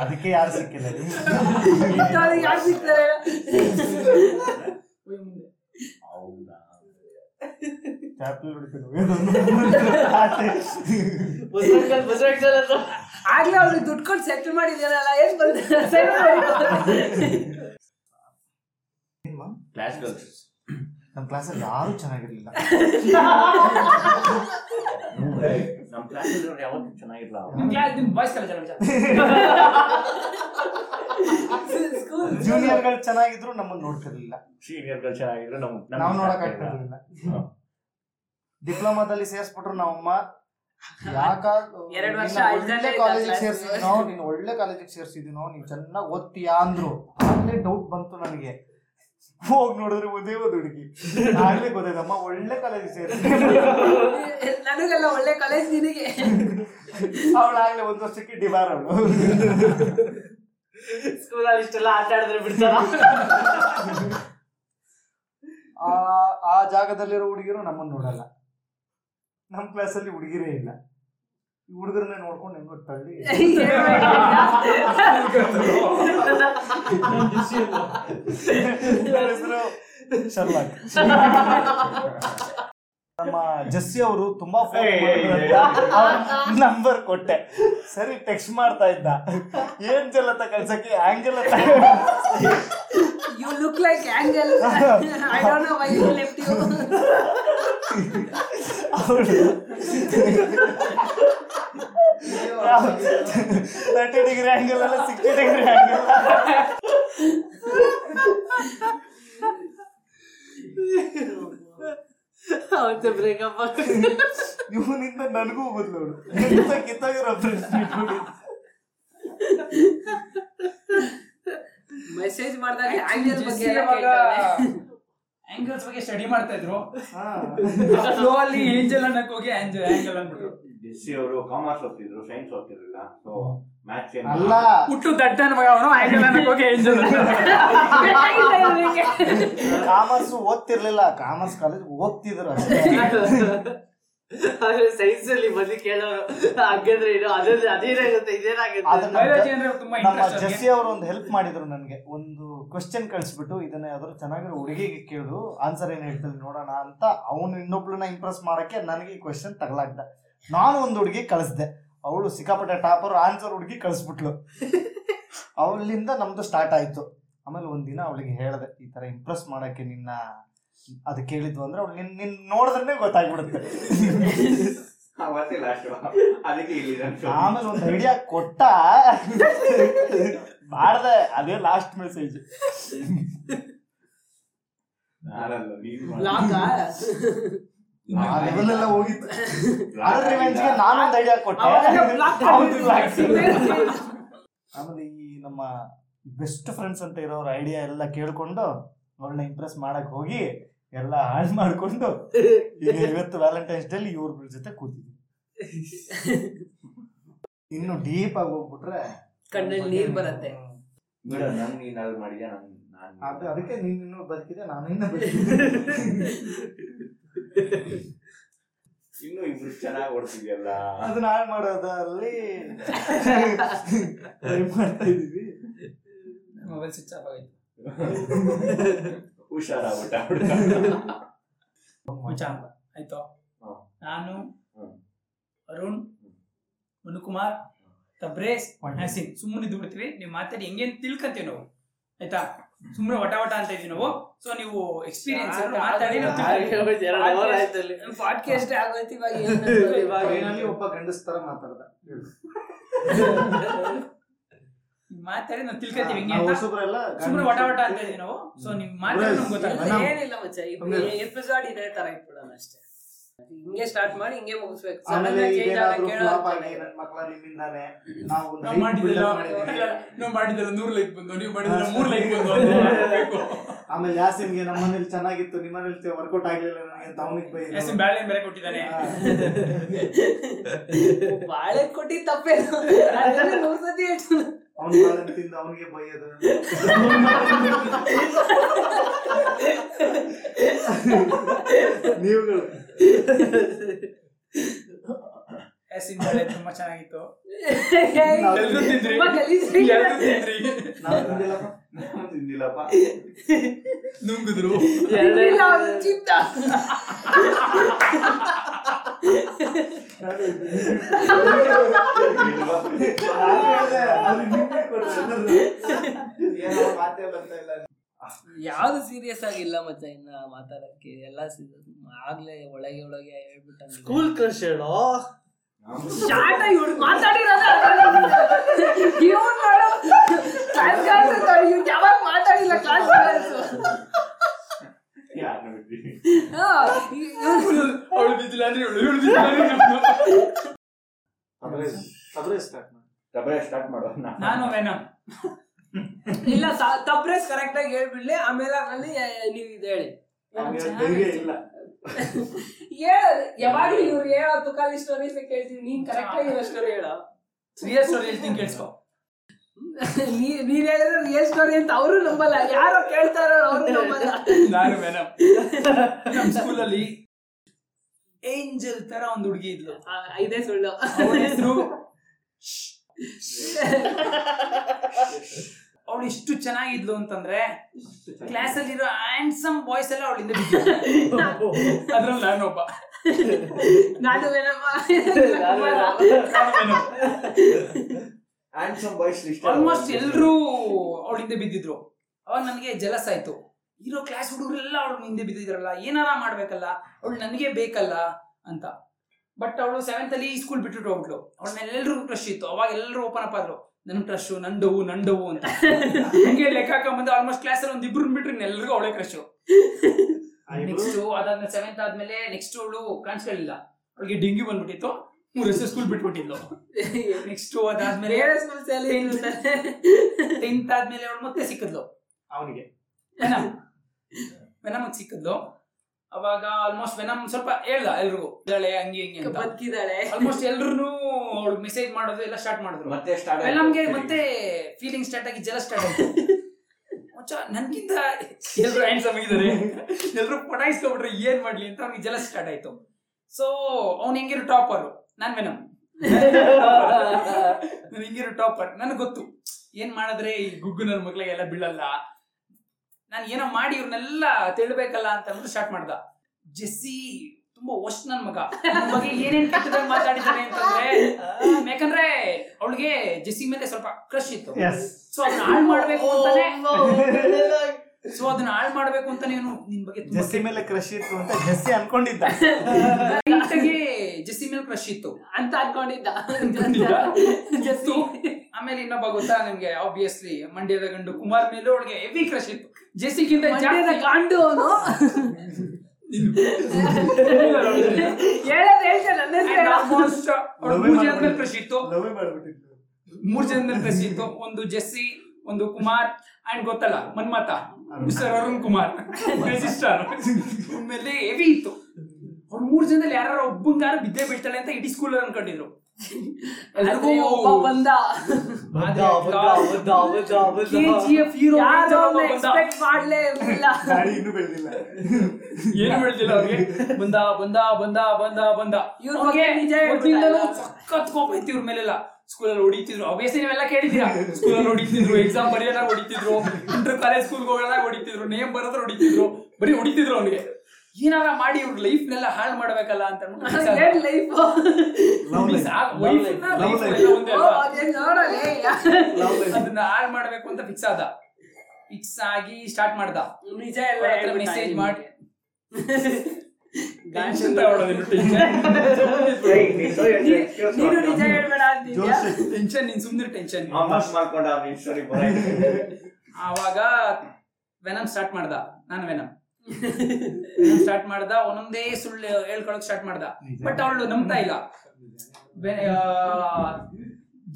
S2: ಅದಕ್ಕೆ ಯಾರು ಸಿಕ್ಕಿಲ್ಲ
S9: ಅವ್ರಿಗೆ ಯಾರು ಸಿಗ್ತಾರೆ
S8: ಹೌದಾ
S2: ಚಾಪಲ್ ಹೊಡಿತೀನಿ
S5: ಬಸವಣ್ಣ- ಬಸವಣ್ಣ ಅಂತ.
S9: ಆಗ್ಲೇ ಅವ್ರಿಗೆ ದುಡ್ಡು ಕೊಟ್ಟು ಸೆಟ್ಲ್ ಮಾಡಿದ್ಯಾನಲ್ಲ ಏನ್ ಬಂದ ಸರಿ
S8: ಕ್ಲಾಸ್ ಗರ್ಲ್ಸ್
S2: ನಮ್ಮ ಕ್ಲಾಸಲ್ಲಿ ಯಾರು ಚೆನ್ನಾಗಿರ್ಲಿಲ್ಲ
S8: ನಮ್ಮ ಕ್ಲಾಸ್ ಯಾವತ್ತೂ ಚೆನ್ನಾಗಿಲ್ಲ
S3: ನಿಮ್ ಕ್ಲಾಸ್ ನಿಮ್ ಬಾಯ್ಸ್ ಕಾಲೇಜ್ ಅಲ್ಲ
S2: ಜೂನಿಯರ್ ಗಳು ಚೆನ್ನಾಗಿದ್ರು ನಮ್ಮನ್ನ ನೋಡ್ತಿರ್ಲಿಲ್ಲ
S8: ಸೀನಿಯರ್ ಗರ್ಲ್ಸ್ ಚೆನ್ನಾಗಿದ್ರೆ ನಮ್ಗೆ
S2: ನಾವು ನೋಡಕ್ ಆಗ್ತಿರ್ಲಿಲ್ಲ ಡಿಪ್ಲೊಮಾದಲ್ಲಿ ಸೇರ್ಸ್ಬಿಟ್ರು ನಮ್ಮಮ್ಮ ಯಾಕ
S1: ಎರಡ್ ವರ್ಷ
S2: ನಿನ್ನ
S1: ಅಲ್ದಲ್ಲೇ
S2: ಒಳ್ಳೆ
S1: ಇದ್ದ
S2: ಕಾಲೇಜಿಗೆ
S1: class.
S2: ಸೇರ್ಸಿದ್ವಿ ನಾವು ನೀನು ಒಳ್ಳೆ ಕಾಲೇಜಿಗೆ ಸೇರ್ಸಿದ್ವಿ ನಾವು ನೀನ್ ಚೆನ್ನಾಗಿ ಓದ್ತೀಯಾ ಅಂದ್ರು ಆಗ್ಲೇ ಡೌಟ್ ಬಂತು ನನಗೆ ಹೋಗ್ ನೋಡಿದ್ರೆ ಒಂದೇ ಒಂದು ಹುಡುಗಿ ಆಗ್ಲೇ ಗೊತ್ತಾಯ್ತಮ್ಮ ಒಳ್ಳೆ ಕಾಲೇಜಿಗೆ ಸೇರಿಸಿದ್ವಿ
S9: ನನಗೆಲ್ಲ ಒಳ್ಳೆ ಕಾಲೇಜ್ ನಿನಗೆ
S2: ಅವಳಾಗ್ಲೇ ಒಂದ್ ವರ್ಷಕ್ಕೆ ಡಿಬಾರ್ ಅವಳು
S5: School ಅಲ್ಲಿ ಇಷ್ಟೆಲ್ಲ ಆಟ ಆಡಿದ್ರೆ ಬಿಡ್ತಾರ
S2: ಆ ಆ ಜಾಗದಲ್ಲಿರೋ ಹುಡುಗಿರು ನಮ್ಮನ್ನ ನೋಡಲ್ಲ ನಮ್ಮ ಕ್ಲಾಸಲ್ಲಿ ಹುಡುಗಿರೇ ಇಲ್ಲ ಹುಡುಗರನ್ನ ನೋಡ್ಕೊಂಡು ಹೆಂಗೋ ತಳ್ಳಿ ನನ್ನ ಹೆಸರು ಶರ್ಲಾಕ್ ನಮ್ಮ ಜಸ್ಸಿ ಅವರು ತುಂಬಾ
S8: ಏ, ಏ, ಏ, ಏ.
S2: ನಂಬರ್ ಕೊಟ್ಟೆ ಸರಿ ಟೆಕ್ಸ್ಟ್ ಮಾಡ್ತಾ ಇದ್ದ ಏನ್ ಜಲತ ಕಳ್ಸಕ್ಕೆ ಆಂಗಲ್ ಅಂತ
S9: you look like angle I don't know why you left you
S2: thirty degree angle ಅಲ್ಲ ಸಿಕ್ಸ್ಟಿ ಡಿಗ್ರಿ ಆಂಗಲ್
S5: ಅವತ್ತೆ ಬ್ರೇಕಪ್
S2: ಇವನಿಂದ ನನಗೂ ಬದಲು ಕಿತ್ತಾಗಿರೋ
S1: ಮೆಸೇಜ್ ಮಾಡಿದಾಗ ಆಂಗಲ್ ಬಗ್ಗೆ ಎಲ್ಲ ಕೇಳ್ತಾನೆ.
S3: ಆಂಗಲ್ಸ್ ಬಗ್ಗೆ ಸ್ಟಡಿ ಮಾಡ್ತಾ ಇದ್ರು ಫ್ಲೋ ಅಲ್ಲಿ ಏಂಜಲ್ ಅನ್ನಕ್ ಹೋಗಿ ಆಂಜಲ್ ಆಂಗಲ್ ಅಂದ್ಬಿಟ್ರು
S8: ಎಸ್ಸಿ ಅವರು ಕಾಮರ್ಸ್ E ಓದ್ತಿದ್ರು ಸೈನ್ಸ್ ಓದ್ತಿರ್ಲಿಲ್ಲ ಸೊ ಮ್ಯಾಥ್ಸ್
S2: ಅಲ್ಲ
S3: ಹುಟ್ಟು ದಡ್ಡ ಮಗ ಅವನು ಆಂಗಲ್ ಅನ್ನಕ್ ಹೋಗಿ ಏಂಜಲ್
S2: ಕಾಮರ್ಸ್ ಓದ್ತಿರ್ಲಿಲ್ಲ ಕಾಮರ್ಸ್ ಕಾಲೇಜ್ ಓದ್ತಿದ್ರು ಅಷ್ಟೇ
S5: ಆದ್ರೆ ಸೈನ್ಸ್ ಅಲ್ಲಿ ಬಂದು ಕೇಳೋರು ಹಂಗಂದ್ರೆ ಏನು ಅದೇ ಅದೇನಾಗುತ್ತೆ ಇದೇನಾಗುತ್ತೆ
S2: ಅದು ನಮ್ಮ
S3: ಬಯಾಲಜಿ ಅಂದ್ರೆ ತುಂಬಾ
S2: ನಮ್ಮ
S3: ಇಂಟ್ರೆಸ್ಟ್
S2: ಜಸ್ಸಿ ಅವರು ಒಂದು ಹೆಲ್ಪ್ ಮಾಡಿದ್ರು ನನಗೆ ಒಂದು ಕ್ವಶನ್ ಕಳಿಸ್ಬಿಟ್ಟು ಇದನ್ನ ಯಾವ್ದಾದ್ರು ಚೆನ್ನಾಗಿರೋ ಹುಡುಗಿಗೆ ಕೇಳು ಆನ್ಸರ್ ಏನ್ ಹೇಳ್ತೀನಿ ನೋಡೋಣ ಅಂತ ಅವನು ಇನ್ನೊಬ್ಳನ್ನ ಇಂಪ್ರೆಸ್ ಮಾಡಕ್ಕೆ ನನಗೆ ಈ ಕ್ವಶನ್ ತಗಲಾಗ್ದ ನಾನು ಒಂದು ಹುಡುಗಿ ಕಳಿಸ್ದೆ ಅವಳು ಸಿಕ್ಕಾಪಟ್ಟೆ ಟಾಪರ್ ಆನ್ಸರ್ ಹುಡುಗಿ ಕಳಿಸ್ಬಿಟ್ಲು ಅವಳಿಂದ ನಮ್ದು ಸ್ಟಾರ್ಟ್ ಆಯ್ತು ಆಮೇಲೆ ಒಂದಿನ ಅವಳಿಗೆ ಹೇಳ್ದೆ ಈ ತರ ಇಂಪ್ರೆಸ್ ಮಾಡಕ್ಕೆ ನಿನ್ನ ಅದು ಕೇಳಿದ್ವು ಅಂದ್ರೆ ಅವಳು ನಿನ್ ನಿನ್ ನೋಡಿದ್ರೆ ಗೊತ್ತಾಗ್ಬಿಡುತ್ತೆ
S8: ಅವತ್ತೇ ಲಾಸ್ಟ್ ಅದಕ್ಕೆ ಇಲ್ಲಿ
S2: ಆಮೇಲೆ ಒಂದು ಐಡಿಯಾ ಕೊಟ್ಟ ಮಾಡ್ದೆ ಅದೇ ಲಾಸ್ಟ್ ಮೆಸೇಜ್
S8: ನಾನಲ್ಲ ನೀನು ಮಾಡು.
S2: ಆ ಲೆವೆಲ್ ಎಲ್ಲ ಹೋಗಿತ್ತು ಅದ್ರ
S8: ಲಾಕ್
S2: ರಿವೆಂಜ್ ಗೆ
S8: ಆಗಿಲ್ಲ.
S2: ನಾನು ಒಂದು ಐಡಿಯಾ ಕೊಟ್ಟೆ ಅವ್ನು block ಮಾಡಿದ. ಆಮೇಲೆ ಈ ನಮ್ಮ ಬೆಸ್ಟ್ ಫ್ರೆಂಡ್ಸ್ ಅಂತ ಇರೋರ ಐಡಿಯಾ ಎಲ್ಲ ಕೇಳ್ಕೊಂಡು ಅವ್ರನ್ನ ಇಂಪ್ರೆಸ್ ಮಾಡಕ್ ಹೋಗಿ ಎಲ್ಲ ಹಾಳು ಮಾಡ್ಕೊಂಡು ಈಗ ಇವತ್ತು ವ್ಯಾಲೆಂಟೈನ್ಸ್ ಡೇ ಇವ್ರ ಜೊತೆ ಕೂತಿದ್ವಿ ಇನ್ನು ಡೀಪ್ ಆಗಿ ಹೋಗ್ಬಿಟ್ರೆ
S1: ಕಣ್ಣಲ್ಲಿ ನೀರ್ ಬರುತ್ತೆ
S8: ಬಿಡು, ನನ್ ನೀನ್ ಅಲ್ಲಿ ಮಾಡಿದ್ಯಾ ನನ್ ನಾನ್
S2: ಅದು ಅದಕ್ಕೆ ನೀನು ಇನ್ನೂ ಬದುಕಿದೆ ನಾನು ಇನ್ನೂ ಬದುಕಿದ್ದೆ
S8: ಇನ್ನು ಇಬ್ರು ಚೆನ್ನಾಗಿ ಓಡ್ತಿದ್ಯಲ್ಲ
S2: ಅದನ್ನ ಹಾಳು ಮಾಡೋದಲ್ಲಿ try ಮಾಡ್ತಾ ಇದೀವಿ
S3: ಮೊಬೈಲ್ ಸ್ವಿಚ್ ಆಫ್ ಆಗೋಯ್ತು
S8: ಹುಷಾರಾಗ್ಬಿಟ್ಟ
S3: ಹುಚ್ಚ ಅಂತ ಆಯ್ತು
S8: ಹ್ಮ್.
S3: ನಾನು
S8: ಹ್ಮ್.
S3: ಅರುಣ್ ಮನುಕುಮಾರ್ ತಬ್ರೇಸ್ ಹಸಿನ್ ಸುಮ್ಮನೆ ದುಡಿತೀವಿ ನೀವು ಮಾತಾಡಿ ಹೆಂಗೇನ್ ತಿಳ್ಕಂತೀವಿ ನಾವು ಆಯ್ತಾ ಸುಮ್ಮನೆ ವಟ ವಟ ಅಂತ ಇದೀವಿ ನಾವು ಸೊ ನೀವು ಎಕ್ಸ್ಪೀರಿಯನ್ಸ್ ಮಾತಾಡಿ ನಾವು ತಿಳ್ಕೊಳ್ಳಿ.
S9: ಪಾಡ್ಕಾಸ್ಟ್ ಪಾಡ್ಕಾಸ್ಟ್ ಆಗೋಯ್ತು ಇವಾಗ ಏನ್ ಮಾಡ್ತಾರೆ ಇವಾಗ
S2: ಫೈನಲಿ ಒಬ್ಬ ಗಂಡಸ್ತರ ಮಾತಾಡ್ದ
S3: ಮಾತಾಡಿ ನಾವು ತಿಳ್ಕೊತೀವಿ ಹಿಂಗೆ
S2: ನಾವು
S3: ಅಂತ
S2: ಹೊಸಬ್ರೆಲ್ಲ
S3: ಸುಮ್ಮನೆ ವಟ ವಟ ಅಂತ ಇದೀವಿ ನಾವು ಸೊ ನೀವು ಮಾತಾಡಿ ನಮ್ಗೆ ಗೊತ್ತಾಗುತ್ತೆ
S2: ನಮ್ಮ-
S1: ಏನಿಲ್ಲ ಮಚ್ಚ ಎಪಿಸೋಡ್ ಇದೇ ತರ ಇಟ್ಬಿಡೋಣ ಅಷ್ಟೇ ಹಿಂಗೆ ಸ್ಟಾರ್ಟ್ ಮಾಡಿ ಹಿಂಗೆ ಮುಗಿಸ್ಬೇಕು ಸಡನ್
S2: ಆಮೇಲೆ
S1: ಆಗಿ change
S2: ಇದೇನಾದ್ರೂ
S1: ಆದಾಗ
S2: ಫ್ಲಾಪ್
S1: ಕೇಳೋದು
S2: ಆಗಿ ನನ್ ಮಕ್ಳ ನಿಮ್ಮಿಂದಾನೆ ನಾವು ಒಂದು
S3: ನಾವು
S2: hype build
S3: ಮಾಡಿದ್ದೆಲ್ಲ
S2: up ಮಾಡಿದ್ದೀವಿ.
S3: ನಾವು ಮಾಡಿದ್ದೆಲ್ಲ ನೂರು ಲೈಕ್ ಬಂದು ನೀವು ಮಾಡಿದ್ರೆ ಮೂರು ಲೈಕ್ ಬಂದು ಅಂತ
S2: ಆಮೇಲೆ ಯಾಸಿನ್ಗೆ ನಮ್ಮನೇಲಿ ಚೆನ್ನಾಗಿತ್ತು ನಿಮ್ಮನೇಲಿ ವರ್ಕೌಟ್ ಆಗ್ಲಿಲ್ಲ ನನಗೆ ಅಂತ ಅವನಿಗೆ
S3: ಎಸ್
S2: ಬೈ
S3: ಬ್ಯಾಳೆ ಬೇರೆ ಕೊಟ್ಟಿದ್ದಾನೆ
S9: ಬಾಳೆ ಕೊಟ್ಟಿ ತಪ್ಪೇ ನೂರ್ ಸತಿ ಹೇಳ್ತಾನೆ.
S2: ಅವ್ನು ತಿಂದ ಅವನಿಗೆ ಬೈಯೋದು ನೀವುಗಳು
S3: ಎಸ್ ಇನ್ ಬ್ಯಾಳೆ ತುಂಬಾ ಚೆನ್ನಾಗಿತ್ತು ಎಲ್ರು ತಿಂದ್ರಿ
S9: ತುಂಬಾ ಗಲೀಜಾಗಿ
S3: ಎಲ್ರು ತಿಂದ್ರಿ
S2: ನಾವು ತಿಂದಿಲ್ಲಪ್ಪ
S4: ತಿಂದಿಲ್ಲಪ್ಪ
S3: ನುಂಗಿದ್ರು
S9: ಇಲ್ಲ, ಅದು ಚಿತ್ತ.
S2: ನಾನು ಹೇಳ್ದೆ, ಅದು ನಿಮ್ಗೆ ಕೊಡ್ತಾರೆ.
S4: ಏನೋ ಮಾತೇ ಬರ್ತಾ ಇಲ್ಲ
S1: ಯಾವ್ದು ಸೀರಿಯಸ್ ಆಗಿಲ್ಲ ಮತ್ತೆ ಇನ್ನ ಮಾತಾಡಕ್ಕೆ ಎಲ್ಲ serious. ಆಗ್ಲೇ ಒಳಗೆ ಒಳಗೆ ಹೇಳ್ಬಿಟ್ಟು
S5: ಕೂಲ್ ಕ್ರಶ್ ಹೇಳೋ
S9: ಶಾಟ ಇವ್ರು ಮಾತಾಡಿರೋದು ಅದ್ರಲ್ಲೇ ಇದೆ. ಇವ್ನು ನೋಡು, class girls ಇರ್ತಾರೆ, ಇವ್ರು ಯಾವಾಗ ಮಾತಾಡಿಲ್ಲ class girls. ಹಾ, ಇವ್ನು-
S3: ಅವಳು ಬಿದ್ದಿಲ್ಲ ಅಂದ್ರೆ ಇವಳು ಇವಳು ಬಿದ್ದಿಲ್ಲ ಅಂದ್ರೆ ಇವಳು.
S8: ಸ್ಟಾರ್ಟ್ ಮಾಡೋ
S3: ನಾನು ವೆನಮ್
S1: ಇಲ್ಲ ತಪ್ರೇಸ್ ಕರೆಕ್ಟ್ ಆಗಿ ಹೇಳ್ಬಿಡ್ಲಿ ಆಮೇಲೆ ಅಲ್ಲಿ ನೀವ್ ಇದು ಹೇಳಿ
S2: ಅವ್ನಿಗೆ ಧೈರ್ಯ ಇಲ್ಲ
S1: ಹೇಳ ಯಾವಾಗ್ಲೂ ಇವ್ರು ಹೇಳೋ ತುಕಾಲಿ ಸ್ಟೋರೀಸ್ ಕೇಳ್ತೀವಿ ನೀನ್ ಕರೆಕ್ಟ್ ಆಗಿ ಇರೋ ಸ್ಟೋರಿ ಹೇಳೋ
S3: ಸೀರಿಯಸ್ ಸ್ಟೋರಿ ಹೇಳ್ತೀನಿ ಕೇಳಿಸ್ಕೊ
S9: ನೀ ನೀನ್ ಹೇಳಿದ್ರೆ ರಿಯಲ್ ಸ್ಟೋರಿ ಅಂತ ಅವರು ನಂಬಲ್ಲ ಯಾರೋ ಕೇಳ್ತಾರೋ ಅವರು ನಂಬಲ್ಲ
S3: ನಾನು ವೆನಮ್ ನಮ್ಮ ಸ್ಕೂಲಲ್ಲಿ ಏಂಜಲ್ ತರ ಒಂದು ಹುಡುಗಿ ಇದ್ಲು
S1: ಆ, ಇದೇ ಸುಳ್ಳು
S3: ಅವಳ ಹೆಸರು ಅವಳು ಎಷ್ಟು ಚೆನ್ನಾಗಿದ್ಲು ಅಂತಂದ್ರೆ ಕ್ಲಾಸ್ ಅಲ್ಲಿ ಇರೋ ಹ್ಯಾಂಡ್ಸಮ್ ಬಾಯ್ಸ್ ಎಲ್ಲ ಅವಳಿಂದ ಅದ್ರಲ್ಲಿ ನಾನೊಬ್ಬ
S9: ನಾನು ಏನಮ್ಮ
S8: ಹ್ಯಾಂಡ್ಸಮ್ ಬಾಯ್ಸ್
S3: ಆಲ್ಮೋಸ್ಟ್ ಎಲ್ಲರೂ ಅವಳ ಹಿಂದೆ ಬಿದ್ದಿದ್ರು ಅವಾಗ ನನಗೆ ಜಲಸ್ ಆಯ್ತು ಇರೋ ಕ್ಲಾಸ್ ಹುಡುಗರೆಲ್ಲ ಅವಳ ಹಿಂದೆ ಬಿದ್ದಿದ್ರಲ್ಲ ಏನಾರ ಮಾಡ್ಬೇಕಲ್ಲ ಅವಳು ನನಗೆ ಬೇಕಲ್ಲ ಅಂತ ಬಟ್ ಅವಳು ಸೆವೆಂತ್ ಅಲ್ಲಿ ಸ್ಕೂಲ್ ಬಿಟ್ಟು ಹೋಗ್ಲು ಅವಳನ್ನ ಎಲ್ಲರಿಗೂ ಕ್ರಶ್ ಇತ್ತು ಅವಾಗ ಎಲ್ಲರೂ ಓಪನ್ ಅಪ್ ಆದ್ರು ನನ್ ಕ್ರಶ್ ನಂಡವು ನಂಡವು ಅಂತ ಹಂಗೆ ಲೆಕ್ಕ ಹಾಕೊಂಡ್ಬಂದು ಆಲ್ಮೋಸ್ಟ್ ಕ್ಲಾಸ್ ಅಲ್ಲಿ ಒಂದ್ ಇಬ್ರು ಬಿಟ್ರಿ ಎಲ್ಲರಿಗೂ ಅವಳೆ ಕ್ರಶ್ ನೆಕ್ಸ್ಟ್ ಅದಾದ್ಮೇಲೆ ಸೆವೆಂತ್ ಆದ್ಮೇಲೆ ನೆಕ್ಸ್ಟ್ ಅವಳು ಕಾಣಿಸ್ಕೊಳ್ಳಿಲ್ಲ ಅವಳಿಗೆ ಡೆಂಗ್ಯೂ ಬಂದ್ಬಿಟ್ಟಿತ್ತು ಮೂರು ವರ್ಷ ಸ್ಕೂಲ್ ಬಿಟ್ಬಿಟ್ಟಿದ್ಲು ನೆಕ್ಸ್ಟ್ ಅದಾದ್ಮೇಲೆ
S1: ಬೇರೆ ಸ್ಕೂಲ್ಸ್ ಅಲ್ಲಿ ಏನು
S3: ಟೆಂತ್ ಆದ್ಮೇಲೆ ಅವಳು ಮತ್ತೆ ಸಿಕ್ಕಿದ್ಲು
S2: ಅವನಿಗೆ
S3: ವೆನಮ್ ವೆನಮ್ ಸಿಕ್ಕಿದ್ಲು ಅವಾಗ ಆಲ್ಮೋಸ್ಟ್ ವೆನಮ್ ಸ್ವಲ್ಪ ಹೇಳ್ದ ಎಲ್ರಿಗೂ ಇದ್ದಾಳೆ ಹಂಗೆ ಹಿಂಗೆ ಅಂತ
S1: ಬದುಕಿದಾಳೆ
S3: ಆಲ್ಮೋಸ್ಟ್ ಎಲ್ರು ಅವ್ಳು ಮೆಸೇಜ್ ಮಾಡೋದು ಎಲ್ಲ ಸ್ಟಾರ್ಟ್ ಮಾಡಿದ್ರು
S8: ಮತ್ತೆ ಸ್ಟಾರ್ಟ್
S3: ವೆನಮ್ಗೆ ಮತ್ತೆ ಫೀಲಿಂಗ್ ಸ್ಟಾರ್ಟ್ ಆಗಿ ಜಲ ಸ್ಟಾರ್ಟ್ ಆಯ್ತು ಮಚ್ಚ, ನನ್ಗಿಂತ ಎಲ್ರು ಹ್ಯಾಂಡ್ಸಮ್ ಆಗಿದ್ದಾರೆ ಎಲ್ರು ಪಟಾಯಿಸ್ಕೊಬಿಟ್ರೆ ಏನ್ ಮಾಡ್ಲಿ ಅಂತ ಅವ್ನಿಗೆ ಜಲ ಸ್ಟಾರ್ಟ್ ಆಯ್ತು ಸೊ ಅವ್ನು ಹೆಂಗಿರು ಟಾಪರ್ ನಾನ್ ವೆನಮ್ ನಾನು ಹಿಂಗಿರೋ ಟಾಪರ್ ನನಗೆ ಗೊತ್ತು ಏನ್ ಮಾಡಿದ್ರೆ ಈ ಗುಗ್ಗು ನನ್ನ ಮಕ್ಳಿಗೆಲ್ಲ ಬೀಳಲ್ಲ ನಾನು ಏನೋ ಮಾಡಿ ಇವ್ರನ್ನೆಲ್ಲ ತಿಳ್ಬೇಕಲ್ಲ ಅಂತ ಅಂದ್ಬಿಟ್ಟು ಸ್ಟಾರ್ಟ್ ಮಾಡ್ದ ಜೆಸ್ಸಿ ತುಂಬಾ ವಶ್ ನನ್ ಮಗ ನನ್ ಬಗ್ಗೆ ಏನೇನ್ ಕೆಟ್ಟದಾಗ ಮಾತಾಡಿದ್ದಾನೆ ಅಂತಂದ್ರೆ ಯಾಕಂದ್ರೆ ಅವಳಿಗೆ ಜೆಸ್ಸಿ ಮೇಲೆ ಸ್ವಲ್ಪ ಕ್ರಶ್ ಇತ್ತು
S2: ಎಸ್
S3: ಸೊ ಅದನ್ನ ಹಾಳ್ ಮಾಡ್ಬೇಕು
S5: Oh,
S3: ಅಂತಾನೆ ಸೊ ಅದನ್ನ ಹಾಳ್ ಮಾಡ್ಬೇಕು ಅಂತ ನೀನು ನಿನ್ ಬಗ್ಗೆ ತುಂಬಾ
S2: ಜಸ್ಸಿ ಮೇಲೆ ಕ್ರಶ್ ಇತ್ತು ಅಂತ ಜಸ್ಸಿ ಅನ್ಕೊಂಡಿದ್ದ
S3: ಕರೆಕ್ಟಾಗಿ ಜೆಸ್ಸಿ ಮೇಲೆ ಕ್ರಶ್ ಇತ್ತು
S1: ಅಂತ ಅನ್ಕೊಂಡಿದ್ದ
S3: ಇತ್ತು. ಆಮೇಲೆ ಇನ್ನೊಬ್ಬ ಗೊತ್ತಾ ನಮ್ಗೆ ಆಬ್ವಿಯಸ್ಲಿ ಮಂಡ್ಯದ ಗಂಡು ಕುಮಾರ್ ಮೇಲೆ ಅವಳಿಗೆ ಹೆವಿ ಕ್ರಶ್ ಇತ್ತು ಜೆಸ್ಸಿಗಿಂತ
S9: ಮಂಡ್ಯದ
S3: ಜಾಸ್ತಿ
S9: ಗಾಂಡು ಅವನು ಹೇಳೋದ್ ಹೇಳ್ತೆ ನನ್ನ ಹೆಸ್ರು ಹೇಳು.
S3: Almost ಅವ್ಳು ಮೂರ್ ಜನದ ಮೇಲೆ ಕ್ರಶ್ ಇತ್ತು
S2: ಲವೇ ಮಾಡ್ಬಿಟ್ಟಿದ್ದು
S3: ಮೂರ್ ಜನದ ಮೇಲೆ ಕ್ರಶ್ ಇತ್ತು ಒಂದು ಜೆಸ್ಸಿ ಒಂದು ಕುಮಾರ್ ಅಂಡ್ ಗೊತ್ತಲ್ಲ ಮನ್ಮತ ಮಿಸ್ಟರ್ ಅರುಣ್ ಕುಮಾರ್ ರೆಜಿಸ್ಟರ್ ಮೇಲೆ ಹೆವಿ ಇತ್ತು ಅವ್ರ ಮೂರ್ ಜನದಲ್ಲಿ ಯಾರು ಒಬ್ಬಂಗಾರ ಬಿದ್ದೇ ಬೀಳ್ತಾಳೆ ಅಂತ ಇಡೀ ಸ್ಕೂಲ್ ಅನ್ಕೊಂಡಿದ್ರು ಎಲ್ಲರಿಗೂ
S9: ಒಬ್ಬ ಬಂದ
S3: ಕೆಜಿಎಫ್ ಹೀರೋ
S9: ಯಾರು ಎಕ್ಸ್ಪೆಕ್ಟ್ ಮಾಡ್ಲೇ ಇರ್ಲಿಲ್ಲ
S2: ಗಾಡಿ ಇನ್ನೂ ಬೆಳೆದಿಲ್ಲ
S3: ಏನು ಹೇಳ್ತಿಲ್ಲ ಅವ್ರಿಗೆ ಬಂದ ಬಂದ ಬಂದ ಬಂದ ಬಂದ
S9: ಇವ್ರ
S3: ಅವ್ರಿಗೆ
S9: ಬಗ್ಗೆ ನಿಜ
S3: ಮೊದ್ಲಿಂದಲೂ
S9: ಹೇಳ್ಬಿಟ್ಟ
S3: ಸಖತ್ ಕೋಪ ಇತ್ತು ಇವ್ರ ಮೇಲೆಲ್ಲ ಸ್ಕೂಲಲ್ಲಿ ಹೊಡಿತಿದ್ರು ಅಭ್ಯಾಸ ನೀವೆಲ್ಲ ಕೇಳಿದ್ದೀರಾ ಸ್ಕೂಲಲ್ಲಿ ಹೊಡಿತಿದ್ರು ಎಕ್ಸಾಮ್ ಬರೆಯೋದಾಗ ಹೊಡಿತಿದ್ರು ಇಂಟರ್ ಕಾಲೇಜ್ ಸ್ಕೂಲ್ಗೆ ಹೋಗೋದಾಗ ಹೊಡಿತಿದ್ರು ನೇಮ್ ಬರೋದ್ರ ಹೊಡಿತಿದ್ರು ಬರೀ ಹೊಡಿತಿದ್ರು ಅವ್ನಿಗೆ ಏನಾರ ಮಾಡಿ ಇವ್ರ ಲೈಫ್ನೆಲ್ಲ ಹಾಳು ಮಾಡ್ಬೇಕಲ್ಲ ಅಂತ
S9: ಏನ್ ಲೈಫ್
S2: life.
S3: ಅನ್ಬಿಟ್ಟು
S9: ನೋಡಲೇ
S3: ಅದನ್ನ ಹಾಳು ಮಾಡ್ಬೇಕು ಅಂತ ಫಿಕ್ಸ್ ಆದ ಫಿಕ್ಸ್ ಆಗಿ ಸ್ಟಾರ್ಟ್ ಮಾಡ್ದ
S1: ನಿಜ
S3: ಅವ್ರ ಹತ್ರ message ಮಾಡಿ. Tension
S1: ಎಲ್ಲ
S3: ತಗೊಳೋದು ಇನ್ನು tension.
S1: ನೀನು ನಿಜ ಹೇಳ್ಬೇಡ ಅಂತಿದ್ಯಾ
S3: ಟೆನ್ಷನ್ ನೀನ್ ಸುಮ್ನೆ ಟೆನ್ಷನ್
S8: ಮಸ್ ಮಾಡ್ಕೊಂಡ ಸರಿ ಬರ
S3: ಆವಾಗ ವೆನಮ್ ಸ್ಟಾರ್ಟ್ ಮಾಡ್ದ ನಾನು ವೆನಮ್ ಸ್ಟಾರ್ಟ್ ಮಾಡ್ದ ಒಂದೊಂದೇ ಸುಳ್ಳು ಹೇಳ್ಕೊಳಕ್ ಸ್ಟಾರ್ಟ್ ಮಾಡ್ದ ಬಟ್ ಅವಳು ನಂಬ್ತಾ ಇಲ್ಲ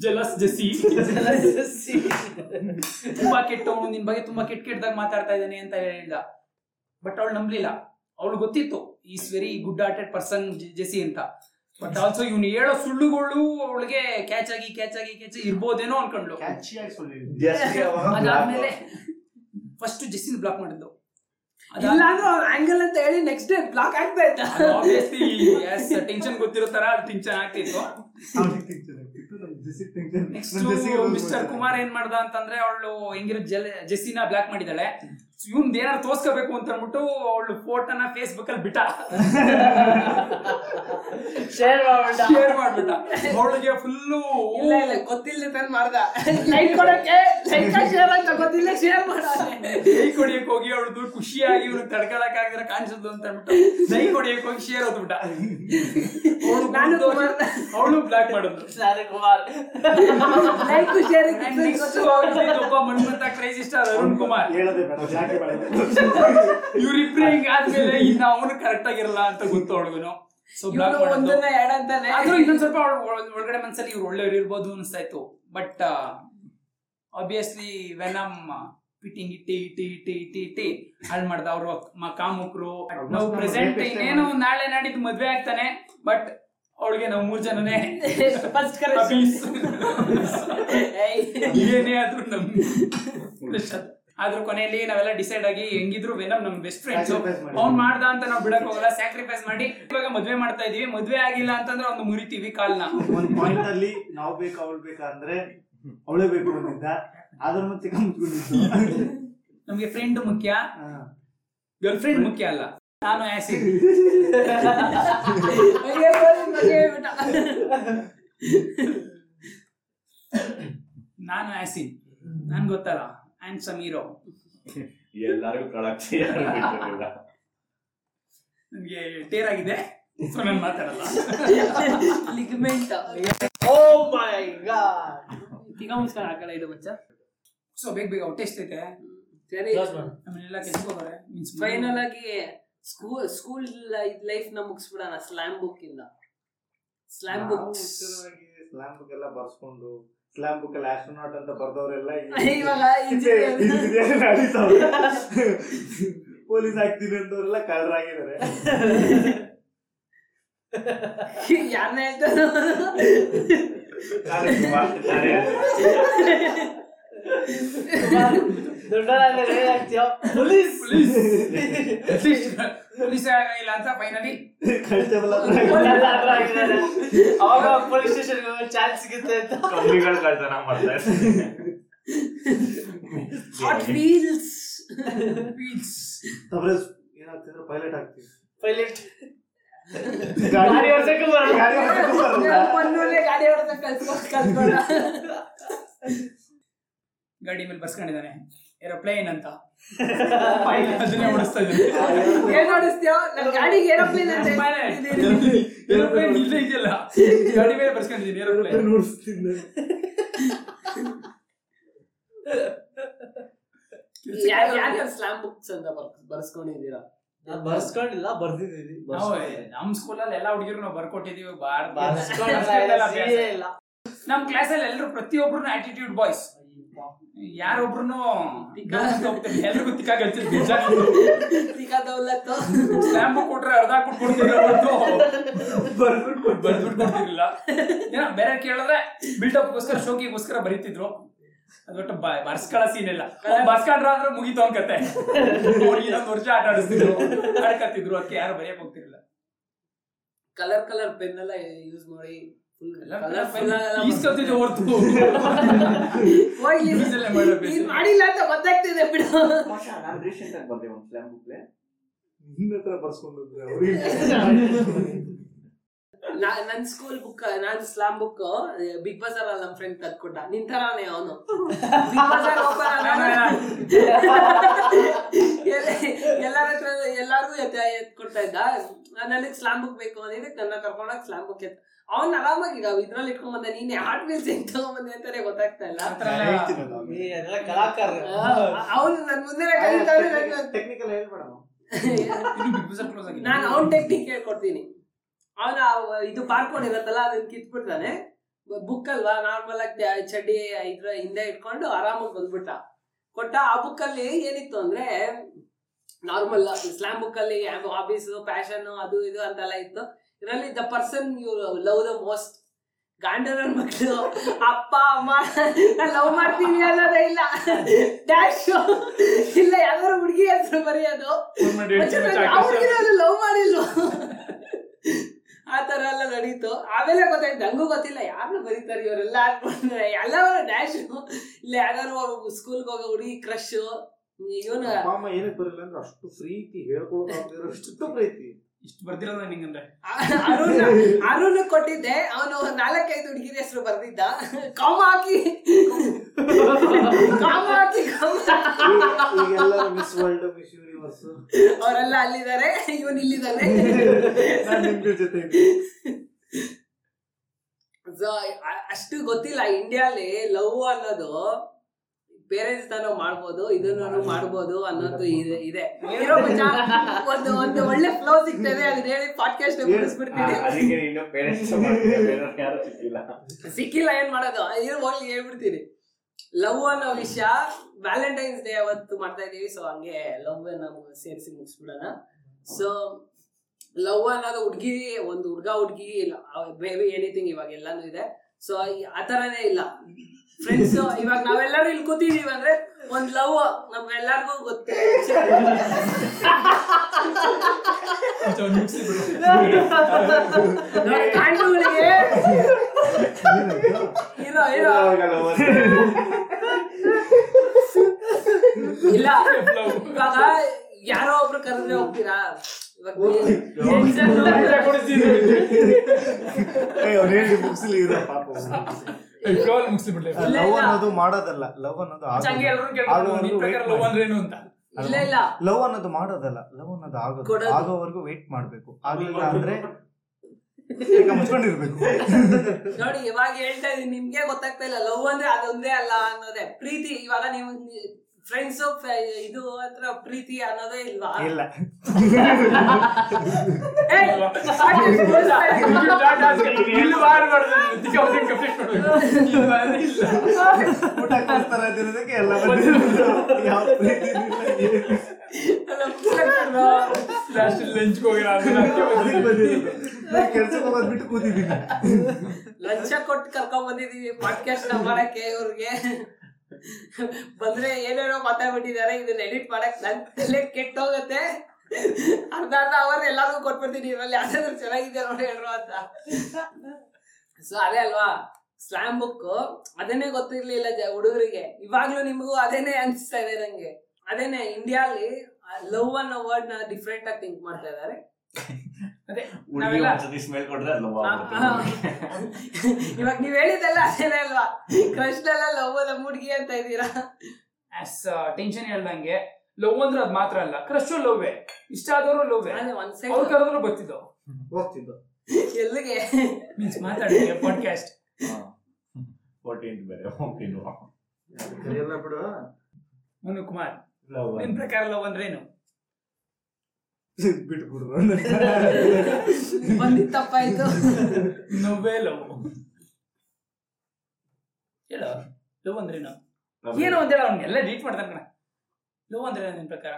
S3: ಜಲಸ್ ಜಸಿ ತುಂಬಾ ಕೆಟ್ಟವನು ನಿನ್ ಬಗ್ಗೆ ತುಂಬಾ ಕೆಟ್ಟ ಕೆಟ್ಟದಾಗ ಮಾತಾಡ್ತಾ ಇದ್ದಾನೆ ಅಂತ ಹೇಳಿದ ಬಟ್ ಅವಳು ನಂಬ್ಲಿಲ್ಲ ಅವಳು ಗೊತ್ತಿತ್ತು is very good hearted person ಜೆಸಿ ಅಂತ ಬಟ್ ಆಲ್ಸೋ ಇವ್ನು ಹೇಳೋ ಸುಳ್ಳುಗಳು ಅವಳಿಗೆ ಕ್ಯಾಚ್ ಆಗಿ ಕ್ಯಾಚ್ ಆಗಿ ಕ್ಯಾಚ್ ಇರ್ಬೋದೇನೋ ಅನ್ಕೊಂಡ್ಲು ಅದಾದ್ಮೇಲೆ ಫಸ್ಟ್ ಜೆಸ್ಸಿನ ಬ್ಲಾಕ್ ಮಾಡಿದ್ದು
S1: ಇಲ್ಲ ಅಂದ್ರೆ ಆಂಗಲ್ ಅಂತ ಹೇಳಿ ನೆಕ್ಸ್ಟ್ ಡೇ ಬ್ಲಾಕ್ ಆಗ್ತಾ ಇದ್ದ
S3: ಟೆನ್ಷನ್ ಗೊತ್ತಿರೋ ತರ ಟೆನ್ಷನ್ ಆಗ್ತಿತ್ತು ನೆಕ್ಸ್ಟ್ ಮಿಸ್ಟರ್ ಕುಮಾರ್ ಏನ್ ಮಾಡ್ದ ಅಂತಂದ್ರೆ ಅವಳು ಹೆಂಗಿರೋ ಜೆಸ್ಸಿನ ಬ್ಲಾಕ್ ಮಾಡಿದಾಳೆ ಇವ್ನ್ ಏನಾರು ತೋರ್ಸ್ಕೋಬೇಕು ಅಂತ ಅಂದ್ಬಿಟ್ಟು ಅವಳು ಫೋಟೋನ ಫೇಸ್ಬುಕ್ ಅಲ್ಲಿ ಬಿಟ್ಟ
S1: ಶೇರ್ ಮಾಡ್ಬಿಟ್ಟ
S3: ಶೇರ್ ಮಾಡ್ಬಿಟ್ಟ ಅವಳಿಗೆ ಫುಲ್ಲು
S1: ಇಲ್ಲ ಇಲ್ಲ ಗೊತ್ತಿಲ್ಲ ತನ್ ಮಾಡ್ದ ಲೈಟ್ ಕೊಡಕ್ಕೆ ಲೈಟ್ ಶೇರ್ ಅಂತ ಗೊತ್ತಿಲ್ಲ ಶೇರ್ ಮಾಡ
S3: ಕೈ ಕೊಡಿಯಕ್ ಹೋಗಿ ಅವಳದು ಖುಷಿಯಾಗಿ ಇವ್ರು ತಡ್ಕೊಳಕ್ ಆಗಿದ್ರೆ ಕಾಣಿಸಿದ್ಲು ಅಂತ ಅಂದ್ಬಿಟ್ಟು ಕೈ ಕೊಡಿಯಕ್ ಹೋಗಿ ಶೇರ್ ಹೋದ್ಬಿಟ್ಟ
S1: ನಾನು ಕುಮಾರ್
S3: ಅವಳು ಬ್ಲಾಕ್ ಮಾಡಿದ್ಲು
S5: sorry Kumar
S1: like share
S3: And next ಅವ್ರಿಗೆ ಒಬ್ಬ ಮನ್ಮಂತ ಕ್ರೈಸಿ ಸ್ಟಾರ್ ಅರುಣ್ ಕುಮಾರ್
S2: ಹೇಳದೆ ಬೇಡ ಜಾಕೆ ಬೇಡ
S3: ಇವ್ರಿಬ್ರೆ ಹಿಂಗಾದ್ಮೇಲೆ ಇನ್ನ ಅವನು ಕರೆಕ್ಟ್ ಆಗಿರಲ್ಲ ಅಂತ ಗೊತ್ತು ಅವಳಿಗೂ ಸೊ ಬ್ಲಾಕ್
S1: ಒಂದನ್ನ ಎರಡ್ ಅಂತಾನೆ
S3: ಆದ್ರೂ ಇನ್ನೊಂದ್ ಸ್ವಲ್ಪ ಅವ್ಳ್ ಒಳ್- ಒಳಗಡೆ ಮನ್ಸಲ್ಲಿ ಇವ್ರು ಒಳ್ಳೆಯವ್ರು ಇರ್ಬೋದು ಅನಿಸ್ತಾ ಇತ್ತು ಬಟ್ ಆಬ್ವಿಯಸ್ಲಿ ವೆನಮ್ ಪಿಟಿಂಗ್ ಇಟ್ಟಿ ಇಟ್ಟಿ ಇಟ್ಟಿ ಇಟ್ಟಿ ಇಟ್ಟಿ ಹಾಳ್ ಮಾಡ್ದ ಅವರು ಕಾಮುಕರು ನಾವು ಪ್ರೆಸೆಂಟ್ ಇನ್ನೇನು ನಾಳೆ ನಾಡಿದ್ದು ಮದ್ವೆ ಆಗ್ತಾನೆ ಬಟ್ ಅವಳಿಗೆ ನಾವು ಮೂರ್ ಜನನೇ
S1: ಫಸ್ಟ್
S3: ಅಬೀಸ್. ಏನೇ ಆದ್ರೂ ನಮ್ ಆದ್ರೂ ಕೊನೆಯಲ್ಲಿ ನಾವೆಲ್ಲ ಡಿಸೈಡ್ ಆಗಿ ಹೆಂಗಿದ್ರು ವೆನಮ್ ನಮ್ ಬೆಸ್ಟ್ ಫ್ರೆಂಡ್ಸ್
S2: Sacrifice ಮಾಡಿ.
S3: ಅವ್ನ್ ಮಾಡ್ದ ಅಂತ ನಾವು ಬಿಡಕ್ ಹೋಗಲ್ಲ ಸ್ಯಾಕ್ರಿಫೈಸ್ ಮಾಡಿ ಇವಾಗ ಮದ್ವೆ ಮಾಡ್ತಾ ಇದೀವಿ ಮದ್ವೆ ಆಗಿಲ್ಲ ಅಂತಂದ್ರೆ ಅವ್ನು ಮುರಿತೀವಿ ಕಾಲ್ನ
S2: ಒಂದ್ ಪಾಯಿಂಟ್ ಅಲ್ಲಿ ನಾವ್ ಬೇಕು ಅವಳು ಬೇಕಾ ಅಂದ್ರೆ ಅವಳೇ ಬೇಕು ಅಂದಿದ್ದ ಅದ್ರ ಮತ್ತೆ ಮುಚ್ಕೊಂಡಿದ್ದು
S3: ನಮ್ಗೆ ಫ್ರೆಂಡ್ ಮುಖ್ಯ ಗರ್ಲ್ ಫ್ರೆಂಡ್ ಮುಖ್ಯ ಅಲ್ಲ ನಾನು ಆಸಿಡ್ ನಾನು ಆಸಿಡ್ ನನ್ ಗೊತ್ತಲ್ಲ ಆ್ಯಂಡ್ ಸಮ್ ಹೀರೋ
S8: ಎಲ್ಲರಿಗೂ ಕಳಾಕ್ಷಿ ಯಾರು ಬಿಟ್ಟಿರ್ಲಿಲ್ಲ.
S3: ನಮ್ಗೆ ಟೇರ್ ಆಗಿದೆ ಸೊ ನಾನು ಮಾತಾಡಲ್ಲ
S1: ಲಿಗಮೆಂಟ್
S5: ಓ ಮೈ ಗಾಡ್
S1: ತಿಗ ಮುಚ್ಕೊಂಡು ಹಾಕಲ್ಲ ಇದು ಮಚ್ಚ
S3: ಸೊ ಬೇಗ ಬೇಗ ಔಟ್ ಎಷ್ಟು ಐತೆ
S1: ಸರಿ
S3: ನಮ್ಮನ್ನೆಲ್ಲ ಕೆಲ್ಸಕ್ಕೆ ಮೀನ್ಸ್
S1: ಫೈನಲ್ ಆಗಿ ಸ್ಕೂಲ್ ಸ್ಕೂಲ್ ಲೈಫ್ ನ ಮುಗಿಸ್ಬಿಡೋಣ ಸ್ಲಾಮ್ ಬುಕ್ ಇಂದ ಸ್ಲಾಮ್ ಬುಕ್
S2: ಸ್ಲಾಮ್ ಬುಕ್ ಎಲ್ಲ ಬರ್ಸ್ಕೊಂಡು ಸ್ಲಾಮ್ ಬುಕ್ ಅಲ್ಲಿ ಆಸ್ಟ್ರೋನಾಟ್ ಅಂತ ಬರ್ದವ್ರೆಲ್ಲ
S1: ಇವಾಗ
S2: ಪೊಲೀಸ್ ಆಗ್ತೀನಿ ಅಂತವ್ರೆಲ್ಲ ಕಳ್ರಾಗಿದ್ದಾರೆ
S1: ಯಾರನ್ನ ಹೇಳ್ತಾರೋ
S8: ನಾನೇ ತುಂಬಾ- ನಾನೇ
S5: ದೊಡ್ಡದಾದ್ರೆ ಏನಾಗ್ತೀಯೋ
S3: ಪೊಲೀಸ್ ಪೊಲೀಸ್ ಪೊಲೀಸ್ ಆಗಿಲ್ಲ ಅಂತ ಫೈನಲಿ
S2: ಕಾನ್ಸ್ಟೇಬಲ್ ಹತ್ರ
S5: ಒಳ್ಳೆದಾದ್ರೆ ಆಗಿದ್ದಾರೆ. ಅವಾಗ ಪೊಲೀಸ್ ಸ್ಟೇಷನ್ ಚಾನ್ಸ್ ಸಿಗುತ್ತೆ ಅಂತ
S8: ಕಂಪ್ನಿಗಳ ಕಳ್ತನ ಮಾಡ್ತಾ ಇರ್ತೀನಿ.
S1: ಹಾಟ್ ವೀಲ್ಸ್
S2: ತಬ್ರೆ ಏನಾಗ್ತಿದ್ರೆ ಪೈಲಟ್ ಆಗ್ತೀವಿ
S5: ಪೈಲಟ್ ಗಾಡಿ
S2: ಗಾಡಿ
S5: ಓಡ್ಸಕ್ಕೂ ಬರಲ್ಲ.
S2: ಗಾಡಿ ಓಡ್ಸಕ್ಕೂ ಬರಲ್ಲ.
S1: ಪನ್ನೂಲೆ ಗಾಡಿ ಹೊಡೆದ ಕಲ್ಸ್ಕೊಂಡ್ ಕಲ್ಸ್ಕೊಂಡ
S3: ಗಾಡಿ ಮೇಲೆ ಬರ್ಸ್ಕೊಂಡಿದ್ದಾನೆ ಏರೋಪ್ಲೇನ್ ಅಂತ ಅದನ್ನೇ ಓಡಿಸ್ತಾ ಇದ್ದಾನೆ
S1: ಏನ್ ನೋಡಿಸ್ತೀಯೋ ನನ್ ಗಾಡಿಗೆ ಏರೋಪ್ಲೇನ್ ಅಂತ
S3: ಏರೋಪ್ಲೇನ್ ಇಲ್ಲೇ ಇದೆಯಲ್ಲ ಗಾಡಿ ಮೇಲೆ ಬರ್ಸ್ಕೊಂಡಿದ್ದೀನಿ ಏರೋಪ್ಲೇನ್
S2: ನೋಡ್ಸ್ತೀನಿ ನಾನು.
S1: ಯಾರ್ಯಾರು ಸ್ಲಾಮ್ ಬುಕ್ಸ್ ಅಂತ ಬರ್- ಬರ್ಸ್ಕೊಂಡಿದ್ದೀರಾ
S5: ನಾನ್ ಬರ್ಸ್ಕೊಂಡಿಲ್ಲ ಬರ್ದಿದ್ದೀನಿ
S3: ನಾವು ನಮ್ ಸ್ಕೂಲಲ್ಲಿ ಎಲ್ಲ ಹುಡುಗಿರು ನಾವು ಬರ್ಕೊಟ್ಟಿದೀವಿ ಬಾರ್
S5: ಬರ್ಸ್ಕೊಂಡಿಲ್ಲ ಸೀರೆ ಇಲ್ಲ
S3: ನಮ್ ಕ್ಲಾಸಲ್ಲಿ ಎಲ್ಲರೂ ಪ್ರತಿಯೊಬ್ರು ಆಟಿಟ್ಯೂಡ್ ಬಾಯ್ಸ್ ಯಾರೊಬ್ರು ಎಲ್ರಿಗೂ ತಿಕ್ಕ
S1: ತಿಕ್ಕ ದೌಲತ್ತು
S3: ಸ್ಟ್ಯಾಂಪ್ ಕೊಟ್ರೆ ಅರ್ಧ ಕೊಟ್ಬಿಡ್ತಿದ್ರು ಹೊರ್ತು ಬರ್ದ್ಬಿಟ್ಟು ಕೊಡ್- ಬರ್ದ್ಬಿಟ್ಟು ಕೊಡ್ತಿರ್ಲಿಲ್ಲ ಏನೋ ಬೇರೆ ಕೇಳಿದ್ರೆ ಬಿಲ್ಟಪ್ಗೋಸ್ಕರ ಶೋಕಿಗೋಸ್ಕರ ಬರೀತಿದ್ರು ಅದ್ ಒಟ್ಟು ಬ- ಬರ್ಸ್ಕೊಳ ಸೀನ್ ಇಲ್ಲ ಬರ್ಸ್ಕೊಂಡ್ರ ಅಂದ್ರೆ ಮುಗೀತು ಅವ್ನ್ ಕತೆ ಅವ್ರಿಗೆ ಇನ್ನೊಂದ್ ವರ್ಷ ಆಟ ಆಡಿಸ್ತಿದ್ರು ಆಡ್ಕತ್ತಿದ್ರು ಅದಕ್ಕೆ ಯಾರು ಬರೆಯಕ್ ಹೋಗ್ತಿರ್ಲಿಲ್ಲ
S1: ಕಲರ್ ಕಲರ್ ಪೆನ್ ಎಲ್ಲ ಯೂಸ್ ಮಾಡಿ ಕಲರ್ ಪೆನ್
S3: ಈಸ್ಕೊತಿದ್ರು ಹೊರ್ತು
S1: ಹೋಗ್ಲಿ
S3: use ಅಲ್ಲೇ ಮಾಡೋದು basic.
S1: ನೀನ್ ಮಾಡಿಲ್ಲ ಅಂತ ಗೊತ್ತಾಗ್ತಿದೆ ಬಿಡು
S8: ಮೋಶ, ನಾನ್ recent ಆಗ್ ಬರ್ದೆ ಒಂದ್ slam book ಲೆ.
S2: ನಿನ್ನ ಹತ್ರ ಬರ್ಸ್ಕೊಂಡು ಹೋದ್ರೆ ಅವ್ರಿಗೆ
S1: ನಾ- ನನ್ ಸ್ಕೂಲ್ ಬುಕ್ ನಾನ್ ಸ್ಲಾಮ್ ಬುಕ್ ಬಿಗ್ ಬಜಾರ್ ಅಲ್ಲಿ ನಮ್ ಫ್ರೆಂಡ್ ಕತ್ಕೊಟ್ಟ ನಿನ್ ತರಾನೇ ಅವನು ಬಿಗ್ ಬಜಾರ್ ಎಲ್ಲಾರ ಹತ್ರ ಎಲ್ಲಾರ್ಗು ಎತ್ತ ಎತ್ಕೊಡ್ತಾ ಇದ್ದ ನನಗ್ ಸ್ಲಾಮ್ ಬುಕ್ ಬೇಕು ಅಂದಿದ್ದಕ್ಕೆ ನನ್ನ ಕರ್ಕೊಂಡೋಗಿ ಸ್ಲಾಮ್ ಬುಕ್ ಎತ್ ಅವ್ನ್ ಆರಾಮಾಗಿ ಈಗ ಇದ್ರಲ್ಲಿ ಇಟ್ಕೊಂಡ್ ಬಂದೆ ನೀನ್ ಹಾಟ್ ವೀಲ್ಸ್ ಹೆಂಗ್ ತಗೊಂಬಂದೆ ಅಂತಾನೆ ಗೊತ್ತಾಗ್ತಾ ಇಲ್ಲ
S5: ಕಲಾಕಾರ
S1: ಅವನು ನನ್ ಮುಂದೆ ಕಲಿತಾವ್ರೆ
S2: ಟೆಕ್ನಿಕಲ್ ಹೇಳ್ಬೇಡ
S1: ನಾನು ಅವ್ನ್ ಟೆಕ್ನಿಕ್ ಹೇಳ್ಕೊಡ್ತೀನಿ ಅವನ ಇದು ಪಾರ್ಕೊಂಡ್ ಇರತ್ತಲ್ಲ ಅದನ್ನ ಕಿತ್ಬಿಡ್ತಾನೆ ಬುಕ್ ಅಲ್ವಾ ನಾರ್ಮಲ್ ಆಗಿ ಟ- ಚಡ್ಡಿ ಇದ್ರ ಹಿಂದೆ ಇಟ್ಕೊಂಡು ಆರಾಮಾಗಿ ಬಂದ್ಬಿಟ್ಟ ಕೊಟ್ಟ ಆ ಬುಕ್ ಅಲ್ಲಿ ಏನಿತ್ತು ಅಂದ್ರೆ ನಾರ್ಮಲ್ ಸ್ಲಾಮ್ ಬುಕ್ ಅಲ್ಲಿ ಹಾಬೀಸ್ ಪ್ಯಾಷನ್ ಅದು ಇದು ಅಂತೆಲ್ಲ ಇತ್ತು ಇದರಲ್ಲಿ the person you love the most ಗಾಂಡರ ಮಕ್ಕಳು ಅಪ್ಪ ಅಮ್ಮ ನಾನು ಲವ್ ಮಾಡ್ತೀನಿ ಅನ್ನೋದೇ ಇಲ್ಲ ಡ್ಯಾಶ್ ಇಲ್ಲ ಯಾವ್ದಾರು ಹುಡುಗಿ ಹೆಸರು ಬರೆಯೋದು ಲವ್ ಮಾಡಿಲ್ವ ಆ ತರ ಎಲ್ಲ ನಡೀತು ಆಮೇಲೆ ಗೊತ್ತಾಯ್ತು ನಂಗೂ ಗೊತ್ತಿಲ್ಲ ಯಾರನ್ನ ಬರೀತಾರೆ ಇವರೆಲ್ಲ ಅನ್ಕೊಂಡ್ರೆ ಎಲ್ಲವರ ಡ್ಯಾಶ್ ಇಲ್ಲ ಯಾವ್ದಾದ್ರು ಸ್ಕೂಲ್ಗೆ ಹೋಗೋ ಹುಡುಗಿ ಕ್ರಶ್ ಇವನು
S2: ಅಪ್ಪ ಅಮ್ಮ ಏನಕ್ಕೆ ಬರಲ್ಲ ಅಂದ್ರೆ ಅಷ್ಟು ಪ್ರೀತಿ ಹೇಳ್ಕೊಳಕ್ಕಾಗ್ದಿರೋ ಅಷ್ಟು ಪ್ರೀತಿ
S3: ಇಷ್ಟು ಬರ್ದಿರೋದ ನಿಂಗಂದ್ರೆ
S1: ಅರುಣ್ ಅರುಣ್ ಕೊಟ್ಟಿದ್ದೆ ಅವನು ನಾಲ್ಕೈದು ಹುಡುಗಿರ ಹೆಸರು ಬರ್ದಿದ್ದ ಕಾಮ ಹಾಕಿ ಕಾಮ ಹಾಕಿ ಕಾಮ
S2: ಈಗೆಲ್ಲ ಮಿಸ್ ವರ್ಲ್ಡ್ ಮಿಸ್ ಯೂನಿವರ್ಸ್
S1: ಅವರೆಲ್ಲ ಅಲ್ಲಿದ್ದಾರೆ ಇವನ್ ಇಲ್ಲಿದ್ದಾನೆ
S2: ನಾನು ನಿಮ್ಗೆ ಜೊತೆ ಇದ್ದೀನಿ.
S1: So, ಅ- ಅಷ್ಟು ಗೊತ್ತಿಲ್ಲ ಇಂಡಿಯಾಲಿ ಲವ್ ಅನ್ನೋದು ಪೇರೆಂಟ್ಸ್ ತಾನು ಮಾಡ್ಬೋದು ಇದನ್ನು ಮಾಡ್ಬೋದು ಅನ್ನೋದು ಇದೆ- ಇದೆ ಇರೋ ಮಚ್ಚ, ಒಂದು ಒಂದು ಒಳ್ಳೆ ಫ್ಲೋ ಸಿಗ್ತದೆ ಅದನ್ನ ಹೇಳಿ ಪಾಡ್ಕಾಸ್ಟ್ ಮುಗಿಸ್ಬಿಡ್ತೀನಿ
S8: ಅದಕ್ಕೆ ಇನ್ನು ಪೇರೆಂಟ್ಸ್ ಯಾರು ಸಿಕ್ಕಿಲ್ಲ
S1: ಸಿಕ್ಕಿಲ್ಲ ಏನ್ ಮಾಡೋದು ಇದು ಹೋಗಿ ಹೇಳ್ಬಿಡ್ತೀನಿ ಲವ್ ಅನ್ನೋ ವಿಷಯ ವ್ಯಾಲೆಂಟೈನ್ಸ್ ಡೇ ಅವತ್ತು ಮಾಡ್ತಾ ಇದೀವಿ ಸೊ ಹಂಗೆ ಲವ್ ನಾವು ಸೇರಿಸಿ ಮುಗಿಸ್ಬಿಡೋಣ ಸೊ ಲವ್ ಅನ್ನೋದು ಹುಡುಗಿ ಒಂದು ಹುಡ್ಗ ಹುಡುಗಿ ಇಲ್ಲ ಬೇಬಿ ಎನಿಥಿಂಗ್ ಇವಾಗ ಎಲ್ಲಾನು ಇದೆ ಸೊ ಆ ಥರನೇ ಇಲ್ಲ ಫ್ರೆಂಡ್ಸ್ ಇವಾಗ ನಾವೆಲ್ಲರೂ ಇಲ್ಲಿ ಕೂತಿದೀವಿ ಅಂದ್ರೆ ಒಂದ್ ಲವ್ ನಮ್ಗೆಲ್ಲರಿಗೂ ಗೊತ್ತು ನೋಡಿ, ಕಾಂಡಗಳಿಗೆ ಇರೋ ಇರೋ ಇಲ್ಲ ಇವಾಗ ಯಾರೋ ಒಬ್ರು ಕರೆದ್ರೆ ಹೋಗ್ತೀರಾ ಇವಾಗ friends- ಇಲ್ಲ,
S2: ಲವ್
S1: ಇಲ್ಲ.
S2: ಅನ್ನೋದು ಮಾಡೋದಲ್ಲ ಲವ್ ಅನ್ನೋದು
S3: ಹಂಗೆ
S2: ಆಗೋದು.
S3: ಎಲ್ಲರೂ ಕೇಳ್ಕೊಂಡು
S2: ಆಗೋವರೆಗೂ
S3: ನಿನ್ ಪ್ರಕಾರ
S2: wait
S3: ಲವ್
S2: ಮಾಡಿ.
S3: ಅಂದ್ರೆ ಏನು ಅಂತ
S1: ಇಲ್ಲ ಇಲ್ಲ
S2: ಲವ್ ಅನ್ನೋದು ಮಾಡೋದಲ್ಲ ಲವ್ ಅನ್ನೋದು ಆಗೋದು
S1: ಕೊಡೋದು.
S2: ಆಗೋವರೆಗೂ ವೇಟ್ ಮಾಡ್ಬೇಕು ಆಗಿಲ್ಲ ಅಂದ್ರೆ ಈಗ ಮುಚ್ಕೊಂಡಿರ್ಬೇಕು
S1: ನೋಡಿ ಇವಾಗ ಹೇಳ್ತಾ ಇದೀನಿ ನಿಮ್ಗೆ ಗೊತ್ತಾಗ್ತಾ ಇಲ್ಲ ಲವ್ ಅಂದ್ರೆ ಅದೊಂದೇ ಅಲ್ಲ ಅನ್ನೋದೇ ಪ್ರೀತಿ ಇವಾಗ ನೀವು ಫ್ರೆಂಡ್ಸ್ ಇದು ಹತ್ರ ಪ್ರೀತಿ ಅನ್ನೋದೇ ಇಲ್ವಾ
S2: ಇಲ್ಲ
S1: ಏಯ್, ಸಾಕು, ಮುಗಿಸ್ತಾ ಇದೀನಿ.
S2: ಊಟ ಕೊಡ್ತಾರ ಅಂದಿರೋದಕ್ಕೆ ಎಲ್ಲ ಬಂದಿರೋದು. ಯಾವ ಪ್ರೀತಿ ಇಲ್ಲ, ಏನಿಲ್ಲ.
S1: ನನ್ನ ಪುಸ್ತಕಗಳು.
S3: ಲಂಚ್ ಹೋಗಿರೋ
S2: ಅದಕ್ಕೆ ಬಂದಿರೋದು. ನಾನ್ ಕೆಲ್ಸಕ್ಕೆ ಹೋಗೋದ್ ಬಿಟ್ಟು ಕೂತಿದ್ದೀನಿ
S1: ಲಂಚ ಕೊಟ್ಟು ಕರ್ಕೊಂಡ್ ಬಂದಿದೀವಿ ಪಾಡ್ಕಾಸ್ಟ್ ನ ಮಾಡಕ್ಕೆ ಇವ್ರಿಗೆ ಬಂದ್ರೆ ಏನೇನೋ ಮಾತಾಡ್ಬಿಟ್ಟಿದ್ದಾರೆ ಇದನ್ನ ಎಡಿಟ್ ಮಾಡಕ್ ನನ್ ತಲೆ ಕೆಟ್ಟೋಗತ್ತೆ ಅರ್ಧ ಅರ್ಧ ಅವರ್ ಎಲ್ಲಾರ್ಗು ಕೊಟ್ಬಿಡ್ತೀನಿ ಇದ್ರಲ್ಲಿ ಯಾವ್ದಾದ್ರು ಚೆನ್ನಾಗಿದೆ ನೋಡಿ ಹೇಳ್ರು ಅಂತ ಸೊ ಅದೇ ಅಲ್ವಾ ಸ್ಲಾಮ್ ಬುಕ್ ಅದನ್ನೇ ಗೊತ್ತಿರ್ಲಿಲ್ಲ ಜ- ಹುಡುಗರಿಗೆ ಇವಾಗ್ಲೂ ನಿಮಗೂ ಅದೇನೆ ಅನ್ಸ್ತಾ ಇದೆ ನಂಗೆ ಅದೇನೆ ಇಂಡಿಯಾಲಿ ಲವ್ ಅನ್ನೋ ವರ್ಡ್ ನ ಡಿಫ್ರೆಂಟ್ ಆಗಿ ಥಿಂಕ್ ಮಾಡ್ತಾ ಇದ್ದಾರೆ
S8: ಹುಡುಗಿ ಒಂದ್ಸತಿ ಸ್ಮೆಲ್ ಕೊಟ್ರೆ ಅದು love ಆಗ್ಬಿಡುತ್ತೆ.
S1: ಇವಾಗ ನೀವ್ ಹೇಳಿದೆಲ್ಲ ಅದೇನೆ ಅಲ್ವಾ ಕೃಷ್ಣಲ್ಲ ಲವ್ವದ ಮುಡ್ಗಿ ಅಂತ ಇದ್ದೀರಾ
S3: ಟೆನ್ಷನ್ ಹೇಳ್ದಂಗೆ ಲವ್ ಅಂದ್ರೆ ಅದ್ ಮಾತ್ರ ಅಲ್ಲ ಕ್ರಶ್ ಲವ್ವೇ ಇಷ್ಟ ಆದವರು ಲವ್ವೇ
S1: ನಾನು ಒಂದ್
S3: ಅವ್ರು
S1: ಸೈಡ್
S3: ಕರೆದ್ರು ಬರ್ತಿದ್ದೋ
S2: ಹೋಗ್ತಿದ್ದು
S1: ಎಲ್ಲಿಗೆ
S3: ಮೀನ್ಸ್ ಮಾತಾಡಿ ಪಾಡ್ಕಾಸ್ಟ್
S8: ಹಾ. 14th ಬೇರೆ ಹೋಗ್ತೀನಿ
S2: ಎಲ್ಲ ಬಿಡು
S3: ಮನು ಕುಮಾರ್ ನಿನ್ ಪ್ರಕಾರ ಲವ್ ಅಂದ್ರೆ ಏನು
S2: ಬಿಟ್ಟು ಬಿಡ್ರು
S1: ಬಂದಿದ್ ತಪ್ಪಾಯ್ತು
S3: ನೋವೇ ಲವ್ ಹೇಳ ಲವ್ ಅಂದ್ರೆ ಏನು ಏನೋ ಒಂದ್ ಹೇಳ ಅವ್ನಿಗೆಲ್ಲ ಡೀಟ್ ಮಾಡ್ತಾನ ಲವ್ ಅಂದ್ರೆ ಏನು ನಿನ್ ಪ್ರಕಾರ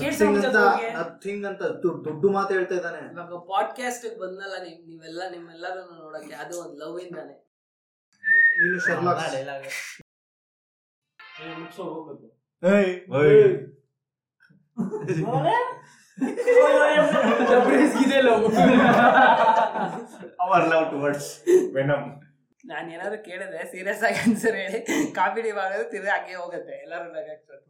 S3: ಕೇಳ್ಸೋ
S2: Nothing
S3: ಮುಂಚೆ
S2: ಅಂತ
S3: ಅವ್ನಿಗೆ.
S2: ನಥಿಂಗ್ ಅಂತ ದೊಡ್ಡ ದೊಡ್ಡ ಮಾತು ಹೇಳ್ತಾ ಇದ್ದಾನೆ
S1: ಇವಾಗ ಪಾಡ್ಕಾಸ್ಟ್ ಬಂದಲ್ಲ ನಿಮ್ ನೀವೆಲ್ಲ ನಿಮ್ಮೆಲ್ಲರೂ ನೋಡಕ್ಕೆ ಅದು ಒಂದ್ ಲವ್ ಇಂದಾನೆ
S2: ನೀನು ಶರ್ಲಾಕ್ ಏಯ್.
S3: ಜಬ್ರೇಸ್ಗಿದೆ love
S8: our love towards Venom
S1: ನಾನು ಏನಾದ್ರು ಕೇಳಿದ್ರೆ ಸೀರಿಯಸ್ ಆಗಿ ಆನ್ಸರ್ ಹೇಳಿ ಕಾಮಿಡಿ ಮಾಡೋದು ತಿರ್ಗಿ ಹಾಗೆ ಹೋಗುತ್ತೆ ಎಲ್ಲರೂ ನಗಾಕ್ತಾರೆ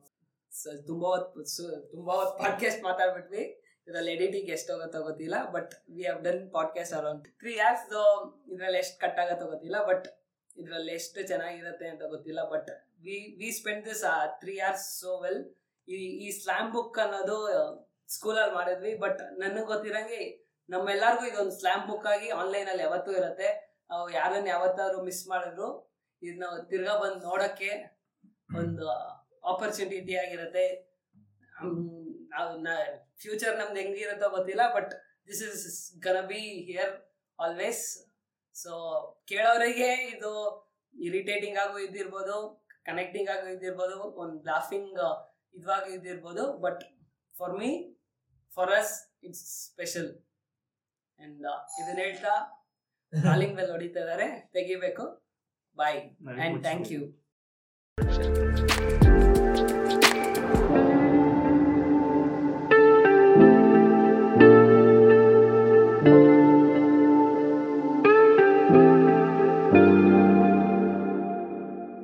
S1: ಸೊ ತುಂಬಾ ಹೊತ್ತು ಸೊ ತುಂಬಾ ಹೊತ್ತು ಪಾಡ್ಕಾಸ್ಟ್ ಮಾತಾಡ್ಬಿಟ್ವಿ ಇದ್ರಲ್ಲಿ ಎಡಿಟಿಂಗ್ ಎಷ್ಟು ಹೋಗುತ್ತೋ ಗೊತ್ತಿಲ್ಲ but we have done podcast around three years ಇದ್ರಲ್ಲಿ ಎಷ್ಟು ಕಟ್ ಆಗುತ್ತೋ ಗೊತ್ತಿಲ್ಲ ಬಟ್ ಇದ್ರಲ್ಲಿ ಎಷ್ಟು ಚೆನ್ನಾಗಿರುತ್ತೆ ಅಂತ ಗೊತ್ತಿಲ್ಲ but we we spend this three years so well ಈ ಈ ಸ್ಲ್ಯಾಮ್ ಬುಕ್ ಅನ್ನೋದು ಸ್ಕೂಲಲ್ಲಿ ಮಾಡಿದ್ವಿ ಬಟ್ ನನಗೆ ಗೊತ್ತಿರಂಗೆ ನಮ್ಮೆಲ್ಲರಿಗೂ ಇದೊಂದು ಸ್ಲ್ಯಾಮ್ ಬುಕ್ ಆಗಿ ಆನ್ಲೈನಲ್ಲಿ ಯಾವತ್ತೂ ಇರುತ್ತೆ ನಾವು ಯಾರನ್ನ ಯಾವತ್ತಾದ್ರು ಮಿಸ್ ಮಾಡಿದ್ರು ಇದನ್ನ ತಿರ್ಗಾ ಬಂದು ನೋಡೋಕ್ಕೆ ಒಂದು ಆಪರ್ಚುನಿಟಿ ಆಗಿರುತ್ತೆ ಫ್ಯೂಚರ್ ನಮ್ದು ಹೆಂಗಿರುತ್ತೋ ಗೊತ್ತಿಲ್ಲ but this is gonna be here always so ಕೇಳೋರಿಗೆ ಇದು ಇರಿಟೇಟಿಂಗ್ ಆಗು ಇದ್ದಿರ್ಬೋದು ಕನೆಕ್ಟಿಂಗ್ ಆಗು ಇದ್ದಿರ್ಬೋದು ಒಂದು ಲಾಫಿಂಗ್ ಇದ್ವಾಗಿ ಇದ್ದಿರ್ಬೋದು but for me for us it's special and ಇದನ್ನ ಹೇಳ್ತಾ ಕಾಲಿಂಗ್ ಬೆಲ್ ಹೊಡಿತಾ ಇದ್ದಾರೆ ತೆಗಿಬೇಕು ಬಾಯ್ ಅಂಡ್ ಥ್ಯಾಂಕ್ ಯು